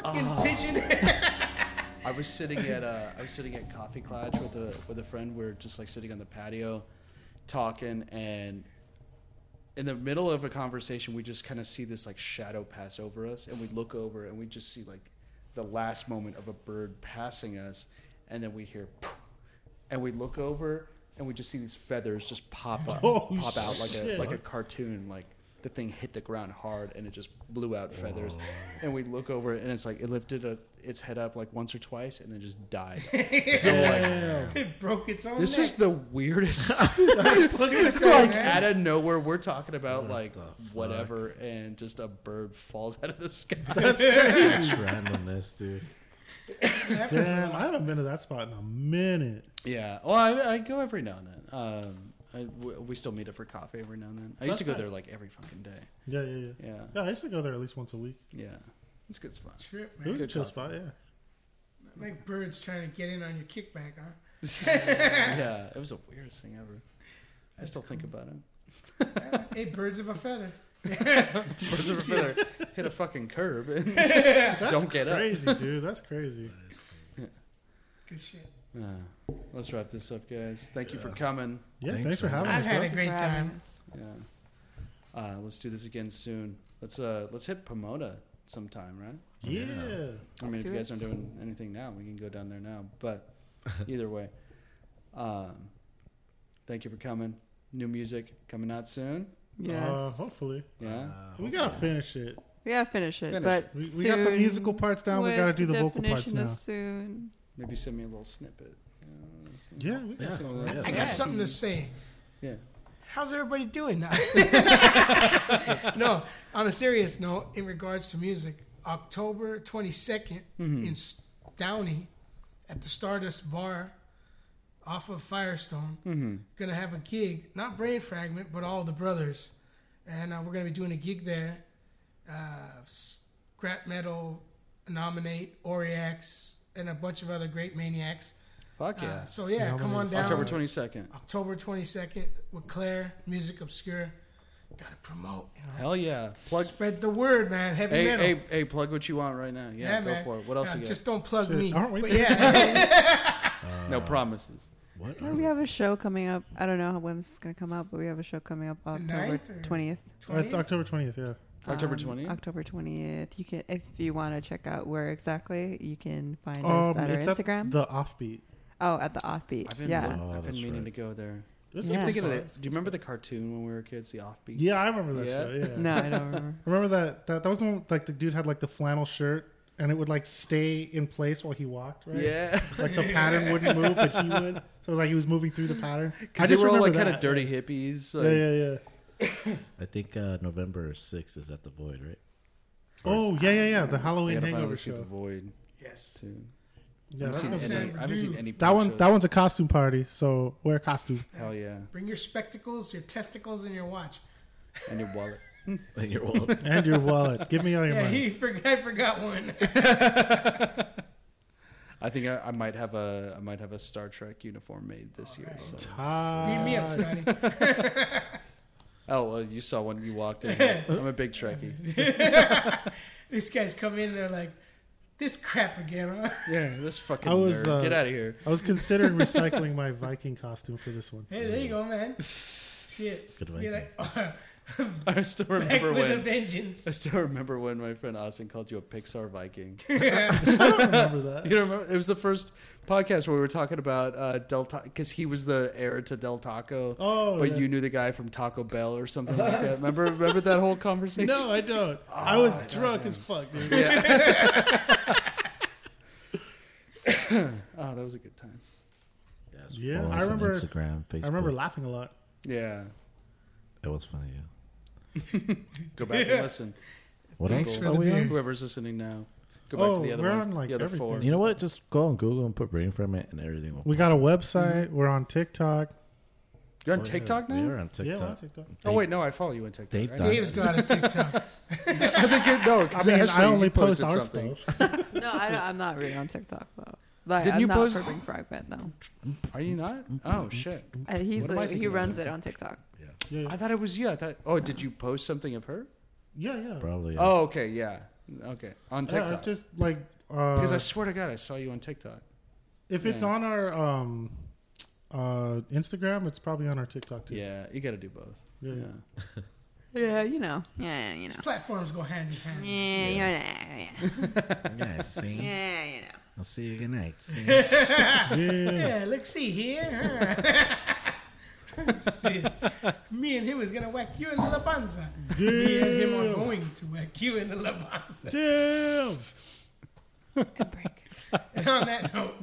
Speaker 3: fucking pigeon.
Speaker 1: I was sitting at uh, I was sitting at coffee clutch with a with a friend. We are just like sitting on the patio, talking, and in the middle of a conversation, we just kind of see this like shadow pass over us, and we look over and we just see like the last moment of a bird passing us, and then we hear, "Poof," and we look over and we just see these feathers just pop up, pop out like a like a cartoon, like. The thing hit the ground hard, and it just blew out feathers. And we look over, and it's like it lifted a, its head up like once or twice, and then just died. So I'm like,
Speaker 3: it broke its own
Speaker 1: this
Speaker 3: neck.
Speaker 1: was the weirdest
Speaker 3: Suicide,
Speaker 1: like
Speaker 3: man.
Speaker 1: out of nowhere we're talking about like
Speaker 4: the fuck?
Speaker 1: whatever and just a bird falls out of the sky
Speaker 4: randomness, dude.
Speaker 3: Happens a
Speaker 5: Damn,
Speaker 3: lot.
Speaker 5: I haven't been to that spot in a minute.
Speaker 1: yeah well I, I go every now and then um I, w- we still meet up for coffee every now and then i used to go
Speaker 5: That's
Speaker 1: there like every fucking day
Speaker 5: Yeah, yeah, yeah.
Speaker 1: yeah
Speaker 5: Yeah, I used to go there at least once a week.
Speaker 1: yeah it's a good spot
Speaker 3: Trip,
Speaker 5: It
Speaker 3: man.
Speaker 5: was a
Speaker 1: Good
Speaker 5: chill
Speaker 1: coffee.
Speaker 5: spot, yeah.
Speaker 3: Like birds trying to get in on your kickback, huh?
Speaker 1: yeah it was the weirdest thing ever i still think about it
Speaker 3: hey, birds of a feather.
Speaker 1: Birds of a feather hit a fucking curb and don't get up
Speaker 5: Crazy, dude. That's crazy.
Speaker 3: Good shit.
Speaker 1: uh, let's wrap this up guys thank you for coming
Speaker 5: Yeah,
Speaker 4: Thanks,
Speaker 5: thanks, for
Speaker 4: man.
Speaker 5: having
Speaker 3: I've
Speaker 5: us.
Speaker 3: had
Speaker 5: bro.
Speaker 3: a great
Speaker 6: Thank you for having
Speaker 3: time.
Speaker 6: us.
Speaker 1: yeah Uh, let's do this again soon. Let's uh, let's hit Pomona sometime, right?
Speaker 5: Yeah.
Speaker 1: I mean,
Speaker 6: Let's
Speaker 1: if you
Speaker 6: do
Speaker 1: guys
Speaker 6: it.
Speaker 1: aren't doing anything now, we can go down there now. But either way, um, thank you for coming. New music coming out soon.
Speaker 6: Yes.
Speaker 5: Uh, hopefully.
Speaker 1: Yeah.
Speaker 4: Uh-huh.
Speaker 5: We gotta finish it.
Speaker 6: We gotta finish it.
Speaker 1: Finish.
Speaker 6: But
Speaker 5: We, we got the
Speaker 6: soon
Speaker 5: musical parts down. We
Speaker 6: was
Speaker 5: gotta do the vocal
Speaker 6: definition
Speaker 5: parts
Speaker 6: of
Speaker 5: now.
Speaker 6: Soon.
Speaker 1: Maybe send me a little snippet. Uh, some-
Speaker 5: Yeah, we got
Speaker 4: Yeah.
Speaker 1: some of
Speaker 4: Yeah.
Speaker 1: that
Speaker 3: I
Speaker 1: stuff.
Speaker 3: got something to say.
Speaker 1: Yeah.
Speaker 3: How's everybody doing now? no, on a serious note, in regards to music, October 22nd
Speaker 1: Hmm. Mm-hmm.
Speaker 3: in S- Downey at the Stardust Bar off of Firestone,
Speaker 1: Mm-hmm.
Speaker 3: gonna have a gig, not Brain Fragment, but all the brothers. And uh, we're gonna be doing a gig there. Uh, scrap Metal, Nominate, Oriax, and a bunch of other great maniacs.
Speaker 1: Fuck
Speaker 3: Uh,
Speaker 1: yeah.
Speaker 3: so yeah, come on down.
Speaker 1: October 22nd.
Speaker 3: October 22nd with Claire, Music Obscure. Gotta promote. You know?
Speaker 1: Hell yeah. Plug.
Speaker 3: Spread the word, man. Heavy
Speaker 1: Hey,
Speaker 3: metal.
Speaker 1: hey, hey, plug what you want right now. Yeah, go
Speaker 3: man.
Speaker 1: for it. What else
Speaker 3: Yeah,
Speaker 1: you got?
Speaker 3: Just don't plug
Speaker 5: Shit,
Speaker 3: me.
Speaker 5: aren't we-
Speaker 3: But yeah,
Speaker 1: no promises.
Speaker 4: What?
Speaker 6: Yeah, we have a show coming up. I don't know how- when this is gonna come out, but we have a show coming up October
Speaker 3: ninth or-
Speaker 6: twentieth.
Speaker 1: Oh,
Speaker 5: Uh, it's
Speaker 3: 20th?
Speaker 5: October 20th, yeah.
Speaker 1: October
Speaker 6: Um,
Speaker 1: 20th?
Speaker 6: October 20th. You can, if you want to check out where exactly, you can find us
Speaker 5: Um,
Speaker 6: at our
Speaker 5: it's at
Speaker 6: Instagram.
Speaker 5: the offbeat.
Speaker 6: oh, at the offbeat.
Speaker 1: I've been,
Speaker 6: yeah.
Speaker 1: I've
Speaker 4: Oh,
Speaker 1: been
Speaker 4: that's
Speaker 1: meaning
Speaker 4: right.
Speaker 1: to go there.
Speaker 5: It's
Speaker 6: Yeah.
Speaker 1: I'm thinking of
Speaker 5: fun.
Speaker 1: that. Do you remember the cartoon when we were kids, the offbeat?
Speaker 5: Yeah, I remember that
Speaker 1: Yeah.
Speaker 5: show. Yeah.
Speaker 6: No, I don't remember.
Speaker 5: Remember that, that? That was the one, like, the dude had, like, the flannel shirt, and it would, like, stay in place while he walked, right?
Speaker 1: Yeah,
Speaker 5: Like, the pattern wouldn't move, but he would. So it was like he was moving through the pattern. I
Speaker 1: because they
Speaker 5: just
Speaker 1: were all
Speaker 5: remember
Speaker 1: like
Speaker 5: that.
Speaker 1: kind of dirty hippies. Like,
Speaker 5: Yeah, yeah, yeah.
Speaker 4: I think uh, November 6th is at the Void, right?
Speaker 5: Oh, yeah, yeah, yeah. The
Speaker 1: They
Speaker 5: Halloween
Speaker 1: had a
Speaker 5: hangover
Speaker 1: Final See The
Speaker 5: show.
Speaker 1: void.
Speaker 3: yes.
Speaker 1: Too.
Speaker 5: Yeah,
Speaker 1: I
Speaker 5: that's
Speaker 1: haven't
Speaker 5: gonna
Speaker 1: seen
Speaker 5: be-
Speaker 1: any- I haven't seen any.
Speaker 5: that one.
Speaker 1: pictures.
Speaker 5: That one's a costume party, so wear a costume.
Speaker 1: Hell yeah,
Speaker 3: Bring your spectacles, your testicles, and your watch.
Speaker 1: and your wallet.
Speaker 4: Like your old.
Speaker 5: and your wallet. Give me all your
Speaker 3: Yeah,
Speaker 5: money.
Speaker 3: he forgot, I forgot one.
Speaker 1: I think I, I might have a I might have a Star Trek uniform made this year.
Speaker 3: Alright.
Speaker 1: So.
Speaker 3: Beat
Speaker 5: Hi.
Speaker 3: me
Speaker 5: Uh,
Speaker 3: up, Scotty.
Speaker 1: Oh well, you saw when you walked in. I'm a big Trekkie.
Speaker 3: These guys come in, they're like, this crap again. Huh?
Speaker 1: Yeah, this fucking
Speaker 5: I was,
Speaker 1: nerd.
Speaker 5: uh,
Speaker 1: Get out of here.
Speaker 5: I was considering recycling my Viking costume for this one.
Speaker 3: Hey, there you go, man. Shit.
Speaker 4: Good Viking.
Speaker 3: You're like, oh,
Speaker 1: I still
Speaker 3: back
Speaker 1: remember
Speaker 3: with a
Speaker 1: when.
Speaker 3: vengeance.
Speaker 1: I still remember when my friend Austin called you a Pixar Viking.
Speaker 5: I don't remember that.
Speaker 1: You remember? It was the first podcast where we were talking about uh, Del Taco because he was the heir to Del Taco,
Speaker 5: Oh,
Speaker 1: but
Speaker 5: yeah.
Speaker 1: you knew the guy from Taco Bell or something like that. Remember? Remember that whole conversation?
Speaker 5: No, I don't. I was
Speaker 1: Oh,
Speaker 5: drunk as fuck, dude.
Speaker 1: Yeah. oh, that was a good time.
Speaker 5: Yeah,
Speaker 4: Follow
Speaker 5: I
Speaker 4: us on
Speaker 5: remember-
Speaker 4: Instagram, Facebook.
Speaker 5: I remember laughing a lot.
Speaker 1: Yeah.
Speaker 4: It was funny, yeah.
Speaker 1: Go back and listen.
Speaker 4: What
Speaker 3: Thanks
Speaker 4: else?
Speaker 3: for the beer.
Speaker 1: Whoever's listening now, go back to
Speaker 5: Oh,
Speaker 1: the other
Speaker 5: we're
Speaker 1: ones.
Speaker 5: on, like,
Speaker 1: the other
Speaker 5: everything.
Speaker 1: four.
Speaker 4: You know what? Just go on Google and put brain from it, and everything will.
Speaker 5: We got a
Speaker 1: Mm-hmm.
Speaker 5: website. We're on TikTok.
Speaker 1: You're on TikTok
Speaker 4: Oh, We
Speaker 1: now.
Speaker 4: are on
Speaker 5: Yeah,
Speaker 4: TikTok.
Speaker 5: we're on TikTok.
Speaker 1: Oh wait, no, I follow you on TikTok.
Speaker 4: Dave
Speaker 1: right?
Speaker 4: Dunn.
Speaker 3: Dave's got a TikTok.
Speaker 1: I think it, no, 'cause
Speaker 5: I mean,
Speaker 1: Ashley,
Speaker 5: I only
Speaker 1: you
Speaker 5: post
Speaker 1: posted
Speaker 5: our
Speaker 1: something.
Speaker 5: stuff.
Speaker 6: No, I don't, I'm not really on TikTok though. Like,
Speaker 1: Didn't
Speaker 6: I'm
Speaker 1: you
Speaker 6: not
Speaker 1: post-
Speaker 6: for Bring Fragment though.
Speaker 1: Are you not? Oh shit!
Speaker 6: Uh, he's
Speaker 1: What am I
Speaker 6: the,
Speaker 1: thinking
Speaker 6: he
Speaker 1: about?
Speaker 6: runs it on TikTok.
Speaker 5: Yeah, yeah,
Speaker 1: I thought it was you. I thought. Oh, did you post something of her?
Speaker 5: yeah. yeah.
Speaker 4: Probably. yeah.
Speaker 1: Oh, okay, yeah, okay, on
Speaker 5: Yeah,
Speaker 1: TikTok.
Speaker 5: just like
Speaker 1: because I
Speaker 5: uh,
Speaker 1: swear to God, I saw you on TikTok.
Speaker 5: if it's
Speaker 1: yeah.
Speaker 5: on our um, uh, Instagram, it's probably on our TikTok too.
Speaker 1: Yeah, you got to do both.
Speaker 5: Yeah, yeah.
Speaker 1: Yeah.
Speaker 6: Yeah, you know. Yeah, you know.
Speaker 3: These platforms go hand in hand.
Speaker 6: Yeah, you know. Yeah,
Speaker 4: Yeah, see.
Speaker 6: yeah, you know.
Speaker 4: I'll see you good night. See.
Speaker 3: Yeah, look, see here. huh? Me and him is gonna whack you in the labanza. Me and him are going to whack you in the labanza.
Speaker 5: Damn.
Speaker 6: And break.
Speaker 3: And on that note,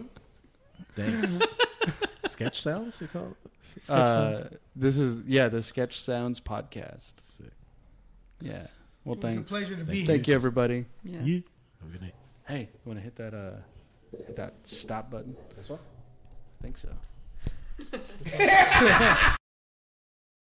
Speaker 4: Thanks. Sketch sounds you call it?
Speaker 1: Uh, this is yeah the Sketch Sounds podcast.
Speaker 4: Sick.
Speaker 1: Yeah. Well,
Speaker 3: it was
Speaker 1: thanks.
Speaker 3: a pleasure to be here.
Speaker 1: Thank you, everybody.
Speaker 6: Yes.
Speaker 5: You-
Speaker 4: Have a good night.
Speaker 1: Hey, you want to hit that uh, hit that stop button? This one? I think so.